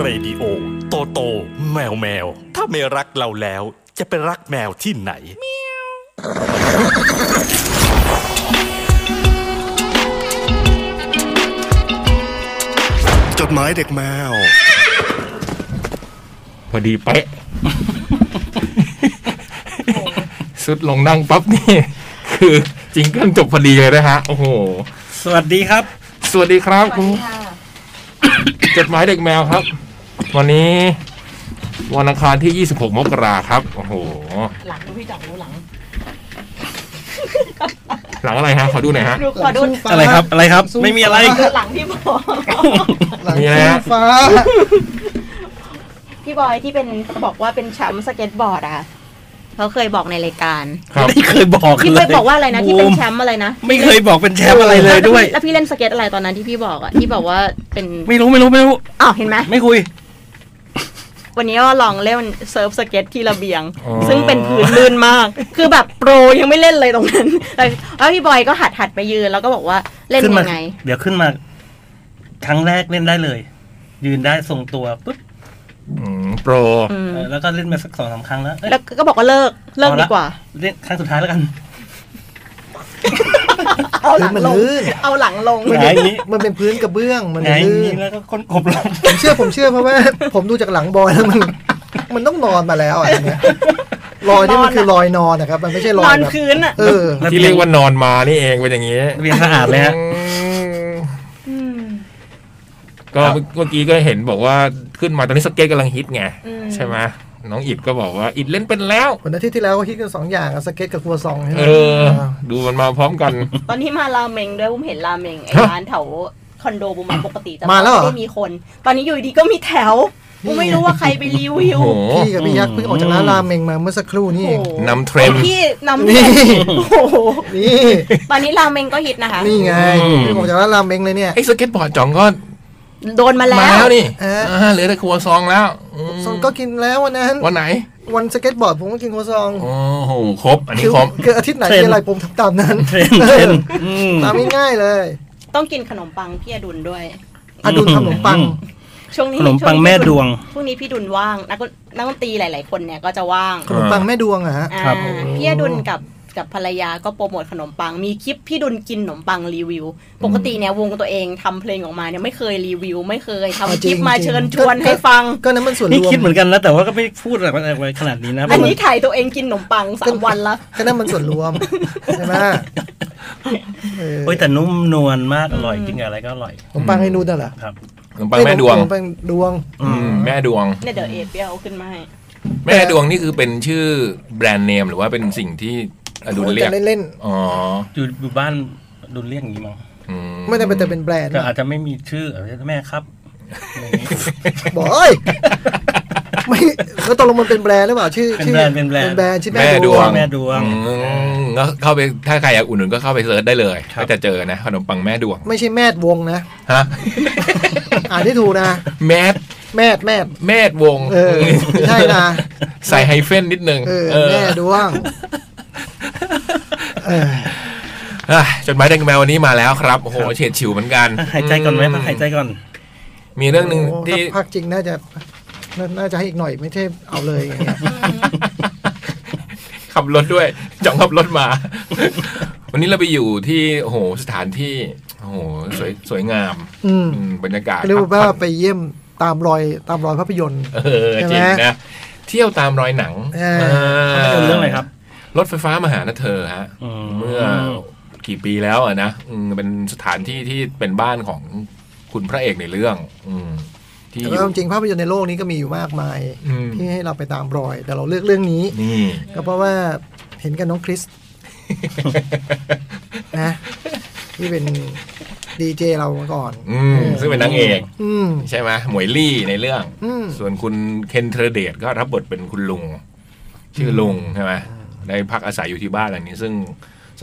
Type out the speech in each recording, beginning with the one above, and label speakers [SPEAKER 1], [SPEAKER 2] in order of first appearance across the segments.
[SPEAKER 1] เรดิโอ โตโต แมวแมว ถ้าไม่รักเราแล้ว จะไปรักแมวที่ไหน
[SPEAKER 2] จดหมายเด็กแมว
[SPEAKER 3] พอดีเป๊ะ สุดลงนั่งปั๊บนี่ คือจริงเกิลจบพอดีเลยนะฮะ โอ้โห
[SPEAKER 4] สวัสดีครับ
[SPEAKER 3] สวัสดีครับคุณจดหมายเด็กแมวครับ วันนี้ วันอังคารที่ 26 มกราครับ โอ้โห
[SPEAKER 5] หลังดูพี่จับดูหลัง
[SPEAKER 3] หลังอะไรฮะ ขอดูหน่อยฮะ
[SPEAKER 5] ดูขอดู
[SPEAKER 4] อะไรครับ อะไรครับ ไม่มีอะไร
[SPEAKER 5] ดูหลังพี่บอย
[SPEAKER 3] มีอะไรฮะ
[SPEAKER 6] ฟ้า
[SPEAKER 5] พี่บอยที่เป็นบอกว่าเป็นแชมป์สเก็ตบอร์ดอะค่ะเขาเคยบอกในรายการ
[SPEAKER 3] ครับ
[SPEAKER 4] ไม่เคยบอก
[SPEAKER 5] ที่
[SPEAKER 4] เล
[SPEAKER 5] เค
[SPEAKER 4] ย
[SPEAKER 5] ยบอกว่าอะไรนะที่เป็นแชมป์อะไรนะ
[SPEAKER 4] ไม่เคยบอกเป็นแชมป์อะไรเลยด้วย
[SPEAKER 5] แล้วพี่เล่นสเก็ตอะไรตอนนั้นที่พี่บอกอะที่บอกว่าเป็น
[SPEAKER 4] ไม่รู้ไม่รู้ไม่รู้
[SPEAKER 5] อ้าวเห็นไหม
[SPEAKER 4] ไม่คุย
[SPEAKER 5] วันนี้ก็ลองเล่นเซิร์ฟสเก็ตที่ระเบียง
[SPEAKER 3] อ๋อ
[SPEAKER 5] ซึ่งเป็นพื้นลื่นมาก คือแบบโปรยังไม่เล่นเลยตรงนั้นแต่แล้วพี่บอยก็หัดหัดไปยืนแล้วก็บอกว่าเล่น
[SPEAKER 4] ขึ้นมา
[SPEAKER 5] ยังไง
[SPEAKER 4] เดี๋ยวขึ้นมา ครั้งแรกเล่นได้เลย ยืนได้ทรงตัวปุ๊บ
[SPEAKER 3] อืมโปร
[SPEAKER 5] อืม
[SPEAKER 4] เออแล้วก็เล่นมาสักสองสามครั้งแล้วเอ้ย
[SPEAKER 5] แล้วก็บอกว่าเลิกเลิกดีกว่า
[SPEAKER 4] เล่นครั้งสุดท้ายแล้วกัน
[SPEAKER 5] เอาหลังลง
[SPEAKER 6] พื้นมันลื่น
[SPEAKER 5] เอาหลังลง
[SPEAKER 4] หงายอย่างนี้
[SPEAKER 6] มันเป็นพื้นกระเบื้อง มัน
[SPEAKER 4] หงายอย่าง
[SPEAKER 6] ลื่
[SPEAKER 4] นี้
[SPEAKER 6] น
[SPEAKER 4] แล้วก็ก้นกบลง
[SPEAKER 6] ผมเชื่อผมเชื่อเพราะว่า ผมดูจากหลังบอยแล้วมัน มันต้องนอนมาแล้ว อ่ะอันเนี้ยรอยนี่มันคือรอยนอนนะครับ มันไม่ใช่ร
[SPEAKER 5] น
[SPEAKER 6] อ
[SPEAKER 5] อย น
[SPEAKER 6] แบบ
[SPEAKER 5] พื้นอ่ะ
[SPEAKER 6] เออ
[SPEAKER 3] ที่เรียกว่านอนมานี่เองเป็นอย่างนี้
[SPEAKER 4] ระเบียงสะอาดเลยฮะ
[SPEAKER 3] อืมก็
[SPEAKER 4] ครับ
[SPEAKER 3] เมื่อกี้ก็เห็นบอกว่าขึ้นมาตอนนี้สเก็ตกำลังฮิตไง
[SPEAKER 5] อืม
[SPEAKER 3] ใช่ไหมน้องอิดก็บอกว่าอิดเล่นเป็นแล้ว
[SPEAKER 6] วันอาทิตย์ที่แล้วก็คิดกันสองอย่างอะสเก็ตกับครัวซองใช่ไหม
[SPEAKER 3] เออ ดูมันมาพร้อมกัน
[SPEAKER 5] ตอนที่มาราเมงด้วยบุมเห็นราเมงไอ้
[SPEAKER 3] ฮะ
[SPEAKER 5] ร้านแถวคอนโดบุมมาปกติจะ
[SPEAKER 6] าแล้วเหรอ
[SPEAKER 5] ไม่ได้มีคน ตอนนี้อยู่ดีก็มีแถวบุมไม่รู้ว่าใครไปรีวิว
[SPEAKER 3] โอ้โห
[SPEAKER 6] พี่กับพี่ยักษ์เพิ่งออกจากร้านราเมงมาเมื่อสักครู่นี่เอง
[SPEAKER 3] นำเทรนด์
[SPEAKER 5] พี่นำ
[SPEAKER 6] นี่
[SPEAKER 5] โอ้โห
[SPEAKER 6] นี่
[SPEAKER 5] ตอนนี้ราเมงก็ฮิตนะคะ
[SPEAKER 6] นี่ไง
[SPEAKER 3] อืม
[SPEAKER 6] เพิ่งออกจากร้านราเมงเลยเนี่ย
[SPEAKER 3] ไอ้สเก็ตบอร์ดจ่องก็
[SPEAKER 5] โดนมาแล้
[SPEAKER 3] มาว แล้วนี่
[SPEAKER 6] เอออ่
[SPEAKER 3] าเหลือแต่ครัวซองแล้วอืม
[SPEAKER 6] ซองก็กินแล้ววันนั้น
[SPEAKER 3] วันไหน
[SPEAKER 6] วันสเก็ตบอร์ดผมก็กินครัวซอง
[SPEAKER 3] โอ้โห ครบ อันนี้
[SPEAKER 6] คือ
[SPEAKER 3] ครบ
[SPEAKER 6] คืออาทิตย์ไหน
[SPEAKER 4] เทรนด์
[SPEAKER 6] มีอะไรผมทำตามนั้น
[SPEAKER 4] เทรนเทรนอืม
[SPEAKER 6] ตามง่ายๆเลย
[SPEAKER 5] ต้องกินขนมปังพี่อดุลด้วย
[SPEAKER 6] อะดูขนมปัง
[SPEAKER 5] ช่วงนี้
[SPEAKER 4] ขนมปัง
[SPEAKER 5] ช่นี้
[SPEAKER 4] แม่ดวง
[SPEAKER 5] พรุ่งนี้พี่ดุลว่าง นักดนนักดนตรีหลาย ๆ คนเนี่ยก็จะว่าง
[SPEAKER 6] ขนมปังแม่ดวงอะฮะ
[SPEAKER 5] อ่า
[SPEAKER 4] ครับ
[SPEAKER 5] พี่อดุลกับกับภรรยาก็โปรโมทขนมปัง มีคลิปพี่ดุลกินขนมปังรีวิว ปกติเนี่ยวงตัวเองทำเพลงออกมาเนี่ยไม่เคยรีวิว ไม่เคยทำคลิ
[SPEAKER 6] อ่า
[SPEAKER 5] ป
[SPEAKER 6] จริงๆ
[SPEAKER 5] มาเชิญชวน
[SPEAKER 6] ก็
[SPEAKER 5] ให้ฟัง
[SPEAKER 6] ก็นั้นมันส่วน
[SPEAKER 4] นี่
[SPEAKER 6] รวม
[SPEAKER 4] คิดเหมือนกันนะแต่ว่าก็ไม่พูดอะไรไว้ขนาดนี้นะ
[SPEAKER 5] อันนี้ถ่ายตัวเองกินขนมปังสามวันละ
[SPEAKER 6] ก็นั้นมันส่วนรวมใช่ไหมเออ
[SPEAKER 4] โอ้ยแต่นุ่มนวลมากอร่อยกินกับอะไรก็อร่อย
[SPEAKER 6] ขนมปังให้นูนน่ะเหรอ
[SPEAKER 4] ครับ
[SPEAKER 3] ขนมปังแม่ดวง
[SPEAKER 6] ขนมปังดวง
[SPEAKER 3] อืม แม่ดวง
[SPEAKER 5] เนี่ยเดี๋ยวเอเปียเอาขึ้นมาให้
[SPEAKER 3] แม่ดวงนี่คือเป็นชื่อแบรนด์เนมหรือว่าเป็นสิ่งที่อดุลเรียก
[SPEAKER 6] เล่น
[SPEAKER 3] อ๋อ
[SPEAKER 4] อยู่อยู่บ้านดุลเรียกอย่างนี้มั้ง
[SPEAKER 3] อื
[SPEAKER 6] ๆไม่ได้เป็นแต่เป็นแบรนด์
[SPEAKER 4] แต่อาจจะไม่มีชื่ออะไรแม่ครับอะไรอย่างนี้
[SPEAKER 6] บอกเอ้ยไม่แล้วตกลงมันเป็นแบรนด์หรือเปล่าชื่อ
[SPEAKER 4] เป็น
[SPEAKER 6] ชื่อ
[SPEAKER 4] แบรนด์เป็นแบรนด์
[SPEAKER 6] เป็นแบรนด์ชื่อ
[SPEAKER 3] แม่ดวง
[SPEAKER 4] แม่ดวง
[SPEAKER 3] อืมก็เข้าไปถ้าใครอยากอุ่นหนุนก็เข้าไปเซิร์ชได้เลย
[SPEAKER 4] ครับ
[SPEAKER 3] ก็จะเจอนะขนมปังแม่ดวง
[SPEAKER 6] ไม่ใช่แมดวงนะ
[SPEAKER 3] ฮะ
[SPEAKER 6] อ่านที่ถูกนะ
[SPEAKER 3] แมด
[SPEAKER 6] แมดแมด
[SPEAKER 3] แมดวง
[SPEAKER 6] เออไม่ใช่นะ
[SPEAKER 3] ใส่ไฮเฟนนิดนึง
[SPEAKER 6] เออ
[SPEAKER 3] เออ
[SPEAKER 6] แม่ดวงเออ
[SPEAKER 3] อ่ะจดหมายเด็กแมววันนี้มาแล้วครับโอ้โหเฉียดฉิวเหมือนกัน
[SPEAKER 4] หายใจก่อนไหม
[SPEAKER 3] ม
[SPEAKER 4] หายใจก่อน
[SPEAKER 3] มีเรื่องหนึ่งที่
[SPEAKER 6] ถ้าพักจริงน่าจะน่าน่าจะให้อีกหน่อยไม่ใช่เอาเลยอย่างเงี้ย
[SPEAKER 3] ขับรถด้วยจ่องขับรถมา วันนี้เราไปอยู่ที่โอ้โหสถานที่โอ้โหสวยสวยงาม
[SPEAKER 6] อืม
[SPEAKER 3] อืมบรรยากาศ
[SPEAKER 6] เรียกว่า
[SPEAKER 3] พักผ่อน
[SPEAKER 6] ไปเยี่ยมตามรอยตามรอยภาพยนตร์
[SPEAKER 3] เออ
[SPEAKER 6] ใช่
[SPEAKER 3] จ
[SPEAKER 6] ไหม
[SPEAKER 3] ริงนะ เที่ยวตามรอยหนัง
[SPEAKER 6] เออ
[SPEAKER 3] เออ
[SPEAKER 4] เรื่องอะไรครับ
[SPEAKER 3] รถไฟฟ้ามาหานะเธอฮะ
[SPEAKER 4] อืม
[SPEAKER 3] เมื่อกี่ปีแล้วอะนะอืมเป็นสถานที่ที่เป็นบ้านของคุณพระเอกในเรื่อง อืมที่อ
[SPEAKER 6] แต่
[SPEAKER 3] ยู่
[SPEAKER 6] ว่าจริงๆภาพยนตร์ในโลกนี้ก็มีอยู่มากมาย
[SPEAKER 3] อืม
[SPEAKER 6] ที่ให้เราไปตามรอย แต่เราเลือกเรื่องนี้
[SPEAKER 3] นี่
[SPEAKER 6] ก็เพราะว่าเห็นกันน้องคริส นะที่เป็นดีเจเรามาก่อน
[SPEAKER 3] อืมซึ่งเป็นนางเอก
[SPEAKER 6] อืม
[SPEAKER 3] ใช่ไหมหมวยลี่ในเรื่อง
[SPEAKER 6] อืม
[SPEAKER 3] ส่วนคุณเคนเทรเดตก็รับบทเป็นคุณลุง ชื่อลุงใช่ไหมได้พักอาศัยอยู่ที่บ้านหลังนี้ ซึ่ง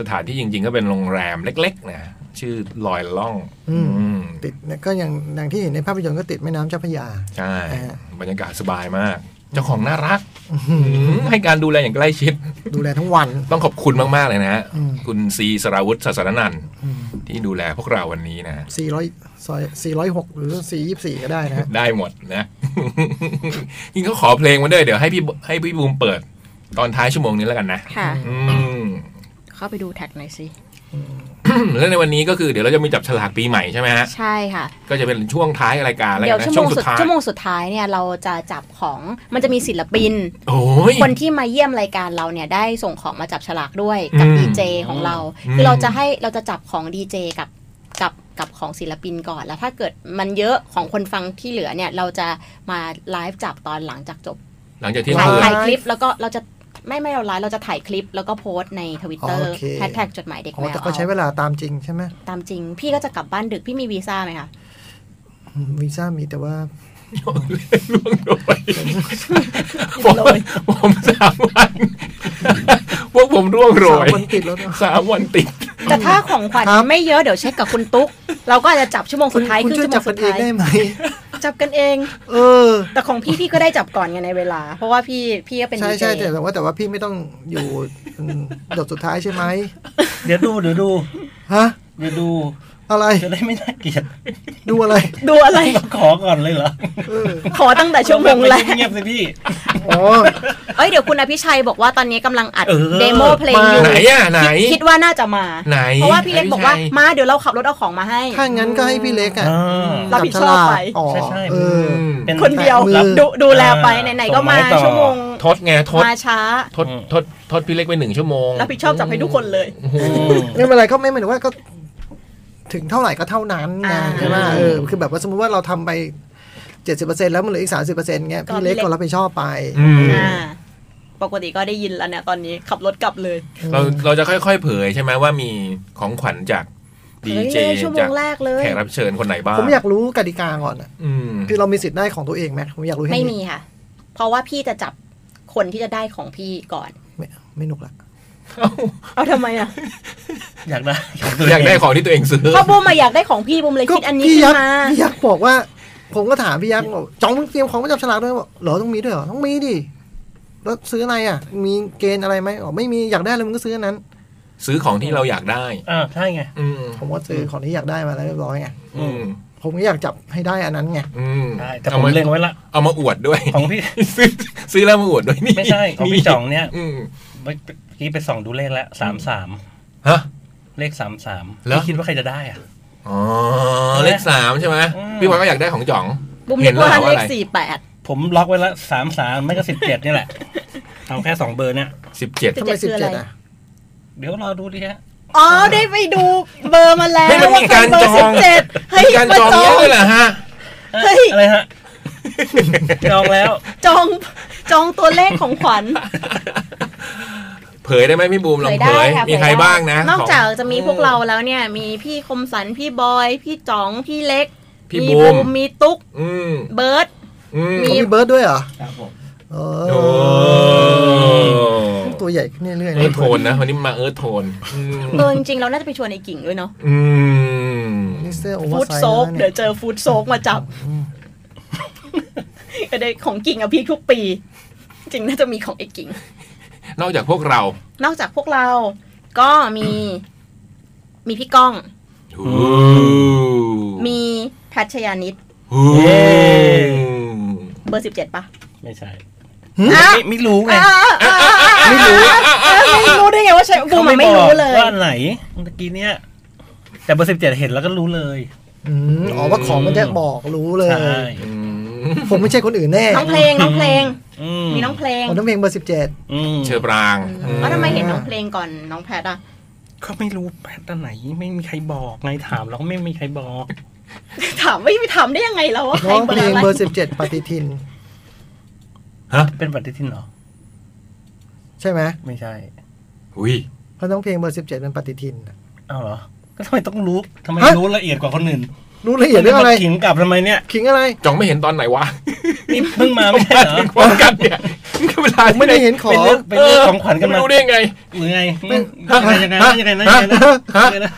[SPEAKER 3] สถานที่จริง ๆ ก็เป็นโรงแรมเล็ก ๆ นะ ชื่อลอยล่อง
[SPEAKER 6] อืม
[SPEAKER 3] อืม
[SPEAKER 6] ติดก็อย่างอย่างที่เห็นในภาพยนตร์ก็ติดแม่น้ำเจ้าพระยา
[SPEAKER 3] ใช่
[SPEAKER 6] อ่า
[SPEAKER 3] บรรยากาศสบายมาก เจ้าของน่ารักอืมให้การดูแลอย่างใกล้ชิด
[SPEAKER 6] ดูแลทั้งวัน
[SPEAKER 3] ต้องขอบคุณมาก ๆ เลยนะฮะ
[SPEAKER 6] อืม
[SPEAKER 3] คุณซีสราวุฒิศาสนนันท์ที่ดูแลพวกเราวันนี้นะ
[SPEAKER 6] 400ซอย406 หรือ 424 ก็ได้นะฮะ
[SPEAKER 3] ได้หมดนะ จริงเขาขอเพลงมาด้วยเดี๋ยวให้พี่ให้พี่บูมเปิด ตอนท้ายชั่วโมงนี้แล้วกันนะ
[SPEAKER 5] ค่ะ
[SPEAKER 3] อืม
[SPEAKER 5] เข้าไปดูแท็กหน่อยสิ
[SPEAKER 3] แล้วในวันนี้ก็คือเดี๋ยวเราจะมีจับฉลากปีใหม่ใช่ไหมฮะ
[SPEAKER 5] ใช่ค่ะ
[SPEAKER 3] ก็จะเป็นช่วงท้ายรายการแล้ว
[SPEAKER 5] เดี๋ย
[SPEAKER 3] กั
[SPEAKER 5] วน
[SPEAKER 3] นะ
[SPEAKER 5] ชั่วโม
[SPEAKER 3] ช่วงสุ
[SPEAKER 5] งสุ
[SPEAKER 3] ดท้า
[SPEAKER 5] ด
[SPEAKER 3] ย
[SPEAKER 5] ชั่วโมงสุดท้ายเนี่ยเราจะจับของมันจะมีศิลปิน
[SPEAKER 3] โอ้ย
[SPEAKER 5] คนที่มาเยี่ยมรายการเราเนี่ยได้ส่งของมาจับฉลากด้วยกับ
[SPEAKER 3] อืม
[SPEAKER 5] ดีเจของเรา
[SPEAKER 3] อืม
[SPEAKER 5] คือเราจะให้เราจะจับของดีเจกับกับกับของศิลปินก่อน แล้วถ้าเกิดมันเยอะของคนฟังที่เหลือเนี่ยเราจะมาไลฟ์จับตอนหลังจากจบ
[SPEAKER 3] หลังจากที่
[SPEAKER 5] ถ่า
[SPEAKER 3] เรา
[SPEAKER 5] ย
[SPEAKER 6] ไลฟ์
[SPEAKER 5] ถ่ายคลิปแล้วก็เราจะไม่ไม่เราไลฟ์เราจะถ่ายคลิปแล้วก็โพสต์ในทวิตเตอร์
[SPEAKER 6] โอเค
[SPEAKER 5] แฮชแท็กจดหมายเด็ก
[SPEAKER 6] อ๋อ
[SPEAKER 5] แมว
[SPEAKER 6] แต่ก็ใช้เวลาตามจริงใช่ไหม
[SPEAKER 5] ตามจริง พี่ก็จะกลับบ้านดึกพี่มีวีซ่าไหมคะ
[SPEAKER 6] อืมวีซ่ามีแต่ว่า
[SPEAKER 3] ล่วงโดยผมผมสามวัน พวกผมร่วงโรย
[SPEAKER 6] สามวันติดแล้วนะ
[SPEAKER 3] สามวันติด
[SPEAKER 5] แต่ถ้าของขวัญ
[SPEAKER 6] ครับ
[SPEAKER 5] ไม่เยอะเดี๋ยวเช็คกับคุณตุ๊กเราก็อาจจะจับชั่วโมง
[SPEAKER 6] คุ
[SPEAKER 5] สุ
[SPEAKER 6] ณ
[SPEAKER 5] ดท้าย
[SPEAKER 6] คุณ
[SPEAKER 5] คือ
[SPEAKER 6] ช่วย
[SPEAKER 5] ชั่วโม
[SPEAKER 6] จับ
[SPEAKER 5] ง
[SPEAKER 6] กั
[SPEAKER 5] สุ
[SPEAKER 6] น
[SPEAKER 5] ดท้าย
[SPEAKER 6] เองได้ไหม
[SPEAKER 5] จับกันเอง
[SPEAKER 6] เออ
[SPEAKER 5] แต่ของพี่พี่ก็ได้จับก่อนไงในเวลา เพราะว่าพี่พี่ก็เป็น
[SPEAKER 6] ใช่
[SPEAKER 5] ดีเจ
[SPEAKER 6] ใช่แต่ว่าแต่ว่าพี่ไม่ต้อง อยู่อืมโดดสุดท้ายใช่ไหม
[SPEAKER 4] เดี๋ยวดูเดี๋ยวดู
[SPEAKER 6] ฮะ
[SPEAKER 4] เดี๋ยวดู
[SPEAKER 6] อะไร
[SPEAKER 4] จะได้ไม่น่าเกลียด
[SPEAKER 6] ดูอะไร
[SPEAKER 5] ดูอะไร
[SPEAKER 4] เราขอก่อนเลยเหรอ
[SPEAKER 6] เออ
[SPEAKER 5] ขอตั้งแต่ชั่วโมงแรก
[SPEAKER 4] เงียบๆสิพี่
[SPEAKER 6] อ๋อ
[SPEAKER 5] เอ้ยเดี๋ยวคุณอภิชัยบอกว่าตอนนี้กำลังอัด
[SPEAKER 4] เออ
[SPEAKER 5] เดโมเพลงอยู่
[SPEAKER 3] ไหนอ่ะไหน
[SPEAKER 5] คิดคิดว่าน่าจะมา
[SPEAKER 3] ไหน
[SPEAKER 5] เพราะว่าพี่เล็กบอกว่า
[SPEAKER 3] อภิชัย
[SPEAKER 5] มาเดี๋ยวเราขับรถเอาของมาให้
[SPEAKER 6] ถ้างั้นก็ให้พี่เล็กอ่ะ
[SPEAKER 4] อ่า
[SPEAKER 5] รับผิดชอบไป
[SPEAKER 6] จัฉลากอ๋อ
[SPEAKER 4] ใช่ใช่
[SPEAKER 6] เอ
[SPEAKER 3] อื
[SPEAKER 6] อ
[SPEAKER 3] ม
[SPEAKER 4] เป็น
[SPEAKER 5] คนเดียว
[SPEAKER 6] มือ
[SPEAKER 5] ดูดูแลไป
[SPEAKER 4] อ่า
[SPEAKER 5] ไหนๆก็มา
[SPEAKER 4] ส่งมาให้ต่อ
[SPEAKER 5] ชั่วโมง
[SPEAKER 3] ทดไงทด
[SPEAKER 5] มาช้า
[SPEAKER 3] ทดทดทดพี่เล็กไปหนึ่งชั่วโมง
[SPEAKER 5] รับผิดชอบจับให้ทุกคนเลย
[SPEAKER 3] โอ้โห
[SPEAKER 6] ไม่เป็นไรก็ไม่เหมือนว่าก็ ถึงเท่าไหร่ก็เท่านั้นไง
[SPEAKER 5] อ่า
[SPEAKER 6] ใช่ไหมเออคือแบบว่าสมมติว่าเราทำไปเจ็ดสิบเปอร์เซ็นแล้วมันเหลืออีกสามสิบเปอร์เซ็นต์เงี้ย
[SPEAKER 5] ก็
[SPEAKER 6] พี่เล็ก
[SPEAKER 5] พี่เล็ก
[SPEAKER 6] ก็รับผิดชอบไป
[SPEAKER 3] อืม
[SPEAKER 5] อ่าปกติก็ได้ยินแล้วเนี่ยตอนนี้ขับรถกลับเลย
[SPEAKER 3] เราเราจะค่อยๆ เผยใช่ไหมว่ามีของขวัญจากดีเจ
[SPEAKER 5] เฮ้ยชั่วโม
[SPEAKER 3] จาก
[SPEAKER 5] งแรกเลย
[SPEAKER 3] แขกรับเชิญคนไหนบ้าง
[SPEAKER 6] ผมอยากรู้กติกาก่อนอะ
[SPEAKER 3] อืม
[SPEAKER 6] คือเรามีสิทธิ์ได้ของตัวเองไหมผมอยากรู้แค่
[SPEAKER 5] ไม่
[SPEAKER 6] นี้
[SPEAKER 5] มีค่ะ เพราะว่าพี่จะจับคนที่จะได้ของพี่ก่อน
[SPEAKER 6] ไม่ไม่หนุกละ
[SPEAKER 5] เอาทำไมอ่ะ
[SPEAKER 4] อยากได้
[SPEAKER 3] อยากได้ของที่ตัวเองซื้อ
[SPEAKER 5] เพราะบูมอะอยากได้ของพี่บูมเลย
[SPEAKER 6] ก็
[SPEAKER 5] คิดอันนี้
[SPEAKER 6] พี่
[SPEAKER 5] ขึ้น
[SPEAKER 6] ยักษ์
[SPEAKER 5] มา
[SPEAKER 6] พี่ยักษ์บอกว่า ผมก็ถามพี่ยักษ์บอกจองเตรียมของมาจับฉลากด้วยบอกเหรอต้องมีด้วยเหรอต้องมีดิแล้วซื้ออะไรอ่ะ มีเกณฑ์อะไรไหมอ๋อไม่มีอยากได้อะไรมึงก็ซื้ออันนั้น
[SPEAKER 3] ซื้อของที่เราอยากได้
[SPEAKER 4] อ่าใช่ไง
[SPEAKER 3] อืม
[SPEAKER 6] ผมก็ซื้อของที่อยากได้มาแล้วเรียบร้อยไง
[SPEAKER 3] อืม
[SPEAKER 6] ผมก็อยากจับให้ได้อันนั้นไง
[SPEAKER 3] อืม
[SPEAKER 4] ใช่ แต่ผ
[SPEAKER 3] อาม มา
[SPEAKER 4] เล็งไว้ละ
[SPEAKER 3] เอามาอวดด้วย
[SPEAKER 4] ของพี่
[SPEAKER 3] ซื้อซื้อแล้วมาอวดด้วยนี่
[SPEAKER 4] ไม่ใช่ ของพี่จ่องเนี่ย
[SPEAKER 3] อืม
[SPEAKER 4] เมื่อกี้ไปส่องดูเลขแล้วสามสาม
[SPEAKER 3] ฮะ
[SPEAKER 4] เลขสามสาม
[SPEAKER 3] เหรอ
[SPEAKER 4] ไม่คิดว่าใครจะได้อ่ะ
[SPEAKER 3] อ๋อเลขสามใช่ไหม
[SPEAKER 4] อืม
[SPEAKER 3] พี่พลอยก็อยากได้ของจ่อง
[SPEAKER 5] บูม
[SPEAKER 3] เห็
[SPEAKER 5] เรีย
[SPEAKER 3] น
[SPEAKER 5] ก
[SPEAKER 3] แล้ว
[SPEAKER 5] ว่า
[SPEAKER 3] ว่า
[SPEAKER 5] เล
[SPEAKER 3] อะ
[SPEAKER 5] ข
[SPEAKER 3] ไร
[SPEAKER 5] สี่แปด
[SPEAKER 4] ผมล็อกไว้ละสามสามไม่ก็สิบเจ็ดนี่แหละ เอาแค่สองเบอร์เนี่ย
[SPEAKER 3] สิบเจ็ด
[SPEAKER 5] 17
[SPEAKER 6] ทำไม
[SPEAKER 5] คื
[SPEAKER 6] สิบ
[SPEAKER 5] ออะ
[SPEAKER 6] เจ็
[SPEAKER 5] ไร
[SPEAKER 6] ดอ่ะ
[SPEAKER 4] เดี๋ยวรอดูดิฮะ
[SPEAKER 5] อ๋อ ได้ไปดูเบอร์มาแล้ว
[SPEAKER 3] เฮ้ยมันมีการ
[SPEAKER 5] เบอ
[SPEAKER 3] จ
[SPEAKER 5] ร์
[SPEAKER 3] อ
[SPEAKER 5] สิบ
[SPEAKER 3] ง
[SPEAKER 5] เจ็ดเฮ้ย
[SPEAKER 3] มีการ
[SPEAKER 5] มา
[SPEAKER 3] จอง
[SPEAKER 5] จอ
[SPEAKER 3] เย
[SPEAKER 5] ง
[SPEAKER 3] อะเลยเหรอฮะ
[SPEAKER 5] เฮ้ย
[SPEAKER 4] อะไรฮะ จองแล้ว
[SPEAKER 5] จองจองตัวเลขของขวัญ
[SPEAKER 3] เผยได้ไหมพี่บูมลองเผย
[SPEAKER 5] ค่ะ
[SPEAKER 3] มีใคร
[SPEAKER 5] เผยได้
[SPEAKER 3] บ้างนะ
[SPEAKER 5] นอกจากจะมี
[SPEAKER 3] ของ
[SPEAKER 5] พวกเราแล้วเนี่ย มีพี่คมสันพี่บอย พี่จ๋องพี่เล็ก
[SPEAKER 3] พี่
[SPEAKER 5] มี
[SPEAKER 3] บูม
[SPEAKER 5] มีตุ๊ก
[SPEAKER 3] อืม
[SPEAKER 5] เบิร์ด
[SPEAKER 3] อืม
[SPEAKER 5] มี
[SPEAKER 6] มีเบิร์ดด้วยเหรอ
[SPEAKER 4] ครับผม
[SPEAKER 6] เอ
[SPEAKER 3] โอ้
[SPEAKER 6] อตัวใหญ่ขึ้นเรื่อยๆ
[SPEAKER 3] เอิร์ธโทนนะวันนี้มาเอิร์ธโทนอืม
[SPEAKER 5] เออจริงๆเราน่าจะไปชวนไอ้กิ่งด้วยเนาะ
[SPEAKER 3] อืม
[SPEAKER 6] นี่เสื้อโอเวอ
[SPEAKER 5] ฟู้
[SPEAKER 6] ร์
[SPEAKER 5] ด
[SPEAKER 6] ไซ
[SPEAKER 5] โซก
[SPEAKER 6] ส์
[SPEAKER 5] เดี๋ยวเจอฟู้ดโซกมาจับก็ได้ของกิ่งอะพี่ทุกปี จริงน่าจะมีของไอ้กิ่ง
[SPEAKER 3] นอกจากพวกเรา
[SPEAKER 5] นอกจากพวกเราก็มี มีพี่ก้อง
[SPEAKER 3] อู้
[SPEAKER 5] มีทัชยานิต
[SPEAKER 3] อู้
[SPEAKER 4] เย้
[SPEAKER 5] เบอร์สิบเจ็ดปะ
[SPEAKER 4] ไม่ใช่
[SPEAKER 5] อ่ะ
[SPEAKER 4] ไม่ไม่รู้ไง
[SPEAKER 5] อ่ะอ่ะอ่ะอ่ะไม่รู้ไม่รู้ได้ไงว่าใช่บูมอะไม่
[SPEAKER 4] บอก
[SPEAKER 5] รู้เลย
[SPEAKER 4] ว่าอันไหนเมื่อกี้เนี่ย แต่เบอร์สิบเจ็ดเห็นแล้วก็รู้เลย
[SPEAKER 6] อืมอ๋อว่าของมันจะบอกรู้เลย
[SPEAKER 4] ใช่
[SPEAKER 3] อืม
[SPEAKER 6] ผมไม่ใช่คนอื่นแน่
[SPEAKER 5] น้องเพลงน้องเพลง
[SPEAKER 4] อื
[SPEAKER 5] มีน้องเพลง
[SPEAKER 6] ผมต้องเพลงเบอร์สิบเจ็ด
[SPEAKER 4] อืม
[SPEAKER 3] เชอปรางอืม
[SPEAKER 5] แล้วทำไมเห็นน้องเพลงก่อนน้องแพทอะ
[SPEAKER 4] ก็ไม่รู้แพทอันไหน ไม่มีใครบอกไงถามแล้วก็ไม่มีใครบอก
[SPEAKER 5] ถามไม่ไปถามได้ยังไงเราว่าใคร
[SPEAKER 6] น้อ
[SPEAKER 5] เบอร์อะ
[SPEAKER 6] งเพลง
[SPEAKER 5] ไร
[SPEAKER 6] เบอร์สิบเจ็ดปฏิทิน
[SPEAKER 4] เป็นปฏิทินเหรอ
[SPEAKER 6] ใช่ไหม
[SPEAKER 4] ไม่ใช่
[SPEAKER 3] อุ้ย
[SPEAKER 6] เพราะน้องเพลงเบอร์สิบเจ็ดเป็นปฏิทิน
[SPEAKER 4] อ้าวเหรอ ก็ทำไมต้องรู้ทำไม
[SPEAKER 6] ฮะ
[SPEAKER 4] รู้ละเอียดกว่าคนอื่น
[SPEAKER 6] รู้ละเอียดเรื่องอะไร
[SPEAKER 4] ทำมมาขิงกลับทำไมเนี่ย
[SPEAKER 6] ขิงอะไร
[SPEAKER 3] จ่องไม่เห็นตอนไหนวะ
[SPEAKER 4] นี่เพิ่งมาไม่ใช่เหรอ
[SPEAKER 3] พร้อมกันเนี่ยเวลา
[SPEAKER 6] ผมไม่ได้เห็นขอ
[SPEAKER 4] ไป
[SPEAKER 6] ง
[SPEAKER 4] เลือกไปเลือกของขวัญกันมา
[SPEAKER 3] รู้ได้ไง
[SPEAKER 4] หรือไง
[SPEAKER 6] ไม่
[SPEAKER 4] ยังไงยังไงยังไงนะยังไงนะ
[SPEAKER 3] ฮะ
[SPEAKER 4] ยังไงนะ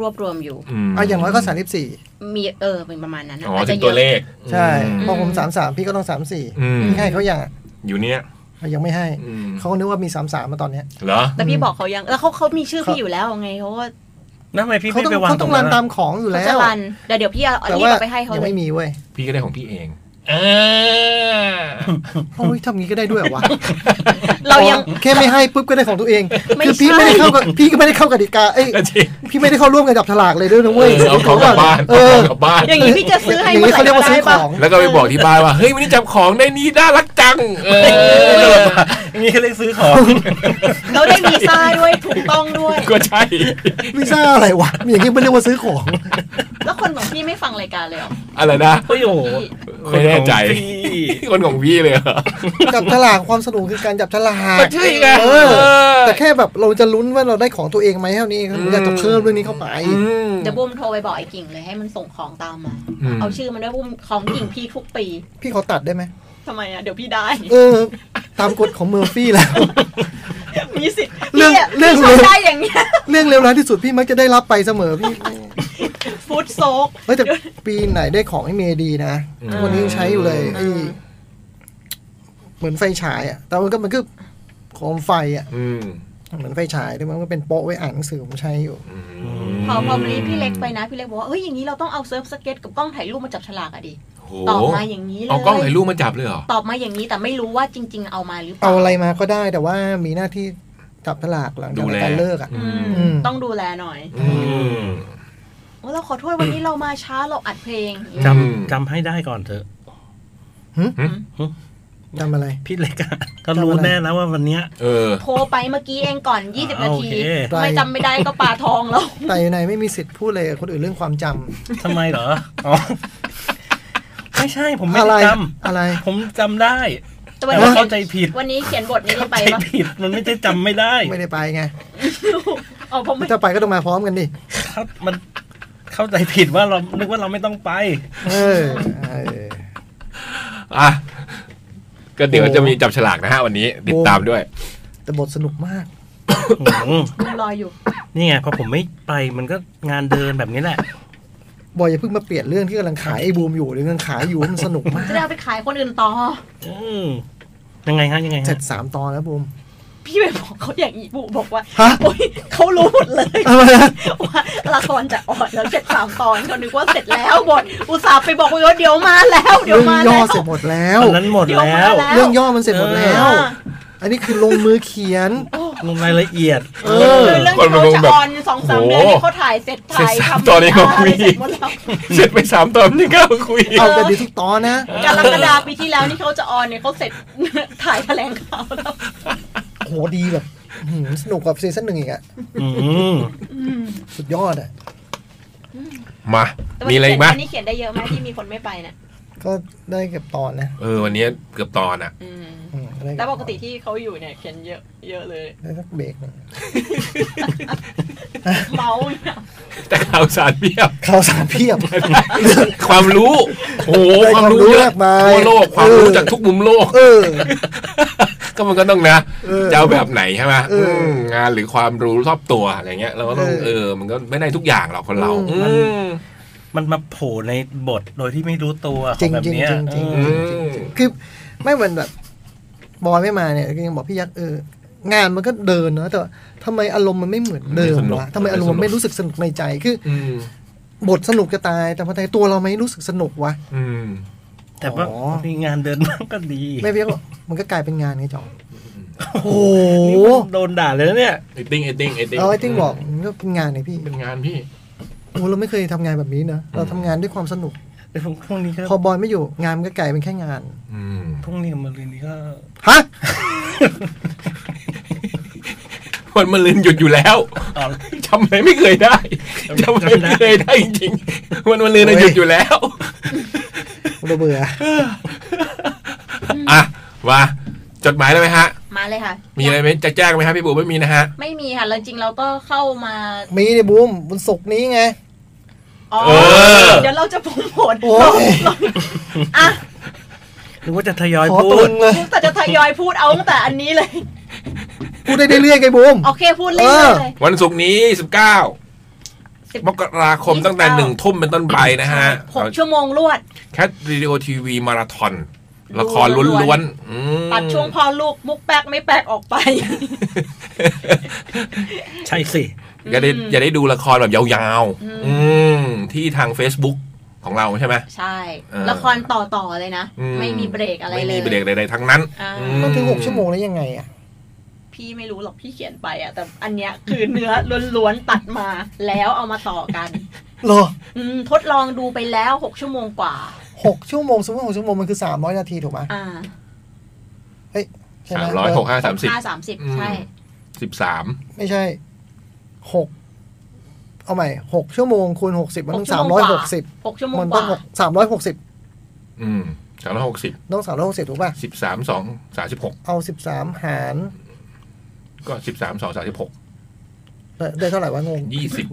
[SPEAKER 5] รวบรวมอยู่
[SPEAKER 6] อ่ะอย่างน้อยก็สามสิบสี่
[SPEAKER 5] มีเออเป็นประมาณนั้น
[SPEAKER 3] อ๋อ
[SPEAKER 5] อาจ
[SPEAKER 3] ถึ
[SPEAKER 5] จะ
[SPEAKER 3] ง
[SPEAKER 5] เย
[SPEAKER 3] ตัวเล
[SPEAKER 5] อะ
[SPEAKER 3] ข
[SPEAKER 6] ใช่
[SPEAKER 3] อื
[SPEAKER 6] พ
[SPEAKER 3] ม
[SPEAKER 6] อผมสามสามพี่ก็ต้องสามสี่
[SPEAKER 3] อืม
[SPEAKER 6] ให้เขาอย่างอ่ะ
[SPEAKER 3] อยู่เนี่ย
[SPEAKER 6] เขายังไม่ให้
[SPEAKER 3] อืม
[SPEAKER 6] เขาก็นึกว่ามีสามสามมาตอนเนี้ย
[SPEAKER 3] เหรอ
[SPEAKER 5] แต่พี่บอกเขายังแล้วเขาเขามีชื่อพี่อยู่แล้วไงเขาก็
[SPEAKER 4] นะทำไมพี่
[SPEAKER 6] เขา
[SPEAKER 4] ไม่
[SPEAKER 6] ต้อง
[SPEAKER 4] ไปวาง
[SPEAKER 6] เขา
[SPEAKER 4] ต
[SPEAKER 6] ต้
[SPEAKER 4] ร
[SPEAKER 6] อง
[SPEAKER 4] ง
[SPEAKER 6] รั
[SPEAKER 4] นั้น
[SPEAKER 6] น
[SPEAKER 4] อะ
[SPEAKER 6] ตามของอยู่
[SPEAKER 5] เขา
[SPEAKER 6] แล้
[SPEAKER 5] จะ
[SPEAKER 6] ว
[SPEAKER 5] รันเดี๋ยวเดี๋ยวพี่เอา
[SPEAKER 6] แต่
[SPEAKER 5] รีบ
[SPEAKER 6] ว่า
[SPEAKER 5] เอาไปให้เขาเล
[SPEAKER 6] ยัง
[SPEAKER 5] ย
[SPEAKER 6] ไม่มีเว้ย
[SPEAKER 3] พี่ก็ได้ของพี่เองเออ
[SPEAKER 6] โอ้ยทำงี้ก็ได้ด้วยเหรอวะ
[SPEAKER 5] เรายัง
[SPEAKER 6] อ๋อแค่ไม่ให้ปุ๊บก็ได้ของตัวเอง
[SPEAKER 5] ไม่
[SPEAKER 6] คือพี่
[SPEAKER 5] ใช่
[SPEAKER 6] ไม่ได้เข้ากับพี่ก็ไม่ได้เข้ากติกาเอ้ยพี่ไม่ได้เข้าร่วมกันจับฉลากเลยด้วยนะเว้ย
[SPEAKER 3] เออเอาของกลับบ้าน
[SPEAKER 6] เออ
[SPEAKER 3] เอาของกลับบ้าน
[SPEAKER 5] อย่างนี้พี่จะซื้อให้
[SPEAKER 6] ย่าง
[SPEAKER 5] เมื่อไห
[SPEAKER 6] นี้เขาเรียกว่า
[SPEAKER 5] ร่
[SPEAKER 6] ซื้อ
[SPEAKER 5] ได้
[SPEAKER 6] ข
[SPEAKER 5] ปะ
[SPEAKER 6] อง
[SPEAKER 3] แล้วก็ไปบอกที่บ้านว่า เฮ้ยวันนี้จับของได้นี่น่ารักจัง เออ
[SPEAKER 4] อย่างนี้เขาเรียกซื้อของ
[SPEAKER 5] เราได้วีซ่าด้วยถูกต้องด้วย
[SPEAKER 3] ก็ใช่
[SPEAKER 6] วีซ่าอะไรวะมีอย่างนี้ไม่เรียกว่าซื้อของ
[SPEAKER 5] แล้วคนของพี่ไม่ฟังรายการเลยเหรอ
[SPEAKER 3] อะไรนะ
[SPEAKER 4] โอ้ยโห
[SPEAKER 3] ไม่แน่ใจ
[SPEAKER 4] คนของ
[SPEAKER 3] คนของ
[SPEAKER 4] พี่
[SPEAKER 3] พี่เลยเหรอ
[SPEAKER 6] จับฉลากความสนุกคือการจับฉลาก
[SPEAKER 3] ใช่ไง
[SPEAKER 6] เออ
[SPEAKER 3] เออ
[SPEAKER 6] แต่แค่แบบเราจะลุ้นว่าเราได้ของตัวเองไหมเท่านี้เองอยากจะเพิ่มเรื่องนี้เข้าไป
[SPEAKER 3] อืม
[SPEAKER 5] เดี๋ยวบุ้มโทรไปบอกไอ้กิ่งเลยให้มันส่งของตามมา
[SPEAKER 3] ม
[SPEAKER 5] เอาชื่อมันด้วยบุ้มของกิ่งพี่ทุกปี
[SPEAKER 6] พี่ขอตัดได้ไหม
[SPEAKER 5] ทำไมอ่ะเดี๋ยวพี่ได้
[SPEAKER 6] เออ ตามกฎของเมอร์ฟี่แล้ว
[SPEAKER 5] มีสิทธิ์
[SPEAKER 6] เรื่อง
[SPEAKER 5] พี่ะ
[SPEAKER 6] เรื่อง
[SPEAKER 5] พี่
[SPEAKER 6] เลย
[SPEAKER 5] ทำได้อย่างเงี้ย
[SPEAKER 6] เรื่องเลวร้ายที่สุดพี่มักจะได้รับไปเสมอพี่
[SPEAKER 5] ฟูดโซก
[SPEAKER 6] เฮ้ยแต่ปีไหนได้ของไอ้เมย์ดีนะ
[SPEAKER 3] อืม
[SPEAKER 6] ทุกวันนี้ยังใช้อยู่เลยไอ้
[SPEAKER 5] อืม
[SPEAKER 6] เหมือนไฟฉายอะแต่มันก็มันก็โคมไฟอะ
[SPEAKER 3] อืม
[SPEAKER 6] เหมือนไฟฉายด้วยมั้งมันเป็นโป๊ะไว้อ่านหนังสือผมใช้อยู่
[SPEAKER 3] อืม
[SPEAKER 5] พอพอรีพี่เล็กไปนะพี่เล็กบอกว่าเอ้ยอย่างนี้เราต้องเอาเซิร์ฟสเก็ตกับกล้องถ่ายรูปมาจับฉลากอะดิ
[SPEAKER 3] โห
[SPEAKER 5] ตอบมาอย่างนี้เลย
[SPEAKER 3] เอากล้องถ่ายรูปมาจับเลยเหรอ
[SPEAKER 5] ตอบมาอย่างนี้แต่ไม่รู้ว่าจริง ๆ เอามาหรือเป
[SPEAKER 6] เอา
[SPEAKER 5] ล่า
[SPEAKER 6] อะไรมาก็ได้แต่ว่ามีหน้าที่จับฉลากหลังจาก
[SPEAKER 3] ดูแล
[SPEAKER 6] รายการเลิกอะ
[SPEAKER 5] อืม
[SPEAKER 6] อืม
[SPEAKER 5] ต้องดูแลหน่อย
[SPEAKER 3] อืม
[SPEAKER 5] โอ้เราขอโทษวันนี้เรามาช้าเราอัดเพลง
[SPEAKER 4] จ
[SPEAKER 3] อืม
[SPEAKER 4] ำจำให้ได้ก่อนเถอะ
[SPEAKER 6] จำอะไร
[SPEAKER 4] พี่เล็กอะก็รู้แน่แล้วว่าวันเนี้ย
[SPEAKER 3] เออ
[SPEAKER 5] โทรไปเมื่อกี้เองก่อน 20 นาที
[SPEAKER 4] โอเค
[SPEAKER 5] ทำไม่จำไม่ได้ก็ปาทองแล้ว
[SPEAKER 6] แต่อยู่ในไม่มีสิทธิ์พูดเลยกับคนอื่นเรื่องความจำ
[SPEAKER 4] ทำไมเหรออ๋อไม่ใช่ผมไม่
[SPEAKER 6] อะ
[SPEAKER 4] ได้
[SPEAKER 6] ไร
[SPEAKER 4] จ
[SPEAKER 6] อะไร
[SPEAKER 4] ำผมจำได้
[SPEAKER 5] แต่วันนี้
[SPEAKER 4] แต่ว่า
[SPEAKER 5] เขีย
[SPEAKER 4] เข้าน ใจผิด
[SPEAKER 5] วันนี้เขียนบทนี้ได้
[SPEAKER 4] เข้า
[SPEAKER 5] ไป
[SPEAKER 4] ใจ
[SPEAKER 5] ปะ
[SPEAKER 4] ผิดมันไม่ได้จำไม่ได้
[SPEAKER 6] ไม่ได้ไปไง
[SPEAKER 5] อ๋อผมไม่
[SPEAKER 6] ถ้าไปก็ต้องมาพร้อมกันดิ
[SPEAKER 4] เข้ามันเข้าใจผิดว่าเรานึกว่าเราไม่ต้องไป
[SPEAKER 6] เออเออ
[SPEAKER 3] อ่ะ ก็เดี๋ยว
[SPEAKER 6] โอ้
[SPEAKER 3] จะมีจับฉลากนะฮะวันนี้ ติด
[SPEAKER 6] โอ้
[SPEAKER 3] ตามด้วย
[SPEAKER 6] แต่บทสนุกมาก
[SPEAKER 4] โอ้โห
[SPEAKER 5] บุ้มรออยู่
[SPEAKER 4] นี่ไงพอผมไม่ไปมันก็งานเดินแบบนี้แหละ
[SPEAKER 6] บอยอย่าเพิ่งมาเปลี่ยนเรื่องที่กำลังขายไอ้บูมอยู่หรือกำลังขายอยู่มันสนุกมาก
[SPEAKER 5] จะได้เอาไปขายคนอื่นต่อ
[SPEAKER 4] อืมยังไงฮะยังไง
[SPEAKER 6] เสร็
[SPEAKER 4] ฮะ
[SPEAKER 6] จสามตอนแล้วบูม
[SPEAKER 5] พี่ไปบอกเขาอย่างนี้บุบอกว่า
[SPEAKER 6] ฮะ
[SPEAKER 5] โอ้ยเขารู้หมดเลย
[SPEAKER 6] อะไรนะ
[SPEAKER 5] ว่าละครจะออนแล้วเสร็จสามตอนเขานึกว่าเสร็จแล้วบทอุตส่าห์ไปบอกว่าเดี๋ยวมาแล้วเดี๋ยว
[SPEAKER 6] เรื่อง
[SPEAKER 5] มา
[SPEAKER 6] ย่อ
[SPEAKER 5] แล้ว
[SPEAKER 6] เสร็จหมดแล้ว
[SPEAKER 4] อันนั้นหมดแล้ว
[SPEAKER 5] เดี๋ยวมาแล้ว
[SPEAKER 6] เรื่องย่อมันเสร็จหมดแล้ว
[SPEAKER 5] อ่า
[SPEAKER 6] อันนี้คือลงมือเขียน
[SPEAKER 4] ลงรายละเอียด
[SPEAKER 6] เออ
[SPEAKER 5] คือเรื่องที่เขาจะออนสองสามเดือนเนี่ยเขาถ่ายเสร็จถ่าย
[SPEAKER 3] เสร็จสาม
[SPEAKER 5] ทำ
[SPEAKER 3] ตอนนี้เขาคุย
[SPEAKER 5] เสร็จหมดแล้ว
[SPEAKER 3] เสร็จไปสามตอนที่เก้าคุย
[SPEAKER 6] เอาแต่ดีทุกตอนนะ
[SPEAKER 5] กรกฎาปีที่แล้วนี่เขาจะออนเนี่ยเขาเสร็จ ถ่ายแถลงข่าวแล้ว
[SPEAKER 6] โหดีแบบอื้อหือสนุกกว่าซีซั่นหนึ่งอีกอะ
[SPEAKER 4] อืม
[SPEAKER 6] สุดยอดอะ
[SPEAKER 3] มา
[SPEAKER 5] แต่วัน
[SPEAKER 3] มี
[SPEAKER 5] นี้
[SPEAKER 3] อะไรอีกไหม
[SPEAKER 5] เขียนอันนี้เขียนได้เยอะไหมที่มีคนไม่ไป เนี่ย
[SPEAKER 6] ก็ได้เก็บตอนนะ
[SPEAKER 3] เออ วันนี้เกือบตอนอ่ะ
[SPEAKER 5] อืม
[SPEAKER 6] อืมได้เบ
[SPEAKER 5] แล้วปกติที่เขาอยู่เนี่ยเขียนเยอะเยอะเลย
[SPEAKER 6] ได้สักเบรกหนึ่ง
[SPEAKER 5] เมาเนี่ย
[SPEAKER 3] แต่ข่าวสารเพียบ
[SPEAKER 6] ข่าวสารเพียบ
[SPEAKER 3] ความรู้ โอ้โห
[SPEAKER 6] ได้
[SPEAKER 3] ความรู้
[SPEAKER 6] ความรู้
[SPEAKER 3] เยอะ
[SPEAKER 6] มากมาย
[SPEAKER 3] ทั่วโลก ความรู้
[SPEAKER 6] เออ
[SPEAKER 3] จากทุกมุมโลก
[SPEAKER 6] เออ
[SPEAKER 3] ก็มันก็ต้องนะ
[SPEAKER 6] เออ
[SPEAKER 3] จะเอาแบบไหนใช่ไหม
[SPEAKER 6] เอออื
[SPEAKER 3] มงานหรือความรู้รอบตัวอะไรเงี้ยเราก็ต้อง
[SPEAKER 6] เออ
[SPEAKER 3] เออ มันก็ไม่ได้ทุกอย่างหรอกคนเรา
[SPEAKER 6] อืม
[SPEAKER 3] อืม
[SPEAKER 4] มันมาโผล่ในบทโดยที่ไม่รู้ตัวข
[SPEAKER 6] จริ
[SPEAKER 4] อง งแบบ
[SPEAKER 6] จริง
[SPEAKER 4] เนี้ย
[SPEAKER 6] จริงจริง
[SPEAKER 4] เอ
[SPEAKER 3] อื
[SPEAKER 4] อ
[SPEAKER 3] ม
[SPEAKER 6] คือไม่เหมือนแบบบอยไม่มาเนี่ยก็ยังบอกพี่ยักษ์เอองานมันก็เดินเนาะแต่ว่าทำไมอารมณ์มันไม่เหมือนเดิมวะทำไมอารมณ์มันไม่รู้สึกสนุกในใจคือ
[SPEAKER 3] อืม
[SPEAKER 6] บทสนุกจะตาย แต่พอในตัวเราไม่รู้สึกสนุกวะ
[SPEAKER 3] อืม
[SPEAKER 4] แต่ว่า
[SPEAKER 6] อ๋อ
[SPEAKER 4] มีงานเดินบ้างก็ดี
[SPEAKER 6] ไม่พี่ยักษ์บอกมันก็กลายเป็นงานไงจองโอ้โห
[SPEAKER 4] นี่มันโดนด่าเลยนะเนี่ย
[SPEAKER 3] ไอติ้งไอติ้งไอติ้ง
[SPEAKER 6] เราไอ้ติ้งบอกมันก็เป็นงานไงพี่
[SPEAKER 3] เป็นงานพี่
[SPEAKER 6] โอ้เราไม่เคยทำงานแบบนี้นะเราทำงานด้วยความสนุก
[SPEAKER 4] แต่พรุ่งนี้ก็
[SPEAKER 6] พอบอยไม่อยู่งานมันก็กลายเป็นแค่งาน
[SPEAKER 3] อืม
[SPEAKER 4] พรุ่งนี้กับมะรืนนี้ก็
[SPEAKER 6] ฮะ
[SPEAKER 3] วันมะรืนหยุดอยู่แล้ว
[SPEAKER 4] อ๋อ
[SPEAKER 3] จำอะไรไม่เคยได้จำอะไรไม่เคยได้จริงๆวันมะรืนน่ะหยุดอยู่แล้ว
[SPEAKER 6] เราเบื่อ
[SPEAKER 3] อ่ะมาจดหมายเลยไหมฮะ
[SPEAKER 5] มาเลยค่ะ
[SPEAKER 3] มีอะไรไหมจะแจ้งไหมฮะพี่ปู่ไม่มีนะฮะ
[SPEAKER 5] ไม่มีค่ะแล้วจริงเราก็เข้ามา
[SPEAKER 6] มีในบูมวันศุกร์นี้ไง
[SPEAKER 5] อ๋อ
[SPEAKER 3] เออ
[SPEAKER 5] เดี๋ยวเราจะโปรโมท
[SPEAKER 6] โอ้
[SPEAKER 5] เรา
[SPEAKER 6] ย
[SPEAKER 5] เราอ่ะ
[SPEAKER 4] นึกว่าจะทยอย
[SPEAKER 6] ขอ
[SPEAKER 4] พู
[SPEAKER 6] ตรึ
[SPEAKER 4] ด
[SPEAKER 6] งเลย
[SPEAKER 5] แต่จะทยอยพูดเอาตั้งแต่อันนี้เลย
[SPEAKER 6] พูดได้เรื่อยๆไงบูม
[SPEAKER 5] โอเคพูดเรื่อยๆเลย
[SPEAKER 3] วันศุกร์นี้ 19
[SPEAKER 5] สิบ
[SPEAKER 3] มกราคมตั้งแต่หนึ่งทุ่มเป็นต้นไปนะฮะ
[SPEAKER 5] หกชั่วโมงรวด
[SPEAKER 3] แคทรีดิโอทีวีมาราธอนละครล้วนๆอืม
[SPEAKER 5] ตัด ช่วงพอลูกมุกแป๊กไม่แป๊กออกไป
[SPEAKER 4] ใช่สิ
[SPEAKER 3] จะได้
[SPEAKER 5] อืม
[SPEAKER 3] จะได้ดูละครแบบยาว
[SPEAKER 5] อืม
[SPEAKER 3] ๆ อืมที่ทาง Facebook ของ เราใช่ไหม
[SPEAKER 5] ใช่
[SPEAKER 3] เออ
[SPEAKER 5] ละครต่อต่อๆเลยนะ
[SPEAKER 3] อื
[SPEAKER 5] ไม่มีเบรกอะไรเลย
[SPEAKER 3] ไม่มีเบรกใดๆทั้งนั้น
[SPEAKER 5] อ่า
[SPEAKER 3] อื
[SPEAKER 6] มันถึงหกชั่วโมงได้ยังไงอ่ะ
[SPEAKER 5] พี่ไม่รู้หรอกพี่เขียนไปอะแต่อันเนี้ยคือเนื้อ ล้วนๆตัดมา แล้วเอามาต่อกัน
[SPEAKER 6] เหรอ
[SPEAKER 5] อืมทดลองดูไปแล้วหกชั่วโมงกว่า
[SPEAKER 6] หกชั่วโมงสมมติหกชั่วโมงมันคือสามร้อยนาทีถูกไหม
[SPEAKER 5] อ่า
[SPEAKER 6] ใช่ไห
[SPEAKER 3] สามร้อยหกห้าสามสิบ
[SPEAKER 5] ห้าสามสิบ
[SPEAKER 3] อืม
[SPEAKER 5] ใช่
[SPEAKER 3] สิบสาม
[SPEAKER 6] ไม่ใช่หกเอาใหม่หกชั่วโมงคูณหกสิบมันต้
[SPEAKER 5] ห
[SPEAKER 6] อง
[SPEAKER 5] กชั่
[SPEAKER 6] สาว ม
[SPEAKER 5] โม
[SPEAKER 6] ร้อง ย
[SPEAKER 5] ก
[SPEAKER 6] ห
[SPEAKER 5] ว่า
[SPEAKER 6] กสิบ
[SPEAKER 5] หกชั่วโมง
[SPEAKER 6] มัน
[SPEAKER 5] ก
[SPEAKER 6] ต้อง
[SPEAKER 5] ว่า
[SPEAKER 6] หกสามร้อยหกสิบ
[SPEAKER 3] อืมสามร้อยหกสิบ
[SPEAKER 6] ต้องสามร้อยหกสิบถูกป่ะ
[SPEAKER 3] สิบสามสองสามสิบหก
[SPEAKER 6] เอาสิบสามหาร
[SPEAKER 3] ก็สิบสามสองสามสิบหก
[SPEAKER 6] ได้ได้เท่าไหร่วะงง
[SPEAKER 3] ยี่สิบ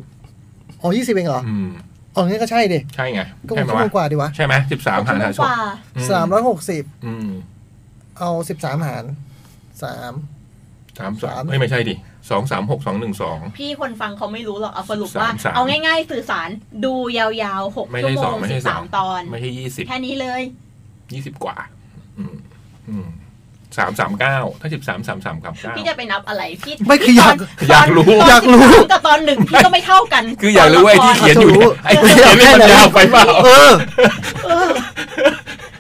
[SPEAKER 6] อ๋อยี่สิบเองเหรอ
[SPEAKER 3] อืม
[SPEAKER 6] อ๋องั้นก็ใช่ดิ
[SPEAKER 3] ใช่ไง
[SPEAKER 6] ก็ห
[SPEAKER 3] ใช่
[SPEAKER 6] ก
[SPEAKER 3] ไหม
[SPEAKER 6] ชั่วโม
[SPEAKER 3] วะ
[SPEAKER 6] งกว่าดีวะ
[SPEAKER 3] ใช่ไหมสิบสามหาร
[SPEAKER 5] ห
[SPEAKER 3] หาก ช
[SPEAKER 5] ชั่วโม
[SPEAKER 3] ก
[SPEAKER 5] งกว่า
[SPEAKER 6] สามร้อยหกสิบ
[SPEAKER 3] อืม
[SPEAKER 6] เอาสิบสามหารสาม
[SPEAKER 3] สามสา
[SPEAKER 6] สาม ม
[SPEAKER 3] ไม่ไม่ใช่ดิสองสามหกสองหนึ่งสอง
[SPEAKER 5] พี่คนฟังเขาไม่รู้หรอกเอาสรุปว่า
[SPEAKER 3] สามสาม
[SPEAKER 5] เอาง่ายๆ สื่อสารดูยาวๆหก
[SPEAKER 3] ไม่
[SPEAKER 5] ชั่
[SPEAKER 3] ใช่
[SPEAKER 5] วโม
[SPEAKER 3] สอง
[SPEAKER 5] ง
[SPEAKER 3] ไม่ใช่
[SPEAKER 5] สิบ
[SPEAKER 3] ส
[SPEAKER 5] สา
[SPEAKER 3] อ
[SPEAKER 5] ม
[SPEAKER 3] ง
[SPEAKER 5] ตอน
[SPEAKER 3] ไม่ใช่ยี่สิบ
[SPEAKER 5] แค่นี้เลย
[SPEAKER 3] ยี่สิบกว่า อืมอืมสามสามเก้าถ้าสิบสามสามสามเก้า
[SPEAKER 5] พี่จะไปนับอะไรพี่
[SPEAKER 6] ไม่คืออยาก
[SPEAKER 5] ตน
[SPEAKER 3] อยากรู้
[SPEAKER 5] ตน
[SPEAKER 6] อยากรู้
[SPEAKER 5] ตนกับตอนหนึ่งพี่ก็ไม่เท่ากัน
[SPEAKER 3] คืออยากรู้ว่าไอ้ที่เขียนอยู่เนี่ยไอ้ที่เขียนนี่มันยาวไปเปล่า
[SPEAKER 6] เออ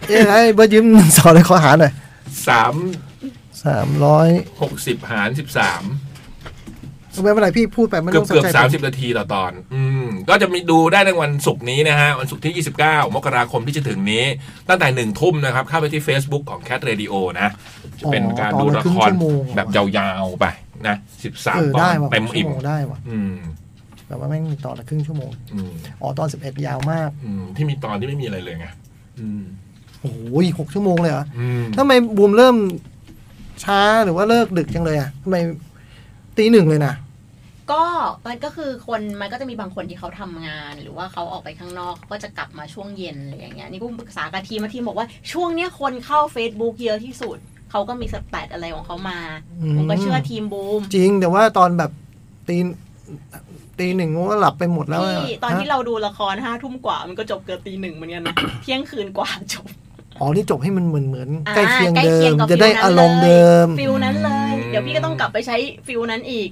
[SPEAKER 6] เอ้ยไอ้เบิร์ดยืมหนึ่งสองเลยขอหารหน่อย
[SPEAKER 3] สาม
[SPEAKER 6] สามร้อย
[SPEAKER 3] หกสิบหารสิบสาม
[SPEAKER 6] ไม่เป็นไรพี่พูดไปไม่
[SPEAKER 3] เกือ
[SPEAKER 6] ต้อบ งสน
[SPEAKER 3] เกือบ
[SPEAKER 6] ใจ
[SPEAKER 3] สามสิบนาทีต่อตอน อืมก็จะมีดูได้ในวันศุกร์นี้นะฮะ วันศุกร์ที่ 29 มกราคมที่จะถึงนี้ ตั้งแต่หนึ่งทุ่มนะครับ เข้าไปที่ Facebook ของ Cat Radio นะ จะเป็นการดูละครแบบยาวๆไปนะ
[SPEAKER 6] เออ
[SPEAKER 3] 13ตอ
[SPEAKER 6] ได้
[SPEAKER 3] น
[SPEAKER 6] ว่ะ
[SPEAKER 3] เต็มอิ่ม
[SPEAKER 6] ชั่วโงได้ว่ะ
[SPEAKER 3] อืม
[SPEAKER 6] แต่ว่าแม่งมีตอนละครึ่งชั่วโมง
[SPEAKER 3] อืม
[SPEAKER 6] อ๋อตอนสิบเอ็ดยาวมาก
[SPEAKER 3] อืมที่มีตอนที่ไม่มีอะไรเลยไงอืม
[SPEAKER 6] โอ้ยหกชั่วโมงเลยเหรอ
[SPEAKER 3] อืม
[SPEAKER 6] ทำไมบูมเริ่มช้าหรือว่าเลิกดึกจังเลยอ่ะทำไมตีหนึ่งเลยนะ
[SPEAKER 5] ก็มันก็คือคนมันก็จะมีบางคนที่เขาทำงาน หรือว่าเขาออกไปข้างนอกเขาก็จะกลับมาช่วงเย็นอะไรอย่างเงี้ยนี่กูปรึกษากับทีมแล้วทีมบอกว่าช่วงเนี้ยคนเข้า Facebook เยอะที่สุดเขาก็มีสแตทอะไรของเขามา
[SPEAKER 6] อื
[SPEAKER 5] ผมก็เชื่อทีมบูม
[SPEAKER 6] จริงแต่ว่าตอนแบบตีตีหนึ่งก็หลับไปหมดแล้วะ
[SPEAKER 5] พี่ตอนที่
[SPEAKER 6] ฮะ
[SPEAKER 5] เราดูละครห้าทุ่มกว่ามันก็จบเกินตีหนึ่งเหมือนกันนะ เที่ยงคืนกว่าจบ
[SPEAKER 6] อ๋อนี่จบให้มันเหมือนเหมือนๆ
[SPEAKER 5] อ่า
[SPEAKER 6] ใกล้เคียง
[SPEAKER 5] ใกล้
[SPEAKER 6] เดิ
[SPEAKER 5] เคีย
[SPEAKER 6] ม
[SPEAKER 5] งกับ
[SPEAKER 6] จะได้อารมณ์เดิม
[SPEAKER 5] ฟิลนั้นเลย เดี๋ยวพี่ก็ต้องกลับไปใช้ฟิลนั้นอีก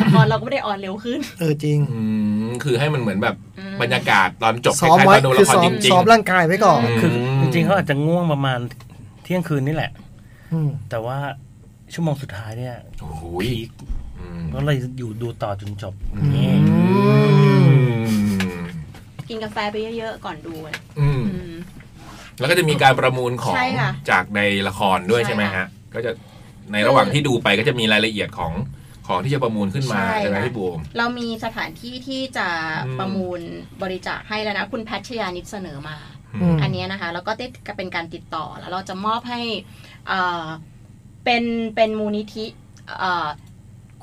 [SPEAKER 5] ตอนเราก็ไม่ได้ออนเร็วขึ้น
[SPEAKER 6] เออจริง
[SPEAKER 3] อืมคือให้มันเหมือนแบบ
[SPEAKER 5] อืม
[SPEAKER 3] บรรยากาศตอนจบค
[SPEAKER 6] ซ้
[SPEAKER 3] ล้า
[SPEAKER 6] อม
[SPEAKER 3] ยๆตอน
[SPEAKER 6] ไว้
[SPEAKER 3] ดูละ
[SPEAKER 6] คือ
[SPEAKER 3] คร
[SPEAKER 6] ซ้อ
[SPEAKER 3] จ
[SPEAKER 6] ม
[SPEAKER 3] ริง
[SPEAKER 6] ซ้อม
[SPEAKER 3] ๆ
[SPEAKER 6] ร่างกายไว้ก่อน
[SPEAKER 4] คือ
[SPEAKER 3] ม
[SPEAKER 4] จริงๆเขาอาจจะง่วงประมาณเที่ยงคืนนี่แหละ
[SPEAKER 6] อืม
[SPEAKER 4] แต่ว่าชั่วโมงสุดท้ายเนี่ย
[SPEAKER 3] โอ้โห
[SPEAKER 4] พีค
[SPEAKER 3] อืม
[SPEAKER 4] ก็เลยอยู่ดูต่อจนจบ
[SPEAKER 5] กินกาแฟไปเยอะๆ ก่อนดูอะ
[SPEAKER 3] อืม
[SPEAKER 5] อืม
[SPEAKER 3] แล้วก็จะมีการประมูลของ
[SPEAKER 5] ใช่ค่ะ
[SPEAKER 3] จากในละครด้วย
[SPEAKER 5] ใช่
[SPEAKER 3] ใช่ไหม
[SPEAKER 5] ค่ะ
[SPEAKER 3] ฮะ ก็จะในระหว่างที่ดูไปก็จะมีรายละเอียดของของที่จะประมูลขึ้นมา
[SPEAKER 5] ใช่
[SPEAKER 3] ใช่ไหม
[SPEAKER 5] ค่ะ
[SPEAKER 3] พี่บูม
[SPEAKER 5] เรามีสถานที่ที่จะ
[SPEAKER 3] อืม
[SPEAKER 5] ประมูลบริจาคให้แล้วนะ คุณแพทชยานิดเสนอมา
[SPEAKER 6] อืม
[SPEAKER 5] อันเนี้ยนะคะแล้วก็ได้เป็นการติดต่อแล้วเราจะมอบให้เอ่อเป็นเป็นมูลนิธิเอ่อ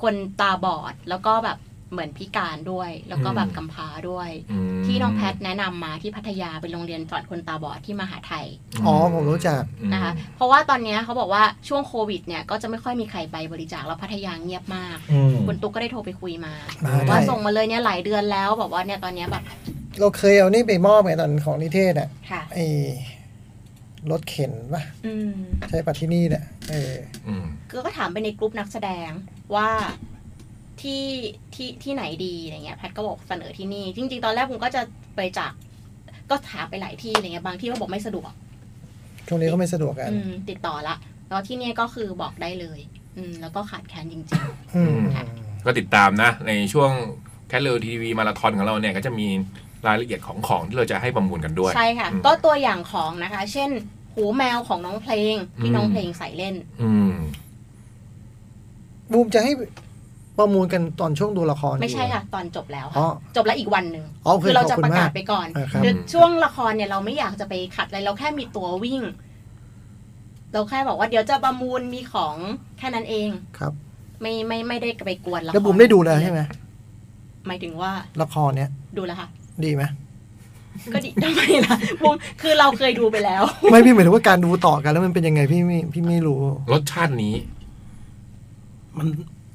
[SPEAKER 5] คนตาบอด แล้วก็แบบเหมือนพิการด้วย แล้วก็แบบกำพร้าด้วย
[SPEAKER 3] ม
[SPEAKER 5] ที่น้องแพทแนะนำมาที่พัทยาเป็นโรงเรียนสอนคนตาบอดที่มหาไทย
[SPEAKER 6] อ๋อผมรู้จัก
[SPEAKER 5] นะคะ เพราะว่าตอนเนี้ยเขาบอกว่าช่วงโควิดเนี่ยก็จะไม่ค่อยมีใครไปบริจาคแล้วพัทยาเงียบมาก
[SPEAKER 3] อืม
[SPEAKER 5] คุณตุ๊กก็ได้โทรไปคุยมา
[SPEAKER 6] มา
[SPEAKER 5] บอก
[SPEAKER 6] ได้
[SPEAKER 5] ว่าส่งมาเลยเนี่ยหลายเดือนแล้วบอกว่าเนี่ยตอนเนี้ยแบบ
[SPEAKER 6] เราเคยเอานี่ไปมอบไงตอนของนิเทศอ่ะ
[SPEAKER 5] ค่ะ
[SPEAKER 6] ไอ้รถเข็นป่ะ
[SPEAKER 5] อืม
[SPEAKER 6] ใช้ปะที่นี่เนี่ยเออ
[SPEAKER 3] อืม
[SPEAKER 5] ก็ก็ถามไปในกลุ่มนักแสดงว่าที่ที่ที่ไหนดีอะไรเงี้ยแพทก็บอกเสนอที่นี่ จริง ๆ ตอนแรกผมก็จะไปจากก็ถามไปหลายที่อะไรเงี้ยบางที่ก็บอกไม่สะดวก
[SPEAKER 6] ช่วงนี้เขาไม่สะดวกกัน
[SPEAKER 5] อืมติดต่อละแล้วที่เนี่ยก็คือบอกได้เลย อืมแล้วก็ขาดแคลนจริง
[SPEAKER 6] อืม
[SPEAKER 5] ค่ะ
[SPEAKER 3] ก็ติดตามนะ ในช่วงแคทเร t ทีวีมาราธอนของเราเนี่ย ก็จะมีรายละเอียดของของที่เราจะให้ประมูลกันด้วย
[SPEAKER 5] ๆ ใช่ค่ะ
[SPEAKER 3] อืม
[SPEAKER 5] ก็ตัวอย่างของนะคะ เช่น หูแมวของน้องเพลงที่น้อง
[SPEAKER 3] อืม
[SPEAKER 5] เพลงใส่เล่น
[SPEAKER 3] อืม
[SPEAKER 6] บูมจะให้ประมูลกันตอนช่วงดูละคร
[SPEAKER 5] ไม่ใช่ค่ะ ตอนจบแล้ว
[SPEAKER 6] อ๋
[SPEAKER 5] ค่ะ
[SPEAKER 6] อ
[SPEAKER 5] จบแล้วอีกวันหนึ่ง
[SPEAKER 6] อ๋อโอเค
[SPEAKER 5] คือเราจะ
[SPEAKER 6] ขอบ
[SPEAKER 5] ป
[SPEAKER 6] คุณ
[SPEAKER 5] ระกาศ
[SPEAKER 6] มาก
[SPEAKER 5] ไปก่อน
[SPEAKER 6] เออครับ
[SPEAKER 5] คือช่วงละครเนี่ยเราไม่อยากจะไปขัดอะไรเราแค่มีตัววิ่ง เราแค่บอกว่าเดี๋ยวจะประมูลมีของแค่นั้นเอง
[SPEAKER 6] ครับ
[SPEAKER 5] ไม่ไม่ไม่ได้ไปกวนละคร
[SPEAKER 6] แล้วบูมได้ดูแล้วใช่ไหม
[SPEAKER 5] หมายถึงว่า
[SPEAKER 6] ละครเนี้ย
[SPEAKER 5] ดูแล้วค่ะ
[SPEAKER 6] ดีไหม
[SPEAKER 5] ก็ดีทำไมล่ะบูมคือเราเคยดูไปแล้ว
[SPEAKER 6] ไม่พี่หมายถึงว่าการดูต่อกันแล้วมันเป็นยังไงพี่ไม่พี่ไม่รู้
[SPEAKER 3] รสชาตินี้
[SPEAKER 4] มัน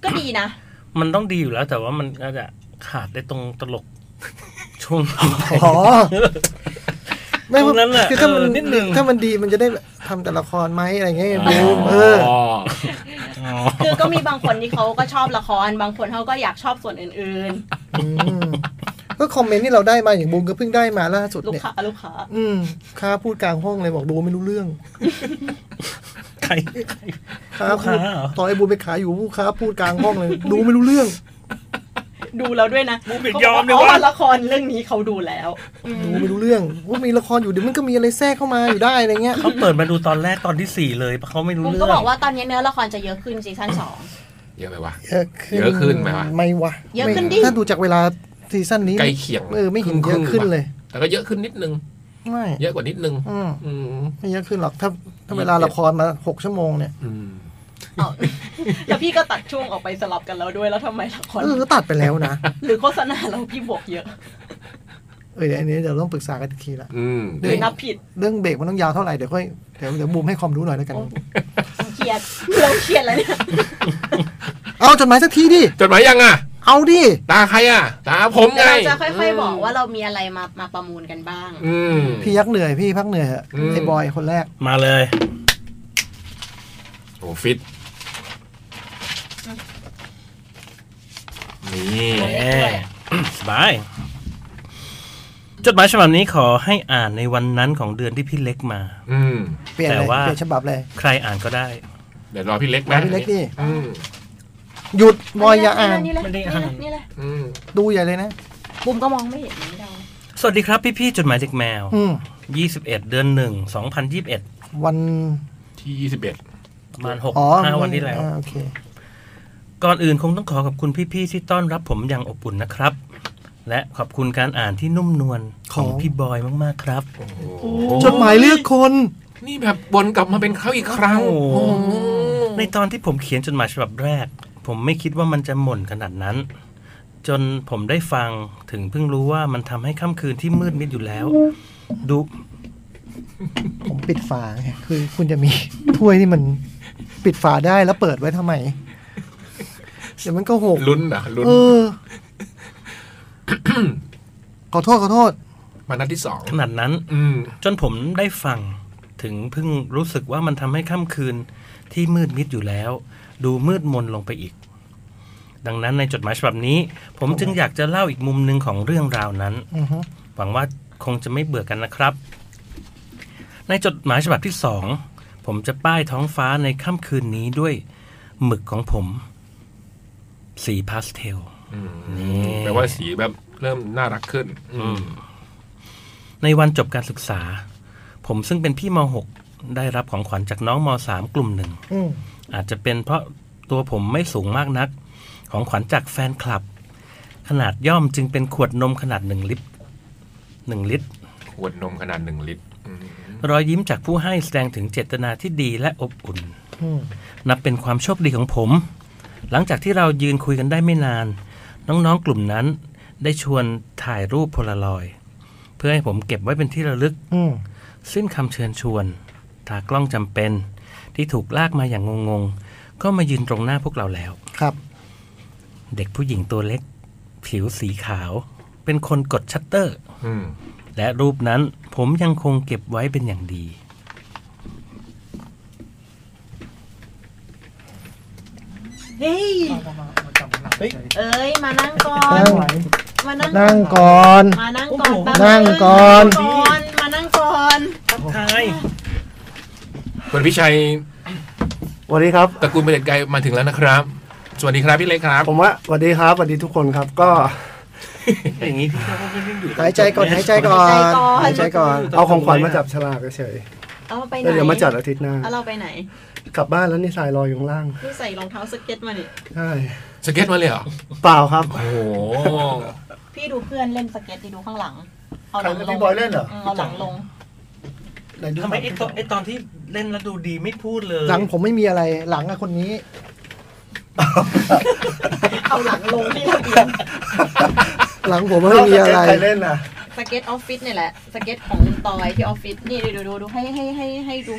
[SPEAKER 5] ก็ดีนะ
[SPEAKER 4] มันต้องดีอยู่แล้ว แต่ว่ามันก็จะขาดได้ตรงตลก ช่วง
[SPEAKER 6] อ๋อไม่
[SPEAKER 4] ตรงนั้นแหละ
[SPEAKER 6] คือถ้ามัน
[SPEAKER 4] เออนิดนึง
[SPEAKER 6] ถ้ามันดีมันจะได้ทำแต่ละครไหมอะไรเงี้ยบูมเออ
[SPEAKER 3] อ
[SPEAKER 4] อ๋อ
[SPEAKER 5] คือก็มีบางคนที่เขาก็ชอบละคร บางคนเขาก็อยากชอบส่วนอื่น
[SPEAKER 6] อืมก็คอมเมนต์ที่เราได้มาอย่างบูมก็เพิ่งได้มาล่าสุด
[SPEAKER 5] ๆ ลูก
[SPEAKER 6] เนี่ย
[SPEAKER 5] ค้าลูกค้า
[SPEAKER 6] อืมค้าพูดกลางห้องเลยบอกดูไม่รู้เรื่อง
[SPEAKER 4] ใครใคร
[SPEAKER 6] ค้า
[SPEAKER 4] ลูก
[SPEAKER 6] พู
[SPEAKER 4] ค้า
[SPEAKER 6] ด
[SPEAKER 4] เหรอ
[SPEAKER 6] ตอนไอ้บูมไปขายอยู่ผู้ค้าพูดกลางห้องเลย ดูไม่รู้เรื่อง
[SPEAKER 5] ดูแล้วด้วยนะ
[SPEAKER 4] บูมยังยอมเลย
[SPEAKER 5] ขาบก
[SPEAKER 4] ว่า
[SPEAKER 5] อ๋อละครเรื่องนี้เขาดูแล้ว
[SPEAKER 6] ดูไม่รู้เรื่องว่ามีละครอยู่เดี๋ยวมันก็มีอะไรแทรกเข้ามาอยู่ได้อะไรเงี้ย
[SPEAKER 4] เขาเปิดมาดูตอนแรกตอนที่สี่เลยเพราะเขาไม่รู้
[SPEAKER 5] บุม
[SPEAKER 4] เรื่
[SPEAKER 5] ก็
[SPEAKER 4] อง
[SPEAKER 5] บอกว่าตอนนี้เนื้อละครจะเยอะขึ้นซีซั่นสอง
[SPEAKER 3] เยอะไปวะ
[SPEAKER 6] เยอะขึ้น
[SPEAKER 3] เยอะขึ้นไหมวะ
[SPEAKER 6] ไม่วะ
[SPEAKER 5] เยอะขึ้นดิ
[SPEAKER 6] ถ้าดูจากเวลาซีซั่นนี้
[SPEAKER 3] ใกล้เคียง
[SPEAKER 6] เออไม่เห็น
[SPEAKER 3] ค
[SPEAKER 6] เย
[SPEAKER 3] รึ่
[SPEAKER 6] อะ
[SPEAKER 3] งๆ
[SPEAKER 6] ขึ้นเลย
[SPEAKER 3] แต่ก็เยอะขึ้นนิดนึง
[SPEAKER 6] ไม่
[SPEAKER 3] เยอะกว่านิดนึง
[SPEAKER 6] อืม
[SPEAKER 3] อืม
[SPEAKER 6] ไม่เยอะขึ้นหรอกถ้าถ้าเวลาละครมาหกชั่วโมงเนี่ย
[SPEAKER 3] อืม
[SPEAKER 5] เอา แต่พี่ก็ตัดช่วงออกไปสลับกันแล้วด้วยแล้วทำไมละคร
[SPEAKER 6] เออก็ตัดไปแล้วนะ
[SPEAKER 5] หรือโฆษณาเราพี่บวกเยอะ
[SPEAKER 6] เออเดี๋ยวอันนี้เดี๋ยวต้องปรึกษากันอีกทีละ
[SPEAKER 3] อืม
[SPEAKER 5] หรือนับผิด
[SPEAKER 6] เรื่องเบรกมันต้องยาวเท่าไหร่เดี๋ยวค่อยเดี๋ยวเดี๋ยวบูมให้ความรู้หน่อยแล้วกัน
[SPEAKER 5] โอ้เครียดเราเครียดแล้ว เนี่ย
[SPEAKER 6] เอาจดหมายสักทีดิ
[SPEAKER 3] จดหมายยังอ่ะ
[SPEAKER 6] เอาดิ
[SPEAKER 3] ตาใครอ่ะ ตาผม
[SPEAKER 5] เดี๋
[SPEAKER 3] ไง
[SPEAKER 5] ยวเราจะค่อยๆบอกว่าเรามีอะไรมามาประมูลกันบ้าง
[SPEAKER 3] อืม
[SPEAKER 6] พี่ยักษ์เหนื่อยพี่พักเหนื่อยเหอะ
[SPEAKER 3] อืม
[SPEAKER 6] ไอ้บอยคนแรก
[SPEAKER 4] มาเลย
[SPEAKER 3] โอ้ฟิต นี่
[SPEAKER 4] แหม สบาย จดหมายฉบับนี้ขอให้อ่านในวันนั้นของเดือนที่พี่เล็กมา
[SPEAKER 3] อืม
[SPEAKER 6] เปลี่ยนเลย
[SPEAKER 4] แต่ว่า
[SPEAKER 6] เปลี่ยนฉบับเลย
[SPEAKER 4] ใครอ่านก็ได้
[SPEAKER 3] เดี๋ยวรอพี่เล็กไหม
[SPEAKER 6] มาพี่เล็กนี่
[SPEAKER 3] อืม
[SPEAKER 6] หยุดบอยอย่าอ่าน
[SPEAKER 5] นี่แหละ
[SPEAKER 4] ไม่ได้
[SPEAKER 5] นี่
[SPEAKER 4] อ่าน
[SPEAKER 5] แหละนี่แหละ
[SPEAKER 3] อืม
[SPEAKER 6] ดูใหญ่เลยนะ
[SPEAKER 5] บุมก็มองไม่เห็นไม่ได้
[SPEAKER 4] สวัสดีครับพี่ๆจดหมายเด็กแมว
[SPEAKER 6] อืม
[SPEAKER 4] 21 เดือน 1 2021
[SPEAKER 6] วัน
[SPEAKER 3] ที่ยี่สิบเอ็ด
[SPEAKER 4] ประมาณ6
[SPEAKER 6] อ๋อ
[SPEAKER 4] 5วันที่แล้ว
[SPEAKER 6] อ่าโอเค
[SPEAKER 4] ก่อนอื่นคงต้องขอขอบคุณพี่ๆที่ต้อนรับผมอย่างอบอุ่นนะครับ และขอบคุณการอ่านที่นุ่มนวลของ
[SPEAKER 6] ของ
[SPEAKER 4] พี่บอยมากๆครับ
[SPEAKER 6] จดหมายเลือกคน
[SPEAKER 3] นี่แบบวนกลับมาเป็นเขาอีกครั้ง
[SPEAKER 4] โอ้โห
[SPEAKER 3] โอ้โห
[SPEAKER 4] ในตอนที่ผมเขียนจดหมายฉบับแรก ผมไม่คิดว่ามันจะหม่นขนาดนั้น จนผมได้ฟังถึงเพิ่งรู้ว่ามันทำให้ค่ำคืนที่มืดมิดอยู่แล้ว ดู
[SPEAKER 6] ผมปิดฝาไงคือคุณจะมี ถ้วยที่มันปิดฝาได้แล้วเปิดไว้ทำไม เดี๋ยวมันก็หก
[SPEAKER 3] ลุ้นนะลุ้น
[SPEAKER 6] เออ ขอโทษขอโทษ
[SPEAKER 3] มานัดที่สอง
[SPEAKER 4] ขนาดนั้น
[SPEAKER 3] อืม
[SPEAKER 4] จนผมได้ฟังถึงเพิ่งรู้สึกว่ามันทำให้ค่ำคืนที่มืดมิดอยู่แล้ว ดูมืดมนลงไปอีก ดังนั้นในจดหมายฉบับนี้ ผมจึงอยากจะเล่าอีกมุมหนึ่งของเรื่องราวนั้น
[SPEAKER 6] อือฮึ
[SPEAKER 4] หวังว่าคงจะไม่เบื่อกันนะครับ ในจดหมายฉบับที่สองผมจะป้ายท้องฟ้าในค่ำคืนนี้ด้วยหมึกของผม สีพาสเทล
[SPEAKER 3] อืม
[SPEAKER 4] นี่
[SPEAKER 3] แปลว่าสีแบบเริ่มน่ารักขึ้น อืม
[SPEAKER 4] ในวันจบการศึกษา ผมซึ่งเป็นพี่ม .6 ได้รับของขวัญจากน้องม .3 กลุ่มหนึ่ง
[SPEAKER 6] อืม
[SPEAKER 4] อาจจะเป็นเพราะตัวผมไม่สูงมากนัก ของขวัญจากแฟนคลับ ขนาดย่อมจึงเป็นขวดนมขนาดหนึ่งลิตรหนึ่งลิตร
[SPEAKER 3] ควรนมขนาดหนึ่งลิตรอืม
[SPEAKER 4] รอยยิ้มจากผู้ให้แสดงถึงเจตนาที่ดีและอบอุ่น
[SPEAKER 6] อืม
[SPEAKER 4] นับเป็นความโชคดีของผม หลังจากที่เรายืนคุยกันได้ไม่นาน น้องๆกลุ่มนั้น ได้ชวนถ่ายรูปโพลารอย เพื่อให้ผมเก็บไว้เป็นที่ระลึก
[SPEAKER 6] อืม
[SPEAKER 4] สิ้นคำเชิญชวนตากล้องจำเป็น ที่ถูกลากมาอย่างงงๆ ก็มายืนตรงหน้าพวกเราแล้ว
[SPEAKER 6] ครับ
[SPEAKER 4] เด็กผู้หญิงตัวเล็ก ผิวสีขาว เป็นคนกดชัตเตอร์
[SPEAKER 3] อืม
[SPEAKER 4] และรูปนั้นผมยังคงเก็บไว้เป็นอย่างดี
[SPEAKER 5] เฮ้ยเอ้ยมานั่งก่อน
[SPEAKER 6] นั่ง
[SPEAKER 5] มานั่ง
[SPEAKER 6] นั่งก่อน
[SPEAKER 5] มานั่งก่อน
[SPEAKER 6] นั่งก่อน
[SPEAKER 5] มานั่งก่อนมานั่งก่อน
[SPEAKER 4] ทาย
[SPEAKER 3] คุณพิชัย
[SPEAKER 2] สวัสดีครับ
[SPEAKER 3] ตระกูลประเด็จไกรมาถึงแล้วนะครับ สวัสดีครับพี่เล็กครับ
[SPEAKER 2] ผมว่าสวัสดีครับสวัสดีทุกคนครับ ก็
[SPEAKER 4] อย่างนี้พี่เขาก็ยังอยู่
[SPEAKER 6] หายใจก่อนหายใจก่อน
[SPEAKER 5] หา
[SPEAKER 6] หาย ย
[SPEAKER 5] ใจ
[SPEAKER 6] ใจ
[SPEAKER 5] ก่
[SPEAKER 6] ก่
[SPEAKER 5] อ
[SPEAKER 6] อน น
[SPEAKER 2] เอาของขวัญมาจับฉลากเฉย
[SPEAKER 5] เอาไป
[SPEAKER 2] ๆ
[SPEAKER 5] ไหน
[SPEAKER 2] แล้วเดี๋ยวมาจัดอาทิตย์หน้า
[SPEAKER 5] เอาเราไปไหน
[SPEAKER 2] กลับบ้านแล้วนี่ทรายลอยอยู่ข้างล่าง
[SPEAKER 5] พี่ใส่รองเท้าสเก็ตมาเนี่ย
[SPEAKER 2] ใช่
[SPEAKER 3] สเก็ตมาเลยเหรอ
[SPEAKER 2] เปล่าครับ
[SPEAKER 3] โอ้โห
[SPEAKER 5] พี่ดูเพื่อนเล่นสเก็ตดีดูข้างหลังเอาหลัง
[SPEAKER 2] ใครเป็น
[SPEAKER 5] ล
[SPEAKER 2] พี่
[SPEAKER 5] ง
[SPEAKER 2] บอยเล่นเหรอ
[SPEAKER 5] เอาหลังลง
[SPEAKER 4] ทำไมไอ้ตอนไอ้ตอนที่เล่นแล้วดูดีไม่พูดเลย
[SPEAKER 6] หลังผมไม่มีอะไรหลังอะคนนี้
[SPEAKER 5] เอาหลังลงที่เราเรียน
[SPEAKER 6] หลังผมไม่มีอะไร
[SPEAKER 2] ใครเล่นนะ
[SPEAKER 5] สเก็ตออฟฟิศเนี่ยแหละสเก็ตของตอยที่ออฟฟิศนี่ดูดูดูดูให้ให้ให้ให้ดู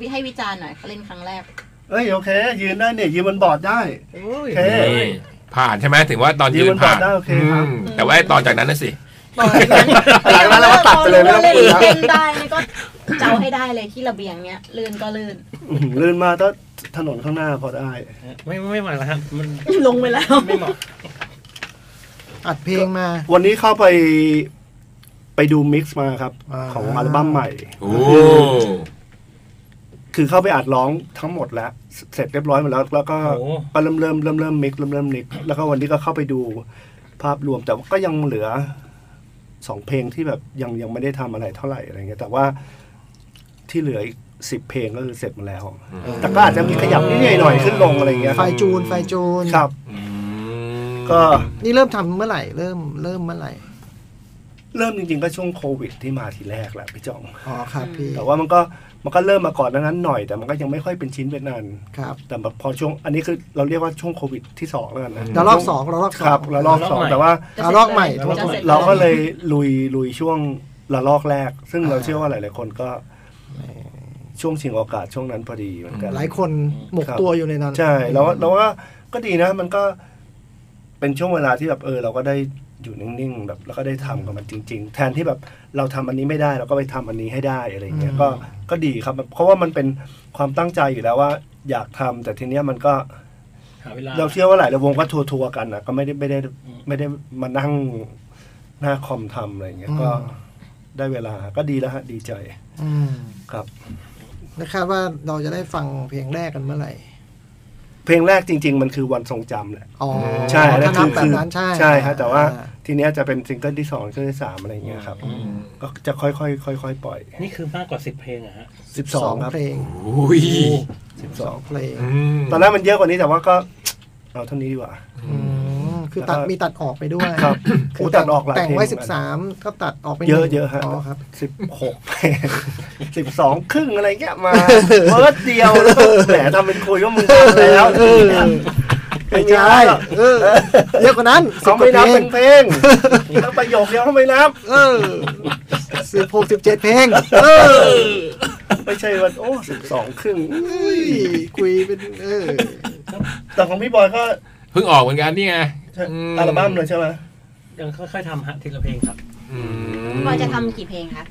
[SPEAKER 5] วิให้วิจารณ์หน่อยเขาเล่นครั้งแรก
[SPEAKER 2] เอ้ยโอเค ยืนได้เนี่ยยืนบนบอร์ดได้ โอเค
[SPEAKER 3] นี่ผ่านใช่ไหมถึงว่าตอนยื
[SPEAKER 2] ยื
[SPEAKER 3] น
[SPEAKER 2] นบน
[SPEAKER 3] ผ่าน
[SPEAKER 2] บาร์ได้โอเคครับ
[SPEAKER 3] อืมแต่ว่าไอ้ตอนจากนั้นน่ะสิ
[SPEAKER 2] หลังนั้นเราก็ตัดไปเลย
[SPEAKER 5] เล่
[SPEAKER 2] ไม่ต้องคุยแล้ว
[SPEAKER 5] นได้นี่ก็เจ้าให้ได้เลยที่ระเบียงเนี้ยลื่นก็ลื่น
[SPEAKER 2] อื้อหือลื่นมาถ้า ถนนข้างหน้าพอได้
[SPEAKER 4] ไม่ไม่มาแล้วครับมัน
[SPEAKER 5] ลงไปแล้ว
[SPEAKER 4] ไม่เหมาะ
[SPEAKER 6] อัดเพลงมา
[SPEAKER 2] วันนี้เข้าไปไปดูมิกซ์มาครับ
[SPEAKER 6] อ่า
[SPEAKER 2] ของอัลบั้มใหม่
[SPEAKER 3] โอ้
[SPEAKER 2] คือเข้าไปอัดร้องทั้งหมดแล้ว เสร็จเรียบร้อยหมดแล้ว แล้วก็
[SPEAKER 4] โอ้โห
[SPEAKER 2] ก็เริ่มเริ่มเริ่มเริ่มมิกซ์เริ่มเริ่มมิกซ์แล้วก็วันนี้ก็เข้าไปดูภาพรวมแต่ว่าก็ยังเหลือสองเพลงที่แบบยังยังไม่ได้ทำอะไรเท่าไหร่อะไรเงี้ยแต่ว่าที่เหลืออีกสิบเพลงก็คือเสร็จหมาแล้ว แต่ก็อาจจะมีขยับนิดๆหน่อยๆขึ้นลงอะไรเงี้ย
[SPEAKER 6] ไฟจูนไฟจูน
[SPEAKER 2] ครับ
[SPEAKER 3] อืม
[SPEAKER 2] ก็
[SPEAKER 6] นี่เริ่มทำเมื่อไหร่เริ่มเริ่มเมื่อไหร่
[SPEAKER 2] เริ่มจริงๆก็ช่วงโควิดที่มาทีแรกแหละพี่จ่อง
[SPEAKER 6] อ๋อครับพี่
[SPEAKER 2] แต่ว่ามันก็มันก็เริ่มมาก่อนหนานั้นหน่อย แต่มันก็ยังไม่ค่อยเป็นชิ้นเป็นนัน
[SPEAKER 6] ครับ
[SPEAKER 2] แต่แบบพอช่วงอันนี้คือเราเรียกว่าช่วงโควิดที่สองแล้วกันนะ
[SPEAKER 6] แล้วรอบสองแล้วรอบสอง
[SPEAKER 2] ครับแล้วรอบสองแต่ว่า
[SPEAKER 6] เอาลอกใหม่
[SPEAKER 5] จะสจ
[SPEAKER 2] เราก็
[SPEAKER 5] แล้ว
[SPEAKER 2] เลยลุยลุยช่วงละลอกแรก ซึ่งเราเชื่อว่าหลาย ๆ คนก็ช่วงชิงโอกาสช่วงนั้นพอดีเหมือนกัน
[SPEAKER 6] หลายคนหมก
[SPEAKER 2] ครับ
[SPEAKER 6] ตัวอยู่ในนั้น
[SPEAKER 2] ใช่แล้วเราก็ก็ดีนะ มันก็เป็นช่วงเวลาที่แบบเออ เราก็ได้อยู่นิ่งๆแบบแล้วก็ได้ทำกับมันจริง ๆ แทนที่แบบเราทำอันนี้ไม่ได้เราก็ไปทำอันนี้ให้ได้อะไรอย่างเงี้ยก็ก็ดีครับเพราะว่ามันเป็นความตั้งใจอยู่แล้วว่าอยากทำแต่ทีเนี้ยมันก็
[SPEAKER 4] หาเวลา
[SPEAKER 2] เราเชื่อว่าหลายๆวงก็ทัวร์ๆกันนะก็ไม่ได้ไม่ได้ไม่ได้มานั่งหน้าคอมทำอะไรอย่างเงี้ยก็ได้เวลาก็ดีแล้วฮะดีใจ
[SPEAKER 6] อืม
[SPEAKER 2] ครับ
[SPEAKER 6] นะครับว่าเราจะได้ฟังเพลงแรกกันเมื่อไหร่
[SPEAKER 2] เพลงแรกจริง ๆ มันคือวันทรงจำแหละ
[SPEAKER 6] อ๋อ
[SPEAKER 2] ใช่
[SPEAKER 6] ถ้านั
[SPEAKER 2] นั่นคื
[SPEAKER 6] บ
[SPEAKER 2] อ
[SPEAKER 6] แบบ
[SPEAKER 2] คือ
[SPEAKER 6] นั้นใช่
[SPEAKER 2] ใช่ฮะแต่ว่า
[SPEAKER 6] อ่
[SPEAKER 2] ทีเนี้ยจะเป็นซิงเกิลที่สองซิงเกิลที่สามอะไรอย่างเงี้ยครับ ก็จะค่อยๆค่อยๆปล่อย
[SPEAKER 4] นี่คือมากกว่าสิบเพลงอะฮะ
[SPEAKER 2] สิบสองครับ
[SPEAKER 6] เพลง
[SPEAKER 3] โอ้ย
[SPEAKER 2] สิบสอง
[SPEAKER 6] เพลง
[SPEAKER 3] ม
[SPEAKER 2] ตอนแรกมันเยอะกว่านี้แต่ว่าก็ เอาเท่านี้ดีกว่า
[SPEAKER 6] อืมคือตัด
[SPEAKER 2] แล้วก็
[SPEAKER 6] มีตัดออกไปด้วย
[SPEAKER 2] ครับ
[SPEAKER 6] คือ
[SPEAKER 2] ตัดออกหลาย
[SPEAKER 6] แต่ง
[SPEAKER 2] เพลง
[SPEAKER 6] ไว้สิบสามก็ตัดออกไปห
[SPEAKER 2] เย
[SPEAKER 6] นึ่
[SPEAKER 2] อะ
[SPEAKER 6] ง
[SPEAKER 2] เยอะฮะ
[SPEAKER 6] อ๋อครับ
[SPEAKER 2] สิบหก สิบสองครึ่งอะไรเงี้ย มาเบิร์ดเดียวแล้วก็แหมทำเป็นคุยว่ามึงทำแล้ว
[SPEAKER 6] เออ ไม่ใช่เออเยอะกว่านั้น
[SPEAKER 2] เขาไม่นับ
[SPEAKER 6] 10
[SPEAKER 2] เป็นเพลงแล้วประโยคเดียวเขาไม่นับ
[SPEAKER 6] เออสิบหกสิบเจ็ดเพลง เออ
[SPEAKER 2] ไม่ใช่ว่าโอ้สิบสองครึ่ง
[SPEAKER 6] อุ้ยคุยเป็นเออ
[SPEAKER 2] แต่ของพี่บอยก็
[SPEAKER 3] เพิ่งออกเหมือนกันนี่ไงม
[SPEAKER 2] อัลบั้มเลยใช่ไหม
[SPEAKER 4] ยังค่อยๆทำฮะทีละเพลงครับ
[SPEAKER 3] อืม
[SPEAKER 5] พอจะทำกี่เพลงคะ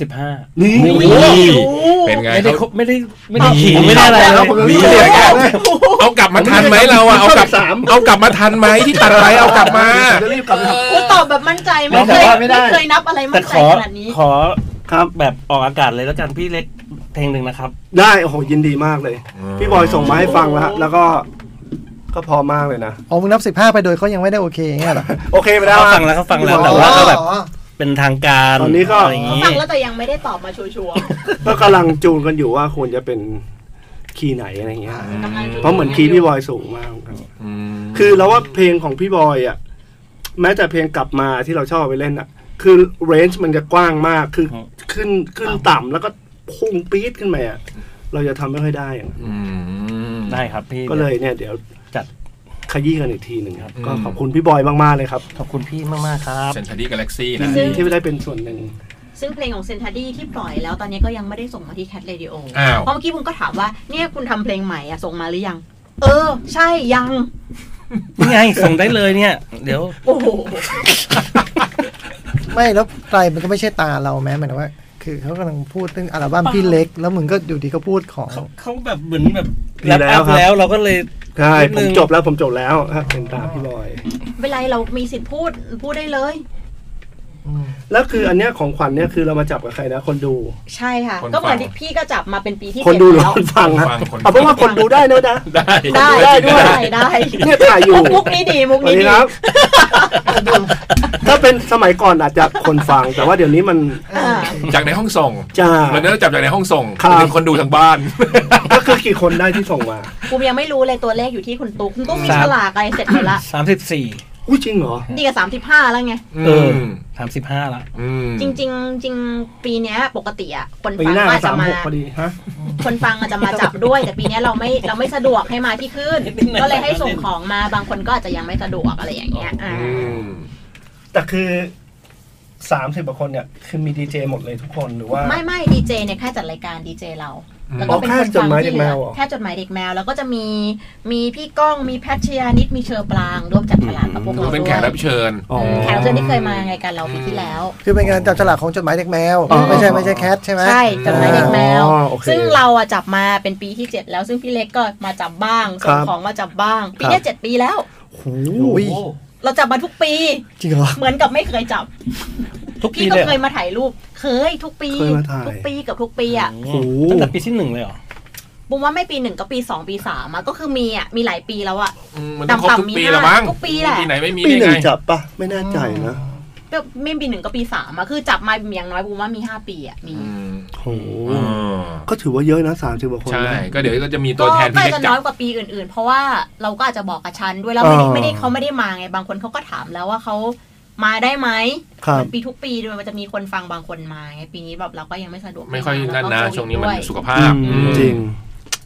[SPEAKER 4] สิบห้า
[SPEAKER 2] นี่
[SPEAKER 3] โอ้ยเป็นไง
[SPEAKER 4] ไม่ได้
[SPEAKER 3] เขา
[SPEAKER 4] ครบไม่ได้ไม่ได้
[SPEAKER 3] นี่
[SPEAKER 4] ขิงไม่ได้อะไร
[SPEAKER 6] แล้
[SPEAKER 4] แล้ว ว
[SPEAKER 6] ผมก็
[SPEAKER 3] นี่
[SPEAKER 6] รู้
[SPEAKER 3] ไง
[SPEAKER 6] เรื่องแล้วเนี่ย
[SPEAKER 3] เอากลับมาทันไหมเราอะเอากลับ
[SPEAKER 2] สาม
[SPEAKER 3] เอากลับมาทันไหมที่ตัดไปเอากลับมา
[SPEAKER 2] จะรีบกลับ
[SPEAKER 5] กูตอบแบบมั่นใจไม่เคย
[SPEAKER 2] ไม่ได้ไม่ได้
[SPEAKER 5] ไม่เคยนับอะไร
[SPEAKER 4] แต่
[SPEAKER 5] มั่น
[SPEAKER 4] ข
[SPEAKER 5] ใจ
[SPEAKER 4] อ
[SPEAKER 5] ขนาดนี้
[SPEAKER 4] ขอ
[SPEAKER 2] ครับ
[SPEAKER 4] แบบออกอากาศเลยแล้วกันพี่เล็กเพลงหนึ่งนะครับ
[SPEAKER 2] ได้โอ้โหยินดีมากเลย พี่บอยส่งมาให้ฟังแล้วฮะแล้วก็ก็พอมากเลยนะ
[SPEAKER 6] อ๋อมึงนับสิบห้าไปโดยเขายังไม่ได้โอเคเงี้ยเหรอ
[SPEAKER 2] โอเคไปแล้ว
[SPEAKER 4] เขา
[SPEAKER 2] ฮะ
[SPEAKER 4] ฟังแล้วเขาฟังแล้วแต่
[SPEAKER 2] พี่บอย
[SPEAKER 4] ว่า ก็บบ
[SPEAKER 6] อ๋อ
[SPEAKER 4] เป็นทางการ
[SPEAKER 2] ตอนนี้ก็
[SPEAKER 4] อะไรอย่างนี้
[SPEAKER 5] ฟังแล้วแต่ยังไม่ได้ตอบมาชัวร์
[SPEAKER 2] ก็กำลังจูนกันอยู่ว่าควรจะเป็นคีย์ไหนอะไรอย่างเงี้ย
[SPEAKER 5] ๆกำลัง
[SPEAKER 2] เพราะเหมือนคีย์พี่บอยสูงมากครับคือเราว่าเพลงของพี่บอยอ่ะแม้แต่เพลงกลับมาที่เราชอบเอาไปเล่นอ่ะ คือเรนจ์มันจะกว้างมากคือขึ้นขึ้นต่ำแล้วก็พุ่งปี๊ดขึ้นไปอ่ะเราจะทำไม่ค่อยได้อะ
[SPEAKER 4] ได้ครับพี่
[SPEAKER 2] ก็เลยเนี่ยเดี๋ยว
[SPEAKER 4] จัด
[SPEAKER 2] ขยี้กันอีกทีหนึ่งครับก็ขอบคุณพี่บอยมากๆเลยครับ
[SPEAKER 4] ขอบคุณพี่มากๆครับ
[SPEAKER 3] เซนทัดี้กาแล็กซี่
[SPEAKER 2] ยิ
[SPEAKER 3] นะ
[SPEAKER 2] นดีที่ได้เป็นส่วนหนึ่ง
[SPEAKER 5] ซึ่งเพลงของเซนทัดี้ที่ปล่อยแล้วตอนนี้ก็ยังไม่ได้ส่งมาที่แคทเรดิโอ
[SPEAKER 3] อ้าว
[SPEAKER 5] เพราะเมื่อกี้คุณก็ถามว่าเนี่ยคุณทำเพลงใหม่อะส่งมาหรือยัง เออ ใช่ยัง
[SPEAKER 4] นี่ไงส่งได้เลยเนี่ย เดี๋ยว
[SPEAKER 5] โอ้โห
[SPEAKER 6] ไม่แล้วไตรมันก็ไม่ใช่ตาเราแม้หมายถึงว่า คือเขากำลังพูดเรื่องอัลบั้มพี่เล็ก แล้วมึงก็อยู่ดีก็พูดของ
[SPEAKER 4] เขาเขาแบบเหมือนแบบ
[SPEAKER 2] ดีแล้วครับ
[SPEAKER 4] แล้วเราก็เลย
[SPEAKER 2] ใช่
[SPEAKER 4] นิด
[SPEAKER 2] ผ
[SPEAKER 4] นึ
[SPEAKER 2] ม
[SPEAKER 4] ง
[SPEAKER 2] จบแล้วผมจบแล้วฮะเป็นตามพี่บอย
[SPEAKER 5] เวลาเรามีสิทธิ์พูดพูดได้เลย
[SPEAKER 2] แล้วคืออันเนี้ยของขวัญเนี่ยคือเรามาจับกับใครนะ คนดู
[SPEAKER 5] ใช่ค่ะ
[SPEAKER 3] คนฟัง
[SPEAKER 5] ก็เหมือนที่พี่ก็จับมาเป็นปีที่
[SPEAKER 2] คน
[SPEAKER 5] เจ็ด
[SPEAKER 2] ดูหรือ
[SPEAKER 5] แล้ว
[SPEAKER 2] คนฟังฮะ
[SPEAKER 3] คนฟังคนฟัง
[SPEAKER 2] เอาเป็นว่าคนดูได้นะนะ
[SPEAKER 3] ได้
[SPEAKER 5] ได้
[SPEAKER 2] ได้ด้
[SPEAKER 5] ได้
[SPEAKER 2] วย
[SPEAKER 5] ได้
[SPEAKER 2] เนี่ยถ่ายอยู่
[SPEAKER 5] มุกมุกนี้ดีมุก
[SPEAKER 2] สวั
[SPEAKER 5] นี้
[SPEAKER 2] สดี
[SPEAKER 5] ดี
[SPEAKER 2] ครับ ถ้าเป็นสมัยก่อนอาจจะคนฟัง แต่ว่าเดี๋ยวนี้มัน
[SPEAKER 5] อ่า
[SPEAKER 3] จากในห้องส่ง
[SPEAKER 2] จ้า
[SPEAKER 3] วันนี้เราจับจากในห้องส่ง
[SPEAKER 2] ครับ
[SPEAKER 3] เป็นคนดูทางบ้าน
[SPEAKER 2] ก็คือกี่คนได้ที่ส่งมา
[SPEAKER 5] กูยังไม่รู้เลยตัวเลขอยู่ที่คุณตุ๊กคุณตุ๊กมี
[SPEAKER 4] สาม
[SPEAKER 5] ฉลากอะไรเสร็จหมดละ
[SPEAKER 4] สามสิบสี่
[SPEAKER 2] อุ้ยจริงเหรอ
[SPEAKER 5] นี่ก็สามสิบห้าแล้วไง
[SPEAKER 4] เออสามสิบห้าละ
[SPEAKER 3] อืม
[SPEAKER 5] จริงจริงๆจริงปีเนี้ยปกติอะคน
[SPEAKER 2] ปี
[SPEAKER 5] ฟัง
[SPEAKER 2] หน้า
[SPEAKER 5] ก็อาจ
[SPEAKER 2] สา
[SPEAKER 5] จะ
[SPEAKER 2] ม
[SPEAKER 5] มา
[SPEAKER 2] หกพอดีฮะ
[SPEAKER 5] คนฟังอาจจะมาจับด้วย แต่ปีเนี้ยเราไม่เราไม่สะดวกให้มาที่ขึ้น ก็เลยให้ส่งของมาบางคนก็อาจจะยังไม่สะดวกอะไรอย่างเงี้ยอ่า
[SPEAKER 3] อืม
[SPEAKER 2] แต่คือสามสิบกว่าคนเนี่ย คือมีดีเจหมดเลยทุกคนหรือว่า
[SPEAKER 5] ไม่ไม่ดีเจเนี่ยแค่จัดรายการดีเจเรา
[SPEAKER 3] อ
[SPEAKER 5] แล้ว
[SPEAKER 2] อ๋
[SPEAKER 5] ก็
[SPEAKER 2] อ
[SPEAKER 5] เป็น
[SPEAKER 2] แค่
[SPEAKER 5] คน
[SPEAKER 2] จด
[SPEAKER 5] ฟัง
[SPEAKER 2] หมายเด็
[SPEAKER 5] ที่
[SPEAKER 2] ก
[SPEAKER 5] เห
[SPEAKER 2] แม
[SPEAKER 5] ลื
[SPEAKER 2] วเหรอ
[SPEAKER 5] อแค่จดหมายเด็กแมว แล้วก็จะมีมีพี่ก้องมีแพทเชียนิดมีเชอปรางร่วมจับฉลากกับพวก
[SPEAKER 3] ดู
[SPEAKER 5] เรา
[SPEAKER 3] เป็น
[SPEAKER 5] ด้ว
[SPEAKER 3] แขก
[SPEAKER 5] ย
[SPEAKER 3] รับเชิญ
[SPEAKER 2] อ๋อ
[SPEAKER 5] มแขกรับเชิญที่เคยมารายการเราปีที่แล้ว
[SPEAKER 6] คือเป็นงานจับฉลากของจดหมายเด็กแมว
[SPEAKER 2] อ๋อ
[SPEAKER 6] ไม่ใช่ไม่ใช่แคทใช่ไหม
[SPEAKER 5] ใช่จดหมายเด็กแมว
[SPEAKER 2] อ๋อโอเค
[SPEAKER 5] ซึ่งเราอะจับมาเป็นปีที่ 7 แล้วซึ่งพี่เล็กก็มาจับบ้าง
[SPEAKER 2] ครั
[SPEAKER 5] ส่ง
[SPEAKER 2] บ
[SPEAKER 5] ของมาจับบ้าง ปีเนี้ย
[SPEAKER 2] ครับ
[SPEAKER 5] เจ็ดปีแล้ว
[SPEAKER 2] โห
[SPEAKER 6] อุ้ย
[SPEAKER 5] เราจับมาทุกปี
[SPEAKER 6] จริงเหรอ
[SPEAKER 5] เหมือนกับไม่เคยจับ
[SPEAKER 4] ทุกปี
[SPEAKER 5] พี่ก็
[SPEAKER 4] เลยเหร
[SPEAKER 5] เค
[SPEAKER 4] อย
[SPEAKER 5] มาถ่ายรูป เคยทุกปี
[SPEAKER 2] เคยมาถ่าย
[SPEAKER 5] ทุกปีเกับทุกปีอะ
[SPEAKER 4] โอ้โหตั้งแต่ปีที่หนึ่งเลยเหรอ
[SPEAKER 5] บุมว่าไม่ปีหนึ่งก็ปีสองปีสามอะก็คือมีอะมีหลายปีแล้วอะ
[SPEAKER 3] อืมมันต้องครบ
[SPEAKER 5] ต่ำๆ
[SPEAKER 3] ทุกปี
[SPEAKER 5] มี
[SPEAKER 3] ละมั้ง
[SPEAKER 5] ทุกปีแหละ
[SPEAKER 3] ปีไหนไม่มี
[SPEAKER 2] ปี
[SPEAKER 3] ได้
[SPEAKER 2] หนึ่
[SPEAKER 3] ไง
[SPEAKER 2] งจับปะไม่แน่ใจนะ
[SPEAKER 5] ก็ไม่ปีหนึ่งก็ปีสามอะคือจับมาอย่างน้อยบุมว่ามีห้าปีอะมี
[SPEAKER 3] อืม
[SPEAKER 2] โห
[SPEAKER 3] อืม
[SPEAKER 2] ก็ถือว่าเยอะนะสามสิบกว่าคน
[SPEAKER 3] ใช่
[SPEAKER 2] นะ
[SPEAKER 3] ก็เดี๋ยวก็จะมีตั
[SPEAKER 5] ก็
[SPEAKER 3] วแทน
[SPEAKER 5] ก็
[SPEAKER 3] พี่เล็ก
[SPEAKER 5] จะ
[SPEAKER 3] จั
[SPEAKER 5] น้
[SPEAKER 3] บ
[SPEAKER 5] อยกว่าปีอื่น ๆ เพราะว่าเราก็อาจจะบอกกับชันด้วยแล้วไม่ได้
[SPEAKER 2] อ่า
[SPEAKER 5] ไม่ได้เขาไม่ได้มาไงบางคนเขาก็ถามแล้วว่าเขามาได้ไหม
[SPEAKER 2] ครับ
[SPEAKER 5] ปีทุกปีด้วยมันจะมีคนฟังบางคนมาไงปีนี้แบบเราก็ยังไม่สะดวก
[SPEAKER 3] ไม่ค่อย
[SPEAKER 5] า
[SPEAKER 3] นั่นนะ
[SPEAKER 5] แล้วก็โควิด
[SPEAKER 3] ช่วงนี้มัน
[SPEAKER 5] ด้ย
[SPEAKER 3] สุขภาพ
[SPEAKER 2] อื
[SPEAKER 3] อื
[SPEAKER 2] ม
[SPEAKER 3] ม
[SPEAKER 2] จริง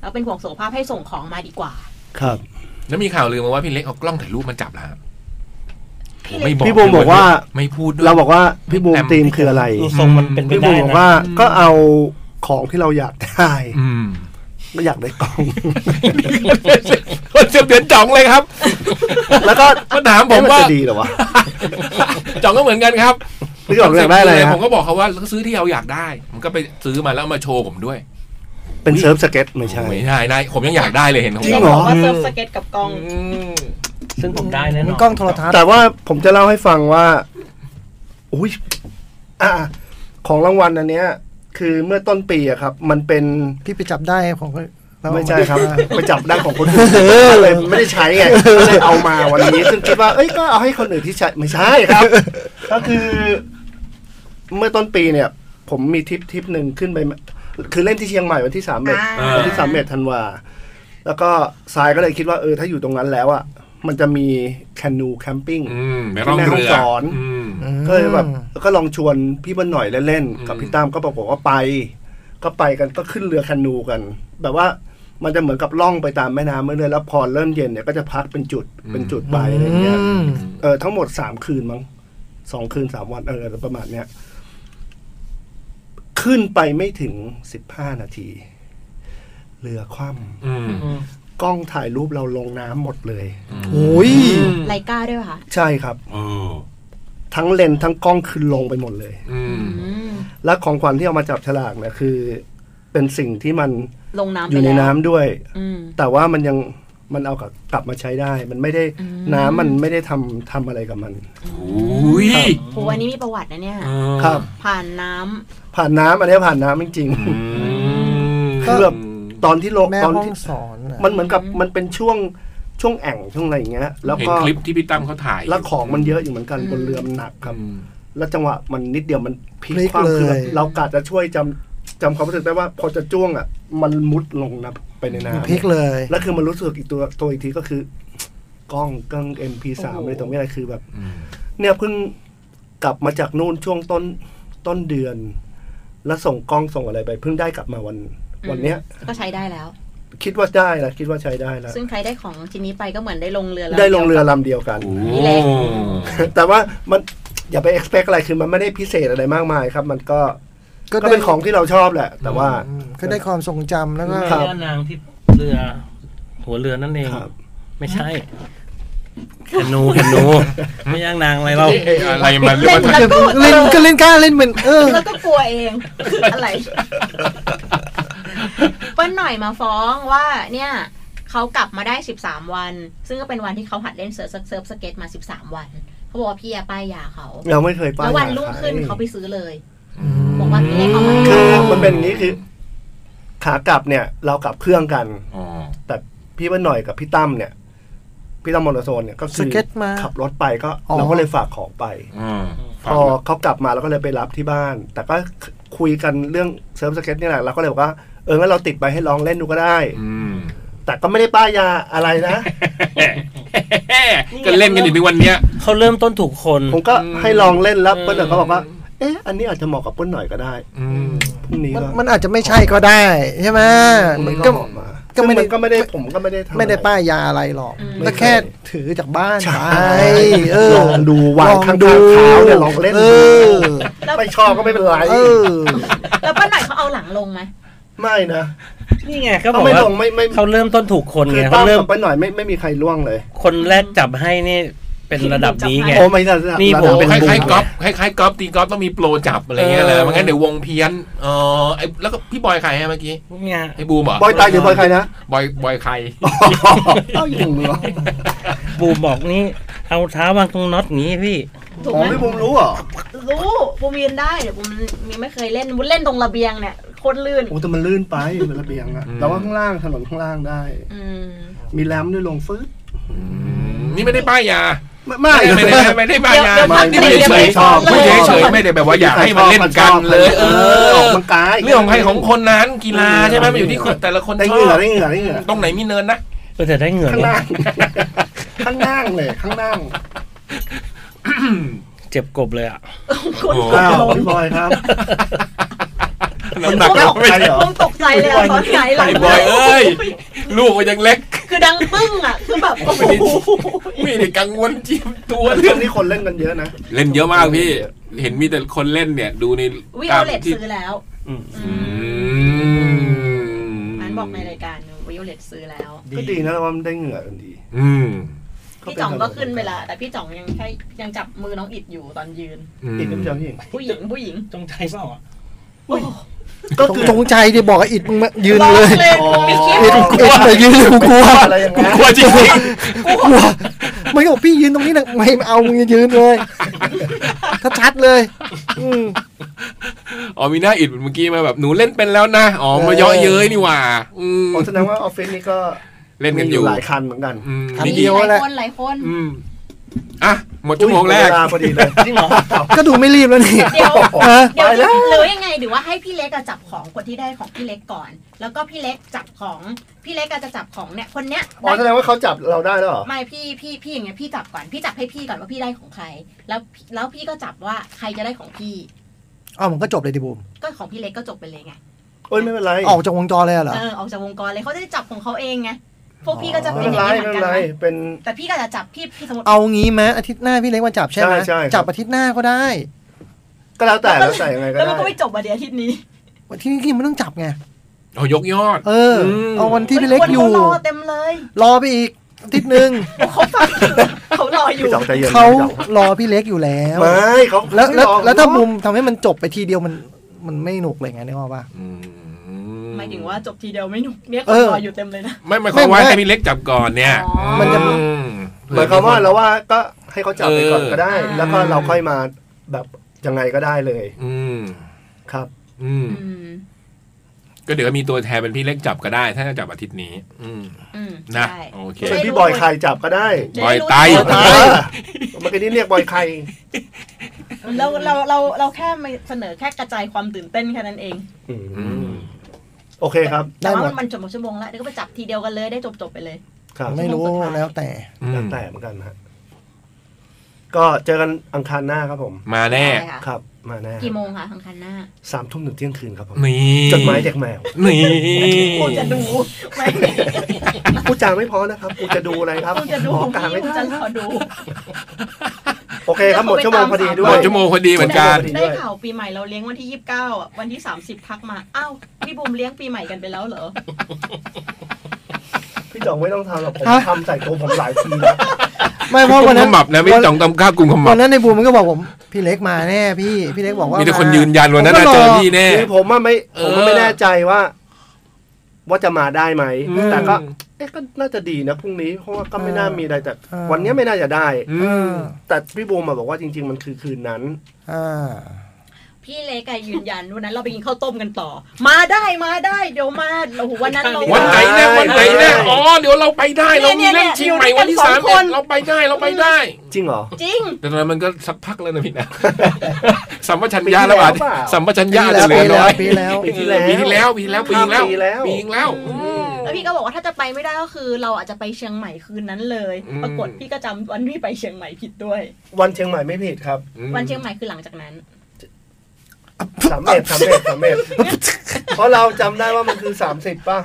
[SPEAKER 5] แล้วเป็นห่วงสุขภาพให้ส่งของมาดีกว่า
[SPEAKER 2] ครับ
[SPEAKER 3] แล้วมีข่าวลือมาว่าพี่เล็กเอากล้องถ่ายรูปมาจับนะฮะ
[SPEAKER 5] พี่เล็ก
[SPEAKER 3] ไม่
[SPEAKER 2] พี่บูมบอกว่า
[SPEAKER 3] ไม่พูดด้วย
[SPEAKER 2] เราบอกว่าพี่บูม
[SPEAKER 3] แอม
[SPEAKER 2] ธีมคืออะไร
[SPEAKER 4] ดูทรงมันเป็นไป
[SPEAKER 2] พี่บู
[SPEAKER 4] ได้
[SPEAKER 2] มบอก
[SPEAKER 4] นะ
[SPEAKER 2] ว่าก็เอาของที่เราอยาก ได้
[SPEAKER 3] อื ม
[SPEAKER 2] ก็อยากได้กล่อง
[SPEAKER 3] คนเสียเปลี่ยนจ่องเลยครับ
[SPEAKER 2] แล้วก็
[SPEAKER 3] มาถามผม
[SPEAKER 2] เอ๊ะน
[SPEAKER 3] ว่า
[SPEAKER 2] จะดีเหรอวะ
[SPEAKER 3] จ่องก็เหมือนกันครับ
[SPEAKER 2] พี่จ่องอยากได้อะไรฮะ
[SPEAKER 3] ผมก็บอกเขาว่าซื้อที่เราอยากได้ มันก็ไปซื้อมาแล้วเอามาโชว์ผมด้วย
[SPEAKER 2] เป็นเซิร์ฟสเก็ตไม่ใช่
[SPEAKER 3] ไม่ใช่นายผมยังอยากได้เลยเห็นของ
[SPEAKER 2] จริ
[SPEAKER 5] เรา
[SPEAKER 2] งเหร
[SPEAKER 5] บอกว่าเซิร์ฟสเก็ตกับกล้อง
[SPEAKER 3] อืม
[SPEAKER 4] ซึ่งผมได้แน่น
[SPEAKER 6] มั
[SPEAKER 4] อน น
[SPEAKER 6] กล้องโทรทัศน์
[SPEAKER 2] แต่ว่าผมจะเล่าให้ฟังว่า อุ้ยอ่ะของรางวัลอันเนี้ย คือเมื่อต้นปีอะครับ มันเป็น
[SPEAKER 6] พี่ไปจับได้ของเขาแล้ว
[SPEAKER 2] ไม่ใช่ ครับไปจับได้ของคนอื่นเลยไม่ได้ใช้ไงก็เลยเอามาวันนี้ ซึ่งคิดว่าเอ้ยก็เอาให้คนอื่นที่ใช้ไม่ใช่ครับ ก็คือ เมื่อต้นปีเนี่ย ผมมีทริปทริปหนึ่งขึ้นไป คือเล่นที่เชียงใหม่วันที่สามเมษ
[SPEAKER 5] อ่า
[SPEAKER 2] วันที่สามเมษธันวาแล้วก็สายก็เลยคิดว่าเออถ้าอยู่ตรงนั้นแล้วอ่ะมันจะมีแคนูแคมปิ้ง
[SPEAKER 3] อืมไปร่อง
[SPEAKER 2] ที่แม่
[SPEAKER 3] เรือ
[SPEAKER 2] ฮ่องสอน
[SPEAKER 3] อืม
[SPEAKER 2] ก็เลยแบบก็ลองชวนพี่เบนหน่อยเล่นๆกับ
[SPEAKER 3] อืม
[SPEAKER 2] พี่ตั้มก็บอกว่าไป ก็ไปกันก็ขึ้นเรือแคนูกัน แบบว่ามันจะเหมือนกับล่องไปตามแม่น้ำเรื่อยๆแล้วพอเริ่มเย็นเนี่ยก็จะพักเป็นจุดเป็นจุดไปอะไรเงี้ยเออทั้งหมดสามคืนมั้งสองคืนสามวันเออประมาณเนี้ยขึ้นไปไม่ถึงสิบห้านาที เรือคว่
[SPEAKER 3] อืม
[SPEAKER 2] ำกล้องถ่ายรูปเราลงน้ำหมดเลย
[SPEAKER 6] โอ้ย
[SPEAKER 5] ไลกาด้วยป่ะค่ะ
[SPEAKER 2] ใช่ครับ
[SPEAKER 3] เออ
[SPEAKER 2] ทั้งเลนส์ทั้งกล้องคือลงไปหมดเลย
[SPEAKER 3] อืม
[SPEAKER 5] อืม
[SPEAKER 2] และของขวัญที่เอามาจับฉลากเนี่ยคือ เป็นสิ่งที่มัน
[SPEAKER 5] ลงน้ำไป
[SPEAKER 2] อยู่ใน
[SPEAKER 5] แล้ว
[SPEAKER 2] น้ำด้วย
[SPEAKER 5] อืม
[SPEAKER 2] แต่ว่ามันยังมันเอากลับกลับมาใช้ได้ มันไม่ได้
[SPEAKER 5] อืม
[SPEAKER 2] น้ำมันไม่ได้ทำทำอะไรกับมัน
[SPEAKER 3] โอ้ย
[SPEAKER 5] โหอันนี้มีประวัตินะเนี่ย
[SPEAKER 3] เออ
[SPEAKER 2] ครับ
[SPEAKER 5] ผ่านน้ำ
[SPEAKER 2] ผ่านน้ำอันนี้ผ่านน้ำจริง
[SPEAKER 3] อืม
[SPEAKER 2] ก็แบบ ๆ ตอนที่ลง
[SPEAKER 6] แม่
[SPEAKER 2] ตอน
[SPEAKER 6] ห้อ
[SPEAKER 2] ที่
[SPEAKER 6] งสอนอะ
[SPEAKER 2] มันเหมือนกับมันเป็นช่วงช่วงแอ่งช่วงอะไรอย่างเงี้ย แล้ว
[SPEAKER 3] เห็น
[SPEAKER 2] ก็
[SPEAKER 3] คลิปที่พี่ตั้มเขาถ่าย
[SPEAKER 2] แล้วของมันเยอะอยู่เหมือนกันบนเรือมันหนักครับ
[SPEAKER 3] อืม
[SPEAKER 2] แล้วจังหวะมันนิดเดียวมันพลิก
[SPEAKER 6] พลิก
[SPEAKER 2] ความคือแบบ
[SPEAKER 6] เลย
[SPEAKER 2] เรากะจะช่วยจำจำความรู้สึกได้ว่า พอจะจ้วงอ่ะ มันมุดลงนะไปในน้ำ
[SPEAKER 6] พลิกเลย
[SPEAKER 2] แล้วคือมันรู้สึกอีกตัวตัวอีกทีก็คือกล้องกล้อง MP3
[SPEAKER 5] โอ้โห
[SPEAKER 2] อะไรตรงนี้อะไรคือแบบ
[SPEAKER 3] อืม
[SPEAKER 2] เนี่ยเพิ่งกลับมาจากนู่นช่วงต้นต้นเดือน แล้วส่งกล้องส่งอะไรไป เพิ่งได้กลับมาวัน วันเนี้ย
[SPEAKER 5] ก็ใช้ได้แล้ว
[SPEAKER 2] คิดว่าได้ละคิดว่าใช้ได้ละ
[SPEAKER 5] ซึ่งใครได้ของชิ้นนี้ไปก็เหมือนได้ลงเรือแล้ว
[SPEAKER 2] ได้ลงเรือลำเดียวกัน
[SPEAKER 3] โอ้
[SPEAKER 5] นี่แหละ
[SPEAKER 2] แต่ว่ามันอย่าไป expect อะไรคือมันไม่ได้พิเศษอะไรมากมายครับ มันก็
[SPEAKER 6] ก็
[SPEAKER 2] ก็
[SPEAKER 6] ได้
[SPEAKER 2] เป็นของที่เราชอบแหละ แต่ว่า
[SPEAKER 6] ก็ได้ความทรงจำแล้วก็
[SPEAKER 4] แม่ย่านางที่เรือ หัวเรือนั่นเอง
[SPEAKER 2] ครับ
[SPEAKER 4] ไม่ใช่แคนนูแคนนูไม่ย่างนางอะไรเรา
[SPEAKER 3] เอ้ยอะไรมันเรียก
[SPEAKER 5] เล่น
[SPEAKER 3] ว่า
[SPEAKER 5] แล้วก็
[SPEAKER 6] เล่นก็เล่นกล้าเล่นเหมือนเออ
[SPEAKER 5] แล้วก็กลัวเอง อะไรเปิ้ลหน่อยมาฟ้องว่า เนี่ยเขากลับมาได้ 13 วัน ซึ่งก็เป็นวันที่เขาหัดเล่นเซิร์ฟเซิร์ฟสเก็ตมา 13 วันเขาบอกว่าพี่อะป้ายยาเขา
[SPEAKER 2] เราไม่เคยไป
[SPEAKER 5] แล้ววันรุ่งขึ้น
[SPEAKER 2] ห
[SPEAKER 5] เขา
[SPEAKER 2] ใคร
[SPEAKER 5] ไปซื้อเลย บอกว่าพี่เล็กเอามาให้
[SPEAKER 2] คือมันเป็นอย่างนี้คือ ขากลับเนี่ย เรากลับเครื่องกัน
[SPEAKER 3] อ๋อ
[SPEAKER 2] แต่พี่ว่าหน่อยกับพี่ตั้มเนี่ย พี่ตั้มมอเตอร์โซนเนี่ยก็คื
[SPEAKER 6] สเก็ตมา
[SPEAKER 2] ขับรถไปก็
[SPEAKER 6] อ๋อ
[SPEAKER 2] เราก็เลยฝากของไป
[SPEAKER 3] อืม
[SPEAKER 2] พอเขากลับมาเราก็เลยไปรับที่บ้าน แต่ก็คุยกันเรื่องเซิร์ฟสเก็ตนี่แหละเราก็เลยบอกว่าเอองั้นเราติดไปให้ลองเล่นดูก็ได้
[SPEAKER 3] อืม
[SPEAKER 2] แต่ก็ไม่ได้ป้ายยาอะไร นะ
[SPEAKER 3] ก็เล่นกันอยู่ถึงวันเนี้ย
[SPEAKER 4] เขาเริ่มต้นถูกคน
[SPEAKER 2] ผมก็ให้ลองเล่นแล้ว
[SPEAKER 4] อืม
[SPEAKER 2] เปิ้ลหน่อยก็บอกว่า เอ๊ะอันนี้อาจจะเหมาะกับเปิ้ลหน่อยก็ได้
[SPEAKER 3] อืม
[SPEAKER 2] พรุ่งนี้
[SPEAKER 6] มัน
[SPEAKER 2] ก็
[SPEAKER 6] มันอาจจะไม่ใช่ก็ได้ใช่ไหม
[SPEAKER 2] มัน
[SPEAKER 6] ก็
[SPEAKER 2] ก็เหมาะมา
[SPEAKER 6] ก็ไม่ได้
[SPEAKER 2] ซึ่งนก็ไม่ได้ผมก็ไม่ได้ทำอะร
[SPEAKER 6] ไม่ได้ป้ายยาอะไรหรอก
[SPEAKER 5] อืม
[SPEAKER 6] ก็แค่ถือจากบ้าน
[SPEAKER 2] ใช่
[SPEAKER 6] ไปเออ
[SPEAKER 2] ลองดูวางข้างๆเท้าเนี่ยลองเล่น
[SPEAKER 6] เออ
[SPEAKER 5] แล้ว
[SPEAKER 2] ไม่ชอบก็ไม่เป็นไร
[SPEAKER 6] เออ
[SPEAKER 5] แล้วเป้าหน่อยเขาเอาหลังลงไหม
[SPEAKER 2] ไม่นะ
[SPEAKER 4] นี่ไงก็บ
[SPEAKER 2] เขา
[SPEAKER 4] อก
[SPEAKER 2] ไม่
[SPEAKER 4] ว่า
[SPEAKER 2] ลงไม่ไม่
[SPEAKER 4] เขาเริ่มต้นถูกคน
[SPEAKER 2] คือ
[SPEAKER 4] ไง
[SPEAKER 2] ตั้
[SPEAKER 4] เขา
[SPEAKER 2] ง
[SPEAKER 4] เริ่ม
[SPEAKER 2] กับไปหน่อยไม่ไม่มีใครล่วงเลย
[SPEAKER 4] คนแรกจับให้นี่เป็นระดับนี้ไง
[SPEAKER 2] โอ้ไม่ใช่
[SPEAKER 4] นี่
[SPEAKER 2] ระ
[SPEAKER 4] ผ
[SPEAKER 2] ดั
[SPEAKER 4] ม
[SPEAKER 2] บ
[SPEAKER 4] เป็น
[SPEAKER 3] ค
[SPEAKER 2] โอ้
[SPEAKER 3] ล้ายๆก๊อฟคล้ายๆก๊อฟตีก๊อฟต้องมีโปรจับอะไรเงี้ยเลยมันงั้นเดี๋ยววงเพี้ยนเออไอ้แล้วก็พี่บอยใครฮะเมื่อกี้
[SPEAKER 4] เนี่ย
[SPEAKER 3] ไอ้บูมเหรอบ
[SPEAKER 2] อยตายหรือบอยใครนะ
[SPEAKER 3] บอยบอยใคร
[SPEAKER 2] เอ้าอยู่เหรอ
[SPEAKER 4] บูมบอกนี่เอาเท้าวางตรงน็อตนี้พี่
[SPEAKER 5] ถูก
[SPEAKER 2] อ๋อ
[SPEAKER 5] ไหม
[SPEAKER 2] พี่บุมรู้เหรอ
[SPEAKER 5] รู้บูมเรียนได้เดี๋ยวบูมมีไม่เคยเล่นบูมเล่นตรงระเบียงเนี่ยโคตรลื่น
[SPEAKER 2] โอ้แต่มันลื่นไปมันระเบียงอะ
[SPEAKER 3] อืม
[SPEAKER 2] แต่ว่าข้างล่างถนนข้างล่างได้
[SPEAKER 5] อืม
[SPEAKER 2] มีแรมด้วยลงฟืด
[SPEAKER 3] นี่ไม่ได้ป้ายยา
[SPEAKER 2] ไม่ไม่
[SPEAKER 3] ไม่ ได้ไม่ได้ป้ายยานี่ไม่เฉยไม่เฉยไม่ได้แบบว่าอยากให้มันเล่นกันเลย เออ
[SPEAKER 2] ออกกำลังกาย
[SPEAKER 3] เรื่องของใครของคนนั้นกีฬาใช่ไหมมันอยู่ที่คนแต่ละคน
[SPEAKER 2] ได้
[SPEAKER 3] ช
[SPEAKER 2] เห
[SPEAKER 3] อ
[SPEAKER 2] งื่อบ ได้เหงื่อได้เหงื่อ
[SPEAKER 3] ตรงไหนมีเนินนะ
[SPEAKER 4] ก็จะได้เหงื่อ
[SPEAKER 2] ข้างล่างข้างล่างเลยข้างล่าง
[SPEAKER 4] เจ็บกบเลยอ่ะ
[SPEAKER 5] โคตร
[SPEAKER 2] อ้าวพี่บอยครับ
[SPEAKER 3] น้ำหนัก
[SPEAKER 5] บูมต
[SPEAKER 3] ไม่ได้
[SPEAKER 5] บูมตกใจเลยอะตอนไหนหลัง
[SPEAKER 3] ไอ้บอยเอ้ยลูกก็ยังเล็ก
[SPEAKER 5] คือดังปึ้งอ่ะคือแบบโอ้โห
[SPEAKER 3] ไม่ได้กังวลจิ้มตัว
[SPEAKER 2] เรื่
[SPEAKER 3] เรื่
[SPEAKER 2] อ
[SPEAKER 3] อง ง
[SPEAKER 2] นี้คนเล่นกันเยอะนะ
[SPEAKER 3] เล่นเยอะมากพี่ เห็นมีแต่คนเล่นเนี่ยดูใน
[SPEAKER 5] วิโอเลตซื้อแล้ว
[SPEAKER 2] อืม
[SPEAKER 5] อื
[SPEAKER 3] อื
[SPEAKER 5] ม
[SPEAKER 3] ม
[SPEAKER 5] อันบอกในรายการวิโอเลตซื้อแล้ว
[SPEAKER 2] ก็ดีนะว่ามันได้เหงื่อกันดี
[SPEAKER 3] อืม
[SPEAKER 5] พี่จ่องก็ขึ้นเวลา แต่พี่จ่องยังแค่ยังจับมือน้องอิดอยู่ตอนยืน
[SPEAKER 3] อืม
[SPEAKER 2] อีกนิดเดียวพี่
[SPEAKER 5] ผู้หญิงผู้หญิง
[SPEAKER 4] จงใจเปล่าอ่ะ
[SPEAKER 2] ก็คือ
[SPEAKER 6] จงใจดิบอกว่าอิดมึงมายืนเลย
[SPEAKER 5] ร้องมีคลิป
[SPEAKER 6] อิดอิดมายืนกูกลัว
[SPEAKER 2] อะไรอย่าง
[SPEAKER 3] กู
[SPEAKER 2] เงี้ย
[SPEAKER 3] กลัวจริงจริง
[SPEAKER 6] กลัวไม่บอกพี่ยืนตรงนี้นะไม่เอามึงยืนเลยถ้าชัดเลย อืม
[SPEAKER 3] ๆอ๋อมีหน้าอิดเมื่อกี้มาแบบหนูเล่นเป็นแล้วนะอ๋อมาเย่อเย้ยนี่หว่า อืม
[SPEAKER 2] ผมแสดงว่าออฟฟิศนี้ก็
[SPEAKER 3] เล่นกันอยู่
[SPEAKER 2] มีหลายคันเหมือนกัน
[SPEAKER 3] อืม
[SPEAKER 6] คัน
[SPEAKER 3] นี่
[SPEAKER 6] เดียว
[SPEAKER 5] หลายคนหลายคน
[SPEAKER 3] อืมอ่ะหมดชั่วโมงแรก
[SPEAKER 2] เวลาพอดีเลยจริงเหรอ
[SPEAKER 6] ก็ดูไม่รีบแล้ว นี่
[SPEAKER 5] เดี๋ยว
[SPEAKER 6] ฮะ
[SPEAKER 5] เดี๋ยว
[SPEAKER 2] ไปแล้ว
[SPEAKER 5] หรือยังไงหรือว่าให้พี่เล็กอะจับของคนที่ได้ของพี่เล็กก่อน แล้วก็พี่เล็กจับของพี่เล็กอะจะจับของเนี่ยคนเนี้ย
[SPEAKER 2] อ๋อแสด
[SPEAKER 5] ได้
[SPEAKER 2] งว่าเขาจับเราได้แล้วเหรอ
[SPEAKER 5] ไม่พี่พี่พี่อย่างเงี้ยพี่จับก่อนพี่จับให้พี่ก่อนว่าพี่ได้ของใคร แล้วแล้วพี่ก็จับว่าใครจะได้ของพี่
[SPEAKER 6] อ้าวมันก็จบเลยดิบูม
[SPEAKER 5] ก็ของพี่เล็กก็จบไปเลยไง
[SPEAKER 2] เอ้ยไม่เป็นไร
[SPEAKER 6] ออกจากวงจรเลยเหรอ
[SPEAKER 5] เออออกจากวงกรเลยเขาจะได้จับของเขาเองไงพวกพี่ก็จะ
[SPEAKER 2] ไม่
[SPEAKER 5] เป็น
[SPEAKER 2] เป็น
[SPEAKER 5] อ
[SPEAKER 2] ไร
[SPEAKER 5] ย่างนี้
[SPEAKER 2] ไม่
[SPEAKER 5] เหมือนกัน
[SPEAKER 2] เป็นไร
[SPEAKER 5] นะ
[SPEAKER 2] เป็น
[SPEAKER 5] แต่พี่ก็จะจับพี่พี่สมมติ
[SPEAKER 6] เอางี้ไหมอาทิตย์หน้าพี่เล็กมาจับใช่ไหม
[SPEAKER 2] ใช่ใช่ครับ
[SPEAKER 6] จับอาทิตย์หน้าก็ได้
[SPEAKER 2] ก็แล้วแต่แล้วแต่ยังไงก็
[SPEAKER 5] แล้วมั
[SPEAKER 2] ได้
[SPEAKER 5] นก็ไม่จบวันเดียวอาทิตย์นี้
[SPEAKER 6] วันที่นี่มันต้องจับไง
[SPEAKER 3] เอายกยอด
[SPEAKER 6] เอออ
[SPEAKER 3] ม
[SPEAKER 6] เอาวันที่พี่เล็ก
[SPEAKER 5] คน
[SPEAKER 6] อ
[SPEAKER 5] ขา
[SPEAKER 6] ยู่
[SPEAKER 5] รอเต็มเลย
[SPEAKER 6] รอไปอีกอาทิตย์หนึ่ง
[SPEAKER 5] เขาฟังเขารออยู่
[SPEAKER 2] พี่สองใจเย็น
[SPEAKER 6] เขา
[SPEAKER 2] พี่สอง
[SPEAKER 6] รอพี่เล็กอยู่แล้ว
[SPEAKER 2] ไม่เขา
[SPEAKER 6] แล้วแล้วแล้วถ้าบู
[SPEAKER 2] ม
[SPEAKER 6] มทำให้มันจบไปทีเดียวมันมันไม่หนุกเลยไงนึกออกปะ
[SPEAKER 3] อืม
[SPEAKER 5] หมายถึงว่าจบทีเดียวไม่หนุกเนี่ยค
[SPEAKER 6] เอน อ
[SPEAKER 5] รออยู่เต็มเลยนะ
[SPEAKER 3] ไม่ไม่ความ
[SPEAKER 6] ไม่
[SPEAKER 3] ว่า
[SPEAKER 6] ไม่
[SPEAKER 3] ให้พี่เล็กจับก่อนเนี่ย
[SPEAKER 5] อ๋อ
[SPEAKER 6] มันจะ
[SPEAKER 3] อื
[SPEAKER 2] หมายความว่าเราว่าก็ให้เขาจับไปก่อนก็ได้
[SPEAKER 5] เออ
[SPEAKER 2] แล้วก็เราค่อยมาแบบยังไงก็ได้เลย
[SPEAKER 3] อืม
[SPEAKER 2] ครับ
[SPEAKER 3] อืม
[SPEAKER 5] อืม
[SPEAKER 3] ก็เดี๋ยวมีตัวแทนเป็นพี่เล็กจับก็ได้ ถ้าจะจับอาทิตย์นี้ อืม
[SPEAKER 5] อืม
[SPEAKER 3] นะ
[SPEAKER 5] ใช่
[SPEAKER 3] โอเค
[SPEAKER 2] เป็นพี่บอยใครจับก็ได้
[SPEAKER 3] บอยไตาย
[SPEAKER 5] บอยไต
[SPEAKER 2] เออเมื่อกี้นี่เรียกบอยใคร
[SPEAKER 5] เราเราเราเราแค่มาเสนอแค่กระจายความตื่นเต้นแค่นั้นเอง
[SPEAKER 3] อืม
[SPEAKER 2] โอเคครับ
[SPEAKER 5] แต่ว่า
[SPEAKER 6] ได้หม
[SPEAKER 5] มั
[SPEAKER 6] ด
[SPEAKER 5] นมันจบหมดชั่วโมงแล้วเดี๋ยวก็ไปจับทีเดียวกันเลยได้จบจบๆไปเลย
[SPEAKER 2] ครับ
[SPEAKER 6] ไม่รู้แล้วแต่
[SPEAKER 3] อื
[SPEAKER 2] แล้ว
[SPEAKER 3] ม
[SPEAKER 2] แต่เหมือนกันฮะก็เจอกันอังคารหน้าครับผม
[SPEAKER 3] มาแน่
[SPEAKER 5] ใช่ค่ะ
[SPEAKER 2] ครับ มาแน่
[SPEAKER 5] กี่โมงคะทางคันหน้า
[SPEAKER 2] สามทุ่มถึงเที่ยงคืนครับผม
[SPEAKER 3] นี่
[SPEAKER 2] จดหมายเด็กแมว
[SPEAKER 3] นี่
[SPEAKER 5] กูจะดูไหม
[SPEAKER 2] กูจาไม่พอนะครับกูจะดูอะไรครับ
[SPEAKER 5] กูจะดู
[SPEAKER 2] ขอกลางไม่
[SPEAKER 5] กู
[SPEAKER 2] ได้
[SPEAKER 5] จะรอดู
[SPEAKER 2] โอเคครับหมดชั่วโมงพอดีด้
[SPEAKER 3] ห
[SPEAKER 2] ว
[SPEAKER 3] ม
[SPEAKER 2] ย
[SPEAKER 3] ดชั่วโมงพอดีเหมือนกัน
[SPEAKER 5] ได้ข่าวปีใหม่เราเลี้ยงวันที่ 29อ่ะวันที่ 30 ทักมาอ้าวพี่บุมเลี้ยงปีใหม่กันไปแล้วเหรอ
[SPEAKER 2] พี่จ่องไม่ต้องทำหรอกผม
[SPEAKER 6] ฮะ
[SPEAKER 2] ทำใส่ตัวผมหลายทีแล้ว
[SPEAKER 6] ไม่เพราะ
[SPEAKER 3] กุ
[SPEAKER 6] วั
[SPEAKER 3] ม
[SPEAKER 6] น
[SPEAKER 3] ข
[SPEAKER 6] นั้น
[SPEAKER 3] มับนะไม่จ่องตำข้าวกุมขมับ
[SPEAKER 6] วันนั้นในบูมมันก็บอกผมพี่เล็กมาแน่พี่พี่เล็กบอกว่า
[SPEAKER 3] มี
[SPEAKER 6] มี
[SPEAKER 3] แต่คนยืนยันวันนั้นน่าเจอพี่แน่
[SPEAKER 2] คือผมว่าไม่ผมว่า
[SPEAKER 3] เอ
[SPEAKER 2] ไม่
[SPEAKER 3] อ
[SPEAKER 2] แน่ใจว่า ว่าจะมาได้ไหมแต่ก็
[SPEAKER 3] อืม
[SPEAKER 2] เอ๊ะก็น่าจะดีนะพรุ่งนี้เพราะว่าก็ไม่น่ามีอะไรแต่ วันเนี้ยไม่น่าจะได้
[SPEAKER 3] อืม
[SPEAKER 2] แต่พี่บูมมาบอกว่าจริง ๆ มันคือคืนนั้น
[SPEAKER 6] อ่า
[SPEAKER 5] พี่เล็กอะยืนยันวันนั้นเราไปกินข้าวต้มกันต่อ มาได้มาได้เดี๋ยวมาโอ้โหวันนั้นเรา
[SPEAKER 3] วันไหนนะ
[SPEAKER 2] ได้
[SPEAKER 3] วันไหนนะอ๋อเดี๋ยวเราไปได้เรามี
[SPEAKER 5] เนี่
[SPEAKER 3] เล่น
[SPEAKER 5] ยเนี่ย
[SPEAKER 3] ชิงใหม่
[SPEAKER 5] อยู่ด้วย
[SPEAKER 3] วันที่
[SPEAKER 5] กันสอง
[SPEAKER 3] สาม
[SPEAKER 5] คน
[SPEAKER 3] เราไปได้เราไปได้
[SPEAKER 2] จริงเหรอ
[SPEAKER 5] จริง
[SPEAKER 3] แต่ตอนนั้นมันก็สักพักแล้วนะพี่นะ สัมปชัญญะแล้วอ่ะ
[SPEAKER 2] ปีที่แล้วเปล่า
[SPEAKER 3] สัมปชัญญะจะเหลือน้อย
[SPEAKER 6] ปีแล้ว
[SPEAKER 2] ปีที่แล้ว
[SPEAKER 3] ปีที่แล้วปีที่แล้วปีที่แล้ว
[SPEAKER 2] ปีแล้ว
[SPEAKER 3] ปีที่แล้วอืม
[SPEAKER 5] แล้วพี่ก็บอกว่าถ้าจะไปไม่ได้ก็คือ เราอาจจะไปเชียงใหม่คืนนั้นเลย
[SPEAKER 3] อืม
[SPEAKER 5] ปรากฏพี่ก็จำวันที่ไปเชียงใหม่ผิดด้วย
[SPEAKER 2] วันเชียงใหม่ไม่ผิดครับ
[SPEAKER 5] วันเชียงใหม่คือหลังจากนั้น
[SPEAKER 2] สามเอ็ดสามเอ็ดสามเอ็ดเพราะเราจำได้ว่ามันคือสามสิบป่ะ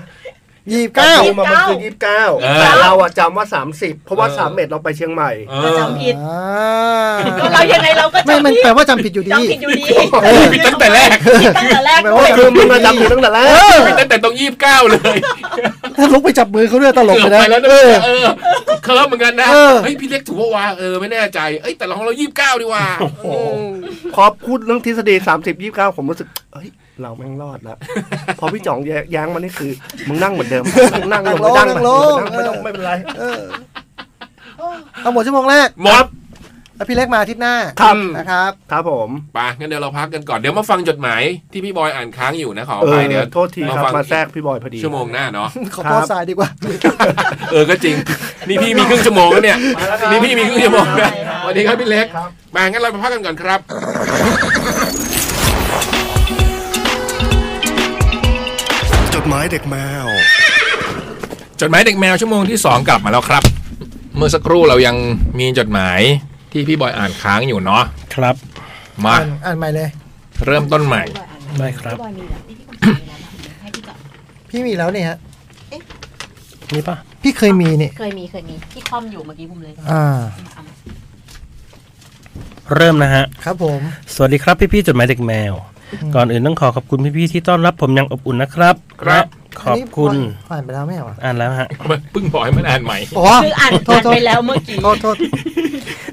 [SPEAKER 6] ยี่สิบเก้า
[SPEAKER 2] ดูมามันคือยี่สิบเก้า
[SPEAKER 3] เออ
[SPEAKER 2] แต่เราอะจำว่าสามสิบเพราะว่าสามเอ็ดเราไปเชียงใหม่
[SPEAKER 3] เอ
[SPEAKER 5] เรา
[SPEAKER 3] อ
[SPEAKER 5] จำผิดก็เรายังไงเราก็
[SPEAKER 6] ไม่
[SPEAKER 5] จำ
[SPEAKER 6] มัน
[SPEAKER 5] ผิด
[SPEAKER 6] แปลว่าจำผิดอยู่ดี
[SPEAKER 5] จำผิดอยู่ดี
[SPEAKER 6] เออ
[SPEAKER 3] ผิดตั้งแต่แรก
[SPEAKER 5] ผิดตั้งแต่แรก
[SPEAKER 2] แปลว่าคือมันมาจำอยู่ตั้งแต่แรก
[SPEAKER 3] ผิดตั้งแต่ตรงยี่สิบเก้าเลย
[SPEAKER 6] ถ้าลุกไปจับมือเขาด้วยตลก
[SPEAKER 3] เกือบ
[SPEAKER 6] เลย
[SPEAKER 3] ไป
[SPEAKER 6] นะ
[SPEAKER 3] แล้วนะ
[SPEAKER 6] เออ
[SPEAKER 3] เออเคิร์ฟเหมือนกันนะ
[SPEAKER 6] เออ
[SPEAKER 3] เฮ้ยพี่เล็กถูกว่าวะเออไม่แน่ใจเอ้ยแต่ของเรายี่สิบเก้าดีว่า
[SPEAKER 2] พอพูดเรื่องทฤษฎีสามสิบยี่สิบเก้าผมรู้สึกเอ้ย เราแม่งรอดละพอพี่จ่องแยแย้งมันนี่คือ มึงนั่งเหมือนเดิม นั่งลงไปนั่ง
[SPEAKER 6] นั่ง
[SPEAKER 2] ล
[SPEAKER 6] ลง
[SPEAKER 2] งไปนั่งไปไม่เป็นไร
[SPEAKER 6] เออเอาหมดชั่วโมงแรก
[SPEAKER 3] หมด
[SPEAKER 6] แล้วพี่เล็กมาอาทิตย์หน้า
[SPEAKER 2] ครับ
[SPEAKER 6] นะครับ
[SPEAKER 2] ครับผม
[SPEAKER 3] ไปงั้นเดี๋ยวเราพักกันก่อน เดี๋ยวมาฟังจดหมายที่พี่บอยอ่านค้างอยู่นะขอ
[SPEAKER 2] เอ
[SPEAKER 3] ไป
[SPEAKER 2] อ
[SPEAKER 3] เดี๋ยว
[SPEAKER 2] โทษทีครับ
[SPEAKER 3] ฟัง
[SPEAKER 2] มาแทรกพี่บอยพอดี
[SPEAKER 3] ชั่วโมงหน้าเนาะ
[SPEAKER 6] ขอ
[SPEAKER 2] ครับ
[SPEAKER 6] โทษสายดีกว่า
[SPEAKER 3] เออก็จริง นี่พี่มีครึ่งชั่วโมงแล้วเนี่ย
[SPEAKER 2] มาแล้วครับ
[SPEAKER 3] นี่พี่มีครึ่งชั่วโมงนะสวัสดีครับพี่เล็ก
[SPEAKER 2] ครับ
[SPEAKER 3] มางั้นเราไปพักกันก่อนครับ
[SPEAKER 7] จดหมายเด็กแมว
[SPEAKER 3] จดหมายเด็กแมวชั่วโมงที่สองกลับมาแล้วครับ เมื่อสักครู่เรายังมีจดหมายที่พี่บอยอ่านค้างอยู่เนาะ
[SPEAKER 4] ครับ
[SPEAKER 3] มา
[SPEAKER 6] อ่านอ่านใหม่เลย
[SPEAKER 3] เริ่มต้นใหม่
[SPEAKER 4] ได้ครับ
[SPEAKER 5] พี่อยมีแบบที่พี่คนอื่นมีแล้วนะให้พี่ก่อน
[SPEAKER 6] พี่มีแล้วเนี่ยฮะ
[SPEAKER 4] นี่ปะ
[SPEAKER 6] พี่เคยมีนี่
[SPEAKER 5] เคยมีเคยมีพี่คอมอยู่เมื่อกี้บุมเลย
[SPEAKER 6] อ่า
[SPEAKER 4] เริ่มนะฮะ
[SPEAKER 6] ครับผม
[SPEAKER 4] สวัสดีครับพี่ๆจดหมายเด็กแมว
[SPEAKER 6] อืม
[SPEAKER 4] ก่อนอื่นต้องขอขอบคุณพี่ๆที่ต้อนรับผมอย่างอบอุ่นนะครับ
[SPEAKER 3] ครับ
[SPEAKER 4] และขอบคุณ
[SPEAKER 6] นนี้อ่านไปแล้วไม่เหรอ
[SPEAKER 4] อ่านแล้วฮะ
[SPEAKER 3] มันเพิ่งบอยมันอ่านใหม่
[SPEAKER 6] อ๋อ
[SPEAKER 5] คืออ่าน
[SPEAKER 6] โทษ
[SPEAKER 5] อ่าน
[SPEAKER 6] โทษ
[SPEAKER 5] ไปแล้วเมื่อกี้
[SPEAKER 6] โทษโทษ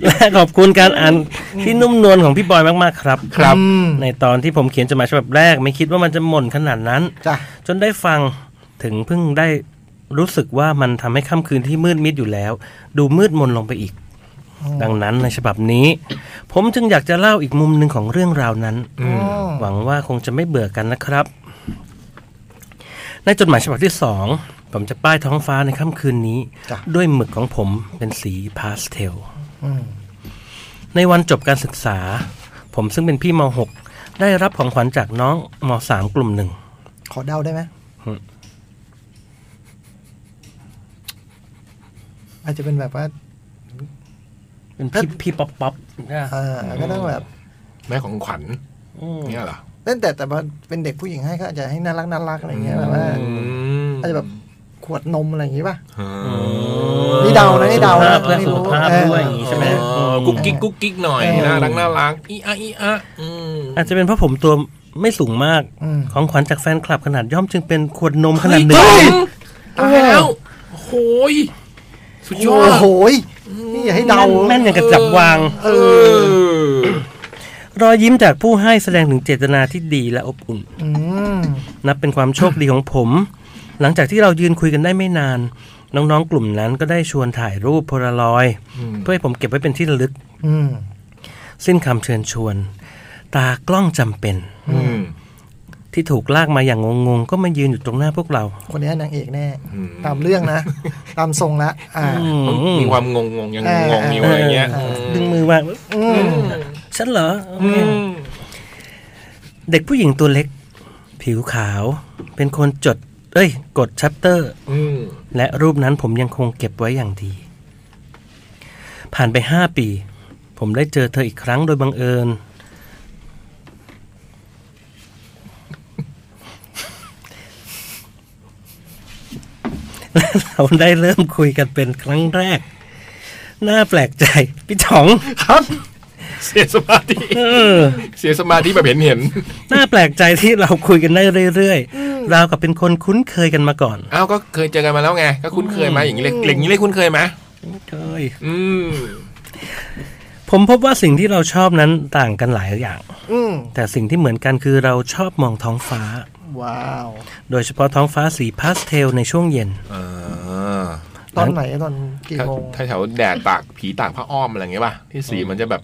[SPEAKER 4] และขอบคุณการอ่านที่นุ่มนวลของพี่บอยมากๆครับ
[SPEAKER 3] ครับ
[SPEAKER 6] อืม
[SPEAKER 4] ในตอนที่ผมเขียนจดหมายฉบับแรก ไม่คิดว่ามันจะหม่นขนาดนั้น
[SPEAKER 6] จ้ะ
[SPEAKER 4] จนได้ฟังถึงเพิ่งได้รู้สึกว่ามันทำให้ค่ำคืนที่มืดมิดอยู่แล้ว ดูมืดมนลงไปอีก ดังนั้นในฉบับนี้ ผมจึงอยากจะเล่าอีกมุมหนึ่งของเรื่องราวนั้น
[SPEAKER 3] อืม
[SPEAKER 4] หวังว่าคงจะไม่เบื่อกันนะครับ ในจดหมายฉบับที่สองผมจะป้ายท้องฟ้าในค่ำคืนนี้
[SPEAKER 6] จ้ะ
[SPEAKER 4] ด้วยหมึกของผมเป็นสีพาสเทล
[SPEAKER 6] อืม
[SPEAKER 4] ในวันจบการศึกษา ผมซึ่งเป็นพี่ม .6 ได้รับของขวัญจากน้องม .3 กลุ่มหนึ่ง
[SPEAKER 6] ขอเดาได้ไหม
[SPEAKER 4] อืม
[SPEAKER 6] อาจจะเป็นแบบว่า
[SPEAKER 4] เป็นพี่พี่ป๊อปป๊อปนะ
[SPEAKER 6] เออก็ต้องแบบ
[SPEAKER 3] แม่ของขวัญ
[SPEAKER 4] อืม
[SPEAKER 3] เนี่ยเหรอ
[SPEAKER 6] เล่นแต่แต่ว่าเป็นเด็กผู้หญิงให้ก็อาจจะให้น่ารักน่ารักอะไรเงี้ยแบบว่า
[SPEAKER 3] อืม
[SPEAKER 6] อาจจะแบบขวดนมอะไรอย่างงี้ป่ะ
[SPEAKER 3] เออ
[SPEAKER 6] นี่เดานะนี่เดานะ
[SPEAKER 4] เพื่อสุขภาพ
[SPEAKER 6] ไม่รู้
[SPEAKER 4] ด้วยอย่างงี้ใช่ไหม
[SPEAKER 3] เออกุ๊กกิ๊กกุ๊กกิ๊กหน่อย
[SPEAKER 6] เออ
[SPEAKER 3] น่ารักน่ารักอีอะอีอะอืม
[SPEAKER 4] อาจจะเป็นเพราะผมตัวไม่สูงมาก
[SPEAKER 6] อืม
[SPEAKER 4] ของขวัญจากแฟนคลับขนาดย่อมจึงเป็นขวดนมขนาดหนึ่ง
[SPEAKER 3] เฮ้ยตายแล้วโหยสุดยอ
[SPEAKER 6] โอ้
[SPEAKER 3] ด
[SPEAKER 6] โหยนี่อย่าให้เดา
[SPEAKER 4] แม่นอย่างกับจับวาง
[SPEAKER 3] เออ
[SPEAKER 4] รอยยิ้มจากผู้ให้แสดงถึงเจตนาที่ดีและอบอุ่น
[SPEAKER 6] อืม
[SPEAKER 4] นับเป็นความโชคดีของผม หลังจากที่เรายืนคุยกันได้ไม่นาน น้องๆกลุ่มนั้นก็ได้ชวนถ่ายรูปโพลารอยด์
[SPEAKER 3] อืม
[SPEAKER 4] เพื่อให้ผมเก็บไว้เป็นที่ระลึก
[SPEAKER 6] อืม
[SPEAKER 4] สิ้นคำเชิญชวน ตากล้องจำเป็น
[SPEAKER 3] อืม
[SPEAKER 4] ที่ถูกลากมาอย่างงงๆ ก็มายืนอยู่ตรงหน้าพวกเรา
[SPEAKER 6] คนนี้นางเอกแน่ ตามเรื่องนะ ตามทรงละ อ่า
[SPEAKER 3] มีความงงงงๆยังงงๆอยู่
[SPEAKER 4] เอ
[SPEAKER 3] อะไร
[SPEAKER 4] อ
[SPEAKER 3] เงี้ย
[SPEAKER 4] ดึงมือมา
[SPEAKER 6] อืม
[SPEAKER 4] ฉันเหรอโอ
[SPEAKER 3] อื
[SPEAKER 4] เค
[SPEAKER 3] ม
[SPEAKER 4] เด็กผู้หญิงตัวเล็ก ผิวขาว เป็นคนจด เอ้ย กดชัปเตอร์
[SPEAKER 3] อืม
[SPEAKER 4] และรูปนั้นผมยังคงเก็บไว้อย่างดี ผ่านไปห้าปี ผมได้เจอเธออีกครั้งโดยบังเอิญ และเราได้เริ่มคุยกันเป็นครั้งแรก น่าแปลกใจ พี่จ๋อง
[SPEAKER 3] ครับเสียสมาธิ
[SPEAKER 4] เออ
[SPEAKER 3] เสียสมาธิแบบเห็นเห็น
[SPEAKER 4] น่าแปลกใจที่เราคุยกันได้เรื่อยๆ ราวกับเป็นคนคุ้นเคยกันมาก่อน
[SPEAKER 3] ๆอ้าวก็เคยเจอกันมาแล้วไงก็คุ้นเคยไหมาอย่างนี้เลยเล็กอย่างนี้เลยคุ้นเคยไหม
[SPEAKER 4] เคย
[SPEAKER 3] อืม
[SPEAKER 4] ผมพบว่าสิ่งที่เราชอบนั้นต่างกันหลายอย่าง
[SPEAKER 6] อืม
[SPEAKER 4] แต่สิ่งที่เหมือนกันคือเราชอบมองท้องฟ้า
[SPEAKER 6] ว้าว
[SPEAKER 4] โดยเฉพาะท้องฟ้าสีพาสเทลในช่วงเย็น
[SPEAKER 3] เออ
[SPEAKER 6] ตอนไหนตอนกี่
[SPEAKER 3] ถ้า
[SPEAKER 6] โมง
[SPEAKER 3] ถ้าแถวแดดตากผีตากผ้าอ้อมอะไรเงี้ยป่ะที่สีมันจะแบบ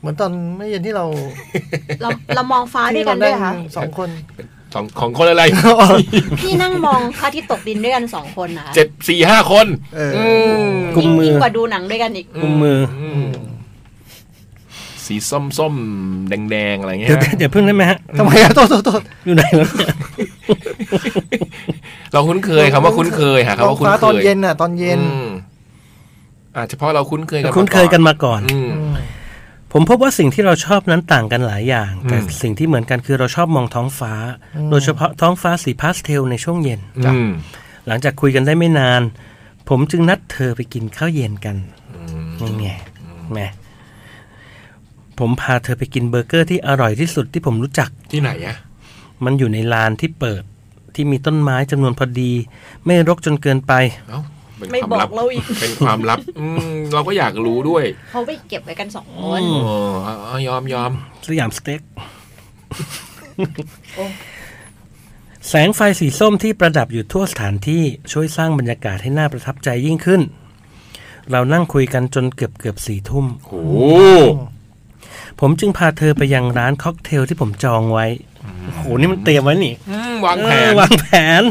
[SPEAKER 6] เหมือนตอนเมื่อเย็นที่เรา
[SPEAKER 5] เราเรามองฟ้าด้วย
[SPEAKER 6] ที่
[SPEAKER 5] กั
[SPEAKER 6] เรา
[SPEAKER 5] นด้
[SPEAKER 6] ได้
[SPEAKER 5] วยเหรอค่ะ
[SPEAKER 6] สองคน
[SPEAKER 3] ของของคนอะไร
[SPEAKER 5] พี่นั่งมองพระอาทิตย์ตกดินด้วยกันสองคนนะ
[SPEAKER 3] เจ็ดสี่ห้าคน
[SPEAKER 6] เออ
[SPEAKER 3] ม
[SPEAKER 4] กุมมือ
[SPEAKER 5] ยิ่งกว่าดูหนังด้วยกันอีก
[SPEAKER 4] กุมมือ
[SPEAKER 3] สีส้มส้มๆแดงแดง ๆ อะไรเงี้
[SPEAKER 4] เดี๋ยวย เดี๋ยวเพิ่งได้ไหมฮะ
[SPEAKER 6] ทำไมอะโทษโทษโทษ
[SPEAKER 4] อยู่ไหนแล้วเนี่ย
[SPEAKER 3] เราคุ้นเคยคำว่าคุ้นเคยหาคำ
[SPEAKER 6] ท้อ
[SPEAKER 3] ว่าง คุ้น
[SPEAKER 6] ฟ้า
[SPEAKER 3] เคย
[SPEAKER 6] ตอนเย็นอ่ะ ตอนเย็น
[SPEAKER 3] อืมอาจจะเพราะเราคุ้นเคยกันมา
[SPEAKER 4] คุ้นเคยกันมาก่อน
[SPEAKER 3] อืม
[SPEAKER 6] อืม
[SPEAKER 4] ผมพบว่าสิ่งที่เราชอบนั้นต่างกันหลายอย่าง แต่
[SPEAKER 3] อืม
[SPEAKER 4] สิ่งที่เหมือนกันคือเราชอบมองท้องฟ้า
[SPEAKER 6] อืม
[SPEAKER 4] โดยเฉพาะท้องฟ้าสีพาสเทลในช่วงเย็น
[SPEAKER 3] อืม
[SPEAKER 4] หลังจากคุยกันได้ไม่นาน ผมจึงนัดเธอไปกินข้าวเย็นกันนี่ไงแหมผมพาเธอไปกินเบอร์เกอร์ที่อร่อยที่สุดที่ผมรู้จัก
[SPEAKER 3] ที่ไหนอะ
[SPEAKER 4] มันอยู่ในลานที่เปิดที่มีต้นไม้จำนวนพอดี ไม่รกจนเกินไป
[SPEAKER 3] เอ้าเป็น
[SPEAKER 5] ไม่
[SPEAKER 3] ความ
[SPEAKER 5] บอ
[SPEAKER 3] ลั
[SPEAKER 5] ก
[SPEAKER 3] บ
[SPEAKER 5] เราอีก
[SPEAKER 3] เป็นความลับอืมเราก็อยากรู้ด้วย
[SPEAKER 5] เขาไปเก็บไว้กันสองคน
[SPEAKER 4] อื
[SPEAKER 3] โอ้เอาเอายอมยอม
[SPEAKER 4] สยามสเต็ก แสงไฟสีส้มที่ประดับอยู่ทั่วสถานที่ช่วยสร้างบรรยากาศให้น่าประทับใจยิ่งขึ้น เรานั่งคุยกันจนเกือบเกือบสี่ทุ่ม
[SPEAKER 3] โอ้โห
[SPEAKER 4] ผมจึงพาเธอไปยังร้านค็อกเทลที่ผมจองไว้ โอ้โห นี่มันเตรียมไว้นี่
[SPEAKER 3] อืมวางแผ
[SPEAKER 4] เอน อวางแผน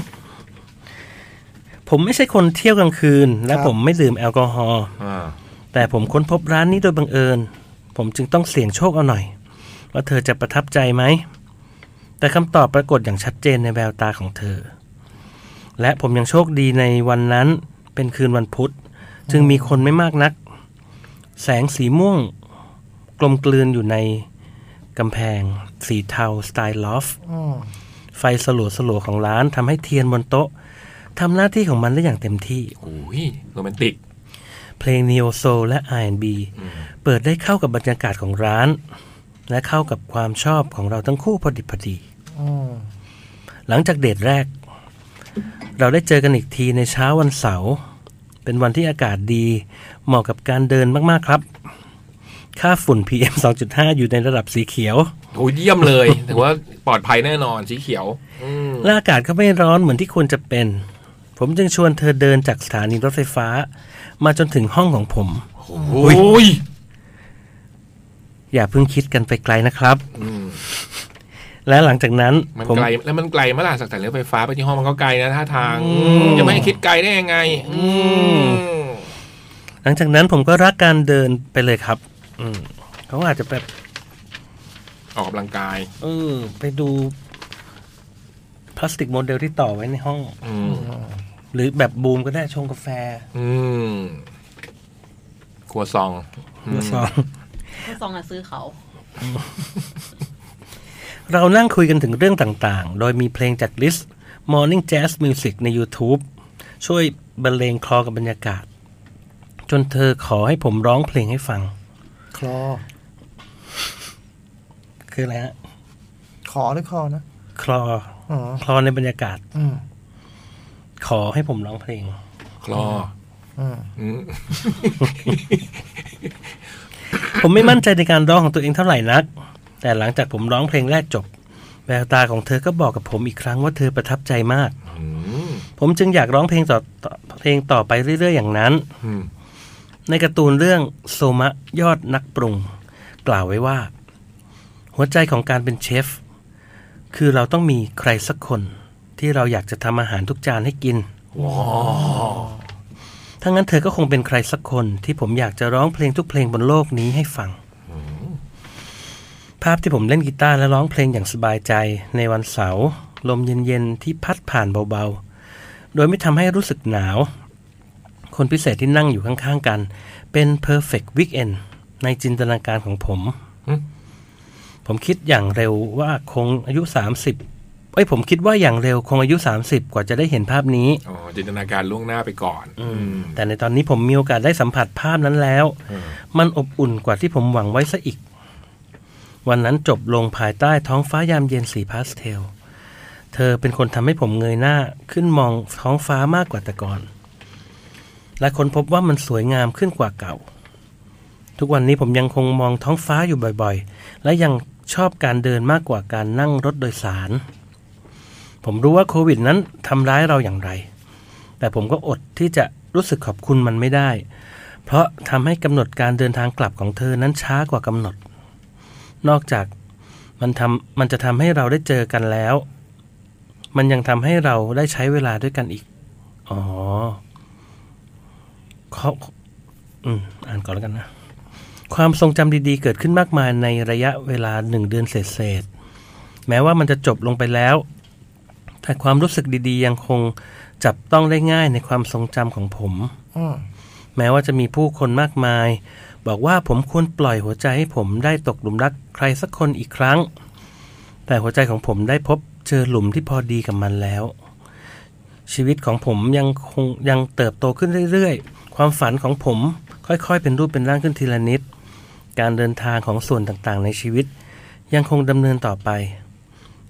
[SPEAKER 4] ผมไม่ใช่คนเที่ยวกลางคืน และผมไม่ดื่มแอลกอฮอล์
[SPEAKER 3] อ่า
[SPEAKER 4] แต่ผมค้นพบร้านนี้โดยบังเอิญ ผมจึงต้องเสี่ยงโชคเอาหน่อย ว่าเธอจะประทับใจไหม แต่คำตอบปรากฏอย่างชัดเจนในแววตาของเธอ และผมยังโชคดีในวันนั้นเป็นคืนวันพุธ จึงมีคนไม่มากนัก แสงสีม่วง กลมกลืนอยู่ในกำแพง สีเทาสไตล์ลอฟ
[SPEAKER 6] อืม
[SPEAKER 4] ไฟสลัวสลัวๆของร้านทำให้เทียนบนโต๊ะทำหน้าที่ของมันได้อย่างเต็มที่
[SPEAKER 3] โอ้ยโรแมนติก
[SPEAKER 4] เพลง Neo Soul และ R&B เปิดได้เข้ากับบรรยากาศของร้าน และเข้ากับความชอบของเราทั้งคู่พอดิบพอดี
[SPEAKER 6] อืม
[SPEAKER 4] หลังจากเดทแรก เราได้เจอกันอีกทีในเช้าวันเสาร์เป็นวันที่อากาศดี เหมาะกับการเดินมากๆครับ ค่าฝุ่น PM 2.5 อยู่ในระดับสีเขียว
[SPEAKER 3] โอ้ยเยี่ยมเลย ถือว่าปลอดภัยแน่นอนสีเขียว อืม
[SPEAKER 4] และอากาศก็ไม่ร้อนเหมือนที่ควรจะเป็น ผมจึงชวนเธอเดินจากสถานีรถไฟฟ้า มาจนถึงห้องของผม
[SPEAKER 3] โอ้ย
[SPEAKER 4] อย่าเพิ่งคิดกันไปไกลนะครับ
[SPEAKER 3] อืม
[SPEAKER 4] และหลังจากนั้น
[SPEAKER 3] มัน
[SPEAKER 4] ผม
[SPEAKER 3] ไกลแล้วมันไกลมาล่ะจากแต่เรือไฟฟ้าไปที่ห้องมันก็ไกลนะท่าทางจะไม่ให้คิดไกลได้ยังไง อืม
[SPEAKER 4] หลังจากนั้นผมก็รักการเดินไปเลยครับ อืมเขาอาจจะแบบ
[SPEAKER 3] ออกกำลังกาย
[SPEAKER 4] เออไปดูพลาสติกโมเดลที่ต่อไว้ในห้อง
[SPEAKER 3] อืม
[SPEAKER 4] หรือแบบบูมก็ได้ชงกาแฟ
[SPEAKER 3] อืมครัวซอง
[SPEAKER 4] หรือซอง
[SPEAKER 5] ก็ซองอะซื้อเขา
[SPEAKER 4] เรานั่งคุยกันถึงเรื่องต่างๆ โดยมีเพลงจากลิสต์ Morning Jazz Music ใน YouTube ช่วยบรรเลงคลอกับบรรยากาศ จนเธอขอให้ผมร้องเพลงให้ฟัง
[SPEAKER 6] คลอ
[SPEAKER 4] คืออะไรฮะ
[SPEAKER 6] ขอหรือคลอนะ
[SPEAKER 4] คลอ
[SPEAKER 6] อ๋อ
[SPEAKER 4] คลอในบรรยากาศ
[SPEAKER 6] อืม
[SPEAKER 4] ขอให้ผมร้องเพลง
[SPEAKER 3] คลอ
[SPEAKER 6] อืม
[SPEAKER 3] อืม
[SPEAKER 4] ผมไม่มั่นใจในการร้องของตัวเองเท่าไหร่นัก แต่หลังจากผมร้องเพลงแรกจบ แววตาของเธอก็บอกกับผมอีกครั้งว่าเธอประทับใจมาก
[SPEAKER 3] อืม
[SPEAKER 4] ผมจึงอยากร้องเพลงต่อต่อเพลงต่อไปเรื่อยๆ อย่างนั้น
[SPEAKER 3] อืม
[SPEAKER 4] ในการ์ตูนเรื่องโซมะยอดนักปรุง กล่าวไว้ว่า หัวใจของการเป็นเชฟ คือเราต้องมีใครสักคนที่เราอยากจะทำอาหารทุกจานให้กินถ้างั้นเธอก็คงเป็นใครสักคนที่ผมอยากจะร้องเพลงทุกเพลงบนโลกนี้ให้ฟัง ภาพที่ผมเล่นกีตาร์และร้องเพลงอย่างสบายใจในวันเสาร์ลมเย็นๆที่พัดผ่านเบาๆ โดยไม่ทำให้รู้สึกหนาว คนพิเศษที่นั่งอยู่ข้างๆกัน เป็น perfect weekend ในจินตนาการของผม
[SPEAKER 3] หึ
[SPEAKER 4] ผมคิดอย่างเร็วว่าคงอายุ 30เอ้ยผมคิดว่าอย่างเร็วคงอายุ 30 กว่าจะได้เห็นภาพนี้
[SPEAKER 3] อ๋อจินตนาการล่วงหน้าไปก่อน อืม
[SPEAKER 4] แต่ในตอนนี้ผมมีโอกาสได้สัมผัสภาพนั้นแล้ว มันอบอุ่นกว่าที่ผมหวังไว้ซะอีก วันนั้นจบลงภายใต้ท้องฟ้ายามเย็นสีพาสเทล เธอเป็นคนทำให้ผมเงยหน้าขึ้นมองท้องฟ้ามากกว่าแต่ก่อน และค้นพบว่ามันสวยงามขึ้นกว่าเก่า ทุกวันนี้ผมยังคงมองท้องฟ้าอยู่บ่อยๆ และยังชอบการเดินมากกว่าการนั่งรถโดยสาร ผมรู้ว่าโควิดนั้นทำร้ายเราอย่างไร แต่ผมก็อดที่จะรู้สึกขอบคุณมันไม่ได้ เพราะทำให้กำหนดการเดินทางกลับของเธอนั้นช้ากว่ากำหนด นอกจากมันทำมันจะทำให้เราได้เจอกันแล้ว มันยังทำให้เราได้ใช้เวลาด้วยกันอีก อ๋อเขาอืมอ่านก่อนแล้วกันนะ ความทรงจำดีๆ เกิดขึ้นมากมายในระยะเวลาหนึ่งเดือนเศษๆแม้ว่ามันจะจบลงไปแล้ว แต่ความรู้สึกดีๆ ยังคงจับต้องได้ง่ายในความทรงจำของผม
[SPEAKER 6] อืม
[SPEAKER 4] แม้ว่าจะมีผู้คนมากมาย บอกว่าผมควรปล่อยหัวใจให้ผมได้ตกหลุมรักใครสักคนอีกครั้ง แต่หัวใจของผมได้พบเจอหลุมที่พอดีกับมันแล้ว ชีวิตของผมยังคงยังเติบโตขึ้นเรื่อยๆ ความฝันของผมค่อยๆ เป็นรูปเป็นร่างขึ้นทีละนิด การเดินทางของส่วนต่างๆ ในชีวิต ยังคงดำเนินต่อไป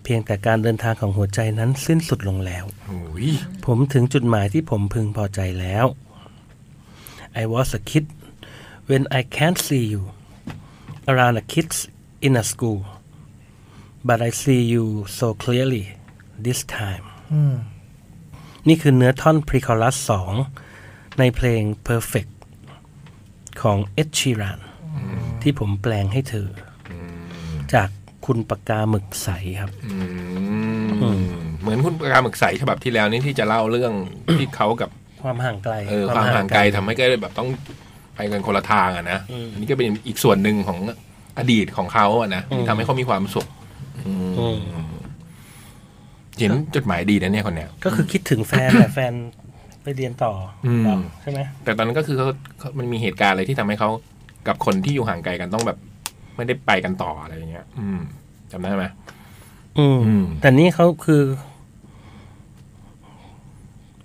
[SPEAKER 4] เพียงแต่การเดินทางของหัวใจนั้นสิ้นสุดลงแล้ว
[SPEAKER 3] โอ้ย
[SPEAKER 4] ผมถึงจุดหมายที่ผมพึงพอใจแล้ว I was a kid when I can't see you around the kids in a school but I see you so clearly this time
[SPEAKER 6] อืม
[SPEAKER 4] นี่คือเนื้อท่อน p r e c o r u s 2 ในเพลง Perfect ของ Ed Sheeran ที่ผมแปลงให้เธออจากคุณปากกาหมึกใสครับ
[SPEAKER 3] อืมเหมือนคุณประกาหมึกใสฉบับที่แล้วนี่ที่จะเล่าเรื่อง ที่เขากับ
[SPEAKER 4] ความห่างไกล
[SPEAKER 3] เออความห่างไกลทำให้ก็แบบต้องไปกันคนละทางอะนะอันนี้ก็เป็นอีกส่วนหนึ่งของอดีตของเขาอะนะที่ทำให้เขามีความสุข
[SPEAKER 4] อืม
[SPEAKER 3] เห็นจดหมายดีนะเนี่ยคนเนี้ย
[SPEAKER 4] ก็คือคิดถึงแฟนแต่ แฟนไปเรียนต่ออ
[SPEAKER 3] ม
[SPEAKER 4] แล้วใช่ไหม
[SPEAKER 3] แต่ตอนนั้นก็คือเขาเขามันมีเหตุการณ์อะไรที่ทำให้เขากับคนที่อยู่ห่างไกลกันต้องแบบ ไม่ได้ไปกันต่ออะไรอย่างเงี้ย อืมจำได้ไหม
[SPEAKER 4] อืม
[SPEAKER 3] อืม
[SPEAKER 4] แต่นี่เขาคือ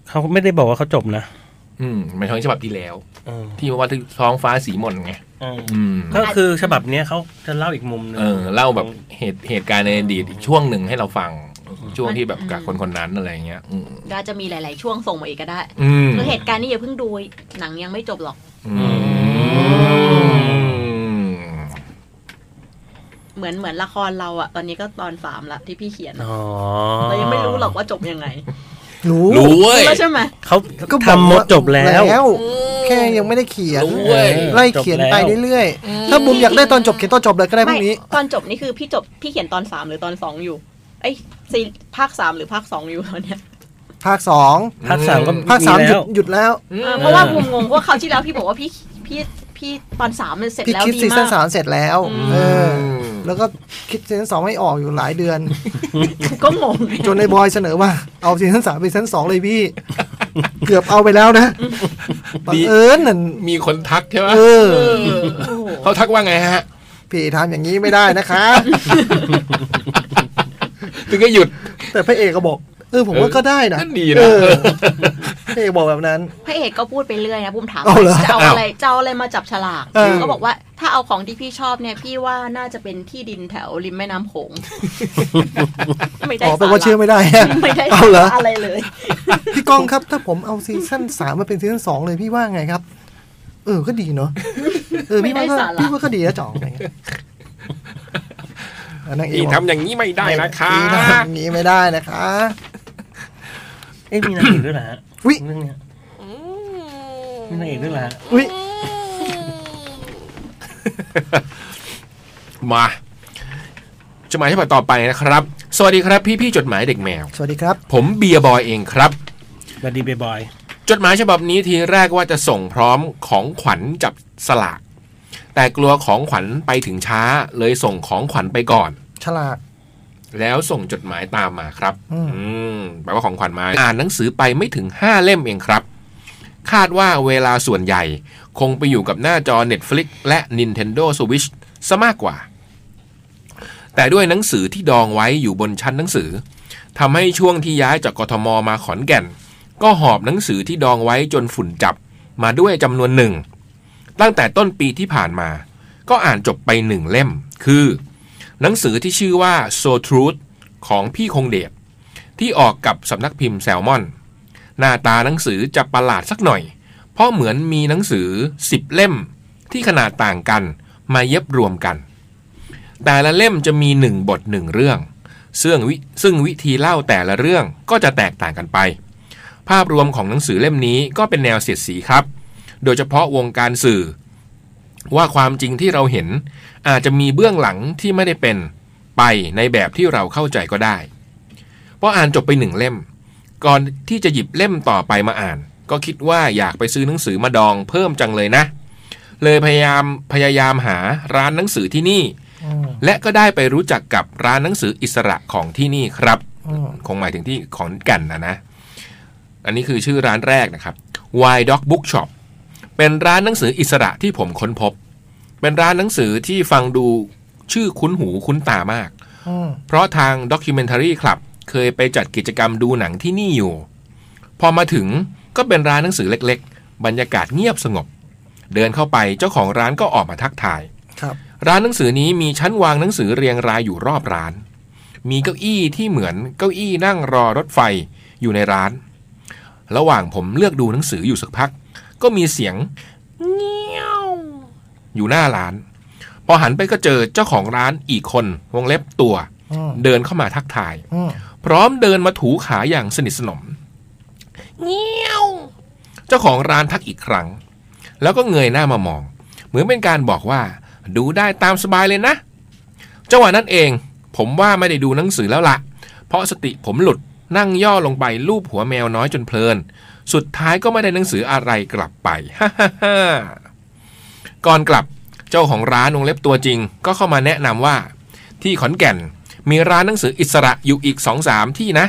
[SPEAKER 4] เขาไม่ได้บอกว่าเขาจบนะ
[SPEAKER 3] อืมหมันทั้งฉบับที่แล้ว
[SPEAKER 4] เออ
[SPEAKER 3] ที่ว่าที่ท้องฟ้าสีหม่นไง
[SPEAKER 4] เออ
[SPEAKER 3] อืม
[SPEAKER 4] ก็คือฉบับเนี้ยเขาจะเล่าอีกมุมหนึง
[SPEAKER 3] เออเล่าแบบเหตุเหตุการณ์ในอดีตอีกช่วงหนึ่งให้เราฟัง ช่วงที่แบบกับคนคนนั้นอะไรอย่างเงี้ย อืม
[SPEAKER 5] ก็จะมีหลาย ๆ ช่วงส่งมาอีกก็ได้
[SPEAKER 3] อืม
[SPEAKER 5] คือเหตุการณ์นี้อย่าเพิ่งดูหนังยังไม่จบหรอก
[SPEAKER 3] อืม
[SPEAKER 5] เหมือนเหมือนละครเราอะตอนนี้ก็ตอนสามละที่พี่เขียน
[SPEAKER 4] อ๋อ
[SPEAKER 5] เรายังไม่รู้หรอกว่าจบยังไง
[SPEAKER 6] รู้
[SPEAKER 3] รู้เว้ย
[SPEAKER 5] รู้แล้วใช่ไหม
[SPEAKER 4] เขา
[SPEAKER 6] ก็บอก
[SPEAKER 4] ทำมด
[SPEAKER 6] ว่า
[SPEAKER 4] จบแล้ว
[SPEAKER 6] แค่ยังไม่ได้เขียน
[SPEAKER 3] รู้เว้ย
[SPEAKER 6] เออไล่เขียนไปเรื่อยๆ ถ้าบุมอยากได้ตอนจบเขียนตอนจบเลยก็ได้พรุ่งนี้
[SPEAKER 5] ตอนจบนี่คือพี่จบพี่เขียนตอนสามหรือตอนสองอยู่ไอ้ยซีภาคสามหรือภาคสองอยู่ตอนเนี้ย
[SPEAKER 6] ภาคสอง
[SPEAKER 4] ภาคสามก็
[SPEAKER 6] ภาคสามหยุ
[SPEAKER 4] แล้ว
[SPEAKER 6] ดหยุดแล้ว
[SPEAKER 5] เออเพราะว่าบุมงงว่าคราวที่แล้วพี่บอกว่าพี่พี่พี่ตอนสามมันเสร็จ
[SPEAKER 6] พี่
[SPEAKER 5] แล้ว
[SPEAKER 6] คิด
[SPEAKER 5] ดี
[SPEAKER 6] ซี
[SPEAKER 5] มา
[SPEAKER 6] ซั่น
[SPEAKER 5] ก
[SPEAKER 6] สามเสร็จแล้ว เออ
[SPEAKER 3] ม
[SPEAKER 6] แล้วก็คิดซีซั่นสองไม่ออกอยู่หลายเดือน
[SPEAKER 5] ก็งง
[SPEAKER 6] จนในบอยเสนอว่า เอาซีซั่นสามไปซีซั่นสองเลยพี่ เกือบเอาไปแล้วนะบังเอิญนั่น
[SPEAKER 3] มีคนทักใช่ไหม
[SPEAKER 6] เออ
[SPEAKER 5] เออโอ้โห
[SPEAKER 3] เขาทักว่าไงฮะ
[SPEAKER 6] พี่ทำอย่างนี้ไม่ได้นะคะ
[SPEAKER 3] ถึงก็หยุด
[SPEAKER 6] แต่พระเอกก็บอก เออผมว่าก็ได้นะ
[SPEAKER 3] ก็ดีนะ
[SPEAKER 6] เออพระเอกบอกแบบนั้น
[SPEAKER 5] พระเอกก็พูดไปเรื่อยนะบุมถาม
[SPEAKER 6] เอาเหรอ
[SPEAKER 5] จะเอาอะไรจะเอาอะไรมาจับฉลาก
[SPEAKER 6] เออ
[SPEAKER 5] ก็บอกว่าถ้าเอาของที่พี่ชอบเนี่ยพี่ว่าน่าจะเป็นที่ดินแถวริมแม่น้ำโข งไม่ได้
[SPEAKER 6] อ๋อแปลว่า
[SPEAKER 5] สระ
[SPEAKER 6] เชื่อไม่ได้
[SPEAKER 5] ไม่ได้
[SPEAKER 6] เอาเหรอ
[SPEAKER 5] อะไรเลย
[SPEAKER 6] พี่ก้องครับ ถ้าผมเอาซีซั่นสามมาเป็นซีซั่นสองเลยพี่ว่าไงครับ เออก็ดีเนาะเออพี่ว่าก็
[SPEAKER 5] ไม่ได้สาระ
[SPEAKER 6] พี่ว่าก็ดีนะจ่องอะไรเงี้ยอ่ะนางเอ
[SPEAKER 3] อี
[SPEAKER 6] ก
[SPEAKER 3] ทำอย่างนี้ไม่ได้นะคะ
[SPEAKER 6] อีทำอย่างนี้ไม่ได้นะคะ
[SPEAKER 4] เอ้ยมีนางเอกด้วยเหรอฮะ
[SPEAKER 6] อุ๊ย
[SPEAKER 4] เรื่องเนี้ยมีนางเอกด้วยเหรอฮะ
[SPEAKER 6] อุ้ย
[SPEAKER 3] มาจดหมายฉบับต่อไปนะครับ สวัสดีครับพี่พี่ๆจดหมายเด็กแมว
[SPEAKER 6] สวัสดีครับ
[SPEAKER 3] ผมเบียร์บอยเองครับ
[SPEAKER 4] บัดดี้เบย์บอย
[SPEAKER 3] จดหมายฉบับนี้ทีแรกว่าจะส่งพร้อมของขวัญจับสลาก แต่กลัวของขวัญไปถึงช้า เลยส่งของขวัญไปก่อน
[SPEAKER 6] ฉลาด
[SPEAKER 3] แล้วส่งจดหมายตามมาครับ
[SPEAKER 6] อืม
[SPEAKER 3] อืมแปลว่าของขวัญมา อ่านหนังสือไปไม่ถึง 5 เล่มเองครับ คาดว่าเวลาส่วนใหญ่ คงไปอยู่กับหน้าจอ Netflix และ Nintendo Switch ซะมากกว่า แต่ด้วยหนังสือที่ดองไว้อยู่บนชั้นหนังสือทำให้ช่วงที่ย้ายจากกทมมาขอนแก่น ก็หอบหนังสือที่ดองไว้จนฝุ่นจับมาด้วยจำนวนหนึ่ง ตั้งแต่ต้นปีที่ผ่านมา ก็อ่านจบไปหนึ่งเล่ม คือ หนังสือที่ชื่อว่า So Truth ของพี่คงเดชที่ออกกับสำนักพิมพ์แซลมอน หน้าตาหนังสือจะประหลาดสักหน่อย เพราะเหมือนมีหนังสือ 10 เล่มที่ขนาดต่างกันมาเย็บรวมกัน แต่ละเล่มจะมี 1 บท 1 เรื่อง ซึ่งวิซึ่งวิธีเล่าแต่ละเรื่องก็จะแตกต่างกันไป ภาพรวมของหนังสือเล่มนี้ก็เป็นแนวเสียดสีครับ โดยเฉพาะวงการสื่อ ว่าความจริงที่เราเห็น อาจจะมีเบื้องหลังที่ไม่ได้เป็นไปในแบบที่เราเข้าใจก็ได้พออ่านจบไปหนึ่งเล่ม ก่อนที่จะหยิบเล่มต่อไปมาอ่าน ก็คิดว่าอยากไปซื้อหนังสือมาดองเพิ่มจังเลยนะ เลยพยายามพยายามหาร้านหนังสือที่นี่
[SPEAKER 6] อืม
[SPEAKER 3] และก็ได้ไปรู้จักกับร้านหนังสืออิสระของที่นี่ครับ
[SPEAKER 6] อืม
[SPEAKER 3] คงหมายถึงที่ขอนแก่นนะนะ อันนี้คือชื่อร้านแรกนะครับ Y Dog Book Shop เป็นร้านหนังสืออิสระที่ผมค้นพบ เป็นร้านหนังสือที่ฟังดูชื่อคุ้นหูคุ้นตามาก
[SPEAKER 6] อืม
[SPEAKER 3] เพราะทาง Documentary Club เคยไปจัดกิจกรรมดูหนังที่นี่อยู่ พอมาถึงก็เป็นร้านหนังสือเล็กๆ บรรยากาศเงียบสงบ เดินเข้าไปเจ้าของร้านก็ออกมาทักทาย
[SPEAKER 6] ครับ
[SPEAKER 3] ร้านหนังสือนี้มีชั้นวางหนังสือเรียงรายอยู่รอบร้าน มีเก้าอี้ที่เหมือนเก้าอี้นั่งรอรถไฟอยู่ในร้าน ระหว่างผมเลือกดูหนังสืออยู่สักพัก ก็มีเสียงเงี้ยวอยู่หน้าร้าน พอหันไปก็เจอเจ้าของร้านอีกคน วงเล็บตัว
[SPEAKER 6] อืม
[SPEAKER 3] เดินเข้ามาทักทาย
[SPEAKER 6] อืม
[SPEAKER 3] พร้อมเดินมาถูขาอย่างสนิทสนมเงี้ยว เจ้าของร้านทักอีกครั้ง แล้วก็เงยหน้ามามอง เหมือนเป็นการบอกว่า ดูได้ตามสบายเลยนะ จังหวะนั้นเอง ผมว่าไม่ได้ดูหนังสือแล้วละ เพราะสติผมหลุดนั่งย่อลงไปลูบหัวแมวน้อยจนเพลิน สุดท้ายก็ไม่ได้หนังสืออะไรกลับไป ฮ่าฮ่าฮ่าก่อนกลับเจ้าของร้านวงเล็บตัวจริง ก็เข้ามาแนะนำว่า ที่ขอนแก่นมีร้านหนังสืออิสระอยู่อีก 2-3สามที่นะ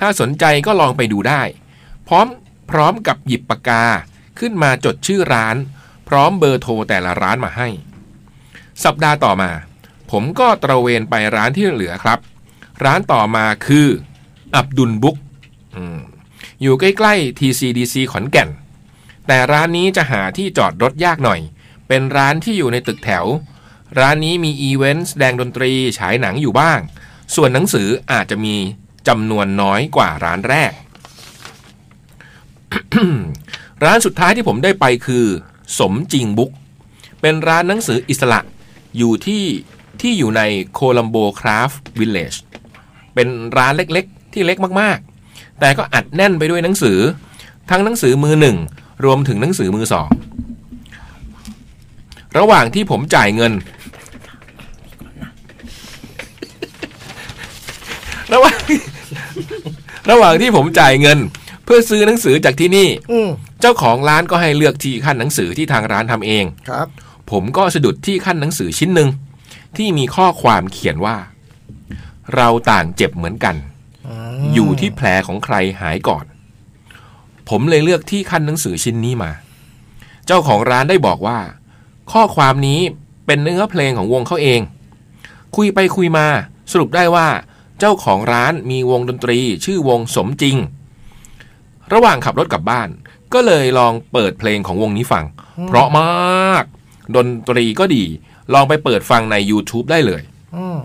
[SPEAKER 3] ถ้าสนใจก็ลองไปดูได้ พร้อมพร้อมกับหยิบปากกา ขึ้นมาจดชื่อร้าน พร้อมเบอร์โทรแต่ละร้านมาให้ สัปดาห์ต่อมา ผมก็ตระเวนไปร้านที่เหลือครับ ร้านต่อมาคือ อับดุลบุ๊กอืมอยู่ใกล้ๆ TCDC ขอนแก่น แต่ร้านนี้จะหาที่จอดรถยากหน่อย เป็นร้านที่อยู่ในตึกแถว ร้านนี้มีอีเวนต์แสดงดนตรีฉายหนังอยู่บ้าง ส่วนหนังสืออาจจะมีจำนวนน้อยกว่าร้านแรก ร้านสุดท้ายที่ผมได้ไปคือ สมจริงบุ๊ก เป็นร้านหนังสืออิสระอยู่ที่ที่อยู่ในโคลัมโบคราฟวิลเลจ เป็นร้านเล็กๆ ที่เล็กมากๆ แต่ก็อัดแน่นไปด้วยหนังสือ ทั้งหนังสือมือหนึ่ง รวมถึงหนังสือมือสอง ระหว่างที่ผมจ่ายเงิน ระหว่าง ระหว่างที่ผมจ่ายเงิน เพื่อซื้อหนังสือจากที่นี่
[SPEAKER 6] อืม
[SPEAKER 3] เจ้าของร้านก็ให้เลือกที่ขั้นหนังสือที่ทางร้านทำเอง
[SPEAKER 6] ครับ
[SPEAKER 3] ผมก็สะดุดที่ขั้นหนังสือชิ้นหนึ่ง ที่มีข้อความเขียนว่า เราต่างเจ็บเหมือนกัน อยู่ที่แผลของใครหายก่อน ผมเลยเลือกที่ขั้นหนังสือชิ้นนี้มา เจ้าของร้านได้บอกว่า ข้อความนี้เป็นเนื้อเพลงของวงเขาเอง คุยไปคุยมา สรุปได้ว่า เจ้าของร้านมีวงดนตรี ชื่อวงสมจริง ระหว่างขับรถกลับบ้าน ก็เลยลองเปิดเพลงของวงนี้ฟัง เพราะมาก ดนตรีก็ดี ลองไปเปิดฟังใน YouTube ได้เลย
[SPEAKER 6] อืม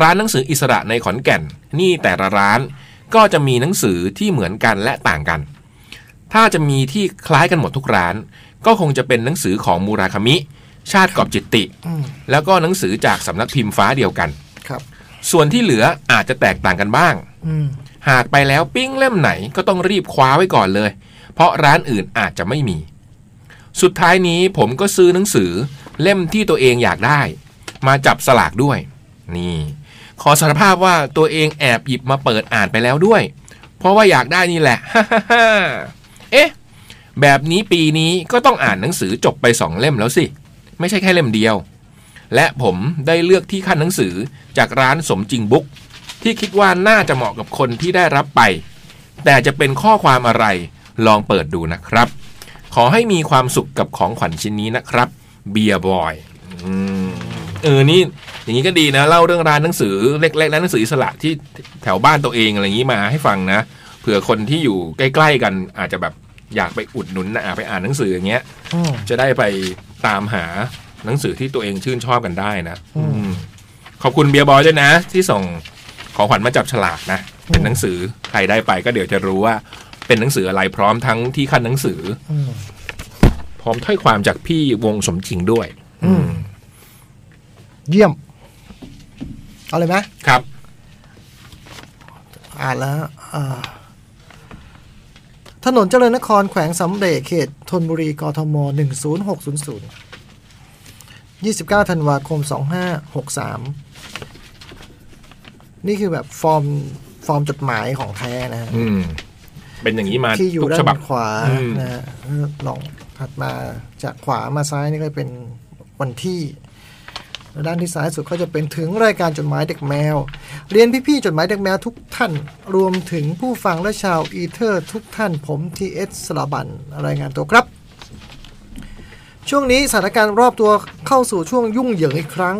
[SPEAKER 3] ร้านหนังสืออิสระในขอนแก่น นี่แต่ละร้านก็จะมีหนังสือที่เหมือนกันและต่างกัน ถ้าจะมีที่คล้ายกันหมดทุกร้าน ก็คงจะเป็นหนังสือของมูราคามิ ชาติกอบจิตติ
[SPEAKER 6] อืม
[SPEAKER 3] แล้วก็หนังสือจากสำนักพิมพ์ฟ้าเดียวกัน
[SPEAKER 6] ครับ
[SPEAKER 3] ส่วนที่เหลืออาจจะแตกต่างกันบ้าง
[SPEAKER 6] อืม
[SPEAKER 3] หากไปแล้วปิ้งเล่มไหนก็ต้องรีบคว้าไว้ก่อนเลย เพราะร้านอื่นอาจจะไม่มี สุดท้ายนี้ผมก็ซื้อหนังสือเล่มที่ตัวเองอยากได้ มาจับสลากด้วย นี่ ขอสารภาพว่าตัวเองแอบหยิบมาเปิดอ่านไปแล้วด้วย เพราะว่าอยากได้นี่แหละ เอ๊ะ แบบนี้ปีนี้ก็ต้องอ่านหนังสือจบไปสองเล่มแล้วสิ ไม่ใช่แค่เล่มเดียว และผมได้เลือกที่ขั้นหนังสือจากร้านสมจริงบุ๊ก ที่คิดว่าน่าจะเหมาะกับคนที่ได้รับไป แต่จะเป็นข้อความอะไรลองเปิดดูนะครับ ขอให้มีความสุขกับของขวัญชิ้นนี้นะครับ เบียร์บอยอืมเออนี่อย่างนี้ก็ดีนะ เล่าเรื่องร้านหนังสือเล็กๆและหนังสืออิสระที่แถวบ้านตัวเองอะไรอย่างนี้มาให้ฟังนะเผื่อคนที่อยู่ใกล้ ๆ กันอาจจะแบบอยากไปอุดหนุนนะอ่ะไปอ่านหนังสืออย่างเงี้ย
[SPEAKER 6] อืม
[SPEAKER 3] จะได้ไปตามหาหนังสือที่ตัวเองชื่นชอบกันได้นะอืมขอบคุณเบียร์บอยด้วยนะ ที่ส่งของขวัญมาจับฉลากนะ เป็นหนังสือใครได้ไปก็เดี๋ยวจะรู้ว่า เป็นหนังสืออะไรพร้อมทั้งที่ขั้นหนังสืออ
[SPEAKER 6] ม
[SPEAKER 3] พร้อมถ้อยความจากพี่วงสมจริงด้วย อืม
[SPEAKER 6] เยี่ยม เอาเลยไหม
[SPEAKER 3] ครับ
[SPEAKER 6] อ่านแล้วอ่าถนนเจริญนครแขวงสำเร็จเขตธนบุรีกทม10600 29ธันวาคม 2563 นี่คือแบบฟอร์มฟอร์มจดหมายของแท้นะฮะ
[SPEAKER 3] อืม เป็นอย่างนี้มา
[SPEAKER 6] ที่อยู่
[SPEAKER 3] ทุก
[SPEAKER 6] ด้า
[SPEAKER 3] ฉบับ
[SPEAKER 6] นขวา
[SPEAKER 3] อืม
[SPEAKER 6] นะฮะลองถัดมาจากขวามาซ้ายนี่ก็เป็นวันที่แล้วด้านที่ซ้ายสุดก็จะเป็นถึงรายการจดหมายเด็กแมว เรียนพี่ๆจดหมายเด็กแมวทุกท่าน รวมถึงผู้ฟังและชาวอีเทอร์ทุกท่านผมทีเอสสลาบันรายงานตัวครับ ช่วงนี้สถานการณ์รอบตัวเข้าสู่ช่วงยุ่งเหยิงอีกครั้ง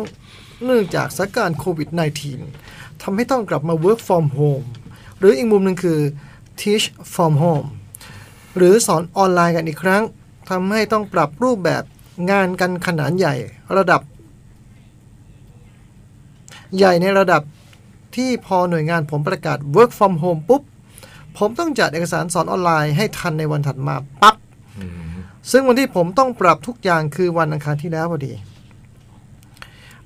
[SPEAKER 6] เนื่องจากสถานการณ์โควิด -19 ทำให้ต้องกลับมา work from home หรืออีกมุมหนึ่งคือ teach from home หรือสอนออนไลน์กันอีกครั้งทำให้ต้องปรับรูปแบบงานกันขนาดใหญ่ ระดับ ใหญ่ในระดับที่พอหน่วยงานผมประกาศ work from home ปุ๊บ ผมต้องจัดเอกสารสอนออนไลน์ให้ทันในวันถัดมาปั๊บ ซึ่งวันที่ผมต้องปรับทุกอย่างคือวันอังคารที่แล้วพอดี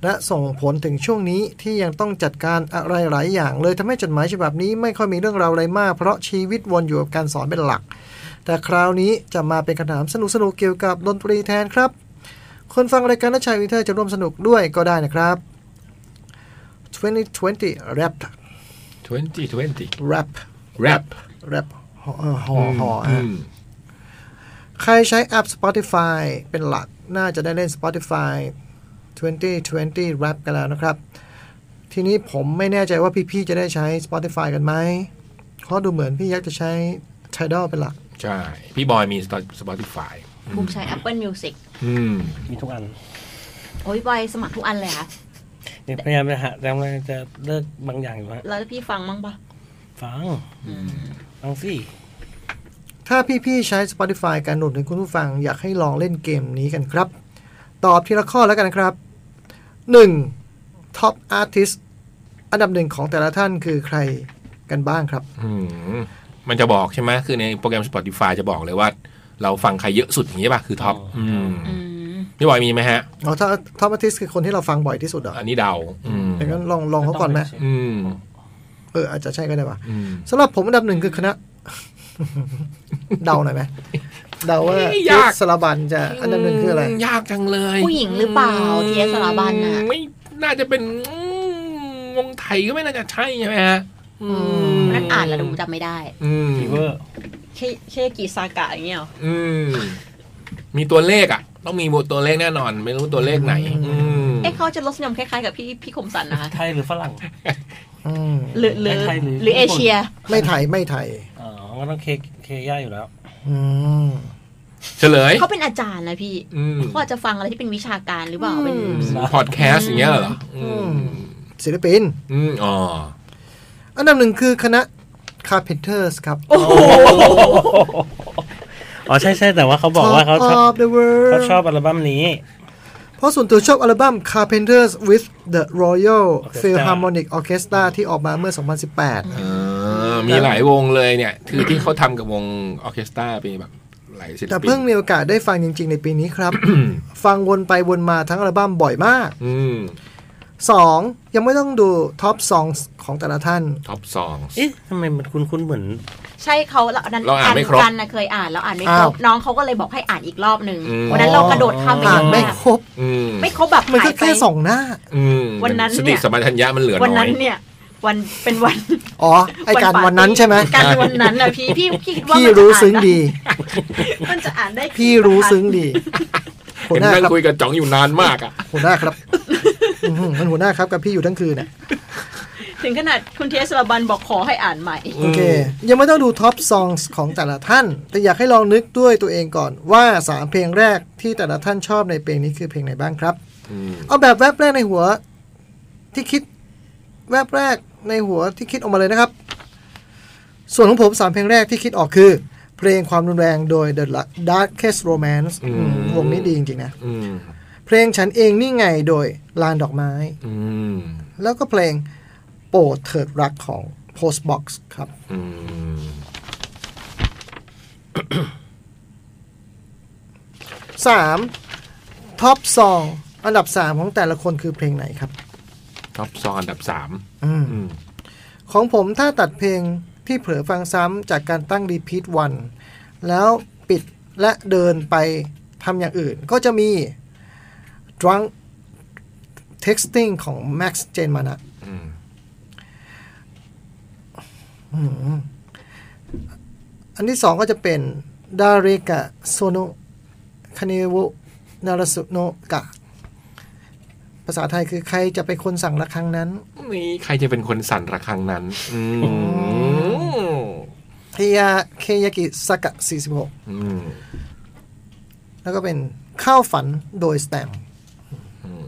[SPEAKER 6] และส่งผลถึงช่วงนี้ที่ยังต้องจัดการอะไรหลายอย่าง เลยทำให้จดหมายฉบับนี้ไม่ค่อยมีเรื่องราวอะไรมาก เพราะชีวิตวนอยู่กับการสอนเป็นหลัก แต่คราวนี้จะมาเป็นคำถามสนุกๆเกี่ยวกับดนตรีแทนครับ คนฟังรายการนัชชัยวินเทอร์จะร่วมสนุกด้วยก็ได้นะครับ 2020 rap
[SPEAKER 3] 2020
[SPEAKER 6] rap
[SPEAKER 3] rap
[SPEAKER 6] rap หอเอ่อหอหออ่ะ ใครใช้แอป Spotify เป็นหลักน่าจะได้เล่น Spotify 2020 Rap กันแล้วนะครับ ทีนี้ผมไม่แน่ใจว่าพี่ ๆ จะได้ใช้ Spotify กันไหมเพราะดูเหมือนพี่ยักษ์จะใช้ Tidal เป็นหลัก
[SPEAKER 3] ใช่ พี่บอยมี Spotify
[SPEAKER 5] บุกใช้ Apple Music
[SPEAKER 3] อืม
[SPEAKER 2] มีทุกอัน
[SPEAKER 5] โอ้ยบอยสมัครทุกอันเลยค่ะ
[SPEAKER 4] นี่พยายามจะหาพยายามจะเลิกบางอย่างอยู่ฮะ
[SPEAKER 5] แล้วพี่ฟังมั้างปะ
[SPEAKER 4] ฟังฟังสิ
[SPEAKER 6] ถ้าพี่ ๆ ใช้ Spotify กันรวมถึงคุณผู้ฟังอยากให้ลองเล่นเกมนี้กันครับ ตอบทีละข้อแล้วกันครับ 1. Top Artist อันดับหนึ่งของแต่ละท่านคือใครกันบ้างครับ
[SPEAKER 3] อืมมันจะบอกใช่ไหมคือในโปรแกรม Spotify จะบอกเลยว่า เราฟังใครเยอะสุดอย่างนี้ป่ะ คือท็อปอืม
[SPEAKER 5] อืม
[SPEAKER 3] พี่บอยมีไหมฮะ
[SPEAKER 6] อ๋อถ้า Top Artist คือคนที่เราฟังบ่อยที่สุดเหรอ
[SPEAKER 3] อันนี้เดา อืม
[SPEAKER 6] อย่างนั้นลองลองเขาก่อนไหม
[SPEAKER 3] อืม
[SPEAKER 6] เอออาจจะใช่ก็ได้ว่ะ
[SPEAKER 3] อืม
[SPEAKER 6] สำหรับผมอันดับหนึ่งคือคณะ เดาหน่อยไหมเดาว่า
[SPEAKER 3] เอ้ย
[SPEAKER 6] เท
[SPEAKER 3] ยาก
[SPEAKER 6] สสลาบันจะอันดับหนึ่งคืออะไร
[SPEAKER 3] ยากจังเลย
[SPEAKER 5] ผู้หญิงหรือเปล่า TS สารบัญน่ะ
[SPEAKER 3] ไม่น่าจะเป็นอืมวงไทยก็ไม่น่าจะใช่ใช่ไหมฮะอืม
[SPEAKER 5] นั่นอ่านแล้วหนูจำไม่ได้
[SPEAKER 3] อืม
[SPEAKER 4] ฟีเวอร์
[SPEAKER 5] เชเชกิซากะอย่างเงี้ยเหรอ
[SPEAKER 3] อืมมีตัวเลขอ่ะ ต้องมีตัวเลขแน่นอน ไม่รู้ตัวเลขไหน อืม
[SPEAKER 5] เอ๊ะเขาจะลดนิยมคล้ายๆกับพี่พี่คมสันนะคะ
[SPEAKER 4] ไทยหรือฝรั่ง
[SPEAKER 6] อืม
[SPEAKER 5] หรือหรือ
[SPEAKER 4] คล้ายๆหรือ
[SPEAKER 5] หรือเอ
[SPEAKER 4] ญี่ปุ่น
[SPEAKER 5] เชีย
[SPEAKER 6] ไม่ไทยไม่ไทย
[SPEAKER 4] อ๋อก็ต้องเคเคย่าอยู่แล้ว
[SPEAKER 6] อืม
[SPEAKER 3] เฉลย
[SPEAKER 5] เขาเป็นอาจารย์นะพี่
[SPEAKER 3] อืม
[SPEAKER 5] เขาอาจจะฟังอะไรที่เป็นวิชาการหรือเปล่าเป็น
[SPEAKER 3] พอดแคสต์อย่างเงี้ยเหรออืม
[SPEAKER 6] ศิลปิน
[SPEAKER 3] อืมอ๋อ
[SPEAKER 6] อันดับหนึ่งคือคณะ Carpenters ครับ
[SPEAKER 4] อ๋อใช่ใช่แต่ว่าเขาบอกว่าเขาช
[SPEAKER 6] Top
[SPEAKER 4] อบ
[SPEAKER 6] of the world
[SPEAKER 4] เขาชอบอัลบั้มนี้
[SPEAKER 6] เพราะส่วนตัวชอบอัลบั้ม Carpenters with the Royal
[SPEAKER 4] Orchestra
[SPEAKER 6] Philharmonic Orchestra ที่ออกมาเมื่อ 2018
[SPEAKER 3] เออมีหลายวงเลยเนี่ย คือที่เขาทำกับวงออร์เคสตราไปแบบหลายศิลปิน
[SPEAKER 6] แต่เพิ่งมีโอกาสได้ฟังจริง ๆ ในปีนี้ครับ ฟังวนไปวนมาทั้งอัลบั้มบ่อยมาก
[SPEAKER 3] อืม
[SPEAKER 6] สองยังไม่ต้องดูท็อปซองของแต่ละท่าน
[SPEAKER 3] ท็อปซอง
[SPEAKER 4] เอ๊ะทำไมมันคุ้นๆเหมือน
[SPEAKER 5] ใช่เขาเรานั้น
[SPEAKER 3] เราอ่านไม่ครบ
[SPEAKER 5] กันนะเคยอ่านเราอ่านไม่คร
[SPEAKER 6] อ้าว
[SPEAKER 5] บน้องเขาก็เลยบอกให้อ่านอีกรอบหนึ่ง
[SPEAKER 3] อืม
[SPEAKER 5] วันนั้นเรากระโดดข้ามไป
[SPEAKER 6] อ่าน
[SPEAKER 5] เยอะ
[SPEAKER 6] ไม่
[SPEAKER 5] มาก
[SPEAKER 6] ครบ
[SPEAKER 3] อืม
[SPEAKER 5] ไม่ครบแบบ
[SPEAKER 6] มันก็
[SPEAKER 5] หายไป
[SPEAKER 6] แค่สองหน้า
[SPEAKER 3] อืม
[SPEAKER 5] วันนั้น
[SPEAKER 3] ส
[SPEAKER 5] เนี่
[SPEAKER 3] ติ
[SPEAKER 5] ย
[SPEAKER 3] สัมปชัญญะมันเหลือ
[SPEAKER 5] วัน
[SPEAKER 3] น้อ
[SPEAKER 5] นั้
[SPEAKER 3] ย
[SPEAKER 5] นเนี่ย วันเป็นวัน
[SPEAKER 6] อ๋อ ไอการ
[SPEAKER 5] ปาร์ตี้
[SPEAKER 6] วันนั้นใช่ไหม
[SPEAKER 5] การวันนั้นนะพี่พี่พี่คิดว่า
[SPEAKER 6] พี่
[SPEAKER 5] มันจะ
[SPEAKER 6] รู้
[SPEAKER 5] อ่าน
[SPEAKER 6] ซึ้งดี
[SPEAKER 5] มันจะอ่านได้
[SPEAKER 6] พี่รู้ซึ้ง ดีหัว
[SPEAKER 3] เห็น
[SPEAKER 6] หน้า
[SPEAKER 3] นั่ง
[SPEAKER 6] ครับ
[SPEAKER 3] คุยกับจ๋องอยู่นานมากอ่ะ
[SPEAKER 6] หัวหน้า ครับอื้อหือมันหัวหน้าครับกับพี่อยู่ทั้งคืนน่ะ
[SPEAKER 5] ถึงขนาดคุณเทสลาบันบอกขอให้อ่านใหม่
[SPEAKER 6] โอเค ยังไม่ต้องดูท็อปซองของแต่ละท่าน แต่อยากให้ลองนึกด้วยตัวเองก่อนว่าสามเพลงแรกที่แต่ละท่านชอบในเพลงนี้คือเพลงไหนบ้างครับ
[SPEAKER 3] อืม
[SPEAKER 6] เอาแบบแวบแรกในหัวที่คิด แวบแรกในหัวที่คิดออกมาเลยนะครับ ส่วนของผมสามเพลงแรกที่คิดออกคือ เพลงความรุนแรงโดย The Darkest Romance อืมวงนี้ดีจริงๆนะ
[SPEAKER 3] อืม
[SPEAKER 6] เพลงฉันเองนี่ไงโดยลานดอกไม้
[SPEAKER 3] อืม
[SPEAKER 6] แล้วก็เพลงโปรดเถิดรักของ Postbox ครับ
[SPEAKER 3] อืม
[SPEAKER 6] 3. ท็อปซองอันดับ 3 ของแต่ละคนคือเพลงไหนครับ
[SPEAKER 3] ท็อปซองอันดับสาม
[SPEAKER 6] อืม
[SPEAKER 3] อืม
[SPEAKER 6] ของผมถ้าตัดเพลงที่เผลอฟังซ้ำจากการตั้งรีพีทวัน แล้วปิดและเดินไปทำอย่างอื่น ก็จะมี drunk texting ของ Max เจนมานะ
[SPEAKER 3] อืม
[SPEAKER 6] อืมอันที่สองก็จะเป็น ดาเรกะโซโนคาเนวนาราสุโนกะ ภาษาไทยคือใครจะเป็นคนสั่งระครั้งนั้น
[SPEAKER 3] นี่ใครจะเป็นคนสั่นระฆังนั้น อืม
[SPEAKER 6] เคียเคยากิสากะ46
[SPEAKER 3] อืม
[SPEAKER 6] แล้วก็เป็นข้าวฝันโดยสแตม
[SPEAKER 3] อืม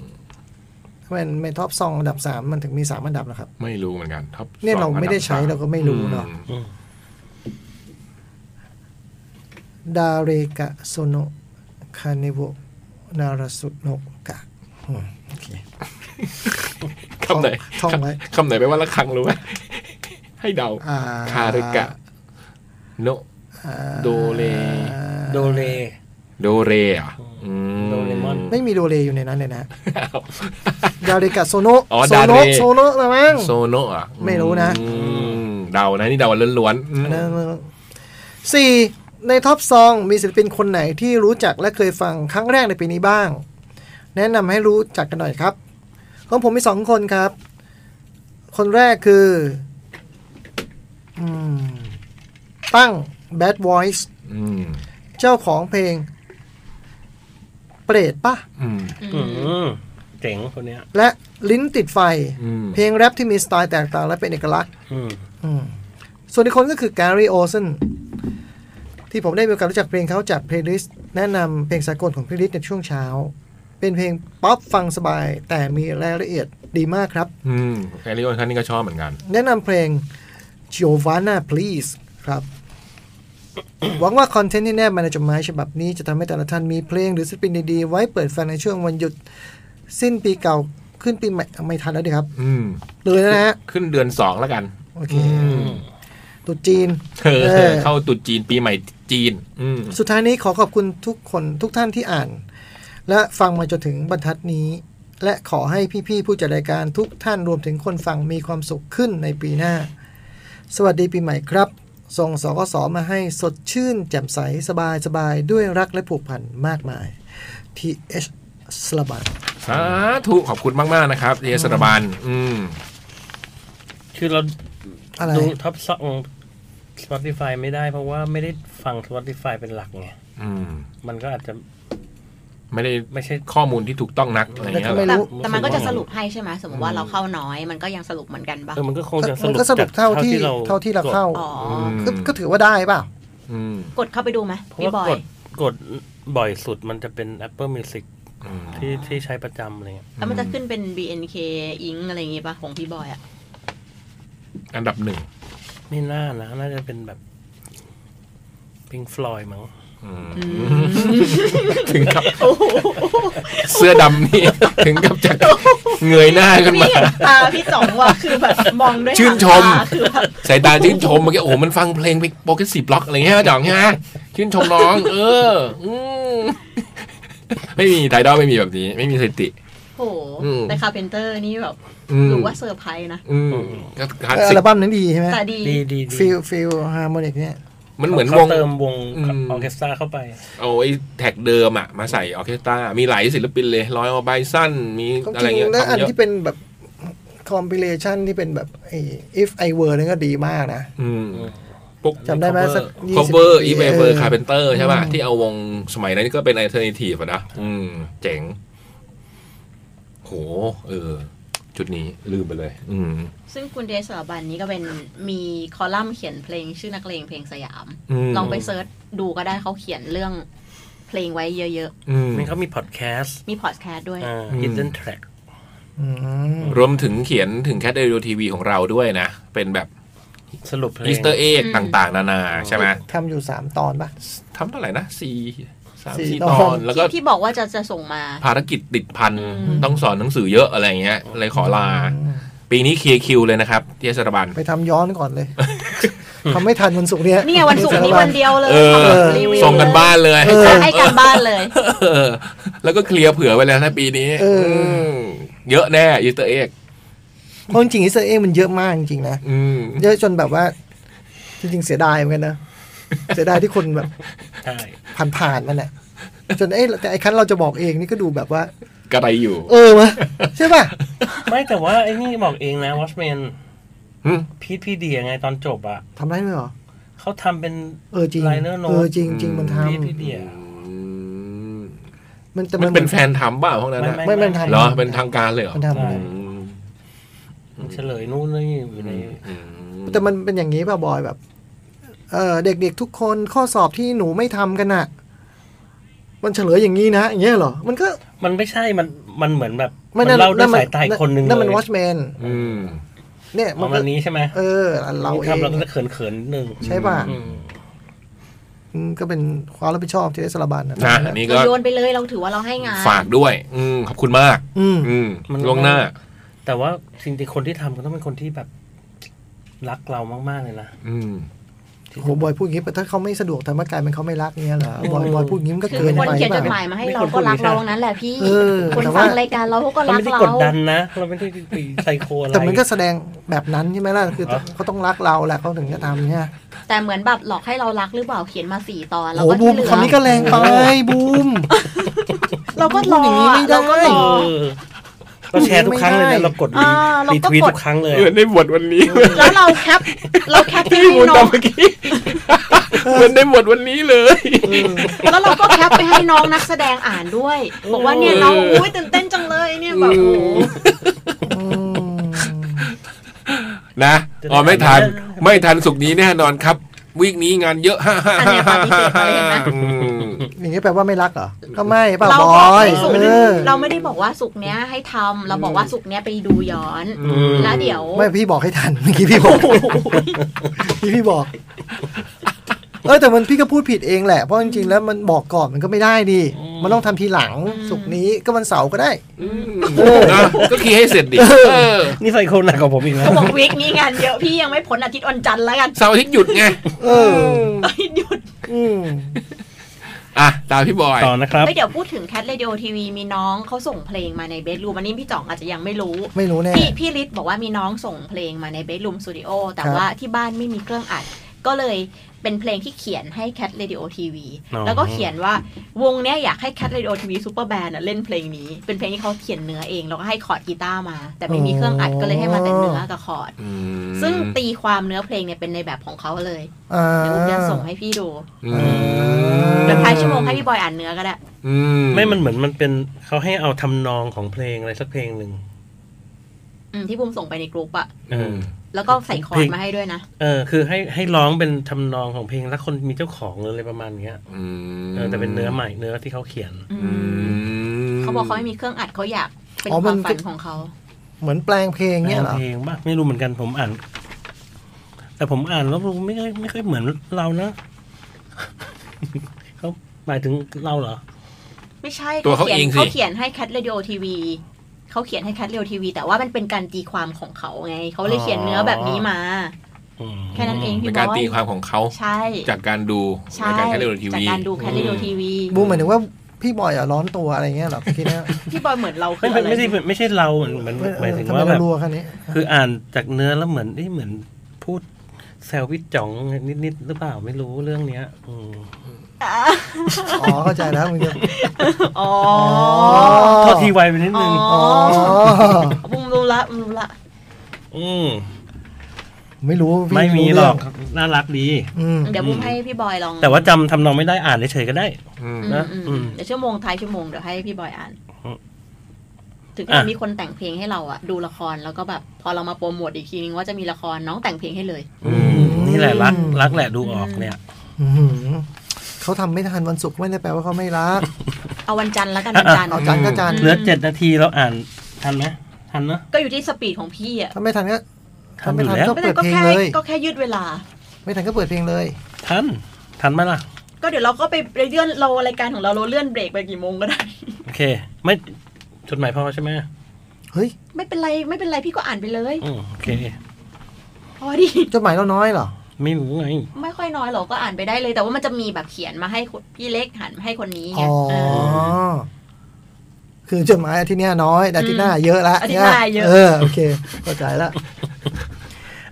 [SPEAKER 6] มันเมนท็อปซองอันดับ 3 มันถึงมี 3 อันดับนะครับ
[SPEAKER 3] ไม่รู้เหมือนกันท็อป
[SPEAKER 6] เนี่ยเราไม่ได้ใช้เราก็ไม่รู้เนอะ
[SPEAKER 4] อืม
[SPEAKER 6] ดาเรกะโซโนะคาเนโวนาราสุโนะกะอืมโอเค
[SPEAKER 3] คำไหน
[SPEAKER 6] ท่องไว้
[SPEAKER 3] คำไหนไปลว่าละครังรู้ไหมให้เดา
[SPEAKER 6] อ่
[SPEAKER 3] คาริกะ โน
[SPEAKER 6] อ่า
[SPEAKER 3] โดเร
[SPEAKER 4] โดเร
[SPEAKER 3] โดเรเหรอ่ะ
[SPEAKER 4] โดเรมอน
[SPEAKER 6] ไม่มีโดเรอยู่ในนั้นเลยนะ ดาเรกะโซโน
[SPEAKER 3] อ๋อ
[SPEAKER 6] โซ
[SPEAKER 3] ดา
[SPEAKER 6] โน
[SPEAKER 3] เร
[SPEAKER 6] โซโนะละมั้ง
[SPEAKER 3] โซโนะเหรอ่ะ
[SPEAKER 6] ไม่รู้นะ
[SPEAKER 3] เดานะนี่เดาล้วนๆอืม
[SPEAKER 6] สี่ในท็อปซองมีศิลปินคนไหนที่รู้จักและเคยฟังครั้งแรกในปีนี้บ้าง แนะนำให้รู้จักกันหน่อยครับของผมมีสองคนครับ คนแรกคืออืมตั้ง Bad Voice
[SPEAKER 3] อืม
[SPEAKER 6] เจ้าของเพลง เปรตปะ
[SPEAKER 3] อืม
[SPEAKER 4] อืมเจ๋งคนเนี้ย
[SPEAKER 6] และลิ้นติดไฟ
[SPEAKER 3] อืม
[SPEAKER 6] เพลงแรปที่มีสไตล์แตกต่างและเป็นเอกลักษณ์
[SPEAKER 4] อืม
[SPEAKER 6] อืมส่วนอีกคนก็คือแกรี่โอเซนที่ผมได้มีโอกาสรู้จักเพลงเขาจากเพลย์ลิสต์แนะนำเพลงสากลของเพลย์ลิสต์ในช่วงเช้า เป็นเพลงป๊อปฟังสบาย แต่มีรายละเอียดดีมากครับ
[SPEAKER 3] อืมแอริโอนคันนี่ก็ชอบเหมือนกัน
[SPEAKER 6] แนะนำเพลง Giovanna please ครับ หวังว่าคอนเทนต์ที่แนบมาในจดหมายฉบับนี้จะทำให้แต่ละท่านมีเพลงหรือศิลปินดีๆ ไว้เปิดฟังในช่วงวันหยุด สิ้นปีเก่าขึ้นปีใหม่ไม่ทันแล้วดิครับ
[SPEAKER 3] อืม
[SPEAKER 6] เลยแล้วนะฮะ
[SPEAKER 3] ขึ้นเดือนสองแล้วกัน
[SPEAKER 6] โอเคตรุษจีน
[SPEAKER 3] เธอ
[SPEAKER 6] เออ
[SPEAKER 3] เข้าตรุษจีนปีใหม่จีน อืม
[SPEAKER 6] สุดท้ายนี้ขอขอบคุณทุกคนทุกท่านที่อ่าน และฟังมาจนถึงบรรทัดนี้ และขอให้พี่ๆผู้จัดรายการทุกท่านรวมถึงคนฟังมีความสุขขึ้นในปีหน้า สวัสดีปีใหม่ครับ ส่งสกสมาให้สดชื่น แจ่มใสสบายสบายด้วยรักและผูกพันมากมาย TH สลบัน
[SPEAKER 3] สาธุขอบคุณมากๆนะครับเยสรบานอืม
[SPEAKER 4] คือเรา
[SPEAKER 6] อะไร
[SPEAKER 4] ดูท็อปซอง Spotify ไม่ได้เพราะว่าไม่ได้ฟัง Spotify เป็นหลักไง
[SPEAKER 3] อืม
[SPEAKER 4] มันก็อาจจะ
[SPEAKER 3] ไม่ได้
[SPEAKER 4] ไม่ใช่
[SPEAKER 3] ข้อมูลที่ถูกต้องนักอะไร
[SPEAKER 6] แต่
[SPEAKER 3] เงี้
[SPEAKER 6] ก็
[SPEAKER 3] ย
[SPEAKER 6] ไม่
[SPEAKER 5] แต่
[SPEAKER 6] รู้
[SPEAKER 5] แต่มันก็จะสรุปให้ใช่ไหมสมมติว่าเราเข้าน้อยมันก็ยังสรุปเหมือนกันปะ
[SPEAKER 4] เออมันก็คงจะส
[SPEAKER 6] มั
[SPEAKER 4] รุ
[SPEAKER 6] น
[SPEAKER 4] ป
[SPEAKER 6] ก็สรุป
[SPEAKER 4] จก
[SPEAKER 6] เท่าที่เท่าที่เราเข้า
[SPEAKER 5] อ๋อ
[SPEAKER 3] อืม
[SPEAKER 6] ก็ก็ถือว่าได้เปล่า
[SPEAKER 3] อืม
[SPEAKER 5] กดเข้าไปดูไหม
[SPEAKER 4] เพราะ
[SPEAKER 5] พี่บ
[SPEAKER 4] ว่า
[SPEAKER 5] อก ย
[SPEAKER 4] ดกดบ่อยสุดมันจะเป็น Apple Music
[SPEAKER 3] อืม
[SPEAKER 4] ที่ที่ใช้ประจำอะไรเงี้ย
[SPEAKER 5] แล้วมันจะขึ้นเป็น BNK อิงอะไรอย่างงี้ปะของพี่บอยอะ
[SPEAKER 3] อันดับหนึ่ง
[SPEAKER 4] ไม่น่านะ น่าจะเป็นแบบ Pink Floyd มั้ง
[SPEAKER 3] อืมถึงกับเสื้อดำนี่ ถึงกับจะเงยหน้าขึ้น
[SPEAKER 5] พี่
[SPEAKER 3] มา
[SPEAKER 5] เห็นตาพี่สองว่าคือแบบมองด้วย
[SPEAKER 3] ชื่นชม
[SPEAKER 5] หางตาคือแบบ
[SPEAKER 3] สายตาชื่นชมเมื่อกี้โอ้โหมันฟังเพลงโปรเกรสซีฟล็อกอะไรเงี้ยจ่องใช่ไหมชื่นชมน้อง เอออืมไม่มีไทดอลไม่มีแบบนี้ ไม่มีสถิติ
[SPEAKER 5] โห
[SPEAKER 3] อืม
[SPEAKER 5] แต่คาเพนเตอร์นี่แบบ
[SPEAKER 3] อืม
[SPEAKER 5] หรือว่าเซอร์ไพรส์นะ
[SPEAKER 3] อืมก็คลาส
[SPEAKER 6] เอออั
[SPEAKER 3] สิก
[SPEAKER 6] ลบั้มนั้นดีใช่ไหม
[SPEAKER 5] แต่ดี
[SPEAKER 4] ดีดี
[SPEAKER 6] ฟิลฟิลฮาร์โมนิกเนี่ย
[SPEAKER 3] มันเหมือนว
[SPEAKER 4] เขา
[SPEAKER 3] ง
[SPEAKER 4] เติมวง
[SPEAKER 3] อืม
[SPEAKER 4] ออร์เคสตราเข้าไป
[SPEAKER 3] เอาไอ้แท็กเดิมอะมาใส่ออร์เคสตรา มีหลายศิลปินเลยร้อยออไบสั้นมี
[SPEAKER 6] ความ
[SPEAKER 3] อะ
[SPEAKER 6] จ
[SPEAKER 3] ไร
[SPEAKER 6] ริง
[SPEAKER 3] เงี้ย
[SPEAKER 6] แล้วอั
[SPEAKER 3] ทำ
[SPEAKER 6] น
[SPEAKER 3] เยอะ
[SPEAKER 6] ที่เป็นแบบคอม i ิเลชันที่เป็นแบบไอ้ if I were นั่นก็ดีมากนะ
[SPEAKER 3] อืมพวก
[SPEAKER 6] จำได้ไหมสักยี่
[SPEAKER 3] cover
[SPEAKER 6] สิบปี
[SPEAKER 3] อีเวเวอร์
[SPEAKER 6] เออ
[SPEAKER 3] คาร์เพนเตอร์ใช่ป่ะ ที่เอาวงสมัยนั้นก็เป็น a l t e r n a t i v e อะนะ อืม เจ๋ง โห เออ จุดนี้ลืมไปเลย อืม
[SPEAKER 5] ซึ่งคุณเดชสารบันนี้ก็เป็นมีคอลัมน์เขียนเพลงชื่อนักเลงเพลงสยาม
[SPEAKER 3] อืม
[SPEAKER 5] ลองไปเซิร์ชดูก็ได้เขาเขียนเรื่องเพลงไว้เยอะ
[SPEAKER 3] อืม
[SPEAKER 4] นี่เขามีพอดแคสต์
[SPEAKER 5] ๆ มีพอดแคสต์ด้วย
[SPEAKER 4] อ่า Hidden Track
[SPEAKER 6] อืม
[SPEAKER 3] รวมถึงเขียนถึงแคทเรดิโอทีวีของเราด้วยนะ เป็นแบบ
[SPEAKER 4] สรุปเพล
[SPEAKER 3] อี
[SPEAKER 4] ง
[SPEAKER 3] สเตอร์เอ็กต่างๆ นานา ใช่ไหม
[SPEAKER 6] ทำอยู่ 3 ตอนป่ะ
[SPEAKER 3] ทำเท่าไหร่นะสี่สาม
[SPEAKER 6] สี่
[SPEAKER 3] สี่
[SPEAKER 6] ต
[SPEAKER 3] ต
[SPEAKER 6] อน
[SPEAKER 3] อน แล้วก็
[SPEAKER 5] ที่ที่บอกว่าจะจะส่งมา
[SPEAKER 3] ภารกิจติดพัน
[SPEAKER 5] อืม
[SPEAKER 3] ต้องสอนหนังสือเยอะอะไรอย่างเงี้ยเลยขอลา ปีนี้เคลียร์คิวเลยนะครับเทศบาล
[SPEAKER 6] ไปทำย้อนก่อนเลย ทำไม่ทันวันศุกร์เนี้ย
[SPEAKER 5] นี่ไงวันศุกร์นี้วันเดียวเลย
[SPEAKER 3] เออ
[SPEAKER 5] ทำรีวิว
[SPEAKER 3] ส่งกันบ้านเลยให้ครบ
[SPEAKER 5] ให้การบ้านเลย
[SPEAKER 3] เออแล้วก็เคลียร์เผื่อไว้แล้วนะปีนี้มเยอะแน่อีสเตอร์เอ็ก
[SPEAKER 6] เพราะจริงๆอิสเองมันเยอะมากจริงๆนะ
[SPEAKER 3] อืม
[SPEAKER 6] เยอะจนแบบว่า จริง ๆ เสียดายเหมือนกันนะ เสียดายที่คนแบบ
[SPEAKER 4] ใช่
[SPEAKER 6] ผ่านๆมันแหละจนไอ้ยแต่ไอ้คันเราจะบอกเองนี่ก็ดูแบบว่า
[SPEAKER 3] กระไรอยู่
[SPEAKER 6] เออวะใช่ป่ะ
[SPEAKER 4] ไม่แต่ว่าไอ้นี่บอกเองนะ Watchmen
[SPEAKER 3] หึ
[SPEAKER 4] พีทพีเดียไงตอนจบอ่ะ
[SPEAKER 6] ทำได้ไหมหรอ
[SPEAKER 4] เขาทำเป็น
[SPEAKER 6] เออจริง
[SPEAKER 4] Liner Note
[SPEAKER 6] เออจริงจริงมันท
[SPEAKER 4] พีทพีเดีย
[SPEAKER 3] อืม
[SPEAKER 6] ำมันแต่
[SPEAKER 3] มั
[SPEAKER 6] มัน น
[SPEAKER 3] เป็นแฟนทำบ้าพวกนั้นนะ
[SPEAKER 6] ไม่มันทำ
[SPEAKER 3] เหรอเป็นทางการเลยเหรอ
[SPEAKER 6] มันทำ
[SPEAKER 3] อืม
[SPEAKER 4] มันเฉลยนู่นนี่อยู่ใน
[SPEAKER 3] อืม
[SPEAKER 6] แต่มันเป็นอย่างนี้ป่ะบอยแบบ เออเด็กๆทุกคนข้อสอบที่หนูไม่ทำกันอะมันเฉลยอย่างนี้นะอย่างเงี้ยเหรอ มันก็
[SPEAKER 4] มันไม่ใช่มันมันเหมือนแบบ
[SPEAKER 6] ไม่
[SPEAKER 4] มันเล่าด้วยสายตาอีกคนนึง
[SPEAKER 6] นั่นมัน
[SPEAKER 4] เลยว
[SPEAKER 6] อชแมน
[SPEAKER 3] อืม
[SPEAKER 6] เนี่ย
[SPEAKER 4] ป
[SPEAKER 6] มัน
[SPEAKER 4] ระ
[SPEAKER 6] ก็
[SPEAKER 4] มาณนี้ใช่ไหม
[SPEAKER 6] เออ เราเอ
[SPEAKER 4] ทำเรา
[SPEAKER 6] ง
[SPEAKER 4] ก็จะเขินๆนิดนึง
[SPEAKER 6] ใช่ป่ะ
[SPEAKER 4] อืม
[SPEAKER 6] อืมก็เป็นความรับผิดชอบที่ได้สารบัญนะ
[SPEAKER 3] นะอันนี้ก็
[SPEAKER 5] เราโยนไปเลยเราถือว่าเราให้งาน
[SPEAKER 3] ฝากด้วย อืมขอบคุณมาก
[SPEAKER 6] อืม
[SPEAKER 3] อืม
[SPEAKER 4] มัน
[SPEAKER 3] ล่วงหน้า
[SPEAKER 4] แต่ว่าจริงๆคนที่ทำก็ต้องเป็นคนที่แบบรักเรามากๆเลยนะ
[SPEAKER 3] อืม
[SPEAKER 6] โหบอยพูดอย่างนี้แต่ถ้าเขาไม่สะดวกทำให้กลายเป็นเขาไม่รักเนี่ยเหรอบอยบอยพูดอย่างนี้มันก็
[SPEAKER 5] คือ
[SPEAKER 6] เกิน
[SPEAKER 5] คน
[SPEAKER 6] ไป
[SPEAKER 5] เขียน
[SPEAKER 6] แบ
[SPEAKER 5] จ
[SPEAKER 6] บ
[SPEAKER 5] ดหมายมาให้เราก็รักเราทั้งนั้นแหละพี่
[SPEAKER 6] เออ
[SPEAKER 5] คน
[SPEAKER 6] แต่ว่า
[SPEAKER 5] ฟังรายการเราเขาก็
[SPEAKER 4] เรา
[SPEAKER 5] รัก
[SPEAKER 4] ไม่ได้
[SPEAKER 5] เรา
[SPEAKER 4] กดดันนะ เราไม่ได้ไปไซโคอะไร
[SPEAKER 6] แต่มันก็แสดงแบบนั้นใช่ไหมล่ะคือ
[SPEAKER 4] เหรอ
[SPEAKER 6] เขาต้องรักเราแหละเขาถึงจะทำเนี่ย
[SPEAKER 5] แต่เหมือนแบบหลอกให้เรารักหรือเปล่าเขียนมาสี่ตอนเรา
[SPEAKER 6] โอ้
[SPEAKER 5] ก็
[SPEAKER 6] บู
[SPEAKER 5] ที่เห
[SPEAKER 6] ม
[SPEAKER 5] ลือ
[SPEAKER 6] คำนี้ก็แรงไปบูม
[SPEAKER 5] เราก็ร
[SPEAKER 6] พูด
[SPEAKER 5] อ
[SPEAKER 6] อย่างนี้ไม่ได้
[SPEAKER 5] เราก็รอ
[SPEAKER 4] เออเราแชร์ทุกครั้งเลยนะเรากดรี
[SPEAKER 5] อ่าเรา
[SPEAKER 4] รี
[SPEAKER 5] ก็
[SPEAKER 4] ทวีต
[SPEAKER 5] กด
[SPEAKER 4] ทุกครั้งเลย
[SPEAKER 3] เหมือนได้บทวันนี้
[SPEAKER 5] แล้วเราแคปเราแคป
[SPEAKER 3] ที่
[SPEAKER 5] ให้
[SPEAKER 3] มูล
[SPEAKER 5] น้
[SPEAKER 3] ต
[SPEAKER 5] อ
[SPEAKER 3] อน
[SPEAKER 5] ง
[SPEAKER 3] เมื่อกี้ เหมือนได้บทวันนี้เลย
[SPEAKER 5] แล้วเราก็แคปไปให้น้องนักแสดงอ่านด้วย บอกว่าเนี่ยน้องอุ้ยตื่นเต้นจังเลยเนี่ยแบบโอ้โห
[SPEAKER 6] อืม
[SPEAKER 3] นะ
[SPEAKER 4] จะได้
[SPEAKER 3] อ๋อไม่ทัน
[SPEAKER 4] ทำได้
[SPEAKER 3] ไม่ทันสุกร์นี้แน่นอนครับ วีคนี้งานเยอะฮ่าฮ่า
[SPEAKER 5] อัน
[SPEAKER 3] ฮ่าฮ่า
[SPEAKER 5] เนี้ยปฏิเสธไปเห็นไหม
[SPEAKER 3] อืม
[SPEAKER 6] อย่างนี้แปลว่าไม่รักเหรอก็ไม่เปล่า
[SPEAKER 5] เรา
[SPEAKER 6] บบ
[SPEAKER 5] อ
[SPEAKER 6] อย
[SPEAKER 5] กสุก
[SPEAKER 6] เอ
[SPEAKER 5] นี้
[SPEAKER 6] อ
[SPEAKER 5] เราไม่ได้บอกว่าสุกร์เนี้ยให้ทำเราบอกว่าสุกร์เนี้ยไปดูย้อน แล้วเดี๋ยว
[SPEAKER 6] ไม่พี่บอกให้ทันเมื่อกี้พี่บอกพี่พี่บอกเออแต่มันพี่ก็พูดผิดเองแหละเพราะจริงๆแล้วมันบอกก่อนมันก็ไม่ได้ดิมันต้องทำทีหลังสุกร์นี้ก็วันเสาร์ก็ได้
[SPEAKER 3] อืมนะก็เคลียร์ให้เสร็จดิเออ
[SPEAKER 4] นี่ไซโคหนักกว่าผมอีกนะ
[SPEAKER 5] ก็บอกวิกนี้งานเยอะพี่ยังไม่ผลอาทิตย์วันจันทร์แล้วกัน
[SPEAKER 3] เสาร์อาทิตย์หยุดไง
[SPEAKER 6] เออ
[SPEAKER 5] อาทิตย์หยุด
[SPEAKER 6] อืม
[SPEAKER 3] อ่ะ ตามพี่บอย
[SPEAKER 4] ต่อนะครับ
[SPEAKER 5] แล้วเดี๋ยวพูดถึงแคทเรดิโอทีวีมีน้องเขาส่งเพลงมาในเบสรูมอันนี้พี่จ่องอาจจะยังไม่รู้
[SPEAKER 6] ไม่รู้แน่
[SPEAKER 5] พี่พี่ฤทธิ์บอกว่ามีน้องส่งเพลงมาในเบสรูมสตูดิโอแต่
[SPEAKER 6] ครับ
[SPEAKER 5] ว่าที่บ้านไม่มีเครื่องอัด ก็เลยเป็นเพลงที่เขียนให้แคทเรดิโอทีวี
[SPEAKER 4] อ๋อ
[SPEAKER 5] แล้วก็เขียนว่าวงเนี้ยอยากให้แคทเรดิโอทีวีซูเปอร์แบนด์เล่นเพลงนี้ เป็นเพลงที่เขาเขียนเนื้อเองแล้วก็ให้คอร์ดกีตาร์มา แต่ไม่มีเครื่องอัด
[SPEAKER 6] อ๋อ
[SPEAKER 5] ก็เลยให้มาแต่เนื้อกับคอร์ด
[SPEAKER 3] อืม
[SPEAKER 5] ซึ่งตีความเนื้อเพลงเนี่ยเป็นในแบบของเขาเลย
[SPEAKER 6] อ่า
[SPEAKER 5] เดี๋ยวผมจะส่งให้พี่ดู
[SPEAKER 3] อืม
[SPEAKER 5] เดี๋ยวท้ายชั่วโมงให้พี่บอยอ่านเนื้อก็ได้
[SPEAKER 3] อื
[SPEAKER 4] ไม่มันเหมือนมันเป็นเขาให้เอาทำนองของเพลงอะไรสักเพลงหนึ่ง
[SPEAKER 5] อืมที่บุมส่งไปในกลุ่มอะ
[SPEAKER 4] เออ
[SPEAKER 5] แล้วก็ใส่คอร์
[SPEAKER 4] เพ
[SPEAKER 5] ด
[SPEAKER 4] ลง
[SPEAKER 5] มาให้ด้วยนะ
[SPEAKER 4] เออคือให้ให้ร้องเป็นทำนองของเพลงรักคนมีเจ้าของหรืออะไรประมาณเนี้ย
[SPEAKER 3] อืม
[SPEAKER 4] เออแต่เป็นเนื้อใหม่เนื้อที่เขาเขียน
[SPEAKER 5] อื
[SPEAKER 3] อื
[SPEAKER 5] ม
[SPEAKER 3] ม
[SPEAKER 5] เขาบอกเขาไม่มีเครื่องอัดเขาอยากเป็น
[SPEAKER 6] อ๋อ
[SPEAKER 5] ความ
[SPEAKER 6] มันก็
[SPEAKER 5] ฝันของเขา
[SPEAKER 6] เหมือนแปลงเพลงเนี่ยเหรอ
[SPEAKER 4] เพลงป่ะไม่รู้เหมือนกันผมอ่าน แต่ผมอ่านแล้วรู้ไม่ค่อยไม่ค่อยเหมือนเรานะ เขาหมายถึงเราเหรอ
[SPEAKER 5] ไม่ใช่
[SPEAKER 3] ตัวเขา
[SPEAKER 5] ขียน
[SPEAKER 3] เองสิ
[SPEAKER 5] เขาเขียนให้ Cat Radio TV เขาเขียนให้ Cat Radio TV แต่ว่ามันเป็นการตีความของเขาไง เขาเลยเขียนเนื้อแบบนี้มา
[SPEAKER 4] อืม
[SPEAKER 5] แค่นั้นเอง
[SPEAKER 3] เป็
[SPEAKER 5] พี่
[SPEAKER 3] น
[SPEAKER 5] บ
[SPEAKER 3] การ
[SPEAKER 5] อย
[SPEAKER 3] ตีความของเขา
[SPEAKER 5] ใช่
[SPEAKER 3] จากการดู
[SPEAKER 5] ใช่
[SPEAKER 3] รายการแคทเรดิโอทีวี
[SPEAKER 5] จากการดู Cat Radio TV
[SPEAKER 6] บูมหมายถึงว่าพี่บอยอ่ะร้อนตัวอะไรเงี้ยเหรอพี่เนี่ย
[SPEAKER 5] พี่บอยเหมือนเราคื
[SPEAKER 4] ไม่
[SPEAKER 5] ออะไร
[SPEAKER 4] ไม่ไม่ใช่ไม่ใช่เราเหมือนเหมือนหมายถึง
[SPEAKER 6] ทำไม
[SPEAKER 4] ว่าแบ
[SPEAKER 6] เรา
[SPEAKER 4] บ
[SPEAKER 6] รัวขนาดนี้
[SPEAKER 4] คืออ่านจากเนื้อแล้วเหมือนนี่เหมือนพูดแซวพี่จ๋องนิดนิดๆหรือเปล่าไม่รู้เรื่องเนี้ย อืม
[SPEAKER 6] อ๋อเข้าใจแล้วมึงจะ
[SPEAKER 5] อ๋อ
[SPEAKER 4] โทษทีไวไปนิด
[SPEAKER 5] อ๋
[SPEAKER 4] นึ
[SPEAKER 5] อง
[SPEAKER 6] อ๋อ
[SPEAKER 5] บุมรู้ละบุมรู้ละ
[SPEAKER 4] อืม
[SPEAKER 6] ไม่รู้พี่
[SPEAKER 4] ไม่มีหรอก
[SPEAKER 6] เง
[SPEAKER 4] น่ารักดี
[SPEAKER 6] อืม
[SPEAKER 5] เดี๋ยวบุมให้พี่บอยลอง
[SPEAKER 4] แต่ว่าจำทำนองไม่ได้อ่านเฉยๆก็ได้
[SPEAKER 5] อืม
[SPEAKER 4] นะ
[SPEAKER 5] อืม
[SPEAKER 4] อืม
[SPEAKER 5] เดี๋ยวชั่วโมงท้ายชั่วโมงเดี๋ยวให้พี่บอยอ่าน
[SPEAKER 4] อืม
[SPEAKER 5] ถึง
[SPEAKER 4] อ่ะ
[SPEAKER 5] จะมีคนแต่งเพลงให้เราอะดูละครแล้วก็แบบพอเรามาโปรโมทอีกทีนึงว่าจะมีละครน้องแต่งเพลงให้เลย
[SPEAKER 4] อืมนี่แหละรักรักแหละดูออกเนี่ย
[SPEAKER 6] อื้อหือเขาทำไม่ทันวันศุกร์ไม่ได้แปลว่าเขาไม่รัก
[SPEAKER 5] เอาวันจันทร์แล้วกันวันจันทร์
[SPEAKER 6] เอาจันก็จัน
[SPEAKER 4] เหลือเจ็ดนาทีเราอ่านทันไหมทันเนอะ
[SPEAKER 5] ก็อยู่ที่สปีดของพี่อะ
[SPEAKER 6] ถ้าไม่ทันก็
[SPEAKER 4] ทั
[SPEAKER 6] ถ้าน
[SPEAKER 4] อยู่
[SPEAKER 6] ไม่ทัน
[SPEAKER 4] แล้ว
[SPEAKER 6] ก็
[SPEAKER 5] ไม่
[SPEAKER 6] เปิ
[SPEAKER 5] แต่
[SPEAKER 6] ด
[SPEAKER 5] ก็
[SPEAKER 6] เพลง
[SPEAKER 5] แค่
[SPEAKER 6] เลย
[SPEAKER 5] ก็แค่ยืดเวลา
[SPEAKER 6] ไม่ทันก็เปิดเพลงเลย
[SPEAKER 4] ทัน ทันไหมล่ะ
[SPEAKER 5] ก็เดี๋ยวเราก็ไปเลื่อนเรารายการของเราเราเลื่อนเบรกไปกี่โมงก็ได้
[SPEAKER 4] โอเค ไม่จดหมายพอใช่ไหม
[SPEAKER 6] เฮ้ย
[SPEAKER 5] ไม่เป็นไรไม่เป็นไรพี่ก็อ่านไปเลย
[SPEAKER 4] อืมโอเค
[SPEAKER 5] พอดี
[SPEAKER 6] จดหมายเราน้อยเหรอ
[SPEAKER 4] ไม่รู้ไง
[SPEAKER 5] ไม่ค่อยน้อยหรอกก็อ่านไปได้เลย แต่ว่ามันจะมีแบบเขียนมาให้คนพี่เล็กหันมาให้คนนี้ไง
[SPEAKER 6] อ๋อ
[SPEAKER 5] เออ
[SPEAKER 6] คือจดหมายอาทิตย์เนี้ยน้อยแต่อาทิตย์หน้าเยอะละ
[SPEAKER 5] อาทิตย์หน้าเยอะ
[SPEAKER 6] เออโอเคเข้าใจละ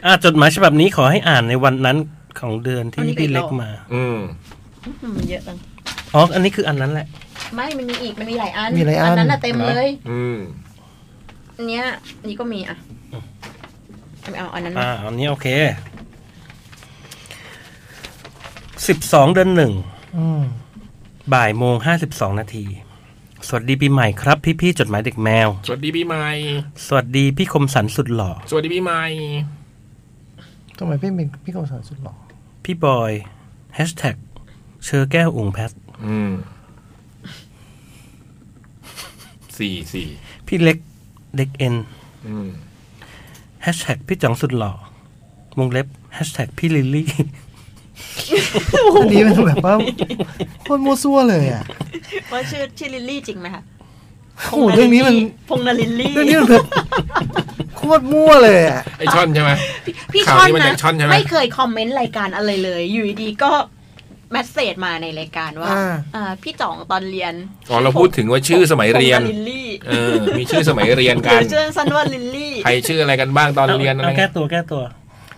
[SPEAKER 4] อ่ะจดหมายฉบับนี้ขอให้อ่านในวันนั้นของเดือนที่พี่เล็กมา
[SPEAKER 3] อืม
[SPEAKER 5] มมันเยอะจัง
[SPEAKER 4] อ๋อ อันนี้คืออันนั้นแหละ
[SPEAKER 5] ไม่มันมีอีกมันมีหลายอัน
[SPEAKER 6] มีหลายอัน
[SPEAKER 5] นั้นอะเต็มเลย
[SPEAKER 3] อืม
[SPEAKER 5] อันเนี้ยอันนี้ก็มีอะเอาเอาอันนั้นมา
[SPEAKER 4] อ่า อันนี้โอเค สิบสองเดือนหนึ่ง
[SPEAKER 6] อืม
[SPEAKER 4] บ่ายโมงห้าสิบสองนาที สวัสดีปีใหม่ครับพี่พี่ๆจดหมายเด็กแมว
[SPEAKER 3] สวัสดีปีใหม่
[SPEAKER 4] สวัสดีพี่คมสันสุดหล่อ
[SPEAKER 3] สวัสดีปีใหม่
[SPEAKER 6] ทำไมพี่เป็นพี่กำสันสุดหล่อ
[SPEAKER 4] พี่บอย hashtag เชอแก้วอุ่งแพท
[SPEAKER 3] อืมสี่สี่
[SPEAKER 4] พี่เล็กเด็กเอ็น
[SPEAKER 3] อืม
[SPEAKER 4] แฮชแท็กพี่จ๋องสุดหล่อวงเล็บแฮชแท็กพี่ลิลลี่
[SPEAKER 6] อันนี้มันแบบว่าโคนมัวซั่วเลยอ่ะ
[SPEAKER 5] ว่าชื่อชื่อลิลลี่จริงไหมคะ
[SPEAKER 6] โอ้โหเรื่องนี้มัน
[SPEAKER 5] พงนาลิลลี่
[SPEAKER 6] เรื่องนี้มันแบบโคตรมั่วเลยอ่ะ
[SPEAKER 3] ไอช่อนใช่ไหม
[SPEAKER 5] พี่
[SPEAKER 3] ข่าว
[SPEAKER 5] ช่อน
[SPEAKER 3] นี้มันจาก
[SPEAKER 5] นะ
[SPEAKER 3] ช่อนใช่ไหม
[SPEAKER 5] ไม่เคยคอมเมนต์รายการอะไรเลย อยู่ดีๆก็แมสเซจมาในรายการว่า
[SPEAKER 6] อ่า
[SPEAKER 5] อ่าพี่จ่องตอนเรียน
[SPEAKER 3] อ๋อเราพูดถึงว่าชื่อสมัยเรียน
[SPEAKER 5] พงาลิลลี่
[SPEAKER 3] เออ มีชื่อสมัยเรียน
[SPEAKER 5] ห
[SPEAKER 3] กั
[SPEAKER 5] รื
[SPEAKER 3] น
[SPEAKER 5] อชื่อสั้นว่าลิลลี่
[SPEAKER 3] ใครชื่ออะไรกันบ้างตอนเรียนอะไร
[SPEAKER 4] าแก้ตัวแก้ตัว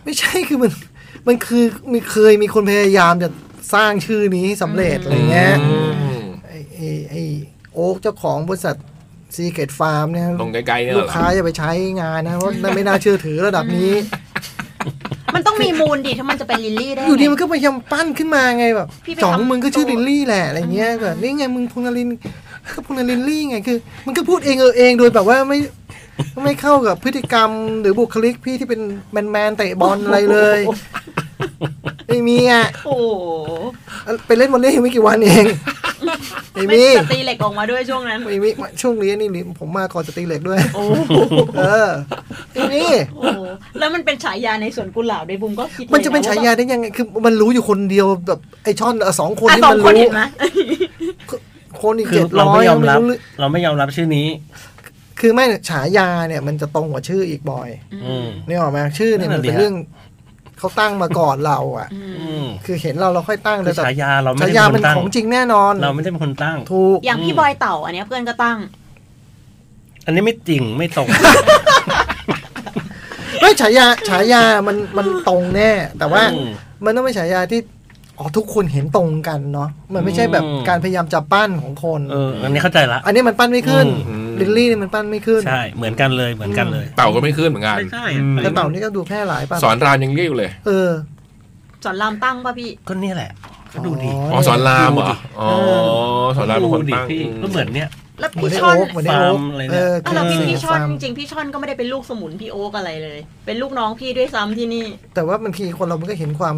[SPEAKER 6] ไม่ใช่ คือมัน มันคือมีเคยมีคนพยายามจะสร้างชื่อนี้ให้สำเร็จอะไรเงี้ย
[SPEAKER 3] อืม
[SPEAKER 6] ไอ้ไอ้ไอ้โอ๊กเจ้าของบริษัทซีเกตฟาร์มเนี่ย
[SPEAKER 3] ตรงไกลๆเนี่ย
[SPEAKER 6] ลู
[SPEAKER 3] เหร
[SPEAKER 6] ก
[SPEAKER 3] อ
[SPEAKER 6] ค้าอย่าไปใช้งานนะเพราะไม่น่าเชื่อถือระดับนี้
[SPEAKER 5] มันต้องมีมูลดิถ้ามันจะเป็นลิลลี่ได้
[SPEAKER 6] อยู่ดี
[SPEAKER 5] ไง
[SPEAKER 6] มันก็พยายามปั้นขึ้นมาไงแบบ
[SPEAKER 5] พี่ไป
[SPEAKER 6] จ่อง
[SPEAKER 5] ทำ
[SPEAKER 6] มึงก็ชื่อลินลี่แหละอะไรเงี้ยแบบนี่ไงมึงพงนลินก็ พงนลินลี่ไงคือ มันก็พูดเองเออเองโดยแบบว่าไม่ไม่เข้ากับพฤติกรรมหรือบุคลิกพี่ที่เป็นแมนแมนๆเตะบอลอะไร เลยไม่มีอ่ะ
[SPEAKER 5] โอ้โห
[SPEAKER 6] ไปเล่นวอลเลย์ไม่กี่วันเองไม่มี
[SPEAKER 5] จะตีเหล็กออกมาด้วยช่วงนั้น
[SPEAKER 6] ไม่มีช่วงนี้นี่ผมมาก่อนจะตีเหล็กด้วย
[SPEAKER 5] โอ้
[SPEAKER 6] เออทีนี้
[SPEAKER 5] โหแล้วมันเป็นฉายาในสวนกุหลาบในบุมก็คิดลย
[SPEAKER 6] มันจะเป็นฉายา
[SPEAKER 5] ว่
[SPEAKER 6] ได้ยังไง คือมันรู้อยู่คนเดียวแบบไอช่อนเอ่อสองคน
[SPEAKER 5] อ่ะ
[SPEAKER 6] นี่
[SPEAKER 5] สอง
[SPEAKER 6] มัน
[SPEAKER 5] คน
[SPEAKER 6] รู้
[SPEAKER 5] เห็นไหม
[SPEAKER 6] คนอีก
[SPEAKER 4] คื
[SPEAKER 6] เจ็
[SPEAKER 4] อ
[SPEAKER 6] ด
[SPEAKER 4] เรา
[SPEAKER 6] ร้อ
[SPEAKER 4] ไม่
[SPEAKER 6] ย
[SPEAKER 4] ยอมรับ
[SPEAKER 6] เรื่อง
[SPEAKER 4] เราไม่ยอมรับชื่อนี้
[SPEAKER 6] คือไม่ฉายาเนี่ยมันจะตรงกว่าชื่ออีกบ่อย
[SPEAKER 4] อืม
[SPEAKER 6] นี่ออกไหมชื่อเนี่ย
[SPEAKER 4] นั่
[SPEAKER 6] มัน น
[SPEAKER 4] น่ะดิ
[SPEAKER 6] เป็น
[SPEAKER 4] ฮะ
[SPEAKER 6] เรื่องเขาตั้งมาก่อนเราอ่ะ
[SPEAKER 4] อืม
[SPEAKER 6] คือเห็นเราเราค่อยตั้ง
[SPEAKER 4] คือ
[SPEAKER 6] แต่
[SPEAKER 4] ฉายาเราไม่
[SPEAKER 6] ฉา
[SPEAKER 4] ได้
[SPEAKER 6] ยา
[SPEAKER 4] เป็นค
[SPEAKER 6] มัน
[SPEAKER 4] นตั้
[SPEAKER 6] ข
[SPEAKER 4] ง
[SPEAKER 6] องจริงแน่นอน
[SPEAKER 4] เราไม่ได้เป็นคนตั้ง
[SPEAKER 6] ถูก
[SPEAKER 5] อย่างพี่บอยเต่าอันเนี้ยเพื่อนก็ตั้ง
[SPEAKER 4] อันนี้ไม่จริงไม่ตรง
[SPEAKER 6] ไม่ฉายาฉายามันมันตรงแน่ แต่ ว่า
[SPEAKER 4] อืม
[SPEAKER 6] มันต้องเป็นฉายาที่อ๋อทุกคนเห็นตรงกันเนาะมันไม่ใช่แบบ
[SPEAKER 4] อืม
[SPEAKER 6] การพยายามจะปั้นของคน
[SPEAKER 4] เออ อันนี้เข้าใจละ
[SPEAKER 6] อันนี้มันปั้นไม่ขึ้น
[SPEAKER 3] อืม
[SPEAKER 6] ลิลลี่เนี่ยมันปั้นไม่ขึ้น
[SPEAKER 4] ใช่ เหมือนกันเลยเหมือนกันเลย
[SPEAKER 3] เต่าก็ไม่ขึ้นเหมือนกัน
[SPEAKER 4] ไม่ใช่
[SPEAKER 3] อืม
[SPEAKER 6] แต่เต่านี่ก็ดูแพร่หลายป่ะ
[SPEAKER 3] สอนรามยังเรียกอยู่เลย
[SPEAKER 6] เออ
[SPEAKER 5] สอนรามตั้งป่ะพี่
[SPEAKER 4] ก็เนี่ยแหละก็ดูดี
[SPEAKER 3] อ๋อสอนรามเหรอ อ๋อสอนรามเป็นคน
[SPEAKER 4] ดูดิ
[SPEAKER 3] ตั้ง
[SPEAKER 4] พี่ก็เหมือนเนี้ย
[SPEAKER 5] แล้ว
[SPEAKER 6] เหมือน
[SPEAKER 5] พี่
[SPEAKER 6] ได้
[SPEAKER 5] ช่อน
[SPEAKER 6] โอ๊กเหมือนได้
[SPEAKER 4] ฟาร์
[SPEAKER 6] โอ๊
[SPEAKER 4] ม
[SPEAKER 6] ก
[SPEAKER 4] อะไรเนี่ย
[SPEAKER 6] เออ
[SPEAKER 5] อ่ะแล้วพี่
[SPEAKER 6] เ
[SPEAKER 5] พี่ช่อน
[SPEAKER 6] ฟาร์ม
[SPEAKER 5] จริงๆพี่ช่อนก็ไม่ได้เป็นลูกสมุนพี่โอ๊กอะไรเลย เป็นลูกน้องพี่ด้วยซ้ำที่นี่
[SPEAKER 6] แต่ว่าบางทีคนเรามันก็เห็นความ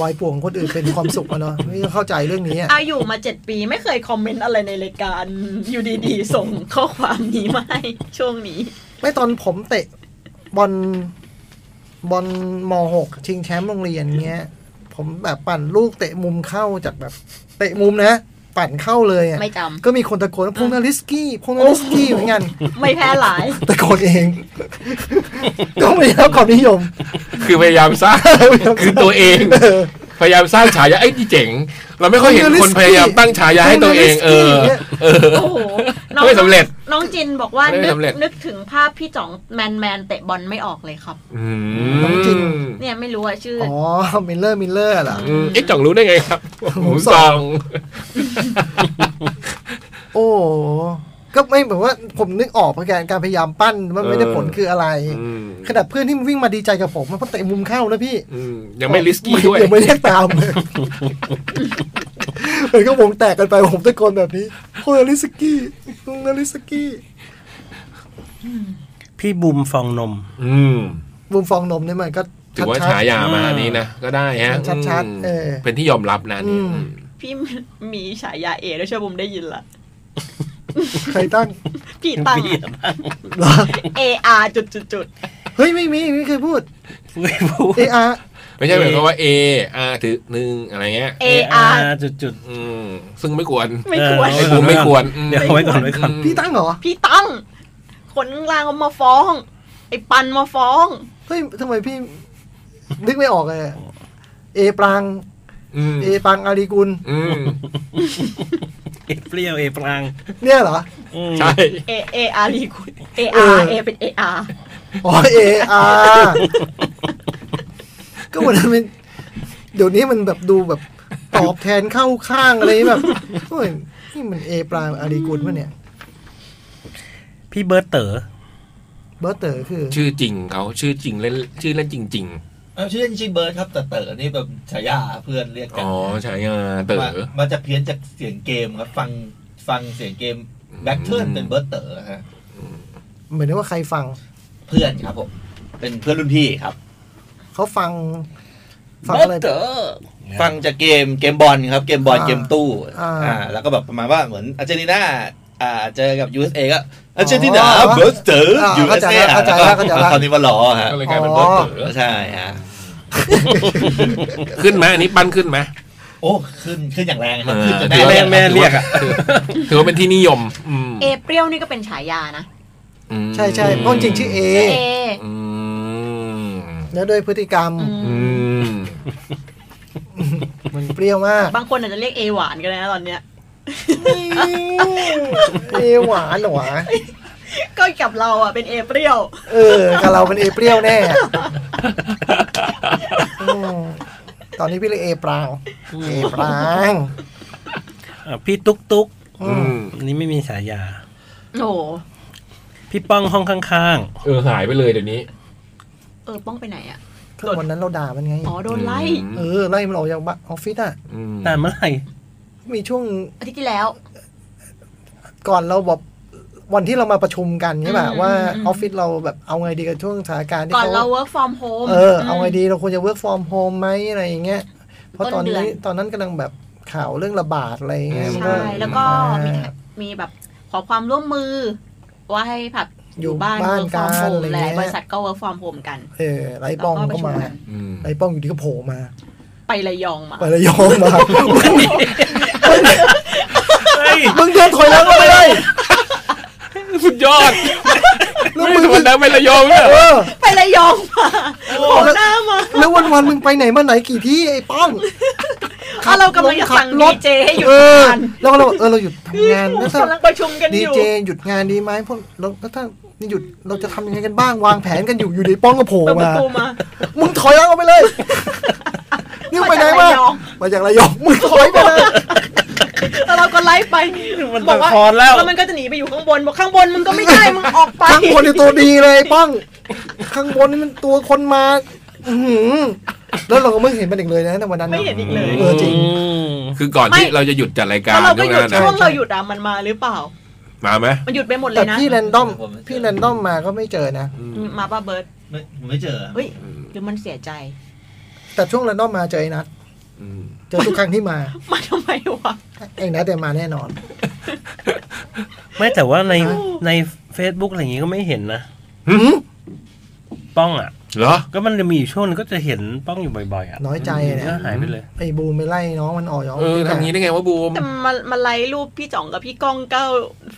[SPEAKER 6] วายป่วงของคนอื่นเป็นความสุขอะเนาะ นี่ก็เข้าใจเรื่องนี้อะ
[SPEAKER 5] อาอยู่มาเจ็ดปีไม่เคยคอมเมนต์อะไรในรายการ อยู่ดีๆ ส่งข้อความนี้มาให้ช่วงนี้
[SPEAKER 6] ไม่ตอนผมเตะบอลบอลมหกชิงแชมป์โรงเรียนเงี้ย ผมแบบปั่นลูกเตะมุมเข้าจากแบบ เตะมุมนะ ปั่นเข้าเลยอะ
[SPEAKER 5] ไม่จำ
[SPEAKER 6] ก็มีคนตะโกนว่าพงนาลิสกี้พงนาลิสกี้เหมือนกัน
[SPEAKER 5] ไม่แพ้หลาย
[SPEAKER 6] ตะโกนเอง ก็ไม่ได้รับความนิยม
[SPEAKER 3] คือพยายามสร้าง คือตัวเอง พยายามสร้างฉายาไอ้ยนี่เจ๋ง เราไม่ค่อยเห็นคนพยายามตั้งฉายาให้ตัวเอง เออ เออ
[SPEAKER 5] โอ้โหน้อง
[SPEAKER 3] ไม่สำเร็จ
[SPEAKER 5] น้องจินบอกว่า
[SPEAKER 3] ไม่
[SPEAKER 5] นึก
[SPEAKER 3] สำเร็จ
[SPEAKER 5] นึกถึงภาพพี่จ่องแมนแมนๆเตะบอลไม่ออกเลยครับ
[SPEAKER 3] อื
[SPEAKER 6] น้องจริง
[SPEAKER 3] ม
[SPEAKER 5] เนี่ยไม่รู้ว่าชื่ออ
[SPEAKER 6] อ๋อ มิลเลอร์ มิลเลอร์เหรอ
[SPEAKER 3] อืมเอ๊ะจ่องรู้ได้ไงครับ
[SPEAKER 6] ผมส่
[SPEAKER 3] ส
[SPEAKER 6] อ
[SPEAKER 3] อง ง
[SPEAKER 6] โอ้ ก็ไม่แบบว่าผมนึกออกเพราะการการพยายามปั้นว่าไม่ได้ผลคืออะไร
[SPEAKER 3] อืม
[SPEAKER 6] ขนาดเพื่อนที่วิ่งมาดีใจกับผมมันเพราะเตะมุมเข้านะพี่
[SPEAKER 3] อืมยังไม่ลิสกี้ด้วย
[SPEAKER 6] ยังไม่เรียกตาม เลยมันก็วงแตกกันไปผมตะโกนแบบนี้โคนาริสกี้โคนาริสกี้
[SPEAKER 4] พี่บุมฟองนม
[SPEAKER 3] อืม
[SPEAKER 6] มุมฟองนมเนี่ยมันก็
[SPEAKER 3] ถือว่า
[SPEAKER 6] ชัด
[SPEAKER 3] ฉายามาอันนี้นะ ก็ได้ฮะ
[SPEAKER 6] ชัดๆเออ
[SPEAKER 3] เป็นที่ยอมรับนะอันนี่
[SPEAKER 5] พี่ มีฉายาเอด้วยใช่ไหมผมได้ยินละ
[SPEAKER 6] ๆใครตั้ง
[SPEAKER 5] พี่ตั้ง
[SPEAKER 4] พี่
[SPEAKER 5] A R จุดจุดจุด
[SPEAKER 6] เฮ้ยไม่มีไม่เคยพูด
[SPEAKER 4] ไม่พูด
[SPEAKER 6] เออาร์
[SPEAKER 3] ไม่ใช่หมายความ
[SPEAKER 4] A
[SPEAKER 3] ว่าเออาถือหนึ่งอะไรเงี้ย
[SPEAKER 5] ๆ A R
[SPEAKER 4] จุดจุด
[SPEAKER 3] อืม ซึ่งไม่ควร
[SPEAKER 5] ไม่ควร
[SPEAKER 3] เออ ผมไม่ควร
[SPEAKER 4] เดี๋ยวเอาไว้ก่อนไว้ก่อน
[SPEAKER 6] พี่ตั้งเหรอ
[SPEAKER 5] พี่ตั้ง คนข้างล่างเอามาฟ้อง ไอ้ปันมาฟ้อง
[SPEAKER 6] เฮ้ยทำไมพี่ นึกไม่ออกเลยอะเอปราง
[SPEAKER 3] อืม
[SPEAKER 6] เอปรางอารีกุล
[SPEAKER 3] อืม
[SPEAKER 4] เอเปรี้ยวเอปราง
[SPEAKER 6] เนี่ยเหรอ
[SPEAKER 4] อืม
[SPEAKER 3] ใช่
[SPEAKER 5] A A R รีคุณ A
[SPEAKER 6] เอ
[SPEAKER 5] R
[SPEAKER 6] อ
[SPEAKER 5] A เป็น A R
[SPEAKER 6] อ๋อเออาก็วันนั้นเป็นเดี๋ยวนี้มันแบบดูแบบตอบแทนเข้าข้างอะไรแบบโอ้ยนี่มันเอปรางอารีกุลปะเนี่ย
[SPEAKER 4] พี่เบิร์ตเต๋อ
[SPEAKER 6] เบอร์เตอร์คือ
[SPEAKER 3] ชื่อจริงเขาชื่อจริงเล่นชื่อเล่นจริง
[SPEAKER 8] เอาชื่อจริงๆเบิร์ดครับแต่เต๋อนี่แบบฉายาเพื่อนเรียก
[SPEAKER 3] ๆ
[SPEAKER 8] กั
[SPEAKER 3] อ๋อฉายาเต๋อ
[SPEAKER 8] มามาจากเพี้ยนจากเสียงเกมครับฟังฟังเสียงเกมแบ็คเทิร์น
[SPEAKER 3] อืม
[SPEAKER 8] เป็นเบิร์ดเต๋อฮะ
[SPEAKER 6] เหมือนว่าใครฟัง
[SPEAKER 8] เพื่อนครับผมเป็นเพื่อนรุ่นพี่ครับ
[SPEAKER 6] เขาฟัง ฟัง
[SPEAKER 8] เบิร์
[SPEAKER 6] อะ
[SPEAKER 8] ด
[SPEAKER 6] ไร
[SPEAKER 8] เต๋อฟังจากเกมเกมบอลครับเกมบอล
[SPEAKER 6] อ่า
[SPEAKER 8] เกมตู้
[SPEAKER 6] อ่า
[SPEAKER 8] อ่าแล้วก็แบบประมาณว่าเหมือนอาร์เจนตินาอ่าเจอกับ USA ก็อาร์เจนตินา
[SPEAKER 6] อ๋อ
[SPEAKER 8] เบิร์ดเต๋อ
[SPEAKER 6] อ่าเข้าใจ
[SPEAKER 8] USA
[SPEAKER 6] ละเข้าใจละเข้าใจละ
[SPEAKER 8] คราวนี้มาล้อฮะ
[SPEAKER 3] ก็เลยกลายเป็นเบิร์ตเต๋อ
[SPEAKER 8] ใช่ฮะ
[SPEAKER 3] ขึ้นไหมอันนี้ปั้นขึ้นไหม
[SPEAKER 8] โอ้ขึ้นขึ้นอย่างแรง
[SPEAKER 3] เอ
[SPEAKER 8] นะ
[SPEAKER 3] อ
[SPEAKER 8] ขึ้นจะได้
[SPEAKER 3] ถือว่า
[SPEAKER 4] แม่แม่เรียกอะ
[SPEAKER 3] ถือว่าเป็นที่นิยมอืม
[SPEAKER 5] เอเปรี้ยวนี่ก็เป็นฉายานะ
[SPEAKER 6] ใช่ใช่เพราะจริงๆชื่อเอ
[SPEAKER 5] เอ
[SPEAKER 3] อืม
[SPEAKER 6] แล้วด้วยพฤติกรรม
[SPEAKER 3] อืม
[SPEAKER 6] มันเปรี้ยวมาก
[SPEAKER 5] บางคนอาจจะเรียกเอหวานก็ได้นะตอนเนี้ย
[SPEAKER 6] เอหวานเหรอวะ
[SPEAKER 5] ก็กับเราอ่ะเป็นเอเปรี้ยว
[SPEAKER 6] เออกับเราเป็นเอเปรี้ยวแน่อืมตอนนี้พี่เลยกเอปรางเอปราง
[SPEAKER 4] อ่ะพี่ตุ๊กตุ๊ก
[SPEAKER 6] อื
[SPEAKER 3] อืม
[SPEAKER 4] อันนี้ไม่มีฉายา
[SPEAKER 5] โอ้
[SPEAKER 4] พี่ป้องห้องข้าง
[SPEAKER 3] เออหายไปเลยเดี๋ยวนี้
[SPEAKER 5] เออป้องไปไหนอ่ะ
[SPEAKER 6] ก็วันนั้นเราด่ามันไง
[SPEAKER 5] อ๋อโดนไล่
[SPEAKER 6] เออไล่มันออกจากบ้านออฟฟิศอ่ะ
[SPEAKER 3] อืม
[SPEAKER 4] ๆแต่เมื่อไหร่
[SPEAKER 6] มีช่วง
[SPEAKER 5] อาทิตย์ที่แล้ว
[SPEAKER 6] ก่อนเราบอกวันที่เรามาประชุมกันใช่ป่ะ
[SPEAKER 5] อืม
[SPEAKER 6] ว่า
[SPEAKER 5] อืม
[SPEAKER 6] ออฟฟิศเราแบบเอาไงดีกับช่วงสถานการณ์ที่
[SPEAKER 5] ก่อน
[SPEAKER 6] เขา
[SPEAKER 5] เรา work from home
[SPEAKER 6] เออเอาไงดีเราควรจะ work from home ไหมอะไรอย่างเงี้ย เพราะตอน
[SPEAKER 5] ต้น
[SPEAKER 6] นี้
[SPEAKER 5] เดือน
[SPEAKER 6] ตอนนั้นกำลังแบบข่าวเรื่องระบาดอะไรอย่างเงี้ยมันก็
[SPEAKER 5] ใช่ แล้วก็มี
[SPEAKER 6] อ่า
[SPEAKER 5] มีแบบขอความร่วมมือ ว่าให้ผับ
[SPEAKER 6] อ
[SPEAKER 5] อยู่ ยู่บ้าน
[SPEAKER 6] บ้าน
[SPEAKER 5] work from
[SPEAKER 6] กัน
[SPEAKER 5] home
[SPEAKER 6] อะไร
[SPEAKER 5] ห
[SPEAKER 6] เงี้
[SPEAKER 5] ลา
[SPEAKER 6] ย
[SPEAKER 5] ยบริษัทก็ work from home กัน
[SPEAKER 6] เออไร
[SPEAKER 5] แล้ว
[SPEAKER 6] ป้อง
[SPEAKER 5] ก็ประ
[SPEAKER 6] ก็
[SPEAKER 5] ชุม
[SPEAKER 6] มา
[SPEAKER 5] กัน
[SPEAKER 3] อืม
[SPEAKER 6] ไรป้องอยู่ดีก็โผล่มา
[SPEAKER 5] ไประยองมา
[SPEAKER 6] ไประยองมา
[SPEAKER 4] เฮ้ย
[SPEAKER 6] มึงเดินถอยหลังก็ไม่ได้
[SPEAKER 3] สุดยอด
[SPEAKER 6] แล้ว
[SPEAKER 3] ไม่
[SPEAKER 6] มึง
[SPEAKER 3] ธรรมดาไม่ระยองเนี่ย
[SPEAKER 6] เออ
[SPEAKER 5] ไประยองมาโผล่หน้ามา
[SPEAKER 6] แล้ววันวันๆมึงไปไหนมาไหนกี่ที่ไอ้ป้อง
[SPEAKER 5] อ่ะเรากำลังจะสั่ง
[SPEAKER 6] ร
[SPEAKER 5] ดี
[SPEAKER 6] ถ
[SPEAKER 5] เจให้หยุด
[SPEAKER 6] เออง
[SPEAKER 5] าน
[SPEAKER 6] แล้วก็เราบอกเออเราหยุดทำงานแล้วถ้า
[SPEAKER 5] กำลังประชุมกัน
[SPEAKER 6] ดี
[SPEAKER 5] อยู่
[SPEAKER 6] เจหยุดงานดีไหมพวกเราแล้วถ้านี่หยุดเราจะทำยังไงกันบ้างวางแผนกันอยู่อยู่ดีป้องก็โผล่
[SPEAKER 5] เปิดประ
[SPEAKER 6] มา
[SPEAKER 5] ตูมา
[SPEAKER 6] มึงถอยออกไป เลย นี่มึงไปไหน
[SPEAKER 5] มา
[SPEAKER 6] มา
[SPEAKER 5] จากระยอง
[SPEAKER 6] มาจากระยองมึงถอยไปเลย
[SPEAKER 5] แล้วเราก็ไลฟ์ไป
[SPEAKER 4] มัน
[SPEAKER 5] บ
[SPEAKER 4] ตะ
[SPEAKER 5] อกว่า
[SPEAKER 4] คอนแล้ว
[SPEAKER 5] แล้วมันก็จะหนีไปอยู่ข้างบน บอกข้างบนมึงก็ไม่ได้ มึงออกไป
[SPEAKER 6] ข้างบนในตัวดี เลยป้องข้างบนนี่มันตัวคนมาอื้อหือแล้วเราก็ไม่เห็นมันอีกเลยนะในวันนั้น
[SPEAKER 5] ไม่เห็นอีกเลย
[SPEAKER 6] เออจริง
[SPEAKER 4] อืม
[SPEAKER 3] คือก่อนที่
[SPEAKER 5] ไม่
[SPEAKER 3] เราจะหยุดจัดรายการ
[SPEAKER 5] แล้วเราก็หยุด
[SPEAKER 3] เรื่อง
[SPEAKER 5] ช่
[SPEAKER 3] นั้
[SPEAKER 5] วน ง
[SPEAKER 3] นะ
[SPEAKER 5] เราหยุดอ่ะมันมาหรือเปล่า
[SPEAKER 3] มาไหม
[SPEAKER 5] มันหยุดไปหมดเล
[SPEAKER 6] แต่
[SPEAKER 5] ยนะ
[SPEAKER 6] พี่แรนดอมพี่แรนดอมมาก็ไม่เจอนะ
[SPEAKER 5] อืมมาป้าเบิร์ด
[SPEAKER 8] ไม่ผมไม่เจอ
[SPEAKER 5] เฮ้ยหรือมันเสียใจ
[SPEAKER 6] แต่ช่วงแรนดอมมาเจอไอ้นัท
[SPEAKER 3] อืม
[SPEAKER 6] เจอทุกครั้งที่มา
[SPEAKER 5] มาทำไมวะ
[SPEAKER 6] ไอ้นัทแต่ยมาแน่นอน
[SPEAKER 4] ไม่แต่ว่าในใน Facebook อะไรอย่างงี้ก็ไม่เห็นนะป้องอ่ะ
[SPEAKER 3] เหรอ
[SPEAKER 4] ก็มันจะมีอยู่ช่วงนึงก็จะเห็นป้องอยู่บ่อยๆอ่ะ
[SPEAKER 6] น้อยใจ
[SPEAKER 4] เนื้
[SPEAKER 6] นะ
[SPEAKER 4] อหายไปเลย
[SPEAKER 6] ไอ้บูมไปไล่น้องมันออกย้อง
[SPEAKER 3] เออทำงี้ได้ไงวะบูม
[SPEAKER 5] แต่มามาไลฟ์รูปพี่จ่องกับพี่ก้องเก้า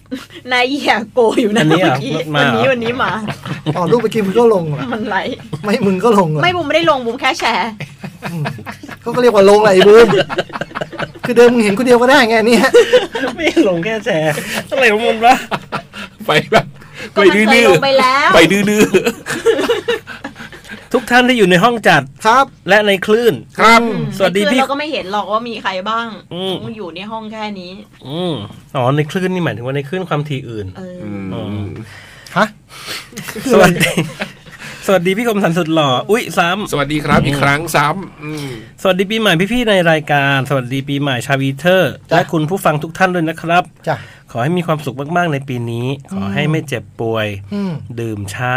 [SPEAKER 5] นายแย่โกอยู่นะ
[SPEAKER 4] อันนี้
[SPEAKER 5] เมื่
[SPEAKER 4] เหร
[SPEAKER 5] อ
[SPEAKER 4] อ
[SPEAKER 5] กี้
[SPEAKER 4] มา
[SPEAKER 5] วัน
[SPEAKER 4] เหรอ
[SPEAKER 5] นี้วันนี้มา
[SPEAKER 6] อ๋อรูปเมื่อกี้มึงก็ลงเหรอ
[SPEAKER 5] มันไลฟ์
[SPEAKER 6] ไม่มึงก็ลงเหรอ
[SPEAKER 5] ไม่บุมไม่ได้ลงบุมแค่แชร์
[SPEAKER 6] เขาก็เรียกว่าลงไหลบูม คือเดิมมึงเห็นคนเดียวก็ได้ไงอันนี่ฮะ
[SPEAKER 4] ไม่หลงแค่แชร์อะไรของมันวะ
[SPEAKER 3] ไปแบบ
[SPEAKER 5] ก็
[SPEAKER 3] ไป
[SPEAKER 5] มัน
[SPEAKER 3] ดื้
[SPEAKER 5] เคย
[SPEAKER 3] อ
[SPEAKER 5] ลงไปแล้ว
[SPEAKER 3] ๆไปดื้อ
[SPEAKER 4] ทุกท่านที่อยู่ในห้องจัด
[SPEAKER 6] ครับ
[SPEAKER 4] และในคลื่น
[SPEAKER 3] ๆครับ
[SPEAKER 4] สวัสดี
[SPEAKER 5] ใน
[SPEAKER 4] พี่
[SPEAKER 5] เพื่อนเราก็ไม่เห็นหรอกว่ามีใครบ้าง
[SPEAKER 4] อืม
[SPEAKER 5] ต้องอยู่ในห้องแค่นี้
[SPEAKER 4] อืมอ๋อในคลื่นนี่หมายถึงว่าในคลื่นความถี่อื่น
[SPEAKER 5] เออ
[SPEAKER 6] ฮะ
[SPEAKER 4] สวัสดี สวัสดีพี่คมสันสุดหล่อ อุ้ยซ้ำ
[SPEAKER 3] สวัสดีครับอีกครั้งซ้ำอืม
[SPEAKER 4] สวัสดีปีใหม่พี่ ๆ ในรายการ สวัสดีปีใหม่ชาวอีเทอร์ และคุณผู้ฟังทุกท่านด้วยนะครับ
[SPEAKER 6] จ้ะ
[SPEAKER 4] ขอให้มีความสุขมาก ๆ ในปีนี้ ขอให้ไม่เจ็บป่วย
[SPEAKER 6] อืม
[SPEAKER 4] ดื่มช้า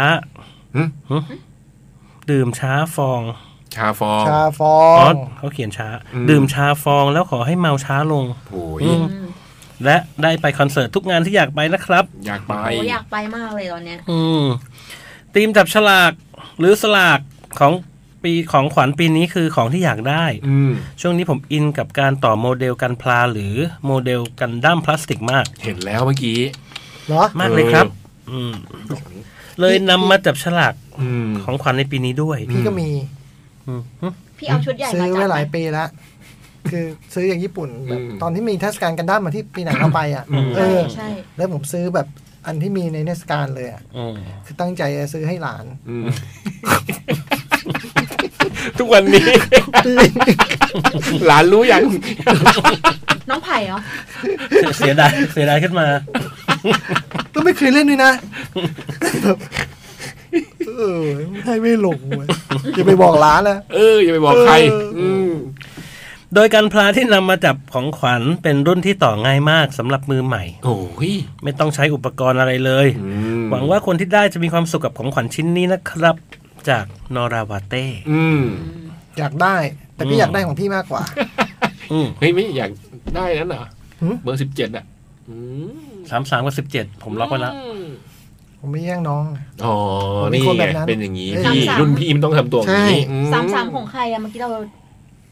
[SPEAKER 3] หึ
[SPEAKER 4] ดื่มช้าฟอง
[SPEAKER 3] ชาฟอง
[SPEAKER 6] ชาฟอ
[SPEAKER 4] อ๋อง เขาเขียนช้า ดื่มชาฟองแล้วขอให้เมาช้าลง
[SPEAKER 3] โอ้ย
[SPEAKER 4] อืม และได้ไปคอนเสิร์ตทุกงานที่อยากไปนะครับ
[SPEAKER 3] อยากไป
[SPEAKER 5] โหอยากไปมากเลยตอนเนี้ย
[SPEAKER 4] อืมธีมจับฉลากหรือสลากของปีของขวัญปีนี้คือของที่อยากได้
[SPEAKER 3] อืม
[SPEAKER 4] ช่วงนี้ผมอินกับการต่อโมเดลกันพลาหรือโมเดลกันด้ามพลาสติกมาก
[SPEAKER 3] เห็นแล้วเมื่อกี้
[SPEAKER 6] เหรอ
[SPEAKER 4] มากเลยครับ อืม เลยนำมาจับฉลาก
[SPEAKER 3] อืม
[SPEAKER 4] ของขวัญในปีนี้ด้วย
[SPEAKER 6] พี่ก็มี
[SPEAKER 4] อืม
[SPEAKER 5] พี่เอาชุดใหญ่
[SPEAKER 6] ซื้
[SPEAKER 5] มา
[SPEAKER 6] อ
[SPEAKER 5] จั
[SPEAKER 6] ไว้
[SPEAKER 5] ด
[SPEAKER 6] หลาย
[SPEAKER 5] ไหม
[SPEAKER 6] ปีละคือ ซื้ออย่างญี่ปุ่นแบบ
[SPEAKER 3] อืม
[SPEAKER 6] ตอนที่มีเทศกาลกันด้ามมาที่ปีไหนเราไปอ่ะ เอ
[SPEAKER 5] ใช่
[SPEAKER 6] อ
[SPEAKER 5] ใช่
[SPEAKER 6] แล้วผมซื้อแบบอันที่มีในเทศกาลเลยอ่ะ
[SPEAKER 4] อืม
[SPEAKER 6] คือตั้งใจจะซื้อให้หลาน
[SPEAKER 3] อืม ทุกวันนี้ หลานรู้ยัง
[SPEAKER 5] น้องไผ่เหรอ
[SPEAKER 4] เสียดายเสียดายขึ้นมา
[SPEAKER 6] ก็ไม่เคยเล่นด้วยนะแบบเออให้ไม่หลงเว้ยอย่าไปบอกหลานนะ
[SPEAKER 3] เออ อย่าไปบอกใคร
[SPEAKER 6] เอออื
[SPEAKER 3] อืม
[SPEAKER 4] โดยการพลาที่นำมาจับของขวัญเป็นรุ่นที่ต่อง่ายมากสำหรับมือใหม่
[SPEAKER 3] โอ้ย
[SPEAKER 4] ไม่ต้องใช้อุปกรณ์อะไรเลย
[SPEAKER 3] อืม
[SPEAKER 4] หวังว่าคนที่ได้จะมีความสุขกับของขวัญชิ้นนี้นะครับ จากนอราวาเต้
[SPEAKER 3] อืม
[SPEAKER 6] อยากได้ แต่พี่อยากได้ของพี่มากกว่า
[SPEAKER 4] อืม
[SPEAKER 3] เฮ้ย ไม่อยากได้นั้นเหรอ
[SPEAKER 6] หืม
[SPEAKER 3] เบอร์สิบเจ็ดอ่ะอืม
[SPEAKER 4] สามสามกับสิบเจ็ดผมล็อกไว้แล้ว
[SPEAKER 3] อืม
[SPEAKER 6] โห ผมไม่แย่งน้อง
[SPEAKER 3] อ๋อ
[SPEAKER 6] ผมเป็น
[SPEAKER 3] นี่
[SPEAKER 6] คนแบบ
[SPEAKER 3] ไง
[SPEAKER 6] นั้น
[SPEAKER 3] เป็นอย่างนี้
[SPEAKER 6] เอ้ย
[SPEAKER 3] พี่
[SPEAKER 5] สามสาม
[SPEAKER 3] รุ่นพี่มันต้องทำตัวอย่าง
[SPEAKER 6] ใช่
[SPEAKER 3] นี้อื
[SPEAKER 5] สามสามของใครอะเมื่อกี้เรา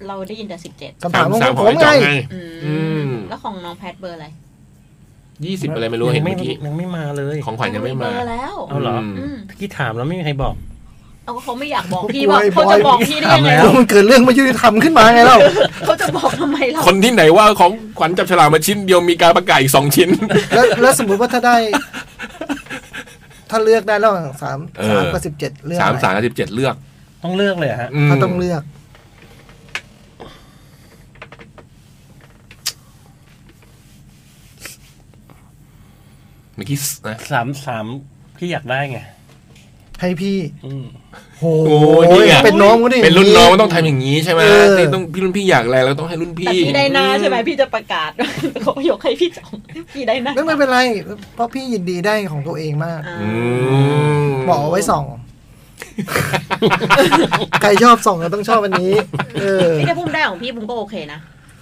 [SPEAKER 5] เราได้ยินแต่สิบเจ็ด
[SPEAKER 6] คำถามของ
[SPEAKER 3] สาม
[SPEAKER 6] ผมไง
[SPEAKER 3] ไอ้จอ
[SPEAKER 5] อืม
[SPEAKER 3] อืม
[SPEAKER 5] แล้วของน้องแพทเบอร์อะไร
[SPEAKER 3] ยี่สิบอะไรไม่รู้เห็น
[SPEAKER 4] ยังไม่
[SPEAKER 3] เมื่อกี้
[SPEAKER 4] ยังไม่มาเลย
[SPEAKER 3] ของขวัญยังไม่
[SPEAKER 5] เบ
[SPEAKER 3] มา
[SPEAKER 5] อร์แล้ว
[SPEAKER 4] เอาเหรอ
[SPEAKER 3] ม
[SPEAKER 5] อืม
[SPEAKER 4] เมื่อกี้ถามแล้วไม่มีใครบอก
[SPEAKER 5] เอาเขาไม่อยากบอกพี่ว่าเขาจะบอกพี่ได้ยังไง
[SPEAKER 4] ถามแล้ว
[SPEAKER 6] มันเกิดเรื่องไม่ยุติธรรมขึ้นมาไงเรา
[SPEAKER 5] เขาจะบอกทำไมเรา
[SPEAKER 3] คนที่ไหนว่าของขวัญจับฉลากมาชิ้นเดียวมีการประกาศอีกสองชิ้น
[SPEAKER 6] แล้วแล้วสมมุติว่าถ้าได้ ถ้าเลือกได้ระหว่างสาม
[SPEAKER 3] เออ
[SPEAKER 6] สามกับสิบเจ็ดเลือก
[SPEAKER 3] สาม
[SPEAKER 6] อะไร
[SPEAKER 3] สามสิบเจ็ดเลือก
[SPEAKER 4] ต้องเลือกเลยเหรอฮะ
[SPEAKER 3] ม
[SPEAKER 6] ถ้าต้องเลือก
[SPEAKER 3] เมื่อกี้นะ
[SPEAKER 4] สามสามพี่อยากได้ไง
[SPEAKER 6] ให้พี่
[SPEAKER 4] อืม
[SPEAKER 6] โอ้
[SPEAKER 3] โอ้นี่ไง
[SPEAKER 6] เป็นน้องก็ได้
[SPEAKER 3] เป็นรุ่นน้องก็ต้องทำอย่างนี้ใช่ไหม
[SPEAKER 6] เออ
[SPEAKER 3] นี่ต้องพี่รุ่นพี่อยากอะไรเราต้องให้รุ่น
[SPEAKER 5] แต่
[SPEAKER 3] พี่
[SPEAKER 5] พี่ได้หน้าใช่ไหมพี่จะประกาศ เขายกให้พี่จ่อง พี่ได้หน้า
[SPEAKER 6] ไม่ไม่เป็นไร เพราะพี่ยินดีได้ของตัวเองมาก
[SPEAKER 5] อ่า
[SPEAKER 3] อืม
[SPEAKER 6] บอกเอาไว้ส่อง ใครชอบส่องก็ต้องชอบอันนี้ เออ
[SPEAKER 5] นี่ถ้าพุ่มได้ของพี่บุ้มก็โอเคนะ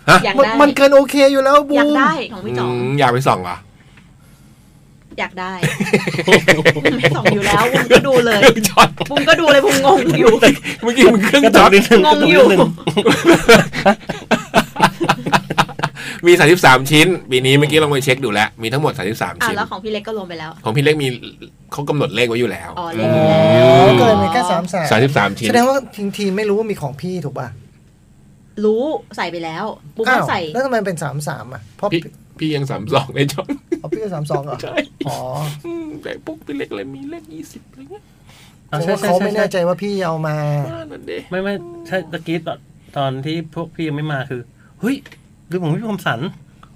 [SPEAKER 3] ฮะ
[SPEAKER 5] อยาก
[SPEAKER 6] มัน
[SPEAKER 5] ได้
[SPEAKER 6] มันเกินโอเคอยู่แล้วบู
[SPEAKER 5] อยาม กได้ของพี่
[SPEAKER 3] อื
[SPEAKER 5] จ่อง
[SPEAKER 3] มอยากไปส่องเหรอ่ะ
[SPEAKER 5] อยาก ได้บุ้มไม่ส่องอยู่แล้วบุ้มก็ดูเลย
[SPEAKER 3] จอด
[SPEAKER 5] บุ้มก็ดูเลยบุ้มงงอยู่
[SPEAKER 3] เมื่อกี้มันเครื่องจอด
[SPEAKER 5] งงอยู่
[SPEAKER 3] มีสามสิบสามชิ้น ปีนี้เมื่อกี้ลองไปเช็คดูแล้ว มีทั้งหมดสามสิบสาม
[SPEAKER 5] อ่ะ
[SPEAKER 3] ชิ้น
[SPEAKER 5] แล้วของพี่เล็กก็รวมไปแล้ว
[SPEAKER 3] ของพี่เล็กมีเขากำหนดเลขไว้อยู่แล้ว
[SPEAKER 5] อ๋อเลขอยู่แล้ว
[SPEAKER 6] อ๋อเกินไปแค่สามแสน
[SPEAKER 3] สามสิบสามชิ้น
[SPEAKER 6] แสดงว่าทีมทีมไม่รู้ว่ามีของพี่ถูกป่ะ
[SPEAKER 5] รู้ใส่ไปแล้วบุ้ม
[SPEAKER 6] อ้า
[SPEAKER 5] ก็
[SPEAKER 6] ว
[SPEAKER 5] ใส่
[SPEAKER 6] แล้วทำไมเป็นสามสามอ่ะ เพราะ
[SPEAKER 3] พี่พี่ยังสามสองในช่อง
[SPEAKER 6] เพราะพี่เป็นสามสองเหรอ
[SPEAKER 3] ใช่
[SPEAKER 6] อ๋อ
[SPEAKER 3] อืมแต่ปุ๊บพี่เล็กเลยมีเลขยี่สิบอะไรเงี้ย
[SPEAKER 6] เพ
[SPEAKER 4] เอา
[SPEAKER 6] ราะ
[SPEAKER 4] ใช่
[SPEAKER 6] ว่า
[SPEAKER 4] ใช่ใช่
[SPEAKER 6] เขาไม่
[SPEAKER 4] ใช่
[SPEAKER 6] แน่ใจว่าพี่เอามา
[SPEAKER 3] นั่นเด้
[SPEAKER 4] ไม่ไม่ใช่ตะกี้ตอนตอนที่พวกพี่ยังไม่มาคือเฮ้ยหรือผมพี่คมสัน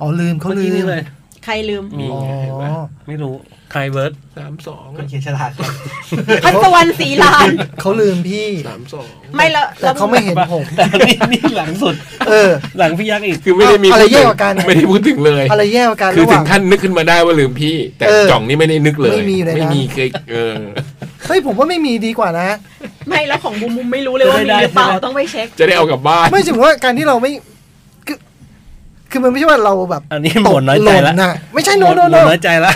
[SPEAKER 6] อ๋อลืมเขา
[SPEAKER 4] เมื่อ
[SPEAKER 6] ลื
[SPEAKER 4] กี้
[SPEAKER 6] ม
[SPEAKER 4] นี่เลย
[SPEAKER 5] ใครลืม
[SPEAKER 4] มี
[SPEAKER 6] อ๋อ
[SPEAKER 4] ไงเห็นปะไม่รู้ใครเบิร์ด
[SPEAKER 3] สามสอง
[SPEAKER 9] ก็เขียนฉลากครับ
[SPEAKER 5] พัศวรรณศรีลาน
[SPEAKER 6] เขาลืมพี่
[SPEAKER 3] สามสอง
[SPEAKER 5] ไม่แล้ว
[SPEAKER 6] แต่เขาไม่เห็นผม
[SPEAKER 4] แต่นี่นี่หลังสุด
[SPEAKER 6] เออ
[SPEAKER 4] หลังพี่ยักษ์อีก
[SPEAKER 3] คือไม่ได้มี
[SPEAKER 6] อะไร
[SPEAKER 3] พูดถึ
[SPEAKER 6] แย่
[SPEAKER 3] ง
[SPEAKER 6] กว่ากัน
[SPEAKER 3] ไม่ได้พูดถึงเลย
[SPEAKER 6] อะไรแย่กว่ากัน
[SPEAKER 3] คือ
[SPEAKER 6] ระห
[SPEAKER 3] ถึ
[SPEAKER 6] ว่าง
[SPEAKER 3] งขั้นนึกขึ้นมาได้ว่าลืมพี่ แต่
[SPEAKER 6] เออ
[SPEAKER 3] จ่องนี่ไม่ได้นึกเลย
[SPEAKER 6] ไม่มีอยู่ในนั้น
[SPEAKER 3] ไม่มีเคยเออ
[SPEAKER 6] เฮ้ยผมว่าไม่มีดีกว่านะ
[SPEAKER 5] ไม่แล้วของบุ้มบุ้มไม่รู้เลยว่ามีหรือเปล่าต้องไปเช็ค
[SPEAKER 3] จะได้เอากลับบ้าน
[SPEAKER 6] ไม่ถึงว่าการที่เราไม่คือคือมันไม่ใช่ว่าเราแบบ
[SPEAKER 4] อันนี้หมดน้อยใจละ
[SPEAKER 6] ตกหนะไม่ใช่โน
[SPEAKER 4] หมดหม
[SPEAKER 6] โนโน
[SPEAKER 4] ดน้อยใจละ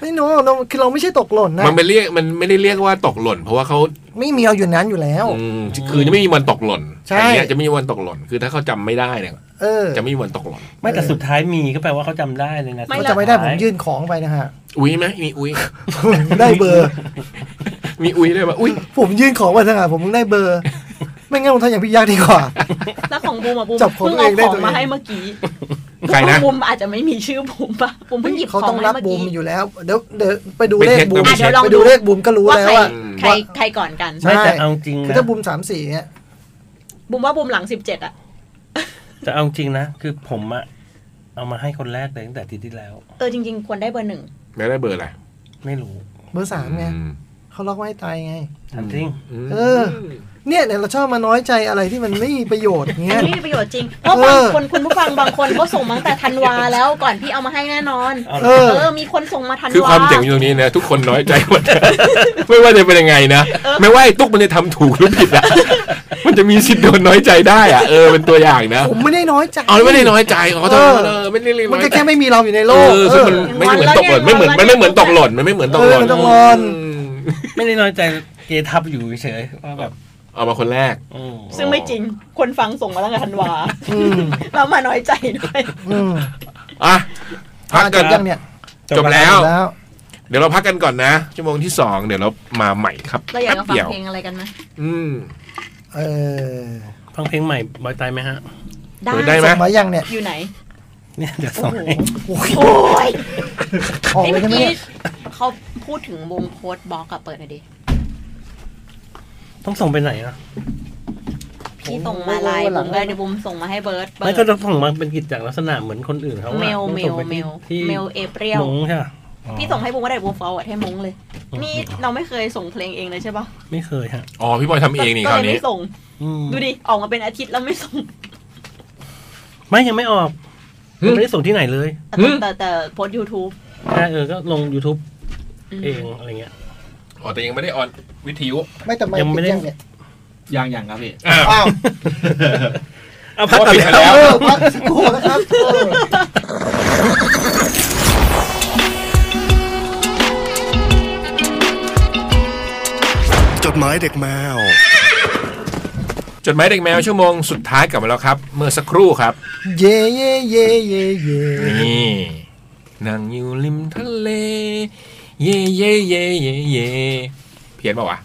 [SPEAKER 6] ไม่โนโนคือเราไม่ใช่ตกหล่นนะ
[SPEAKER 3] มันไม่เรียกมันไม่ได้เรียกว่าตกหล่น เพราะว่าเขา
[SPEAKER 6] ไม่มีเอาอยู่นั้นอยู่แล้ว
[SPEAKER 3] อืมคือจะไม่มีวันตกหล่น
[SPEAKER 6] ใช่
[SPEAKER 3] อันเนี้ยจะไม่มีวันตกหล่น คือถ้าเขาจำไม่ได้เนี่ย
[SPEAKER 6] เออ
[SPEAKER 3] จะไม่มีวันตกหล่น
[SPEAKER 4] ไม่แต่
[SPEAKER 6] เออ
[SPEAKER 4] สุดท้ายมีก็แปลว่าเขาจำได้เลยนะ
[SPEAKER 5] ไม่
[SPEAKER 6] เขา
[SPEAKER 5] ละ
[SPEAKER 6] จะไม่ได้ผมยื่นของไปนะฮะ
[SPEAKER 3] อุ้ยไหมมีอุ้ย
[SPEAKER 6] ได้เบอร์
[SPEAKER 3] มีอุ้ยด้วยปะอุ้ย
[SPEAKER 6] ผมยื่นของไปทางหาผมเพิ่งได้เบอร์ ไม่งั้นผมทำอย่างพี่ยากดีกว่า
[SPEAKER 5] แล้วของบูมอะบูม
[SPEAKER 6] จับของ
[SPEAKER 5] เพิ่ง
[SPEAKER 6] ตัวเอ
[SPEAKER 5] เอา
[SPEAKER 6] งได้
[SPEAKER 5] ของ
[SPEAKER 6] ตัวเอง
[SPEAKER 5] มาให้เมื่อกี้
[SPEAKER 3] ใครนะ
[SPEAKER 5] บูมอาจจะไม่มีชื่อบูมปะบูมเพิ่งหยิบข
[SPEAKER 6] เขา
[SPEAKER 5] อง
[SPEAKER 6] ต้อง
[SPEAKER 5] มา
[SPEAKER 6] รับ
[SPEAKER 5] ให้เมื่
[SPEAKER 6] บู
[SPEAKER 5] อ
[SPEAKER 6] ม
[SPEAKER 5] กี้
[SPEAKER 6] อยู่แล้วเดี๋ยวเดี๋ยวไปดู
[SPEAKER 3] ไป
[SPEAKER 6] เลข
[SPEAKER 3] เช็ค
[SPEAKER 6] บูม
[SPEAKER 5] อ่ะเดี๋ยวลอง
[SPEAKER 6] ไปดูเลขบูมก็รู้
[SPEAKER 5] ว่า
[SPEAKER 6] แล้ว
[SPEAKER 5] ใคร
[SPEAKER 6] ว่า
[SPEAKER 5] ใครใครก่อนกัน
[SPEAKER 6] ใช่
[SPEAKER 4] ไม่แต่เอาจริง
[SPEAKER 6] คือ
[SPEAKER 4] นะ
[SPEAKER 6] ถ้าบูมสามสี่เนี่ย
[SPEAKER 5] บูมว่าบูมหลังสิบเจ็ดอะ
[SPEAKER 4] แต่เอาจริงนะคือผมอะเอามาให้คนแรกเลยตั้งแต่อาทีที่แล้ว
[SPEAKER 5] เออจริง ๆ ควรได้เบอร์หนึ่ง
[SPEAKER 3] ไม่ได้เบอร์อะไร
[SPEAKER 4] ไม่รู้
[SPEAKER 6] เบอร์สามไง
[SPEAKER 3] อืม
[SPEAKER 6] เขาล็อกไว้ให้ตายไง
[SPEAKER 4] ถามจริง
[SPEAKER 3] ม
[SPEAKER 6] เออ เนี่ยเนี่ยเราชอบมาน้อยใจอะไรที่มันไม่มีประโยชน์
[SPEAKER 5] อั
[SPEAKER 6] เงี้
[SPEAKER 5] น
[SPEAKER 6] ย
[SPEAKER 5] นี้มีประโยชน์จริงเพราะบาง
[SPEAKER 6] เออ
[SPEAKER 5] คนคุณผู้ฟังบางคนเขาส่งมาตั้งแต่ธันวาแล้วก่อนพี่เอามาให้แน่นอน
[SPEAKER 6] เอ
[SPEAKER 5] เอ
[SPEAKER 6] อ
[SPEAKER 5] อ มีคนส่งมาธัน
[SPEAKER 3] คือค
[SPEAKER 5] าว
[SPEAKER 3] วามเจ๋งอยู่ตรงนี้นะทุกคนน้อยใจ หมด ไม่ว่าจะเป็นยังไงนะไม่ว่าไอ้ตุ๊กมันจะทำถูกหรือผิดอะ มันจะมีสิทธิ์โดนน้อยใจได้อะเออเป็นตัวอย่างนะ
[SPEAKER 6] ผมไม่ได้น้อยใจ
[SPEAKER 3] เอาไม่ได้น้อยใจอ๋อเธอเออไม่ได้เรีย
[SPEAKER 6] มั
[SPEAKER 3] น้
[SPEAKER 6] น
[SPEAKER 3] อย
[SPEAKER 6] ก็
[SPEAKER 3] ใจ
[SPEAKER 6] แค่ไม่มีเราอยู่ใน
[SPEAKER 3] เอ
[SPEAKER 6] โลก
[SPEAKER 3] อ
[SPEAKER 6] เอ
[SPEAKER 3] ซึ่ง
[SPEAKER 6] อ
[SPEAKER 3] มันไม่เหมือนตกหล่นไม่เหมือนมันไม่เหมือนตกหล่นมันไม่เหมือนตกหล่น
[SPEAKER 6] เออมันตกหล่น
[SPEAKER 3] อืม
[SPEAKER 4] ไม่ได้น้อยใจเกทับอยู่เฉยๆว่าแบบ
[SPEAKER 3] เอามาคนแรก
[SPEAKER 4] อืม
[SPEAKER 5] ซึ่งไม่จริงคนฟังส่งมาตั้งแต่ธันวา
[SPEAKER 6] อืม
[SPEAKER 5] แล้วมาน้อยใจด้วย
[SPEAKER 6] อืม
[SPEAKER 3] อ่ะพักกัน
[SPEAKER 6] อ่ะจบยังเนี่ย
[SPEAKER 3] จบแล้ว
[SPEAKER 6] แล้ว
[SPEAKER 3] เดี๋ยวเราพักกันก่อนนะ ชั่วโมงที่สองเดี๋ยวเรามาใหม่ครับ
[SPEAKER 5] เราอยาก
[SPEAKER 3] แป๊บ
[SPEAKER 5] จะฟัง
[SPEAKER 3] เดียว
[SPEAKER 5] เพลงอะไรกันไหม
[SPEAKER 3] อืม
[SPEAKER 6] เออ
[SPEAKER 4] ฟังเพลงใหม่บ่อยตายไหมฮะ
[SPEAKER 5] ได้
[SPEAKER 3] เปิดได้ไห
[SPEAKER 6] ส่งมายังเนี่ย
[SPEAKER 5] อยู่ไหน
[SPEAKER 4] เนี่ยเดี๋ยวส
[SPEAKER 5] โอ้
[SPEAKER 4] อง
[SPEAKER 5] โห
[SPEAKER 4] เอง
[SPEAKER 6] โอ้ย
[SPEAKER 5] โอ้ย
[SPEAKER 6] ออก
[SPEAKER 5] เอ้ย
[SPEAKER 6] เลย
[SPEAKER 5] เมื่อ
[SPEAKER 6] ใช่
[SPEAKER 5] กี้
[SPEAKER 6] ไหมเนี่ย
[SPEAKER 5] เขาพูดถึงวงโค้ดบล็อกกับเปิดหน่อยดิ
[SPEAKER 4] ต้องส่งไปไหนอ่ะ
[SPEAKER 5] พี่ส่งมาไลน์บุมก็เดี๋ยวบุมส่งมาให้เบิร์ตเบิ
[SPEAKER 4] ไม่
[SPEAKER 5] ร์
[SPEAKER 4] ก็
[SPEAKER 5] ต
[SPEAKER 4] ต้องส่งมาเป็นกิจจากลักษณะเหมือนคนอื่นเขาอะ
[SPEAKER 5] เมล
[SPEAKER 4] ต้อง
[SPEAKER 5] เม
[SPEAKER 4] ส่
[SPEAKER 5] ล
[SPEAKER 4] งไป
[SPEAKER 5] เม
[SPEAKER 4] ที่
[SPEAKER 5] ล
[SPEAKER 4] ที่
[SPEAKER 5] เมลเอเปรียว
[SPEAKER 4] มงใช่ปะ
[SPEAKER 5] พี่ส่งให้บุมก็ได้บุมฟอร์เวิร์ดให้มงเลย นี่เราไม่เคยส่งเพลงเองเลยใช่ปะ
[SPEAKER 4] ไม่เคยฮะ
[SPEAKER 3] อ๋อพี่บอยทำเองนี่
[SPEAKER 5] ก็
[SPEAKER 3] คราว
[SPEAKER 5] เลย
[SPEAKER 3] นี้
[SPEAKER 5] ไม่ส่ง
[SPEAKER 4] อืม
[SPEAKER 5] ดูดิ ออกมาเป็นอาทิตย์แล้วไม่ส่ง
[SPEAKER 4] ไม่ยังไม่ออก
[SPEAKER 3] หึ
[SPEAKER 4] ยังไม่ได้ส่งที่ไหนเลย
[SPEAKER 5] แต่
[SPEAKER 3] หึ
[SPEAKER 5] แต่แต่โพสยูทูบ
[SPEAKER 4] แค่เออก็ลง YouTube เองอะไรเงี้ย
[SPEAKER 3] อ๋อแต่ยังไม่ได้ออนวิทยุ
[SPEAKER 6] ไม่แต่ไม่
[SPEAKER 4] ยังไม่ได้
[SPEAKER 6] ยังเนี่ย
[SPEAKER 9] ยังยังครับพี่
[SPEAKER 3] อ้าว
[SPEAKER 6] อ้าว
[SPEAKER 4] เอาพักก่อน
[SPEAKER 3] ปิดไป
[SPEAKER 4] เลยค
[SPEAKER 3] แล้ว
[SPEAKER 4] รับ
[SPEAKER 6] เออพักสักครู่นะครับเออ
[SPEAKER 7] จดหมายเด็กแมว
[SPEAKER 3] จดหมายเด็กแมวชั่วโมงสุดท้ายกลับมาแล้วครับ เมื่อสักครู่ครับ
[SPEAKER 6] เย่เย่เย่เย่เย่
[SPEAKER 3] นี่นั่งอยู่ริมทะเล เย่เย่เย่เย่เย่เพี้ยนปะวะ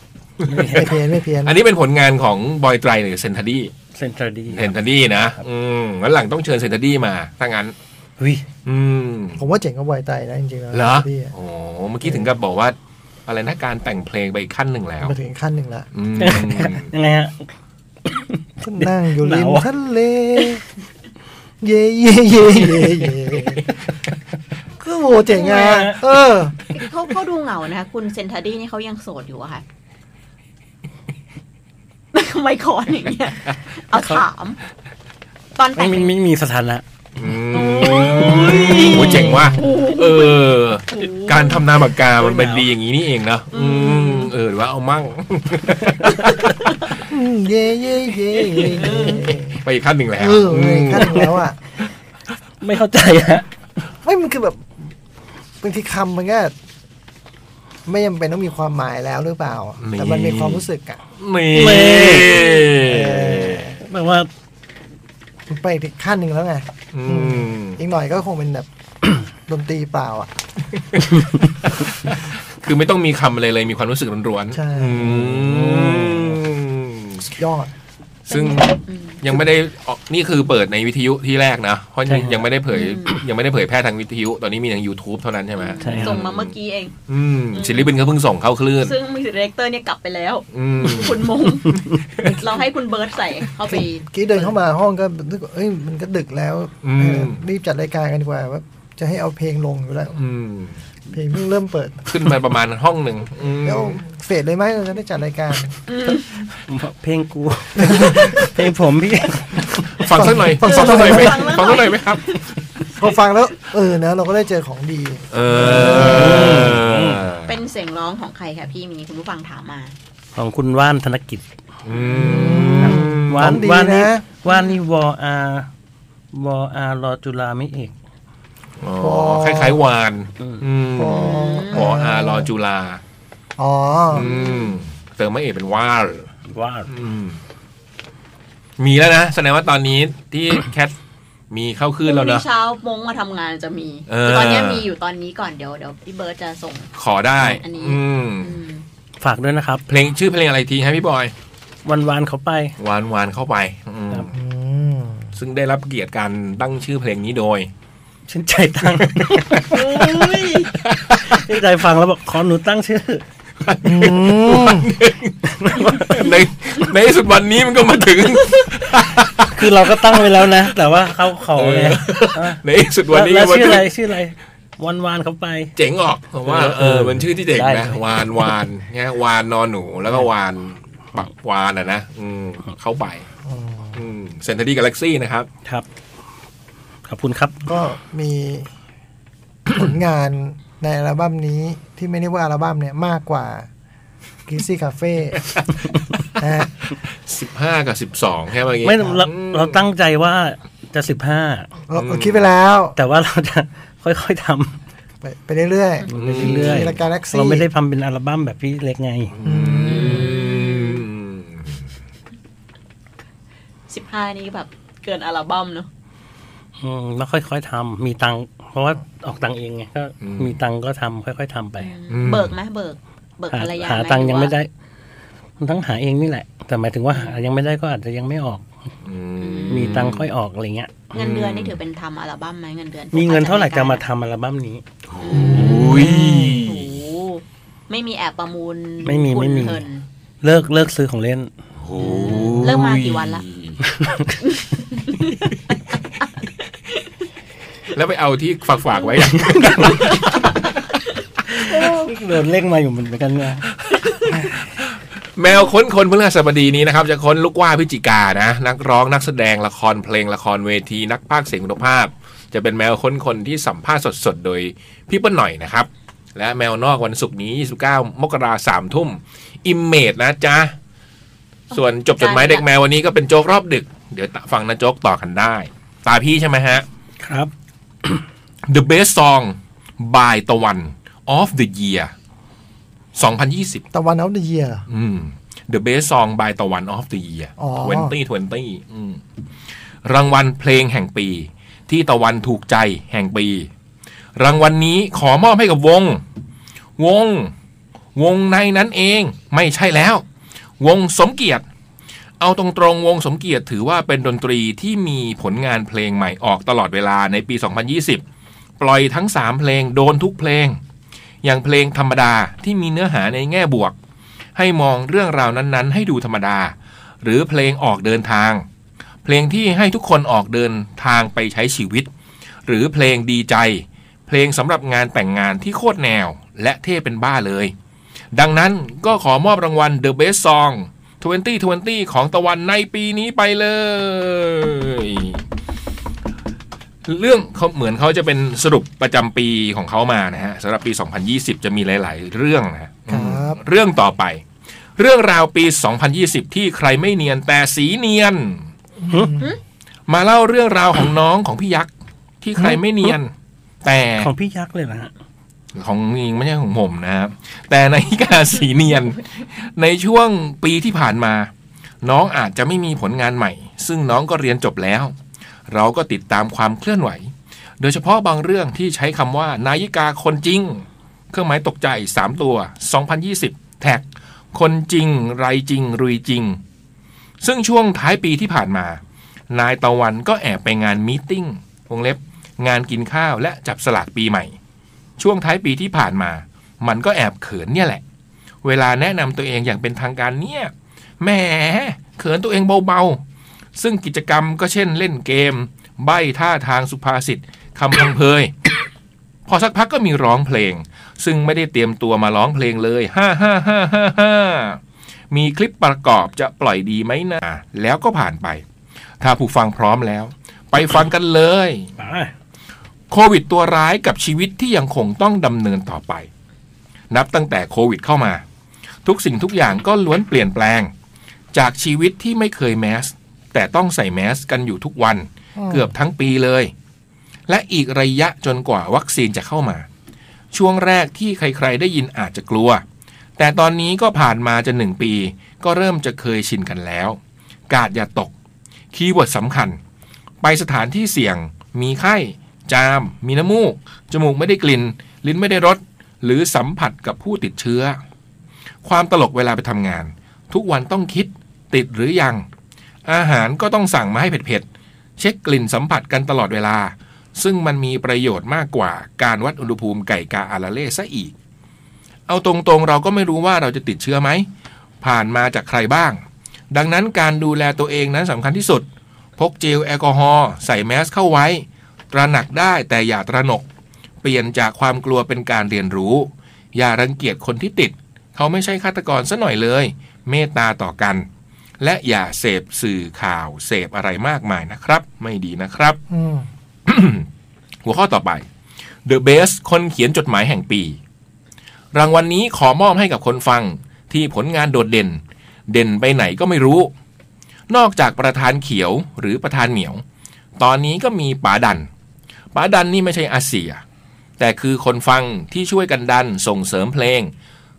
[SPEAKER 6] ไม่เพี้ยนไม่เพี้ยน
[SPEAKER 3] อันนี้เป็นผลงานของบอยไตรหรือเซนทัดี้
[SPEAKER 4] เซนทรัลดี
[SPEAKER 3] เซนทัดี้นะ อืมวันหลังต้องเชิญเซนทัดี้มาถ้างั้น
[SPEAKER 4] วิ
[SPEAKER 3] อืม
[SPEAKER 6] ผมว่าเจ๋งกว่าไวไตนะจริงๆแล้ว
[SPEAKER 3] เหรอ
[SPEAKER 6] พี่อะ
[SPEAKER 3] โอ้เมื่อกี้ถึงกับบอกว่า อะไรนะการแต่งเพลงไปอีกขั้นหนึ่งแล้ว
[SPEAKER 6] มาถึงขั้นหนึ่งละ
[SPEAKER 3] อืม
[SPEAKER 4] ยังไงฮะ
[SPEAKER 6] ฉันนั่งอยู่ริ
[SPEAKER 4] หนาม วอะ
[SPEAKER 6] ทะเล เย่เย่เย่เย่เย่ก็โหเจ๋งอ่ะเออ
[SPEAKER 5] เขาเขาดูเหงานะคะคุณเซนทาดี้นี่เขายังโสดอยู่อะค่ะ ทำไมคอนอย่างเงี้ยเอาถาม ตอน
[SPEAKER 4] ไม่
[SPEAKER 5] แต่ง
[SPEAKER 4] มีไม่มีสถานะ
[SPEAKER 3] อืมโอ้เจ๋งว่ะเออ การทำนามปากกามันเป็นดีอย่างนี้นี่เองเนอะอืมเออหรือว่าเอามั่ง
[SPEAKER 6] เย่เย่เย่เย่เย่
[SPEAKER 3] ไปอีกขั้นหนึ่งแล้ว
[SPEAKER 6] เออไม่ขั้นหนึ่งแล้วอ่ะ
[SPEAKER 4] ไม่เข้าใจฮะ
[SPEAKER 6] ไม่มันคือแบบบางทีคำมันก็ไม่จำเป็นต้องมีความหมายแล้วหรือเปล่า แต่มันมีความรู้สึกอ่ะ
[SPEAKER 3] นี่
[SPEAKER 4] เว้ย
[SPEAKER 6] อ
[SPEAKER 4] แปลว่า
[SPEAKER 6] มันไปถึงขั้นหนึ่งแล้วไง
[SPEAKER 3] อืม
[SPEAKER 6] อีกหน่อยก็คงเป็นแบบ ดนตรีเปล่าอ่ะ
[SPEAKER 3] คือไม่ต้องมีคำอะไรเลยมีความรู้สึกร้อนๆ
[SPEAKER 6] ใช่
[SPEAKER 3] อืม
[SPEAKER 6] ยอด
[SPEAKER 3] ซึ่งยังไม่ได้ออกนี่คือเปิดในวิทยุที่แรกนะ เพราะ
[SPEAKER 4] ใช่ครับ
[SPEAKER 3] ยังไม่ได้เผย ยังไม่ได้เผยแพร่ทางวิทยุ ตอนนี้มีทาง YouTube เท่านั้นใช่ไหม
[SPEAKER 4] ใช่ครั
[SPEAKER 5] ส่
[SPEAKER 4] บ
[SPEAKER 5] งมาเมื่อกี้เอง
[SPEAKER 3] อืมศิลปินก็เพิ่งส่งเข้าคลื่น
[SPEAKER 5] ซึ่งมิวสิกดีเรคเตอร์เนี่ยกลับไปแล้ว
[SPEAKER 3] อืม
[SPEAKER 5] คุณมง เราให้คุณเบิร์ดใส่เข้าไป
[SPEAKER 6] กี้เดินเข้ามาห้องก็นึกว่าเอ้ยมันก็ดึกแล้วเออรีบจัดรายการกันดีกว่าว่าจะให้เอาเพลงลงอยู่แล้ว
[SPEAKER 3] อืม
[SPEAKER 6] เพลงเพิ่งเริ่มเปิด
[SPEAKER 3] ขึ้นมาประมาณห้องหนึ่งอืม
[SPEAKER 6] แล้วเฟดเลยไหมเราจะได้จัดรายการ
[SPEAKER 4] เพลง กู เพลงผมพี่
[SPEAKER 3] ฟังสักหน่อยฟังสักหน่อยไหมฟังสักหน่อยไหมครับ
[SPEAKER 6] พอฟังแล้ว เออนะเราก็ได้เจอของดี
[SPEAKER 3] เออ
[SPEAKER 5] เป็นเสียงร้องของใครคะพี่มีคุณผู้ฟังถามมา
[SPEAKER 4] ของคุณว่านธนกิจ
[SPEAKER 3] อืม
[SPEAKER 6] ข
[SPEAKER 4] ว่าน
[SPEAKER 6] องดี
[SPEAKER 4] ว่านนี่
[SPEAKER 6] นะ
[SPEAKER 4] ว่านนี่วออาร์วออาร์รอจุฬาไม่เอก
[SPEAKER 3] อ๋อคล้ายๆวานอืม
[SPEAKER 6] อ๋อ
[SPEAKER 3] หมออารอจุลา
[SPEAKER 6] อ๋ออ
[SPEAKER 3] อืมเติมมาเอกเป็นว่าน
[SPEAKER 4] ว่า
[SPEAKER 3] อืมมีแล้วนะแสดงว่าตอนนี้ที่ แคทมีเข้าขึ้นแล้ว
[SPEAKER 5] พรุ่ง
[SPEAKER 3] นะ
[SPEAKER 5] นี้เช้ามงมาทำงานจะมี
[SPEAKER 3] เออ
[SPEAKER 5] แต่ตอนเนี้ยมีอยู่ตอนนี้ก่อนเดี๋ยวเดี๋ยวพี่เบิร์ดจะส่ง
[SPEAKER 3] ขอได้
[SPEAKER 5] อันนี้
[SPEAKER 3] อืม
[SPEAKER 5] อืม
[SPEAKER 4] ฝากด้วยนะครับ
[SPEAKER 3] เพลงชื่อเพลงอะไรทีให้พี่บอย
[SPEAKER 4] วันวานเขาไป
[SPEAKER 3] วานวานเข้าไปอืม
[SPEAKER 4] ครับ
[SPEAKER 6] อืม
[SPEAKER 3] ซึ่งได้รับเกียรติการตั้งชื่อเพลงนี้โดย
[SPEAKER 4] ชื่นใจตั้ง ชื่นใจฟังแล้วบอกขอหนูตั้งชื่อ
[SPEAKER 3] ในในที่สุดวันนี้มันก็มาถึง
[SPEAKER 4] คือเราก็ตั้งไว้แล้วนะ แต่ว่าเขาขอไง
[SPEAKER 3] ในที่สุดวันนี้
[SPEAKER 4] แล้ว
[SPEAKER 3] ก็มา
[SPEAKER 4] ชื่อ
[SPEAKER 3] ถึ
[SPEAKER 4] อะ
[SPEAKER 3] ง
[SPEAKER 4] ไรชื่ออะไรวันวานเขาไป
[SPEAKER 3] เจ๋งออกผมว่าเอ
[SPEAKER 4] เอ
[SPEAKER 3] อ
[SPEAKER 4] อ
[SPEAKER 3] มันชื่อที่เจ๋ง
[SPEAKER 4] ได้
[SPEAKER 3] นะ
[SPEAKER 4] ครับ
[SPEAKER 3] วานวานเนี่ยวานนอนหนูแล้วก็วานปักวานอ่ะนะอืมเข้าไปอืมเซนทรีกาแล็กซี่นะครับ
[SPEAKER 4] ครับ ขอบคุณครับ
[SPEAKER 6] ก็มีผลงานในอัลบั้มนี้ที่ไม่ได้ว่าอัลบั้มเนี่ยมากกว่า g ิซี่คาเฟ่นะฮะ
[SPEAKER 3] 15 กับ 12 แค่เมื่อกี้
[SPEAKER 4] ไม่เรา
[SPEAKER 3] อืม
[SPEAKER 4] เราตั้งใจว่าจะสิบห้า
[SPEAKER 6] เราเราคิดไปแล้ว
[SPEAKER 4] แต่ว่าเราจะค่อยๆท
[SPEAKER 6] ไปไปเรื่อย
[SPEAKER 4] ำไปเรื่อย
[SPEAKER 6] ๆรายการแล็ก
[SPEAKER 4] ๆ
[SPEAKER 6] ซี่
[SPEAKER 4] เราไม่ได้ทำเป็นอัลบั้มแบบพี่เล็กไง
[SPEAKER 5] สิบห้านี่แบบเกินอัลบั้มเนอะ
[SPEAKER 4] อืมแล้วค่อยๆทำมีตังค์เพราะว่าออกตังค์เองไงก็มีตังค์ก็ทำค่อยๆทำไป
[SPEAKER 5] เบิกไหมเบิก เบิก
[SPEAKER 4] หา
[SPEAKER 5] อะไรยัง
[SPEAKER 4] หา
[SPEAKER 5] ห
[SPEAKER 4] ตังค์ยังไม่
[SPEAKER 5] หรือว่า
[SPEAKER 4] ได้มันต้องหาเองนี่แหละ แต่หมายถึงว่าหายังไม่ได้ก็อาจจะยังไม่ออก
[SPEAKER 3] อืม
[SPEAKER 4] มีตังค์ค่อยออกอะไรเงี้ย
[SPEAKER 5] เงินเดือนนี่ถือเป็นทำอัลบั้มไหมเงินเดือน
[SPEAKER 4] มีเงินเท่าไหร่จะมาทำอัลบั้มนี้
[SPEAKER 3] อุ้ย
[SPEAKER 5] โอ้โหไม่มีแอบประมูล
[SPEAKER 4] ไม่มีไม่มี
[SPEAKER 5] หุ้นเทิน
[SPEAKER 4] เลิกเลิกซื้อของเล่น
[SPEAKER 3] โอ้ย
[SPEAKER 5] เริ่มมากี่วันละ
[SPEAKER 3] แล้วไปเอาที่ฝากฝากๆไว้ยัง
[SPEAKER 4] โดนเลขมาอยู่เหมือนกันเนี่ย
[SPEAKER 3] แมวค้นคนพฤหัสบดีนี้นะครับ จะค้นลูกว่าพิจิกานะ นักร้องนักแสดงละครเพลงละครเวทีนักพากย์เสียงคุณภาพ จะเป็นแมวค้นคนที่สัมภาษณ์สดๆ โดยพี่เปิ้ลหน่อยนะครับ และแมวนอกวันศุกร์นี้ 29 มกราสามทุ่ม อิมเมจนะจ๊ะ ส่วนจบจดหมายเด็กแมววันนี้ก็เป็นโจ๊กรอบดึก เดี๋ยวฟังนะโจ๊กต่อกันได้ ตาพี่ใช่ไหมฮะ
[SPEAKER 4] ครับ
[SPEAKER 3] The Best Song by ตะวัน of the Year 2020
[SPEAKER 6] ตะวันเอาเดียร์
[SPEAKER 3] อืม The Best Song by ตะวัน of the Year
[SPEAKER 6] อ๋อ
[SPEAKER 3] 2020อืมรางวัลเพลงแห่งปี ที่ตะวันถูกใจแห่งปี รางวัลนนี้ขอมอบให้กับวง วง วงในนั้นเอง ไม่ใช่แล้ว วงสมเกียรติ เอาตรงๆวงสมเกียรติถือว่าเป็นดนตรีที่มีผลงานเพลงใหม่ออกตลอดเวลาในปี 2020 ปล่อยทั้ง 3 เพลงโดนทุกเพลง อย่างเพลงธรรมดาที่มีเนื้อหาในแง่บวก ให้มองเรื่องราวนั้นๆ ให้ดูธรรมดา หรือเพลงออกเดินทาง เพลงที่ให้ทุกคนออกเดินทางไปใช้ชีวิต หรือเพลงดีใจ เพลงสำหรับงานแต่งงานที่โคตรแนว และเท่เป็นบ้าเลย ดังนั้นก็ขอมอบรางวัล The Best Song 2020 ของตะวันในปีนี้ไปเลย เรื่องเขาเหมือนเขาจะเป็นสรุปประจำปีของเขามานะฮะสำหรับปี 2020 จะมีหลาย ๆ เรื่องนะฮะอืม
[SPEAKER 6] ครับ
[SPEAKER 3] เรื่องต่อไป เรื่องราวปี 2020 ที่ใครไม่เนียนแต่สีเนียน มาเล่าเรื่องราวของน้องของพี่ยักษ์ที่ใครไม่เนียน แต่
[SPEAKER 4] ของพี่ยักษ์เลยนะฮะ
[SPEAKER 3] ของจริงไม่ใช่ของผมนะครับ แต่ในาฬิกาสีเนียน ในช่วงปีที่ผ่านมา น้องอาจจะไม่มีผลงานใหม่ ซึ่งน้องก็เรียนจบแล้ว เราก็ติดตามความเคลื่อนไหว โดยเฉพาะบางเรื่องที่ใช้คำว่านายิกาคนจริง เครื่องหมายตกใจ 3 ตัว 2020 แท็ก คนจริง ไรจริง รุยจริง ซึ่งช่วงท้ายปีที่ผ่านมา นายตะวันก็แอบไปงานมีตติ้งวงเล็บ งานกินข้าวและจับสลากปีใหม่ ช่วงท้ายปีที่ผ่านมา มันก็แอบเขินเนี่ยแหละ เวลาแนะนำตัวเองอย่างเป็นทางการเนี่ยแหมเขินตัวเองเบาๆ ซึ่งกิจกรรมก็เช่นเล่นเกม ใบ้ท่าทางสุภาษิตคำพังเพย พอสักพักก็มีร้องเพลง ซึ่งไม่ได้เตรียมตัวมาร้องเพลงเลยฮ่าฮ่าฮ่าฮ่าฮ่ามีคลิปประกอบจะปล่อยดีไหมนะแล้วก็ผ่านไป ถ้าผู้ฟังพร้อมแล้ว ไปฟังกันเลย โควิดตัวร้ายกับชีวิตที่ยังคงต้องดำเนินต่อไป นับตั้งแต่โควิดเข้ามา ทุกสิ่งทุกอย่างก็ล้วนเปลี่ยนแปลง จากชีวิตที่ไม่เคยแมส แต่ต้องใส่แมสกันอยู่ทุกวัน เกือบทั้งปีเลย และอีกระยะจนกว่าวัคซีนจะเข้ามา ช่วงแรกที่ใครๆได้ยินอาจจะกลัว แต่ตอนนี้ก็ผ่านมาจะหนึ่งปี ก็เริ่มจะเคยชินกันแล้ว กาดอย่าตก คีย์เวิร์ดสำคัญ ไปสถานที่เสี่ยง มีไข้ จาม มีน้ำมูก จมูกไม่ได้กลิ่น ลิ้นไม่ได้รส หรือสัมผัสกับผู้ติดเชื้อ ความตลกเวลาไปทำงาน ทุกวันต้องคิด ติดหรือยัง อาหารก็ต้องสั่งมาให้เผ็ดๆ เช็คกลิ่นสัมผัสกันตลอดเวลา ซึ่งมันมีประโยชน์มากกว่าการวัดอุณหภูมิไก่กาอาราเล่ซะอีก เอาตรงๆ เราก็ไม่รู้ว่าเราจะติดเชื้อไหม ผ่านมาจากใครบ้าง ดังนั้นการดูแลตัวเองนั้นสำคัญที่สุด พกเจลแอลกอฮอล์ใส่แมสเข้าไว้ ตระหนักได้แต่อย่าตระหนก เปลี่ยนจากความกลัวเป็นการเรียนรู้ อย่ารังเกียจคนที่ติด เขาไม่ใช่ฆาตกรซะหน่อยเลย เมตตาต่อกัน และอย่าเสพสื่อข่าวเสพอะไรมากมายนะครับ ไม่ดีนะครับ
[SPEAKER 6] อืม
[SPEAKER 3] หัวข้อต่อไป The Best คนเขียนจดหมายแห่งปี รางวัลนนี้ขอมอบให้กับคนฟังที่ผลงานโดดเด่น เด่นไปไหนก็ไม่รู้ นอกจากประธานเขียวหรือประธานเหมียว ตอนนี้ก็มีป๋าดันป๋าดันนี่ไม่ใช่อาเซีย แต่คือคนฟังที่ช่วยกันดันส่งเสริมเพลง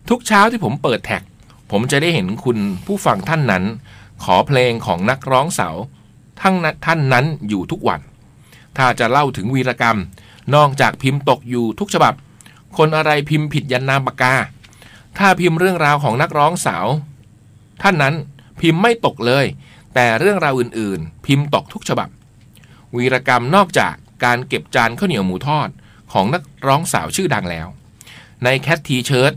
[SPEAKER 3] ทุกเช้าที่ผมเปิดแท็ก ผมจะได้เห็นคุณผู้ฟังท่านนั้น ขอเพลงของนักร้องสาวทั้งนั้นท่านนั้นอยู่ทุกวัน ถ้าจะเล่าถึงวีรกรรม นอกจากพิมพ์ตกอยู่ทุกฉบับ คนอะไรพิมพ์ผิดยันนามปากกา ถ้าพิมพ์เรื่องราวของนักร้องสาว ท่านนั้นพิมพ์ไม่ตกเลย แต่เรื่องราวอื่นๆ พิมพ์ตกทุกฉบับ วีรกรรมนอกจากการเก็บจานข้าวเหนียวหมูทอดของนักร้องสาวชื่อดังแล้ว ในแคททีเชิร์ต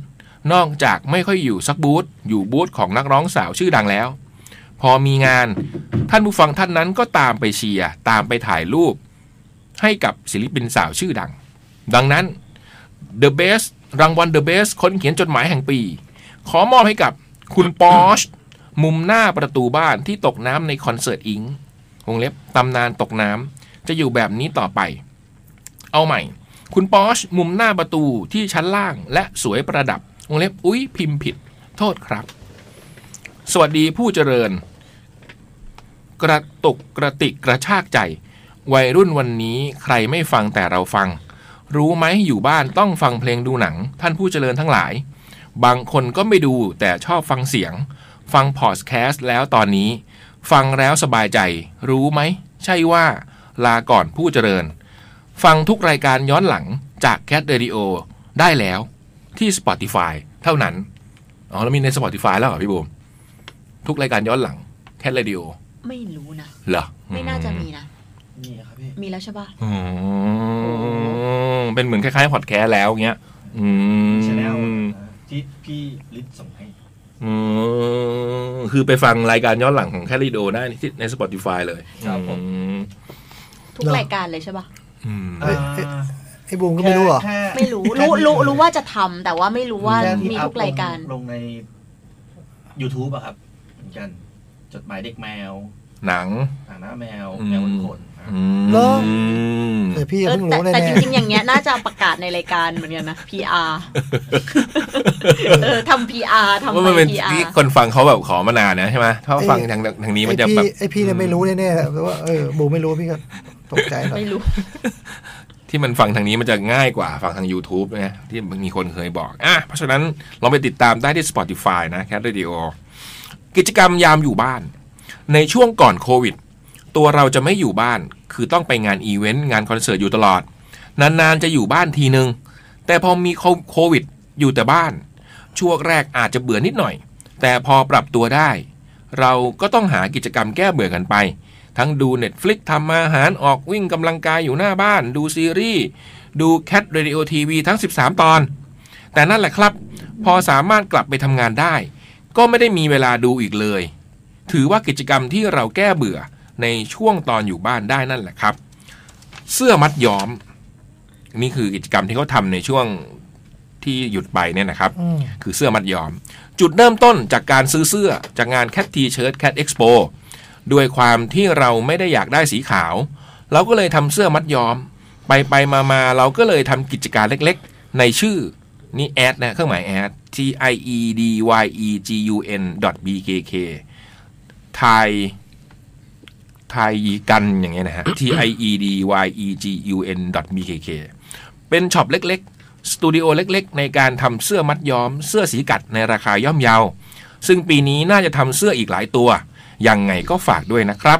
[SPEAKER 3] นอกจากไม่ค่อยอยู่ซักบูธอยู่บูธของนักร้องสาวชื่อดังแล้ว พอมีงานท่านผู้ฟังท่านนั้นก็ตามไปเชียร์ตามไปถ่ายรูป ให้กับศิลปินสาวชื่อดัง ดังนั้น The Best รางวัล The Best คนเขียนจดหมายแห่งปี ขอมอบให้กับคุณปอชมุมหน้าประตูบ้านที่ตกน้ำในคอนเสิร์ตอิงวงเล็บตำนานตกน้ำจะอยู่แบบนี้ต่อไป เอาใหม่ คุณปอชมุมหน้าประตูที่ชั้นล่างและสวยประดับวงเล็บอุ๊ยพิมพ์ผิด โทษครับ สวัสดีผู้เจริญ กระตุกกระติกกระชากใจ วัยรุ่นวันนี้ใครไม่ฟังแต่เราฟัง รู้ไหมอยู่บ้านต้องฟังเพลงดูหนัง ท่านผู้เจริญทั้งหลาย บางคนก็ไม่ดูแต่ชอบฟังเสียง ฟังพอดแคสต์แล้วตอนนี้ ฟังแล้วสบายใจ รู้ไหม ใช่ว่า ลาก่อนผู้เจริญ ฟังทุกรายการย้อนหลังจาก Cat Radio ได้แล้วที่ Spotify เท่านั้น อ๋อ แล้วมีใน Spotify แล้วเหรอพี่บูมทุกรายการย้อนหลัง Cat Radio
[SPEAKER 5] ไม่รู้นะ
[SPEAKER 3] เหรอ
[SPEAKER 5] ไม่น่าจะมีนะ
[SPEAKER 9] นี่ครับพี่
[SPEAKER 5] มีแล้วใช่ปะ
[SPEAKER 3] อืมเป็นเหมือนคล้ายๆพอดแคสต์แล้วเงี้ย อืม
[SPEAKER 9] Channel ที่พี่ลิศส่งให้
[SPEAKER 3] อืมคือไปฟังรายการย้อนหลังของแคทรีโดได้ที่ใน Spotify เลย
[SPEAKER 9] ครับผม
[SPEAKER 3] อืม
[SPEAKER 5] ทุกรายการเลยใช่ปะ
[SPEAKER 3] อืม
[SPEAKER 9] อ่า
[SPEAKER 6] ไอ้บูมก็ไม่รู้เหรอ
[SPEAKER 9] แค่
[SPEAKER 5] ไม่รู้รู้รู้รู้ว่าจะทำแต่ว่าไม่รู้ว่า
[SPEAKER 9] แค่ที่
[SPEAKER 5] มีทุกรายการ
[SPEAKER 9] ลงใน YouTube อะครับเหมือนกันจดหมายเด็กแมว
[SPEAKER 3] หนัง
[SPEAKER 9] หางหน้าแมว
[SPEAKER 3] อืม
[SPEAKER 9] แมวคนขนนะ
[SPEAKER 3] อื
[SPEAKER 6] เหรอ
[SPEAKER 3] ม
[SPEAKER 6] แต่พี่ยัง
[SPEAKER 5] เออ
[SPEAKER 6] เพิ่ง
[SPEAKER 5] แต่
[SPEAKER 6] รู้เลย
[SPEAKER 5] แต่จ
[SPEAKER 6] แน่
[SPEAKER 5] ริงๆ อย่างเงี้ยน่าจะประกาศในรายการเหมือนกันนะ PR เออทำ PR ทำ
[SPEAKER 3] ว่า
[SPEAKER 5] ไป
[SPEAKER 3] มันเป็น
[SPEAKER 5] PR
[SPEAKER 3] ที่คนฟังเขาแบบขอมานานนะใช่ไหมถ้าฟังทางทางนี้มันจะ
[SPEAKER 6] ไอ้พี่
[SPEAKER 3] แบบ
[SPEAKER 6] ไอ้พี่เนี่ยไม่รู้แน่ๆแต่ว่าเออบูมไม่รู้พี่ก็ตกใจหน่อย
[SPEAKER 5] ไม่รู้
[SPEAKER 3] ที่มันฟังทางนี้มันจะง่ายกว่าฟังทาง YouTube นะที่มีคนเคยบอกอ่ะเพราะฉะนั้นลองไปติดตามได้ที่ Spotify นะแคทเรดิโอกิจกรรมยามอยู่บ้าน ในช่วงก่อนโควิด ตัวเราจะไม่อยู่บ้าน คือต้องไปงานอีเวนต์ งานคอนเสิร์ตอยู่ตลอด นาน ๆ จะอยู่บ้านทีนึง แต่พอมีโควิดอยู่แต่บ้าน ช่วงแรกอาจจะเบื่อนิดหน่อย แต่พอปรับตัวได้ เราก็ต้องหากิจกรรมแก้เบื่อกันไป ทั้งดู Netflix ทำอาหารออกวิ่งกำลังกายอยู่หน้าบ้าน ดูซีรีส์ ดูแคทเรดิโอทีวีทั้ง 13 ตอน แต่นั่นแหละครับ พอสามารถกลับไปทำงานได้ ก็ไม่ได้มีเวลาดูอีกเลย ถือว่ากิจกรรมที่เราแก้เบื่อในช่วงตอนอยู่บ้านได้นั่นแหละครับ เสื้อมัดย้อม นี่คือกิจกรรมที่เขาทำในช่วงที่หยุดไปเนี่ยนะครับ
[SPEAKER 6] อืม
[SPEAKER 3] คือเสื้อมัดย้อม จุดเริ่มต้นจากการซื้อเสื้อจากงานแคททีเชิร์ตแคทเอ็กซ์โปด้วยความที่เราไม่ได้อยากได้สีขาว เราก็เลยทำเสื้อมัดย้อม ไปไปมามาเราก็เลยทำกิจการเล็กๆ ในชื่อ นี่แอดนะเครื่องหมายแอด t i e d y e g u n b k k ไทยไทยกันอย่างเงี้ยนะฮะ t i e d y e g u n b k k เป็นช็อปเล็กๆ สตูดิโอเล็กๆ ในการทำเสื้อมัดย้อม เสื้อสีกัดในราคาย่อมเยา ซึ่งปีนี้น่าจะทำเสื้ออีกหลายตัว ยังไงก็ฝากด้วยนะครับ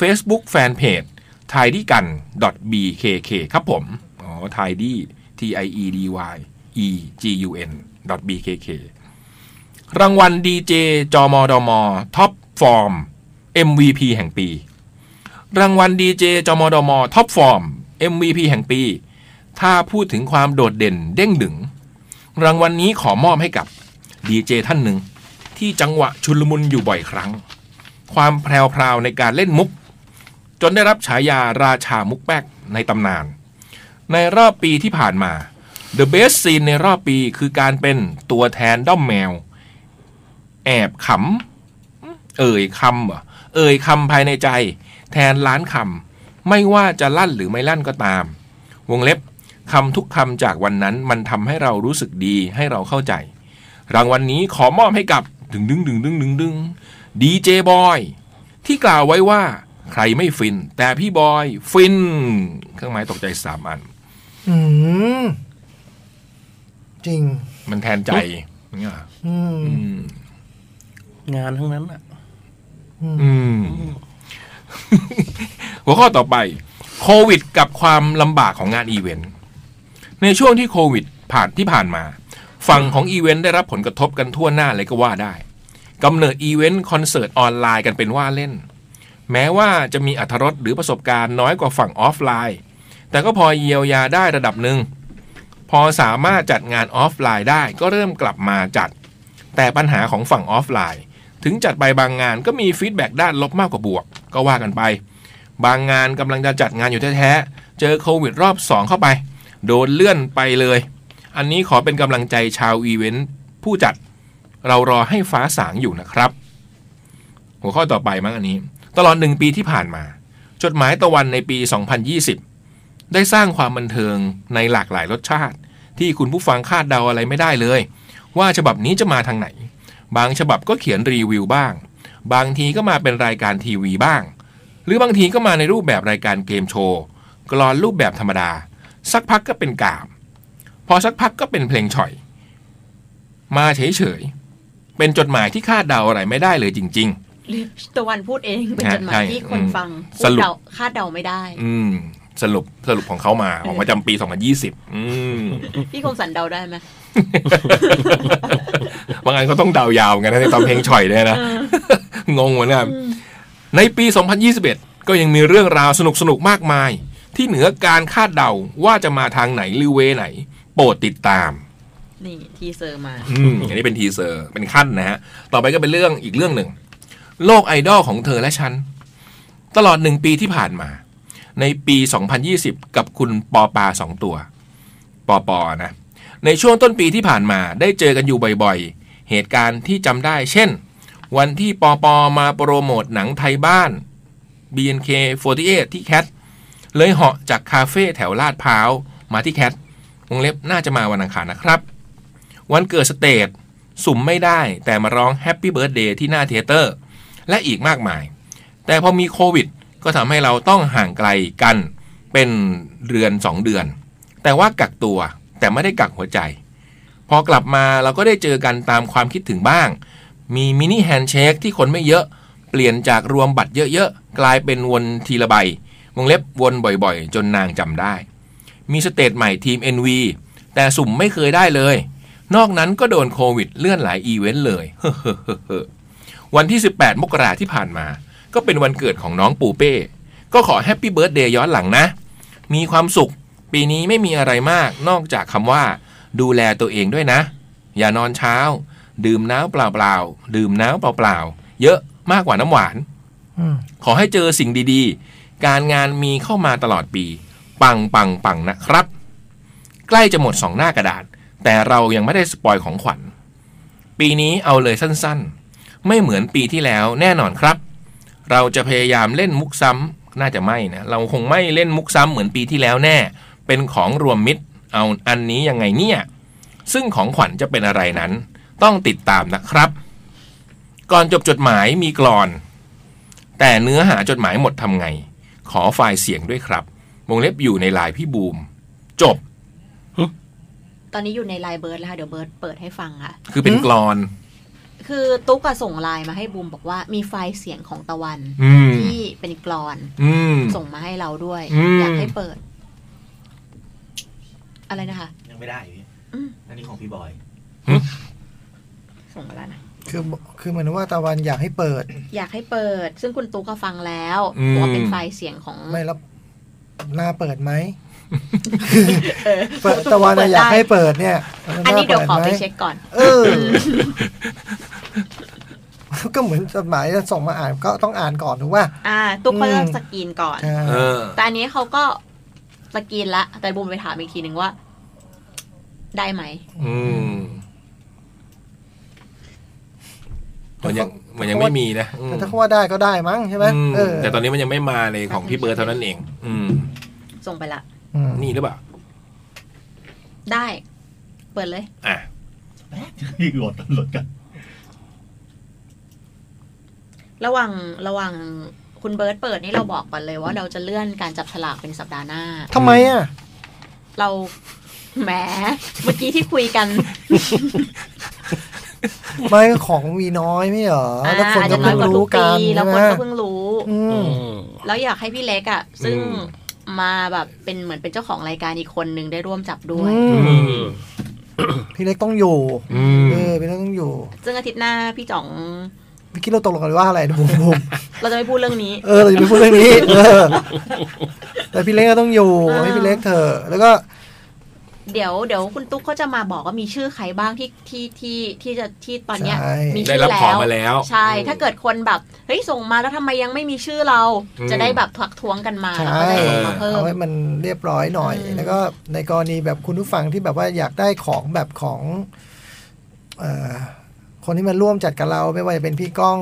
[SPEAKER 3] Facebook Fanpage ไทยดีกัน .bkk ครับผม อ๋อไทยดี t i e d y e g u n .bkk รางวัลดีเจจอมอดอมอท็อปฟอร์ม MVP แห่งปี รางวัลดีเจจอมอดอมอท็อปฟอร์ม MVP แห่งปี ถ้าพูดถึงความโดดเด่นเด้งดึง รางวัลนนี้ขอมอบให้กับดีเจท่านหนึ่ง ที่จังหวะชุลมุนอยู่บ่อยครั้ง ความแพรวๆในการเล่นมุก จนได้รับฉายาราชามุกแป๊กในตำนาน ในรอบปีที่ผ่านมา The Best Scene ในรอบปีคือการเป็นตัวแทนด้อมแมว แอบขำ เอ่ยคำเหรอเอ่ยคำภายในใจ แทนล้านคำ ไม่ว่าจะลั่นหรือไม่ลั่นก็ตาม วงเล็บ คำทุกคำจากวันนั้นมันทำให้เรารู้สึกดีให้เราเข้าใจ รางวัลนนี้ขอมอบให้กับดึงดึงดึงดึงดึงดึงดีเจบอย ที่กล่าวไว้ว่าใครไม่ฟิน แต่พี่บอย ฟิน เครื่องหมายตกใจสามอัน
[SPEAKER 6] อืมจริง
[SPEAKER 3] มันแทนใจอย่างเงี้ยเหรอ
[SPEAKER 6] อืม
[SPEAKER 3] อืม
[SPEAKER 4] งานทั้งนั้นอะ
[SPEAKER 3] อืม หัวข้อต่อไป โควิดกับความลำบากของงานอีเวนต์ในช่วงที่โควิด ผ่านที่ผ่านมา ฝั่งของอีเวนต์ได้รับผลกระทบกันทั่วหน้าเลยก็ว่าได้กำเนิดอีเวนต์คอนเสิร์ตออนไลน์กันเป็นว่าเล่น แม้ว่าจะมีอัธรสหรือประสบการณ์น้อยกว่าฝั่งออฟไลน์ แต่ก็พอเยียวยาได้ระดับหนึ่ง พอสามารถจัดงานออฟไลน์ได้ก็เริ่มกลับมาจัด แต่ปัญหาของฝั่งออฟไลน์ ถึงจัดไปบางงานก็มีฟีดแบ็กด้านลบมากกว่าบวก ก็ว่ากันไป บางงานกำลังจะจัดงานอยู่แท้ๆ เจอโควิดรอบ 2 เข้าไป โดนเลื่อนไปเลย อันนี้ขอเป็นกำลังใจชาวอีเวนต์ผู้จัดเรารอให้ฟ้าสางอยู่นะครับ หัวข้อต่อไปมั้งอันนี้ ตลอดหนึ่งปีที่ผ่านมา จดหมายตะวันในปี 2020 ได้สร้างความบันเทิงในหลากหลายรสชาติ ที่คุณผู้ฟังคาดเดาอะไรไม่ได้เลย ว่าฉบับนี้จะมาทางไหน บางฉบับก็เขียนรีวิวบ้าง บางทีก็มาเป็นรายการทีวีบ้าง หรือบางทีก็มาในรูปแบบรายการเกมโชว์ กลอนรูปแบบธรรมดา สักพักก็เป็นกาม พอสักพักก็เป็นเพลงฉ่อย มาเฉยๆ เป็นจดหมายที่คาดเดาอะไรไม่ได้เลยจริง
[SPEAKER 5] หรือตะวันพูดเองเป็นจดหมา
[SPEAKER 3] ใช่
[SPEAKER 5] ยที่ค
[SPEAKER 3] อื
[SPEAKER 5] น
[SPEAKER 3] ม
[SPEAKER 5] ฟัง
[SPEAKER 3] สรุป
[SPEAKER 5] เดาคาดเดาไม่ได้
[SPEAKER 3] ๆ อืม สรุปสรุปของเขามาของประจำปี 2020 อืม
[SPEAKER 5] พี่คมสันเดาได้ไหม
[SPEAKER 3] บางอันก็ต้องเดายาวเหมือนกันนะในตอนเพลงฉ่อยเนี่ยนะ งงเหมือนกันในปี 2021 ก็ยังมีเรื่องราวสนุกสนุกๆมากมาย ที่เหนือการคาดเดาว่าจะมาทางไหนหรือเวไหน โปรดติดตาม
[SPEAKER 5] นี่ทีเซอร์มา
[SPEAKER 3] อืมอันนี้เป็นทีเซอร์ เป็นขั้นนะฮะ ต่อไปก็เป็นเรื่องอีกเรื่องหนึ่ง โลกไอดอลของเธอและฉัน ตลอดหนึ่งปีที่ผ่านมา ในปี 2020 กับคุณปอปาสองตัว ปอปอนะ ในช่วงต้นปีที่ผ่านมาได้เจอกันอยู่บ่อยๆ เหตุการณ์ที่จำได้ เช่น วันที่ปอปอมาโปรโมทหนังไทยบ้าน BNK48 ที่แคท เลยเหาะจากคาเฟ่แถวลาดพร้าว มาที่แคทวงเล็บน่าจะมาวันอังคารนะครับ วันเกิดสเตทสุ่มไม่ได้แต่มาร้องแฮปปี้เบิร์ดเดย์ที่หน้าเทเตอร์ และอีกมากมาย แต่พอมีโควิด ก็ทำให้เราต้องห่างไกลกันเป็นเดือน 2 เดือน แต่ว่ากักตัวแต่ไม่ได้กักหัวใจ พอกลับมาเราก็ได้เจอกันตามความคิดถึงบ้าง มีมินิแฮนด์เชคที่คนไม่เยอะ เปลี่ยนจากรวมบัตรเยอะๆ กลายเป็นวนทีละใบวงเล็บวนบ่อยๆ จนนางจำได้ มีสเตทใหม่ทีม NV แต่สุ่มไม่เคยได้เลย นอกนั้นก็โดนโควิดเลื่อนหลายอีเวนต์เลย วันที่ 18 มกราที่ผ่านมา ก็เป็นวันเกิดของน้องปูเป้ ก็ขอแฮปปี้เบิร์ดเดย์ย้อนหลังนะ มีความสุข ปีนี้ไม่มีอะไรมาก นอกจากคำว่า ดูแลตัวเองด้วยนะ อย่านอนเช้า ดื่มน้ำเปล่าๆ ดื่มน้ำเปล่าๆ เยอะมากกว่าน้ำหวาน
[SPEAKER 6] อืม
[SPEAKER 3] ขอให้เจอสิ่งดีๆ การงานมีเข้ามาตลอดปี ปังปังปังนะครับ ใกล้จะหมดสองหน้ากระดาษ แต่เรายังไม่ได้สปอยของขวัญ ปีนี้เอาเลยสั้นๆ ไม่เหมือนปีที่แล้วแน่นอนครับ เราจะพยายามเล่นมุกซ้ำน่าจะไม่นะ เราคงไม่เล่นมุกซ้ำเหมือนปีที่แล้วแน่ เป็นของรวมมิตร เอาอันนี้ยังไงเนี่ย ซึ่งของขวัญจะเป็นอะไรนั้น ต้องติดตามนะครับ ก่อนจบจดหมายมีกรอน แต่เนื้อหาจดหมายหมดทำไง ขอไฟล์เสียงด้วยครับวงเล็บอยู่ในไลายพี่บูม จบ
[SPEAKER 5] ตอนนี้อยู่ในไลน์เบิร์ดแล้วค่ะเดี๋ยวเบิร์ดเปิดให้ฟังค่ะ
[SPEAKER 3] คือเป็นกรอน
[SPEAKER 5] คือตุ๊กอะส่งไลน์มาให้บูมบอกว่ามีไฟล์เสียงของตะวัน
[SPEAKER 3] อืม
[SPEAKER 5] ที่เป็นกรอน
[SPEAKER 3] อืม
[SPEAKER 5] ส่งมาให้เราด้วย
[SPEAKER 3] อืม
[SPEAKER 5] อยากให้เปิด อะไรนะคะ
[SPEAKER 9] ยังไม่ได้อยู่พี่
[SPEAKER 5] อืม
[SPEAKER 9] อันนี้ของพี่บอย
[SPEAKER 5] ส่งมาแล้วนะ
[SPEAKER 6] คือคือเหมือนว่าตะวันอยากให้เปิด
[SPEAKER 5] อยากให้เปิด ซึ่งคุณตุ๊กก็ฟังแล้ว
[SPEAKER 3] อืม
[SPEAKER 5] บอกว่าเป็นไฟล์เสียงของ
[SPEAKER 6] ไม่รับน่าเปิดไหม
[SPEAKER 5] เออ
[SPEAKER 6] เปิดตะวันน่ะอยากให้เปิดเนี่ย
[SPEAKER 5] อันนี้เดี๋ยว
[SPEAKER 6] า
[SPEAKER 5] ขอ
[SPEAKER 6] ปิ
[SPEAKER 5] ไป
[SPEAKER 6] หม
[SPEAKER 5] เช็คก่อน
[SPEAKER 6] เออ ก็เหมือนจดหมายส่งมาอ่านก็ต้องอ่านก่อนถูกป่ะ
[SPEAKER 5] อ่า ตุ๊กเขา
[SPEAKER 6] อืม
[SPEAKER 5] จะสกรีนก่อน
[SPEAKER 6] ใช่
[SPEAKER 3] เออ
[SPEAKER 5] แต่อันนี้เขาก็สกรีนละ แต่บูมไปถามอีกทีหนึ่งว่า ได้ไหม
[SPEAKER 3] อืมมันยังมันยังไม่มีนะอืม
[SPEAKER 6] แต่ถ้าเขาว่าได้ก็ได้มั้งใช่ไหม
[SPEAKER 3] อืม
[SPEAKER 6] เออ
[SPEAKER 3] แต่ตอนนี้มันยังไม่มาเลยของพี่เบิร์ดเท่านั้นเอง อืม
[SPEAKER 5] ส่งไปละ
[SPEAKER 6] อืม
[SPEAKER 3] นี่หรือเปล่า
[SPEAKER 5] ได้ เปิดเลย
[SPEAKER 3] อ่ะ
[SPEAKER 9] ยืดหลดหลดกัน
[SPEAKER 5] ระหว่างระหว่างคุณเบิร์ตเปิดนี่เราบอกก่อนเลยว่าเราจะเลื่อนการจับฉลากเป็นสัปดาห์หน้า
[SPEAKER 6] ทำไมอ่ะ
[SPEAKER 5] เราแหมเมื่อกี้ที่คุยกัน
[SPEAKER 6] ไม่ก็ของมีน้อยไม่เหรอ
[SPEAKER 5] อ่า
[SPEAKER 6] แล้วคน
[SPEAKER 5] อาจ
[SPEAKER 6] ก็
[SPEAKER 5] จะน้อยก
[SPEAKER 6] เพิ่ง
[SPEAKER 5] ว่าทุ
[SPEAKER 6] รู้
[SPEAKER 5] ก
[SPEAKER 6] กั
[SPEAKER 5] ปี
[SPEAKER 6] น
[SPEAKER 5] แล้วค
[SPEAKER 6] ใช่ไหม
[SPEAKER 5] นก็เพิ่งรู้
[SPEAKER 6] อื
[SPEAKER 4] อื
[SPEAKER 6] ม
[SPEAKER 4] ม
[SPEAKER 5] แล้วอยากให้พี่เล็กอ่ะ ซึ่ง
[SPEAKER 3] อืม
[SPEAKER 5] มาแบบเป็นเหมือนเป็นเจ้าของรายการอีกคนนึงได้ร่วมจับด้วย
[SPEAKER 6] อืม พี่เล็กต้องอยู่
[SPEAKER 3] อืม
[SPEAKER 6] เออพี่เล็กต้องอยู่
[SPEAKER 5] ซึ่งอาทิตย์หน้าพี่จ๋อง
[SPEAKER 6] เมื่อกี้เราตกลงกันว่าอะไรนะบุ๋มบุ๋ม
[SPEAKER 5] เราจะไม่พูดเรื่องนี้
[SPEAKER 6] เออเราจะไม่พูดเรื่องนี้เออแต่พี่เล็กก็ต้องอยู่
[SPEAKER 5] อ่า
[SPEAKER 6] ให้พี่เล็กเถอะแล้วก็
[SPEAKER 5] เดี๋ยวเดี๋ยวคุณตุ๊กเขาจะมาบอกว่ามีชื่อใครบ้างที่ที่ที่ที่จะที่ตอนเนี้ย
[SPEAKER 6] ใช่
[SPEAKER 5] มี
[SPEAKER 3] ได้
[SPEAKER 5] ชื่อ
[SPEAKER 3] รับ
[SPEAKER 5] แล้
[SPEAKER 3] ของ
[SPEAKER 5] ว
[SPEAKER 3] มาแล้ว
[SPEAKER 5] ใช่ ถ้าเกิดคนแบบเฮ้ยส่งมาแล้วทำไมยังไม่มีชื่อเรา
[SPEAKER 3] อืม
[SPEAKER 5] จะได้แบบถักท้วงกันมาแล้วก็
[SPEAKER 6] ใช่
[SPEAKER 5] ได้ส่งมาเพิ่ม
[SPEAKER 6] เอาให้มันเรียบร้อยหน่อย
[SPEAKER 5] อืม
[SPEAKER 6] แล้วก็ในกรณีแบบคุณผู้ฟังที่แบบว่าอยากได้ของแบบของเอ่อคนที่มาร่วมจัดกับเราไม่ว่าจะเป็นพี่ก้อง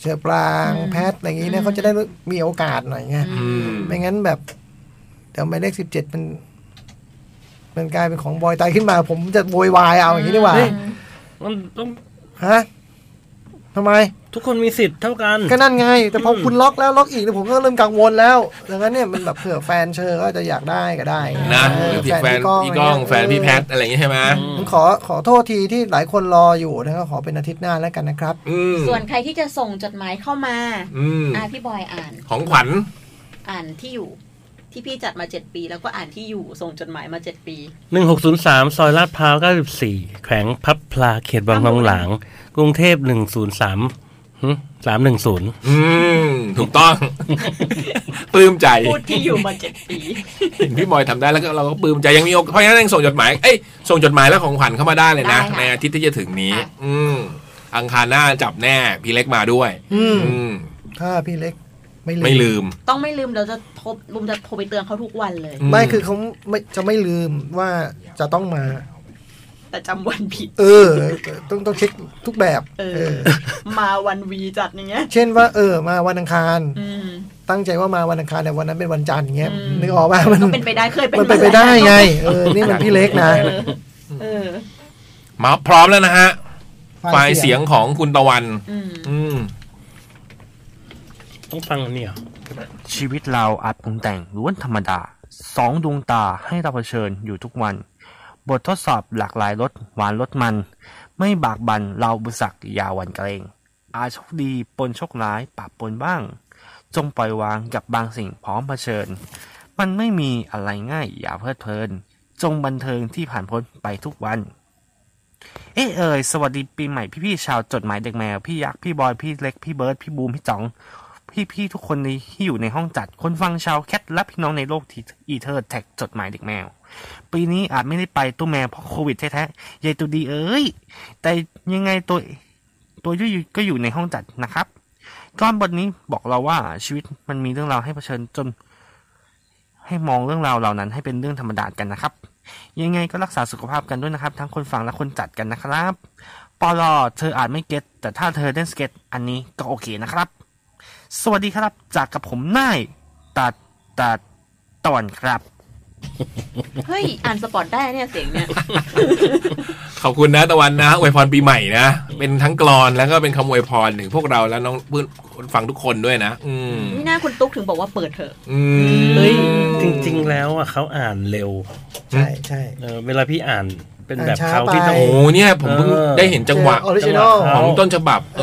[SPEAKER 6] เชอปรางแพทย์อะไรอย่างนี้เนี่ยเขาจะได้มีโอกาสหน่อยไง
[SPEAKER 3] อืม
[SPEAKER 6] ไม่งั้นแบบเดี๋ยวหมายเลขสิบเจ็ดมันมันกลายเป็นของบอยตายขึ้นมา ผมจะโวยวายเอาอย่างนี้ดีกว่า
[SPEAKER 4] เฮ้ย มันต้อง
[SPEAKER 6] ฮะทำไม
[SPEAKER 4] ทุกคนมีสิทธิ์เท่ากัน
[SPEAKER 6] ก็นั่นไง แต่พอคุณล็อกแล้วล็อกอีกเนี่ยผมก็เริ่มกังวลแล้วดังนั้นเนี่ยมันแบบเผื่อแฟนเชอร์ก็จะอยากได้ก็ได้
[SPEAKER 3] นะ
[SPEAKER 6] เอ
[SPEAKER 3] หรือ อพี่แฟนพี่ก้องแฟนพี่แพทอะไรอย่างงี้ใช่ไหม
[SPEAKER 6] ผมขอขอโทษทีที่หลายคนรออยู่นะครับขอเป็นอาทิตย์หน้าแล้วกันนะครับ
[SPEAKER 3] อืม
[SPEAKER 5] ส่วนใครที่จะส่งจดหมายเข้ามา
[SPEAKER 3] อืม
[SPEAKER 5] อ่าพี่บอยอ่าน
[SPEAKER 3] ของขวัญ
[SPEAKER 5] อ่านที่อยู่ ที่พี่จัดมาเจ็ดปี แล้วก็อ่านที่อยู่ส่งจดหมายมาเจ็ดปี
[SPEAKER 4] 1603 ซอยลาดพร้าว 94 แขวงพับพลาเขตบางทองหลาง กรุงเทพ 103หึ310
[SPEAKER 3] อืมถูกต้อง ปลื้มใจ
[SPEAKER 5] พูดที่อยู่มาเจ็ดปี
[SPEAKER 3] เห็นพี่บอยทำได้แล้วก็เราก็ปลื้มใจยังมีโอกเพราะฉะนั้นยังส่งจดหมายเอ้ยส่งจดหมายแล้วของขวัญเข้ามาได้เลยนะ
[SPEAKER 5] ได้ค่ะ
[SPEAKER 3] ในอาทิตย์ที่จะถึงนี้
[SPEAKER 5] ค่ะ
[SPEAKER 3] อืมอังคารหน้าจับแน่พี่เล็กมาด้วย
[SPEAKER 6] อืม
[SPEAKER 3] อืม
[SPEAKER 6] ถ้าพี่เล็กไม่ลืม
[SPEAKER 3] ไม่ลืม
[SPEAKER 5] ต้องไม่ลืมเราจะโทรบุมจะโทรไปเตือนเขาทุกวันเลย
[SPEAKER 6] ไม่คือเขาไม่จะไม่ลืมว่าจะต้องมา
[SPEAKER 5] แต่จำวันผิด
[SPEAKER 6] เออ ต้องต้องเช็คทุกแบบ
[SPEAKER 5] เออ
[SPEAKER 6] เออ
[SPEAKER 5] มาวันวีจัดอย่างเงี้ย
[SPEAKER 6] เช่นว่า เออ มาวันอังคาร
[SPEAKER 5] อืม
[SPEAKER 6] ตั้งใจว่ามาวันอังคารแต่วันนั้นเป็นวันจันทร์เงี้ย
[SPEAKER 5] อืม
[SPEAKER 6] นึกออกว่ามัน
[SPEAKER 5] ก็เป็นไปได้เคยเป็น
[SPEAKER 6] มันเป็นไปได้ไงเออนี่มันพี่เล็กนะ
[SPEAKER 5] เออเออ
[SPEAKER 3] มาพร้อมแล้วนะฮะไฟล์เสียงของคุณตะวัน
[SPEAKER 5] อืม
[SPEAKER 3] อืม
[SPEAKER 4] ต้องฟังอันนี้เหรอ
[SPEAKER 10] ชีวิตเราอาจปรุงแต่งล้วนธรรมดา สองดวงตาให้เราเผชิญอยู่ทุกวัน บททดสอบหลากหลายรสหวานรสมัน ไม่บากบันเราบุษักอย่าหวั่นเกรง อาจโชคดีปนโชคร้ายปะปนบ้าง จงปล่อยวางกับบางสิ่งพร้อมเผชิญ มันไม่มีอะไรง่ายอย่าเพลิดเพลิน จงบันเทิงที่ผ่านพ้นไปทุกวัน เอ้เอ่ยสวัสดีปีใหม่พี่ๆชาวจดหมายเด็กแมวพี่ยักษ์พี่บอยพี่เล็กพี่เบิร์ดพี่บูมพี่จ๋อง พี่ๆทุกคนในที่อยู่ในห้องจัด คนฟังชาวแคทและพี่น้องในโลกที่อีเทอร์แท็กจดหมายเด็กแมว ปีนี้อาจไม่ได้ไปตู้แมวเพราะโควิดแท้ๆยายตัวดีเอ้ย แต่ยังไงตัว ตัวยุยก็อยู่ในห้องจัดนะครับก้อนบทนี้บอกเราว่าชีวิตมันมีเรื่องราวให้เผชิญจน ให้มองเรื่องราวเหล่านั้นให้เป็นเรื่องธรรมดากันนะครับ ยังไงก็รักษาสุขภาพกันด้วยนะครับ ทั้งคนฟังและคนจัดกันนะครับปอลอเธออาจไม่เก็ตแต่ถ้าเธอเล่นสเก็ตอันนี้ก็โอเคนะครับ สวัสดีครับจากกับผมนายตัดตัดตอนครับ
[SPEAKER 5] เฮ้ย อ่านสปอร์ตได้เนี่ยเสียงเนี่ย
[SPEAKER 3] ขอบคุณนะตะวันนะอวยพรปีใหม่นะ เป็นทั้งกรอนแล้วก็เป็นคำอวยพรถึงพวกเราและน้องเพื่อนคนฟังทุกคนด้วยนะ อืม
[SPEAKER 5] นี่หน้าคุณตุ๊กถึงบอกว่าเปิดเถอะ
[SPEAKER 3] อืม
[SPEAKER 4] เฮ้ย จริง ๆ แล้วอ่ะเขาอ่านเร็ว
[SPEAKER 6] ใช่ใช่
[SPEAKER 4] เออเวลาพี่อ่านเป็นแบบ
[SPEAKER 6] อ่านช้า
[SPEAKER 4] เขาพี่ต้อง
[SPEAKER 3] โอ้
[SPEAKER 6] ไป
[SPEAKER 3] เนี่ยผมเพิ่ง
[SPEAKER 4] เออ
[SPEAKER 3] ได้เห็นจังหวะ
[SPEAKER 6] ออริจินอล
[SPEAKER 4] จังห
[SPEAKER 3] ข
[SPEAKER 4] วะเขา
[SPEAKER 3] องต้นฉบับ เอ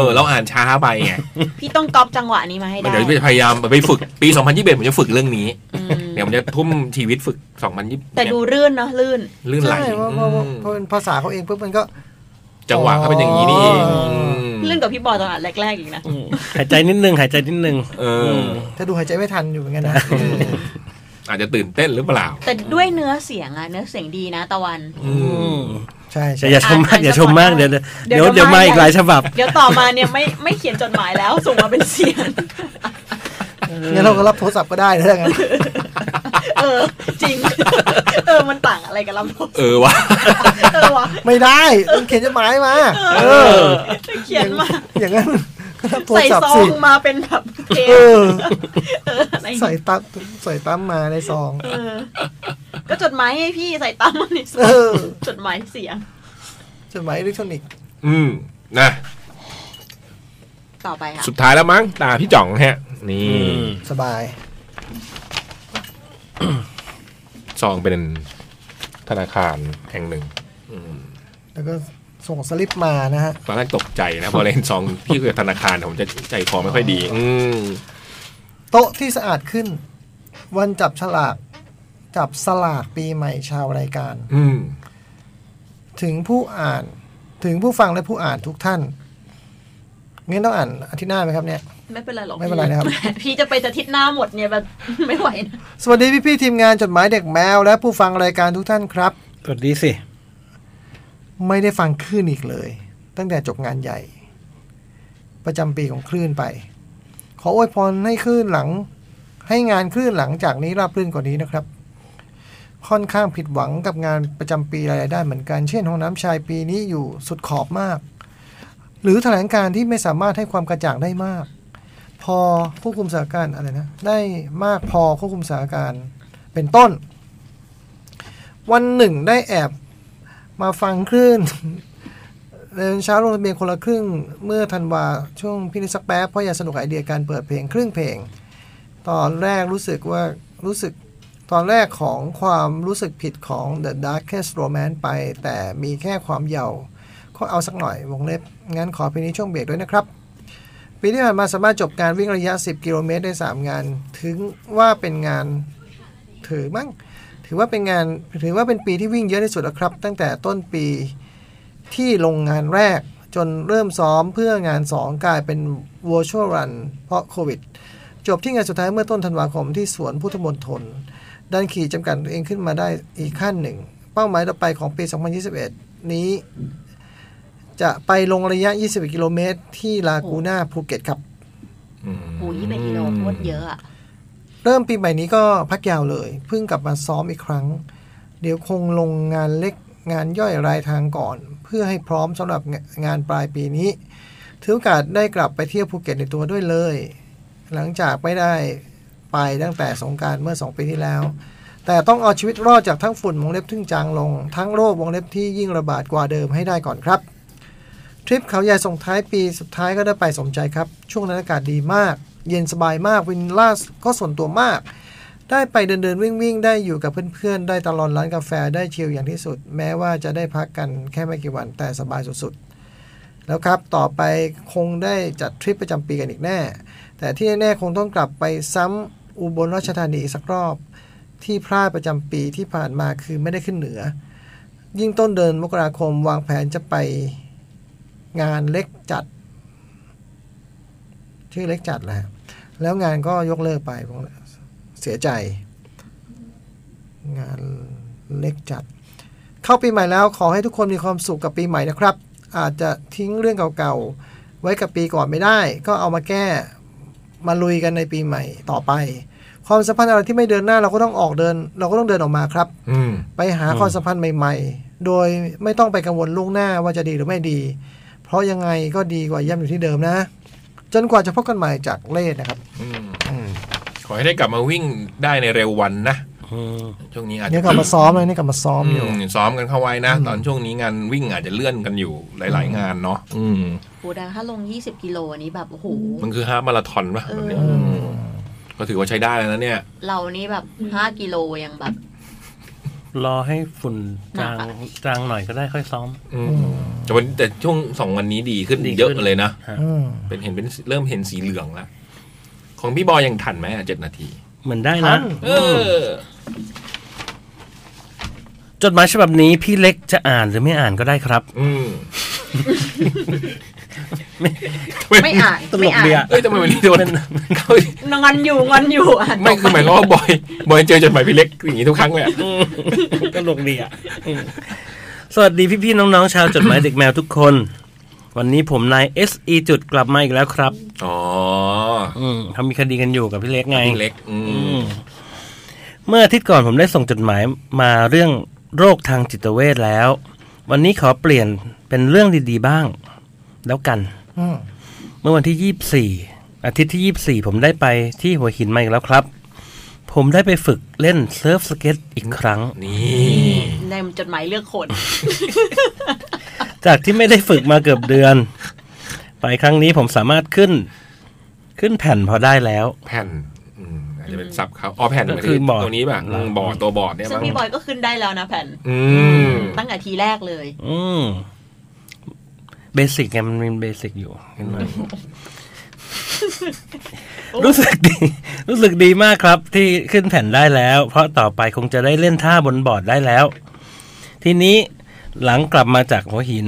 [SPEAKER 3] อ เราอ่านช้าไปไง
[SPEAKER 5] พี่ต้องก๊อปจังหวะนี้มาให้ได้
[SPEAKER 3] เดี๋ยวจะพยายามไปฝึกปี 2021ผมจะฝึกเรื่องนี้
[SPEAKER 5] อืม
[SPEAKER 3] เดี๋ยวผมจะทุ่มชีวิตฝึก 2020
[SPEAKER 5] แต่ดูรื่นเนาะรื่น
[SPEAKER 3] ลื่นไหล
[SPEAKER 6] ใช่เพราะเพราะ
[SPEAKER 3] อืม
[SPEAKER 6] เพราะเป็นภาษาเขาเองปุ๊บมันก็
[SPEAKER 3] จังหวะเขาเป็นอย่างนี้นี่เอง
[SPEAKER 6] อ๋ออื
[SPEAKER 3] ม
[SPEAKER 5] เรื่องกับพี่บอยตอนอ่านแรกๆอีกนะ
[SPEAKER 4] อืมหายใจนิดนึง หายใจนิดนึง
[SPEAKER 3] เอออ
[SPEAKER 6] ถ้าดูหายใจไม่ทันอยู่เหมือนกันนะเออ
[SPEAKER 3] อาจจะตื่นเต้นหรือเปล่า
[SPEAKER 5] แต่ด้วยเนื้อเสียงอะเนื้อเสียงดีนะตะวัน
[SPEAKER 3] อืม
[SPEAKER 6] ใช่
[SPEAKER 4] อย่า
[SPEAKER 6] ใช่
[SPEAKER 4] อย่าชมมาก อย่าชมมาก เดี๋ยวเดี๋ยว
[SPEAKER 5] เดี๋
[SPEAKER 4] เดี๋
[SPEAKER 5] ย
[SPEAKER 4] ยว ว
[SPEAKER 5] มา
[SPEAKER 4] มา
[SPEAKER 5] อี
[SPEAKER 4] อี
[SPEAKER 5] ก
[SPEAKER 4] กหลายฉบับ
[SPEAKER 5] เดี๋ยวต่อมาเนี่ยไม่ไม่เขียนจดหมายแล้วส่งมาเป็นเสียง
[SPEAKER 6] งั้นเราก็รับโทรศัพท์ก็ได้นะถ้างั้น
[SPEAKER 5] เออ จริง เออมันต่างอะไรกับลำโพง
[SPEAKER 3] เออวะ
[SPEAKER 5] เออวะ
[SPEAKER 6] ไม่ได้ต้องเขียนจดหมายมา
[SPEAKER 5] เอ
[SPEAKER 6] เออ
[SPEAKER 5] อเขียนมา
[SPEAKER 6] อย่างนั้นก็รับโทร
[SPEAKER 5] ใส่
[SPEAKER 6] ศัพ
[SPEAKER 5] ซ
[SPEAKER 6] ท์
[SPEAKER 5] อ
[SPEAKER 6] สิ
[SPEAKER 5] งมาเป็นแบบเทป
[SPEAKER 6] เออ
[SPEAKER 5] เอออะไรอย่าง
[SPEAKER 6] ใส่
[SPEAKER 5] เงี้ย
[SPEAKER 6] ตั้มใส่ตั้มมาในซอง
[SPEAKER 5] เออ ก็จดหมายให้พี่ใส่ตามมาในซอ
[SPEAKER 6] เอง อ
[SPEAKER 5] จดหมายเสียง
[SPEAKER 6] จดหมายอิเล็กทรอนิกส์
[SPEAKER 3] อืมนะ
[SPEAKER 5] ต่อไปค่ะ
[SPEAKER 3] สุดท้ายแล้วมั้งตาพี่จ่องฮะ นี่
[SPEAKER 6] สบาย
[SPEAKER 3] ซองเป็นธนาคารแห่งหนึ่งอืม
[SPEAKER 6] แล้วก็ส่งสลิปมานะฮะ
[SPEAKER 3] ตอนแรกตกใจนะ พอเล่นซองพี่คือธนาคารผมจะใจคอไม่ค่อยดี อืม
[SPEAKER 6] โต๊ะที่สะอาดขึ้น วันจับฉลาก จับสลากปีใหม่ชาวรายการ
[SPEAKER 3] อืม
[SPEAKER 6] ถึงผู้อ่านถึงผู้ฟังและผู้อ่านทุกท่านงั้นต้องอ่านอาทิตย์หน้าไหมครับเนี่ย
[SPEAKER 5] ไม่เป็นไรหรอก
[SPEAKER 6] ไม่เป็นไรนะครับ
[SPEAKER 5] พี่จะไปจะทิศหน้าหมดเนี่ยแบบ ไม่ไหวนะ
[SPEAKER 6] สวัสดีพี่พี่ๆทีมงานจดหมายเด็กแมว และผู้ฟังรายการทุกท่านครับ
[SPEAKER 4] สวัสดีสิ
[SPEAKER 6] ไม่ได้ฟังคลื่นอีกเลย ตั้งแต่จบงานใหญ่ ประจำปีของคลื่นไป ขออวยพรให้คลื่นหลัง ให้งานคลื่นหลังจากนี้ราบรื่นกว่านี้นะครับ ค่อนข้างผิดหวังกับงานประจำปีรายได้านเหมือนกัน เช่นห้องน้ำชายปีนี้อยู่สุดขอบมาก หรือแถลงการณ์ที่ไม่สามารถให้ความกระจ่างได้มาก พอควบคุมสถานการณ์อะไรนะ ได้มากพอควบคุมสถานการณ์เป็นต้น วันหนึ่งได้แอบ มาฟังคลื่น เรียนเช้าลงทะเบียนคนละครึ่งเมื่อธันวาช่วงพี่นิดสักแป๊บเพราะอยากสนุกกับไอเดียการเปิดเพลงครึ่งเพลง ตอนแรกรู้สึกว่ารู้สึกตอนแรกของความรู้สึกผิดของ The Darkest Romance ไป แต่มีแค่ความเยาว์ก็เอาสักหน่อยวงเล็บ งั้นขอเพลงนี้ช่วงเบรกด้วยนะครับ ปีที่ผ่านมาสามารถจบการวิ่งระยะ 10 กิโลเมตรได้ 3 งาน ถึงว่าเป็นงานถือมั้งถือว่าเป็นงานถือว่าเป็นปีที่วิ่งเยอะที่สุดแล้วครับ ตั้งแต่ต้นปีที่ลงงานแรกจนเริ่มซ้อมเพื่องาน 2 กลายเป็น virtual run เพราะโควิด จบที่งานสุดท้ายเมื่อต้นธันวาคมที่สวนพุทธมณฑลดันขี่จำกัดตัวเองขึ้นมาได้อีกขั้นหนึ่ง เป้าหมายต่อไปของปี 2021 นี้ จะไปลงระยะ 20 กิโลเมตร ที่ลากูน่าภูเก็ตครับ
[SPEAKER 5] หูยี่สิบกิโลโคตรเยอะอะ
[SPEAKER 6] เริ่มปีใหม่นี้ก็พักยาวเลย เพิ่งกลับมาซ้อมอีกครั้ง เดี๋ยวคงลงงานเล็กงานย่อยรายทางก่อน เพื่อให้พร้อมสำหรับงานปลายปีนี้ ถือโอกาสได้กลับไปเที่ยวภูเก็ตในตัวด้วยเลย หลังจากไม่ได้ไปตั้งแต่สงกรารเมื่อ 2 ปีที่แล้ว แต่ต้องเอาชีวิตรอดจากทั้งฝุ่นวงเล็บทึ่งจางลง ทั้งโรควงเล็บที่ยิ่งระบาดกว่าเดิมให้ได้ก่อนครับ ทริปเขาใหญ่ส่งท้ายปีสุดท้ายก็ได้ไปสมใจครับ ช่วงนั้นอากาศดีมาก เย็นสบายมากวินล่าก็ส่วนตัวมาก ได้ไปเดินเดินวิ่งวิ่งๆ ได้อยู่กับเพื่อนๆ ได้ตลอดร้านกาแฟได้ชิลอย่างที่สุด แม้ว่าจะได้พักกันแค่ไม่กี่วันแต่สบายสุดๆ แล้วครับต่อไปคงได้จัดทริปประจำปีกันอีกแน่ แต่ที่แน่ๆคงต้องกลับไปซ้ำอุบลราชธานีอีกสักรอบ ที่พลาดประจำปีที่ผ่านมาคือไม่ได้ขึ้นเหนือ ยิ่งต้นเดินมกราคมวางแผนจะไปงานเล็กจัด ชื่อเล็กจัดแหละแล้วงานก็ยกเลิกไปผมเสียใจ งานเล็กจัด เข้าปีใหม่แล้วขอให้ทุกคนมีความสุขกับปีใหม่นะครับ อาจจะทิ้งเรื่องเก่าๆ ไว้กับปีก่อนไม่ได้ ก็เอามาแก้ มาลุยกันในปีใหม่ต่อไป ความสัมพันธ์อะไรที่ไม่เดินหน้าเราก็ต้องออกเดิน เราก็ต้องเดินออกมาครับ
[SPEAKER 3] อืม
[SPEAKER 6] ไปหาความสัมพันธ์ใหม่ ๆ โดยไม่ต้องไปกังวลล่วงหน้าว่าจะดีหรือไม่ดี เพราะยังไงก็ดีกว่าย่ำอยู่ที่เดิมนะ จนกว่าจะพบกันใหม่จากเล่นะครับ
[SPEAKER 3] อืมขอให้ได้กลับมาวิ่งได้ในเร็ววันนะ
[SPEAKER 4] อืม
[SPEAKER 3] ช่วงนี้อาจ
[SPEAKER 6] เนี่
[SPEAKER 3] จะ
[SPEAKER 6] ยกลับมาซ้อมเลยนี่กลับมาซ้อมอยู่
[SPEAKER 3] อืมซ้อมกันเข้าไว้นะ ตอนช่วงนี้งานวิ่งอาจจะเลื่อนกันอยู่หลาย ๆ งานเนาะอืม
[SPEAKER 5] โหดังถ้าลง 20 กิโลอันนี้แบบโอ้โห
[SPEAKER 3] มันคือห้ามาราธอนป่ะแบบเนี้ย
[SPEAKER 5] เออ
[SPEAKER 3] มก็ถือว่าใช้ได้แล้วนะเนี่ย
[SPEAKER 5] เรานี่แบบ 5 กิโลยังแบบ
[SPEAKER 4] รอให้ฝุ่นจาง
[SPEAKER 5] หนักอะ
[SPEAKER 4] จางหน่อยก็ได้ค่อยซ้อม
[SPEAKER 3] อืมแต่วันแต่ช่วงสองวันนี้ดีขึ้น
[SPEAKER 4] ดีขึ้น
[SPEAKER 3] เยอะเลยนะ
[SPEAKER 6] อืม
[SPEAKER 3] เป็นเห็นเป็นเริ่มเห็นสีเหลืองแล้ว ของพี่บอยยังทันไหมอ่ะเจ็ดนาที
[SPEAKER 4] เหมือนได้นะ
[SPEAKER 6] ท่าน
[SPEAKER 3] เออ
[SPEAKER 4] จดหมายฉบับนี้พี่เล็กจะอ่านหรือไม่อ่านก็ได้ครับ
[SPEAKER 3] อืม
[SPEAKER 5] ไม่อ่าน
[SPEAKER 4] ตล
[SPEAKER 5] ไม่
[SPEAKER 4] ก
[SPEAKER 5] อ่าน
[SPEAKER 4] เดีย
[SPEAKER 3] เอ้ยทำไมวันนี้โดน เขา
[SPEAKER 5] นอนอยู่งอนอยู่อ่าน
[SPEAKER 3] ไม่คือหมายความว่าบอย บอยเจอจดหมายพี่เล็กอย่างนี้ทุกครั้งเลยอะ
[SPEAKER 4] ตลกเดียสวัสดีพี่ๆน้องๆชาวจดหมายเด็กแมวทุกคน วันนี้ผมนาย SE จุดกลับมาอีกแล้วครับ
[SPEAKER 3] อ๋อ
[SPEAKER 4] อืมเขามีคดีกันอยู่กับพี่เล็กไง
[SPEAKER 3] พี่เล็ก อื
[SPEAKER 4] อื
[SPEAKER 3] ม
[SPEAKER 4] มเมื่ออาทิตย์ก่อนผมได้ส่งจดหมายมาเรื่องโรคทางจิตเวชแล้ว วันนี้ขอเปลี่ยนเป็นเรื่องดีๆบ้าง แล้วกัน
[SPEAKER 6] อืม
[SPEAKER 4] เมื่อวันที่ 24 อาทิตย์ที่ 24 ผมได้ไปที่หัวหินมาอีกแล้วครับ ผมได้ไปฝึกเล่นเซิร์ฟสเก็ตอีกครั้ง
[SPEAKER 3] นี่
[SPEAKER 5] ในจดหมายเลือกคน
[SPEAKER 4] จากที่ไม่ได้ฝึกมาเกือบเดือน ไปครั้งนี้ผมสามารถขึ้น ขึ้นแผ่นพอได้แล้ว
[SPEAKER 3] แผ่นอืมอาจจะเป็นซับเขาอ๋อแผ่น
[SPEAKER 4] ก็คือบอร์ด
[SPEAKER 3] ตัวนี้ป่ะอืมบอร์ดตัวบอร์ดเนี่ย
[SPEAKER 5] ซึ่ง
[SPEAKER 3] มั้ง
[SPEAKER 5] พี่บอยก็ขึ้นได้แล้วนะแผ่น
[SPEAKER 3] อืม
[SPEAKER 5] ตั้งแต่ทีแรกเลย
[SPEAKER 4] อืมเบสิกไงมันมีเบสิกอยู่ขึ้นมารู้สึกดี รู้สึกดีมากครับ ที่ขึ้นแผ่นได้แล้ว เพราะต่อไปคงจะได้เล่นท่าบนบอร์ดได้แล้ว ทีนี้หลังกลับมาจากหัวหิน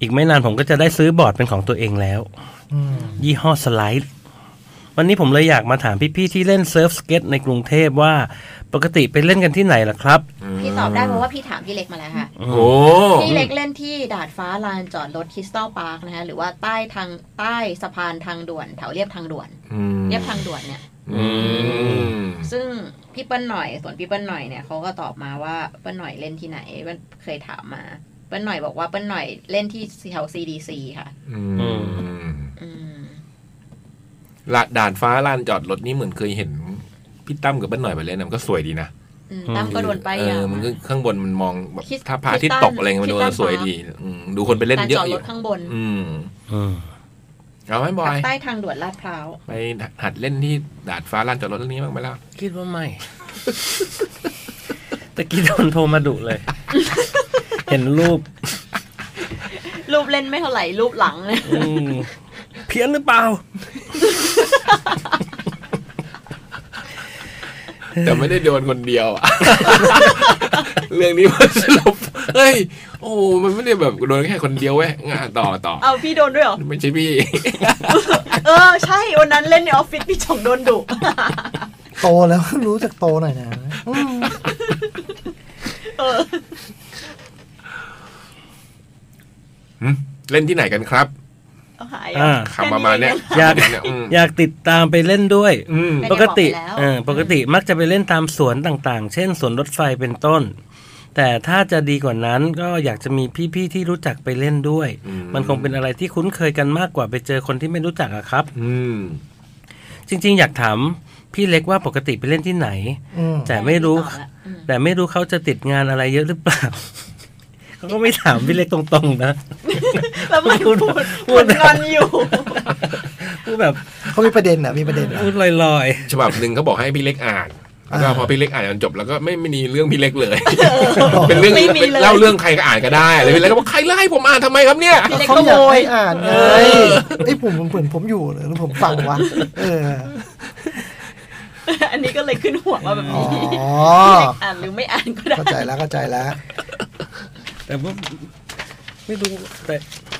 [SPEAKER 4] อีกไม่นานผมก็จะได้ซื้อบอร์ดเป็นของตัวเองแล้ว
[SPEAKER 6] อืม
[SPEAKER 4] ยี่ห้อสไลด์ วันนี้ผมเลยอยากมาถามพี่ๆที่เล่นเซิร์ฟสเก็ตในกรุงเทพว่าปกติไปเล่นกันที่ไหนล่ะครับ
[SPEAKER 5] พี่ตอบได้เพราะว่าพี่ถามพี่เล็กมาแล้วค่ะ
[SPEAKER 3] โอ้
[SPEAKER 5] พี่เล็กเล่นที่ดาดฟ้าลานจอดรถคริสตัลพาร์คนะฮะ หรือว่าใต้ทางใต้สะพานทางด่วนแถวเรียบทางด่วน
[SPEAKER 3] อืม
[SPEAKER 5] เรียบทางด่วนเนี่ย
[SPEAKER 3] อืม
[SPEAKER 5] ซึ่งพี่เปิ้ลหน่อยส่วนพี่เปิ้ลหน่อยเนี่ยเขาก็ตอบมาว่าเปิ้ลหน่อยเล่นที่ไหนเปิ้ลเคยถามมา เปิ้ลหน่อยบอกว่าเปิ้ลหน่อยเล่นที่แถว CDC ค่ะ
[SPEAKER 3] อืม
[SPEAKER 5] อืม
[SPEAKER 3] ลาดด่านฟ้าลานจอดรถนี่เหมือนเคยเห็น พี่ตั้มกับป้าหน่อยไปเล่นนะมันก็สวยดีนะ
[SPEAKER 5] อืมตั้มก็โดนไป
[SPEAKER 3] เอ
[SPEAKER 5] อย่า
[SPEAKER 3] อง มันก็ข้างบนมันมองแบบ
[SPEAKER 5] คิด
[SPEAKER 3] ถ้าพระอาทิตย์ตกอะไรเงี้ยมันดู
[SPEAKER 5] คิดตาม
[SPEAKER 3] สวย
[SPEAKER 5] ฟ้า
[SPEAKER 3] ดีอืมดูคนไปเล่น
[SPEAKER 5] การ
[SPEAKER 3] เย
[SPEAKER 5] จอ
[SPEAKER 3] อะ
[SPEAKER 5] ด
[SPEAKER 3] อ
[SPEAKER 5] ร
[SPEAKER 3] ยู่
[SPEAKER 5] ถข้างบน
[SPEAKER 3] อืม
[SPEAKER 4] อืม
[SPEAKER 3] เอาไหมบอ
[SPEAKER 5] ปาก
[SPEAKER 3] ย
[SPEAKER 5] ใต้ทางด่วนลาดพร้าว
[SPEAKER 3] ไปหัดเล่นที่ดาดฟ้าลานจอดรถเรื่องนี้บ้างไหมล่ะ
[SPEAKER 4] คิดว่าไม่ ตะกี้โดนโทรมาดุเลย เห็นรูป
[SPEAKER 5] รูปเล่นไม่เท่าไหร่รูปหลังเนี่ย
[SPEAKER 4] อืมเพี้ยนหรือเปล่า
[SPEAKER 3] แต่ไม่ได้โดนคนเดียวอะ เรื่องนี้มันสรุปเฮ้ย โอ้มันไม่ได้แบบโดนแค่คนเดียวเว้ยงานต่อต่อ
[SPEAKER 5] เอาพี่โดนด้วยเหรอ
[SPEAKER 3] ไม่ใช่พี่
[SPEAKER 5] เออ ใช่ วันนั้นเล่นในออฟฟิศพี่ชงโดนดุ
[SPEAKER 6] โตแล้ว รู้จักโตหน่อยนะอืม
[SPEAKER 5] เออ
[SPEAKER 3] หึเล่นที่ไหนกันครับ
[SPEAKER 5] เอาหาย
[SPEAKER 4] อ่า
[SPEAKER 5] แค่
[SPEAKER 3] คำประมาณเนี้ย
[SPEAKER 5] อง
[SPEAKER 4] อยาก
[SPEAKER 3] คำประมณเนี้อืม
[SPEAKER 4] อยากติดตามไปเล่นด้วย
[SPEAKER 3] อืม
[SPEAKER 5] ไม่
[SPEAKER 4] ป
[SPEAKER 5] ได้บอก
[SPEAKER 4] กติ
[SPEAKER 5] ไปแล้ว
[SPEAKER 4] เออปกติมักจะไปเล่นตามสวนต่างๆ เช่นสวนรถไฟเป็นต้น แต่ถ้าจะดีกว่านั้นก็อยากจะมีพี่ๆที่รู้จักไปเล่นด้วย
[SPEAKER 3] อืม
[SPEAKER 4] มันคงเป็นอะไรที่คุ้นเคยกันมากกว่าไปเจอคนที่ไม่รู้จักอะครับ
[SPEAKER 3] อืม
[SPEAKER 4] จริง ๆ อยากถามพี่เล็กว่าปกติไปเล่นที่ไหน
[SPEAKER 6] อืม
[SPEAKER 4] แต่ไม่รู้
[SPEAKER 5] ตอบแล้วอืม
[SPEAKER 4] แต่ไม่รู้เขาจะติดงานอะไรเยอะหรือเปล่า เขาก็ไม่ถามพี่เล็กตรงๆนะ
[SPEAKER 5] แล้วมันพูด
[SPEAKER 4] พู
[SPEAKER 5] พู
[SPEAKER 4] ด
[SPEAKER 5] ดงอนอยู่
[SPEAKER 4] พูดแบบ
[SPEAKER 6] เขามีประเด็นนะมีประเด็นนะ
[SPEAKER 4] พูดลอย
[SPEAKER 3] ฉบับหนึ่งเขาบอกให้พี่เล็กอ่านแล้วก็พอพี่เล็กอ่านจนจบแล้วก็ไม่ไม่มีเรื่องพี่เล็กเลย เป็นเรื่อง
[SPEAKER 5] ไม่มีเลย
[SPEAKER 3] เล่าเรื่องใครก็อ่านก็ได้แล้วพี่เล็กก็บอกใครเล่าให้ผมอ่านทำไมครับเนี่ย
[SPEAKER 5] พี่เล็ก
[SPEAKER 6] เขา
[SPEAKER 5] ก็
[SPEAKER 6] อ
[SPEAKER 5] โวยย
[SPEAKER 6] ากให้อ่านไงไอ้ยผมผมเหมือนผมอยู่หรือผมฟังวะเออ
[SPEAKER 5] อันนี้ก็เลยขึ้นหัวมาแบบ
[SPEAKER 6] อ๋อ
[SPEAKER 5] นี้พี่เล็กอ่านหรือไม่อ่านก็ได้
[SPEAKER 6] เข้าใจแล้วเข้าใจแล้ว
[SPEAKER 4] ๆ แต่ว่าไม่รู้แต่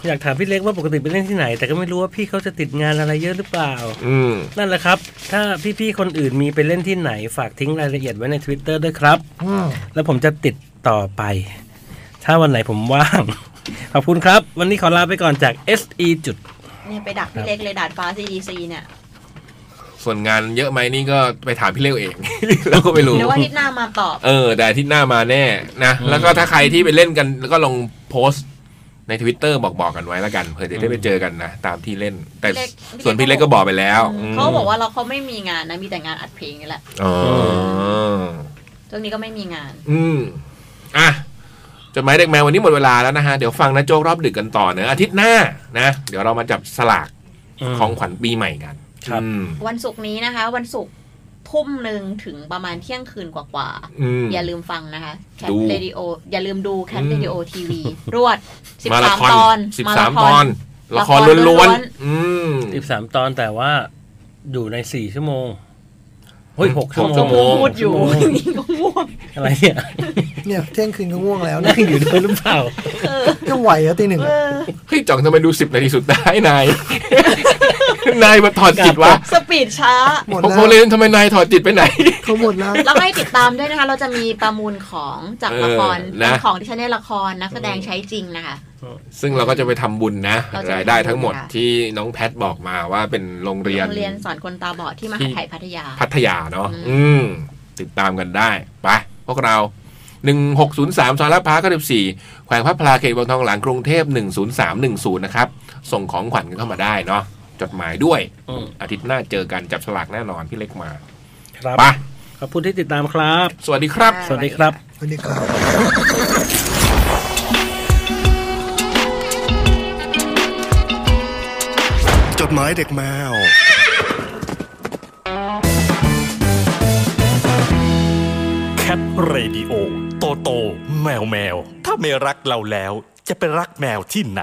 [SPEAKER 4] อยากถามพี่เล็กว่าปกติไปเล่นที่ไหน แต่ก็ไม่รู้ว่าพี่เขาจะติดงานอะไรเยอะหรือเปล่า
[SPEAKER 3] อืม
[SPEAKER 4] นั่นแหละครับ ถ้าพี่ๆคนอื่นมีไปเล่นที่ไหนฝากทิ้งรายละเอียดไว้ใน Twitter ด้วยครับ
[SPEAKER 6] อืม
[SPEAKER 4] แล้วผมจะติดต่อไป ถ้าวันไหนผมว่าง ขอบคุณครับ วันนี้ขอลาไปก่อนจาก SE จุด
[SPEAKER 5] เนี่ยไปดักพี่เล็กเลยดาดฟ้า CDC เนี่ย
[SPEAKER 3] ส่วนงานเยอะไหมนี่ก็ไปถามพี่เล็กเอง แล้วก็ไม่รู้
[SPEAKER 5] เดี๋ยวว่าอาทิตย์หน้ามาตอบ
[SPEAKER 3] เออ แต่อาที่หน้ามาแน่นะ แล้วก็ถ้าใครที่ไปเล่นกัน แล้วก็ลองโพสต์ในทวิตเตอร์บอกบอกกันไว้แล้วกันเพื่อจะได้ไปเจอกันนะ ตามที่เล่น แต่
[SPEAKER 5] พี่เล็ก
[SPEAKER 3] ส่วนพี่เล็กก็บอกไปแล้วม
[SPEAKER 5] เขาบอกว่าเราเขาไม่มีงานนะมีแต่งานอัดเพลงนี่แหละ
[SPEAKER 3] อ๋อ
[SPEAKER 5] ตรงนี้ก็ไม่มีงาน
[SPEAKER 3] อืมอ่ะจดหมายเด็กแมววันนี้หมดเวลาแล้วนะฮะ เดี๋ยวฟังนะโจ๊กรอบดึกกันต่อเนอะอาทิตย์หน้านะ เดี๋ยวเรามาจับสลากของขวัญปีใหม่กัน
[SPEAKER 4] ครับ
[SPEAKER 3] อืม
[SPEAKER 5] วันศุกร์นี้นะคะ วันศุกร์ทุ่มหนึ่งถึงประมาณเที่ยงคืนกว่า
[SPEAKER 3] อืม
[SPEAKER 5] ๆ อย่าลืมฟังนะคะแคท
[SPEAKER 3] ดู
[SPEAKER 5] เรดิโออย่าลืมดูแคท
[SPEAKER 3] อืม
[SPEAKER 5] เรดิโอทีวีรวด
[SPEAKER 3] ร
[SPEAKER 5] 13 ตอน
[SPEAKER 3] สิบ
[SPEAKER 5] ม
[SPEAKER 3] สาม
[SPEAKER 5] รธ
[SPEAKER 3] ตอน ละ
[SPEAKER 5] ละ
[SPEAKER 3] ค
[SPEAKER 5] ค
[SPEAKER 3] ร
[SPEAKER 5] รล้
[SPEAKER 3] ล้ว วน
[SPEAKER 5] น
[SPEAKER 3] ๆอืม
[SPEAKER 4] 13 ตอนแต่ว่าอยู่ใน 4 ชั่วโมงเฮ้ย6ชั่วโมง
[SPEAKER 3] ชั่วโมง
[SPEAKER 5] พูดอยู่
[SPEAKER 4] โอ้โห
[SPEAKER 5] ก็ง่วง
[SPEAKER 4] อะไร เนี่ย
[SPEAKER 6] เนี่ยเที่ยงคืนก็ง่วง แล้ว
[SPEAKER 4] นั่
[SPEAKER 6] นะ
[SPEAKER 4] งอยู่ด้วยหรือเปล่า
[SPEAKER 5] เออ
[SPEAKER 6] ก็ไหวแล้วตีหนึ่ง
[SPEAKER 5] เออ
[SPEAKER 6] อะ
[SPEAKER 3] เฮ้ยจ่องทำไมดูสิบนาทีสุดท้ายนาย นายมาถอดจิตวะ
[SPEAKER 5] สปีดช้า
[SPEAKER 6] หมด
[SPEAKER 3] ผม
[SPEAKER 6] แล้
[SPEAKER 3] โคว เลนทำไมนายถอดจิตไปไหน
[SPEAKER 6] เขาหมดแล้ว
[SPEAKER 5] แล้วก็ให้ติดตามด้วยนะคะ เราจะมีประมูลของจากละคร
[SPEAKER 3] เออนะ
[SPEAKER 5] เป็นของที่ฉันในละครนักแสดงใช้จริงนะคะ
[SPEAKER 3] ซึ่งเราก็จะไปทำบุญนะ
[SPEAKER 5] เราจะไปทำบุญ
[SPEAKER 3] รายได้ทั้งหมด
[SPEAKER 5] ค่ะ
[SPEAKER 3] ที่น้องแพทบอกมาว่าเป็นโรงเรียน
[SPEAKER 5] โรงเรียนสอนคนตาบอดที่มหาไทยพัทยา
[SPEAKER 3] พัทยาเนาะ
[SPEAKER 5] อืม
[SPEAKER 3] อืม ติดตามกันได้ไปพวกเรา 1603ซอยลาดพร้าว94แขวงพระพลาเขตบางทองหลังกรุงเทพ10310 นะครับ ส่งของขวัญกันเข้ามาได้เนาะจดหมายด้วย
[SPEAKER 4] อืม
[SPEAKER 3] อาทิตย์หน้าเจอกันจับฉลากแน่นอนพี่เล็กมา
[SPEAKER 4] ครับ
[SPEAKER 3] ไป
[SPEAKER 4] ขอบคุณที่ติดตามครับ
[SPEAKER 3] สวัสดีครับ
[SPEAKER 4] สวัสดีครับ
[SPEAKER 6] สวัสดีครับ
[SPEAKER 7] จดหมายเด็กแมว
[SPEAKER 1] แคทเรดิโอโตโต แมวแมว ถ้าไม่รักเราแล้ว จะไปรักแมวที่ไหน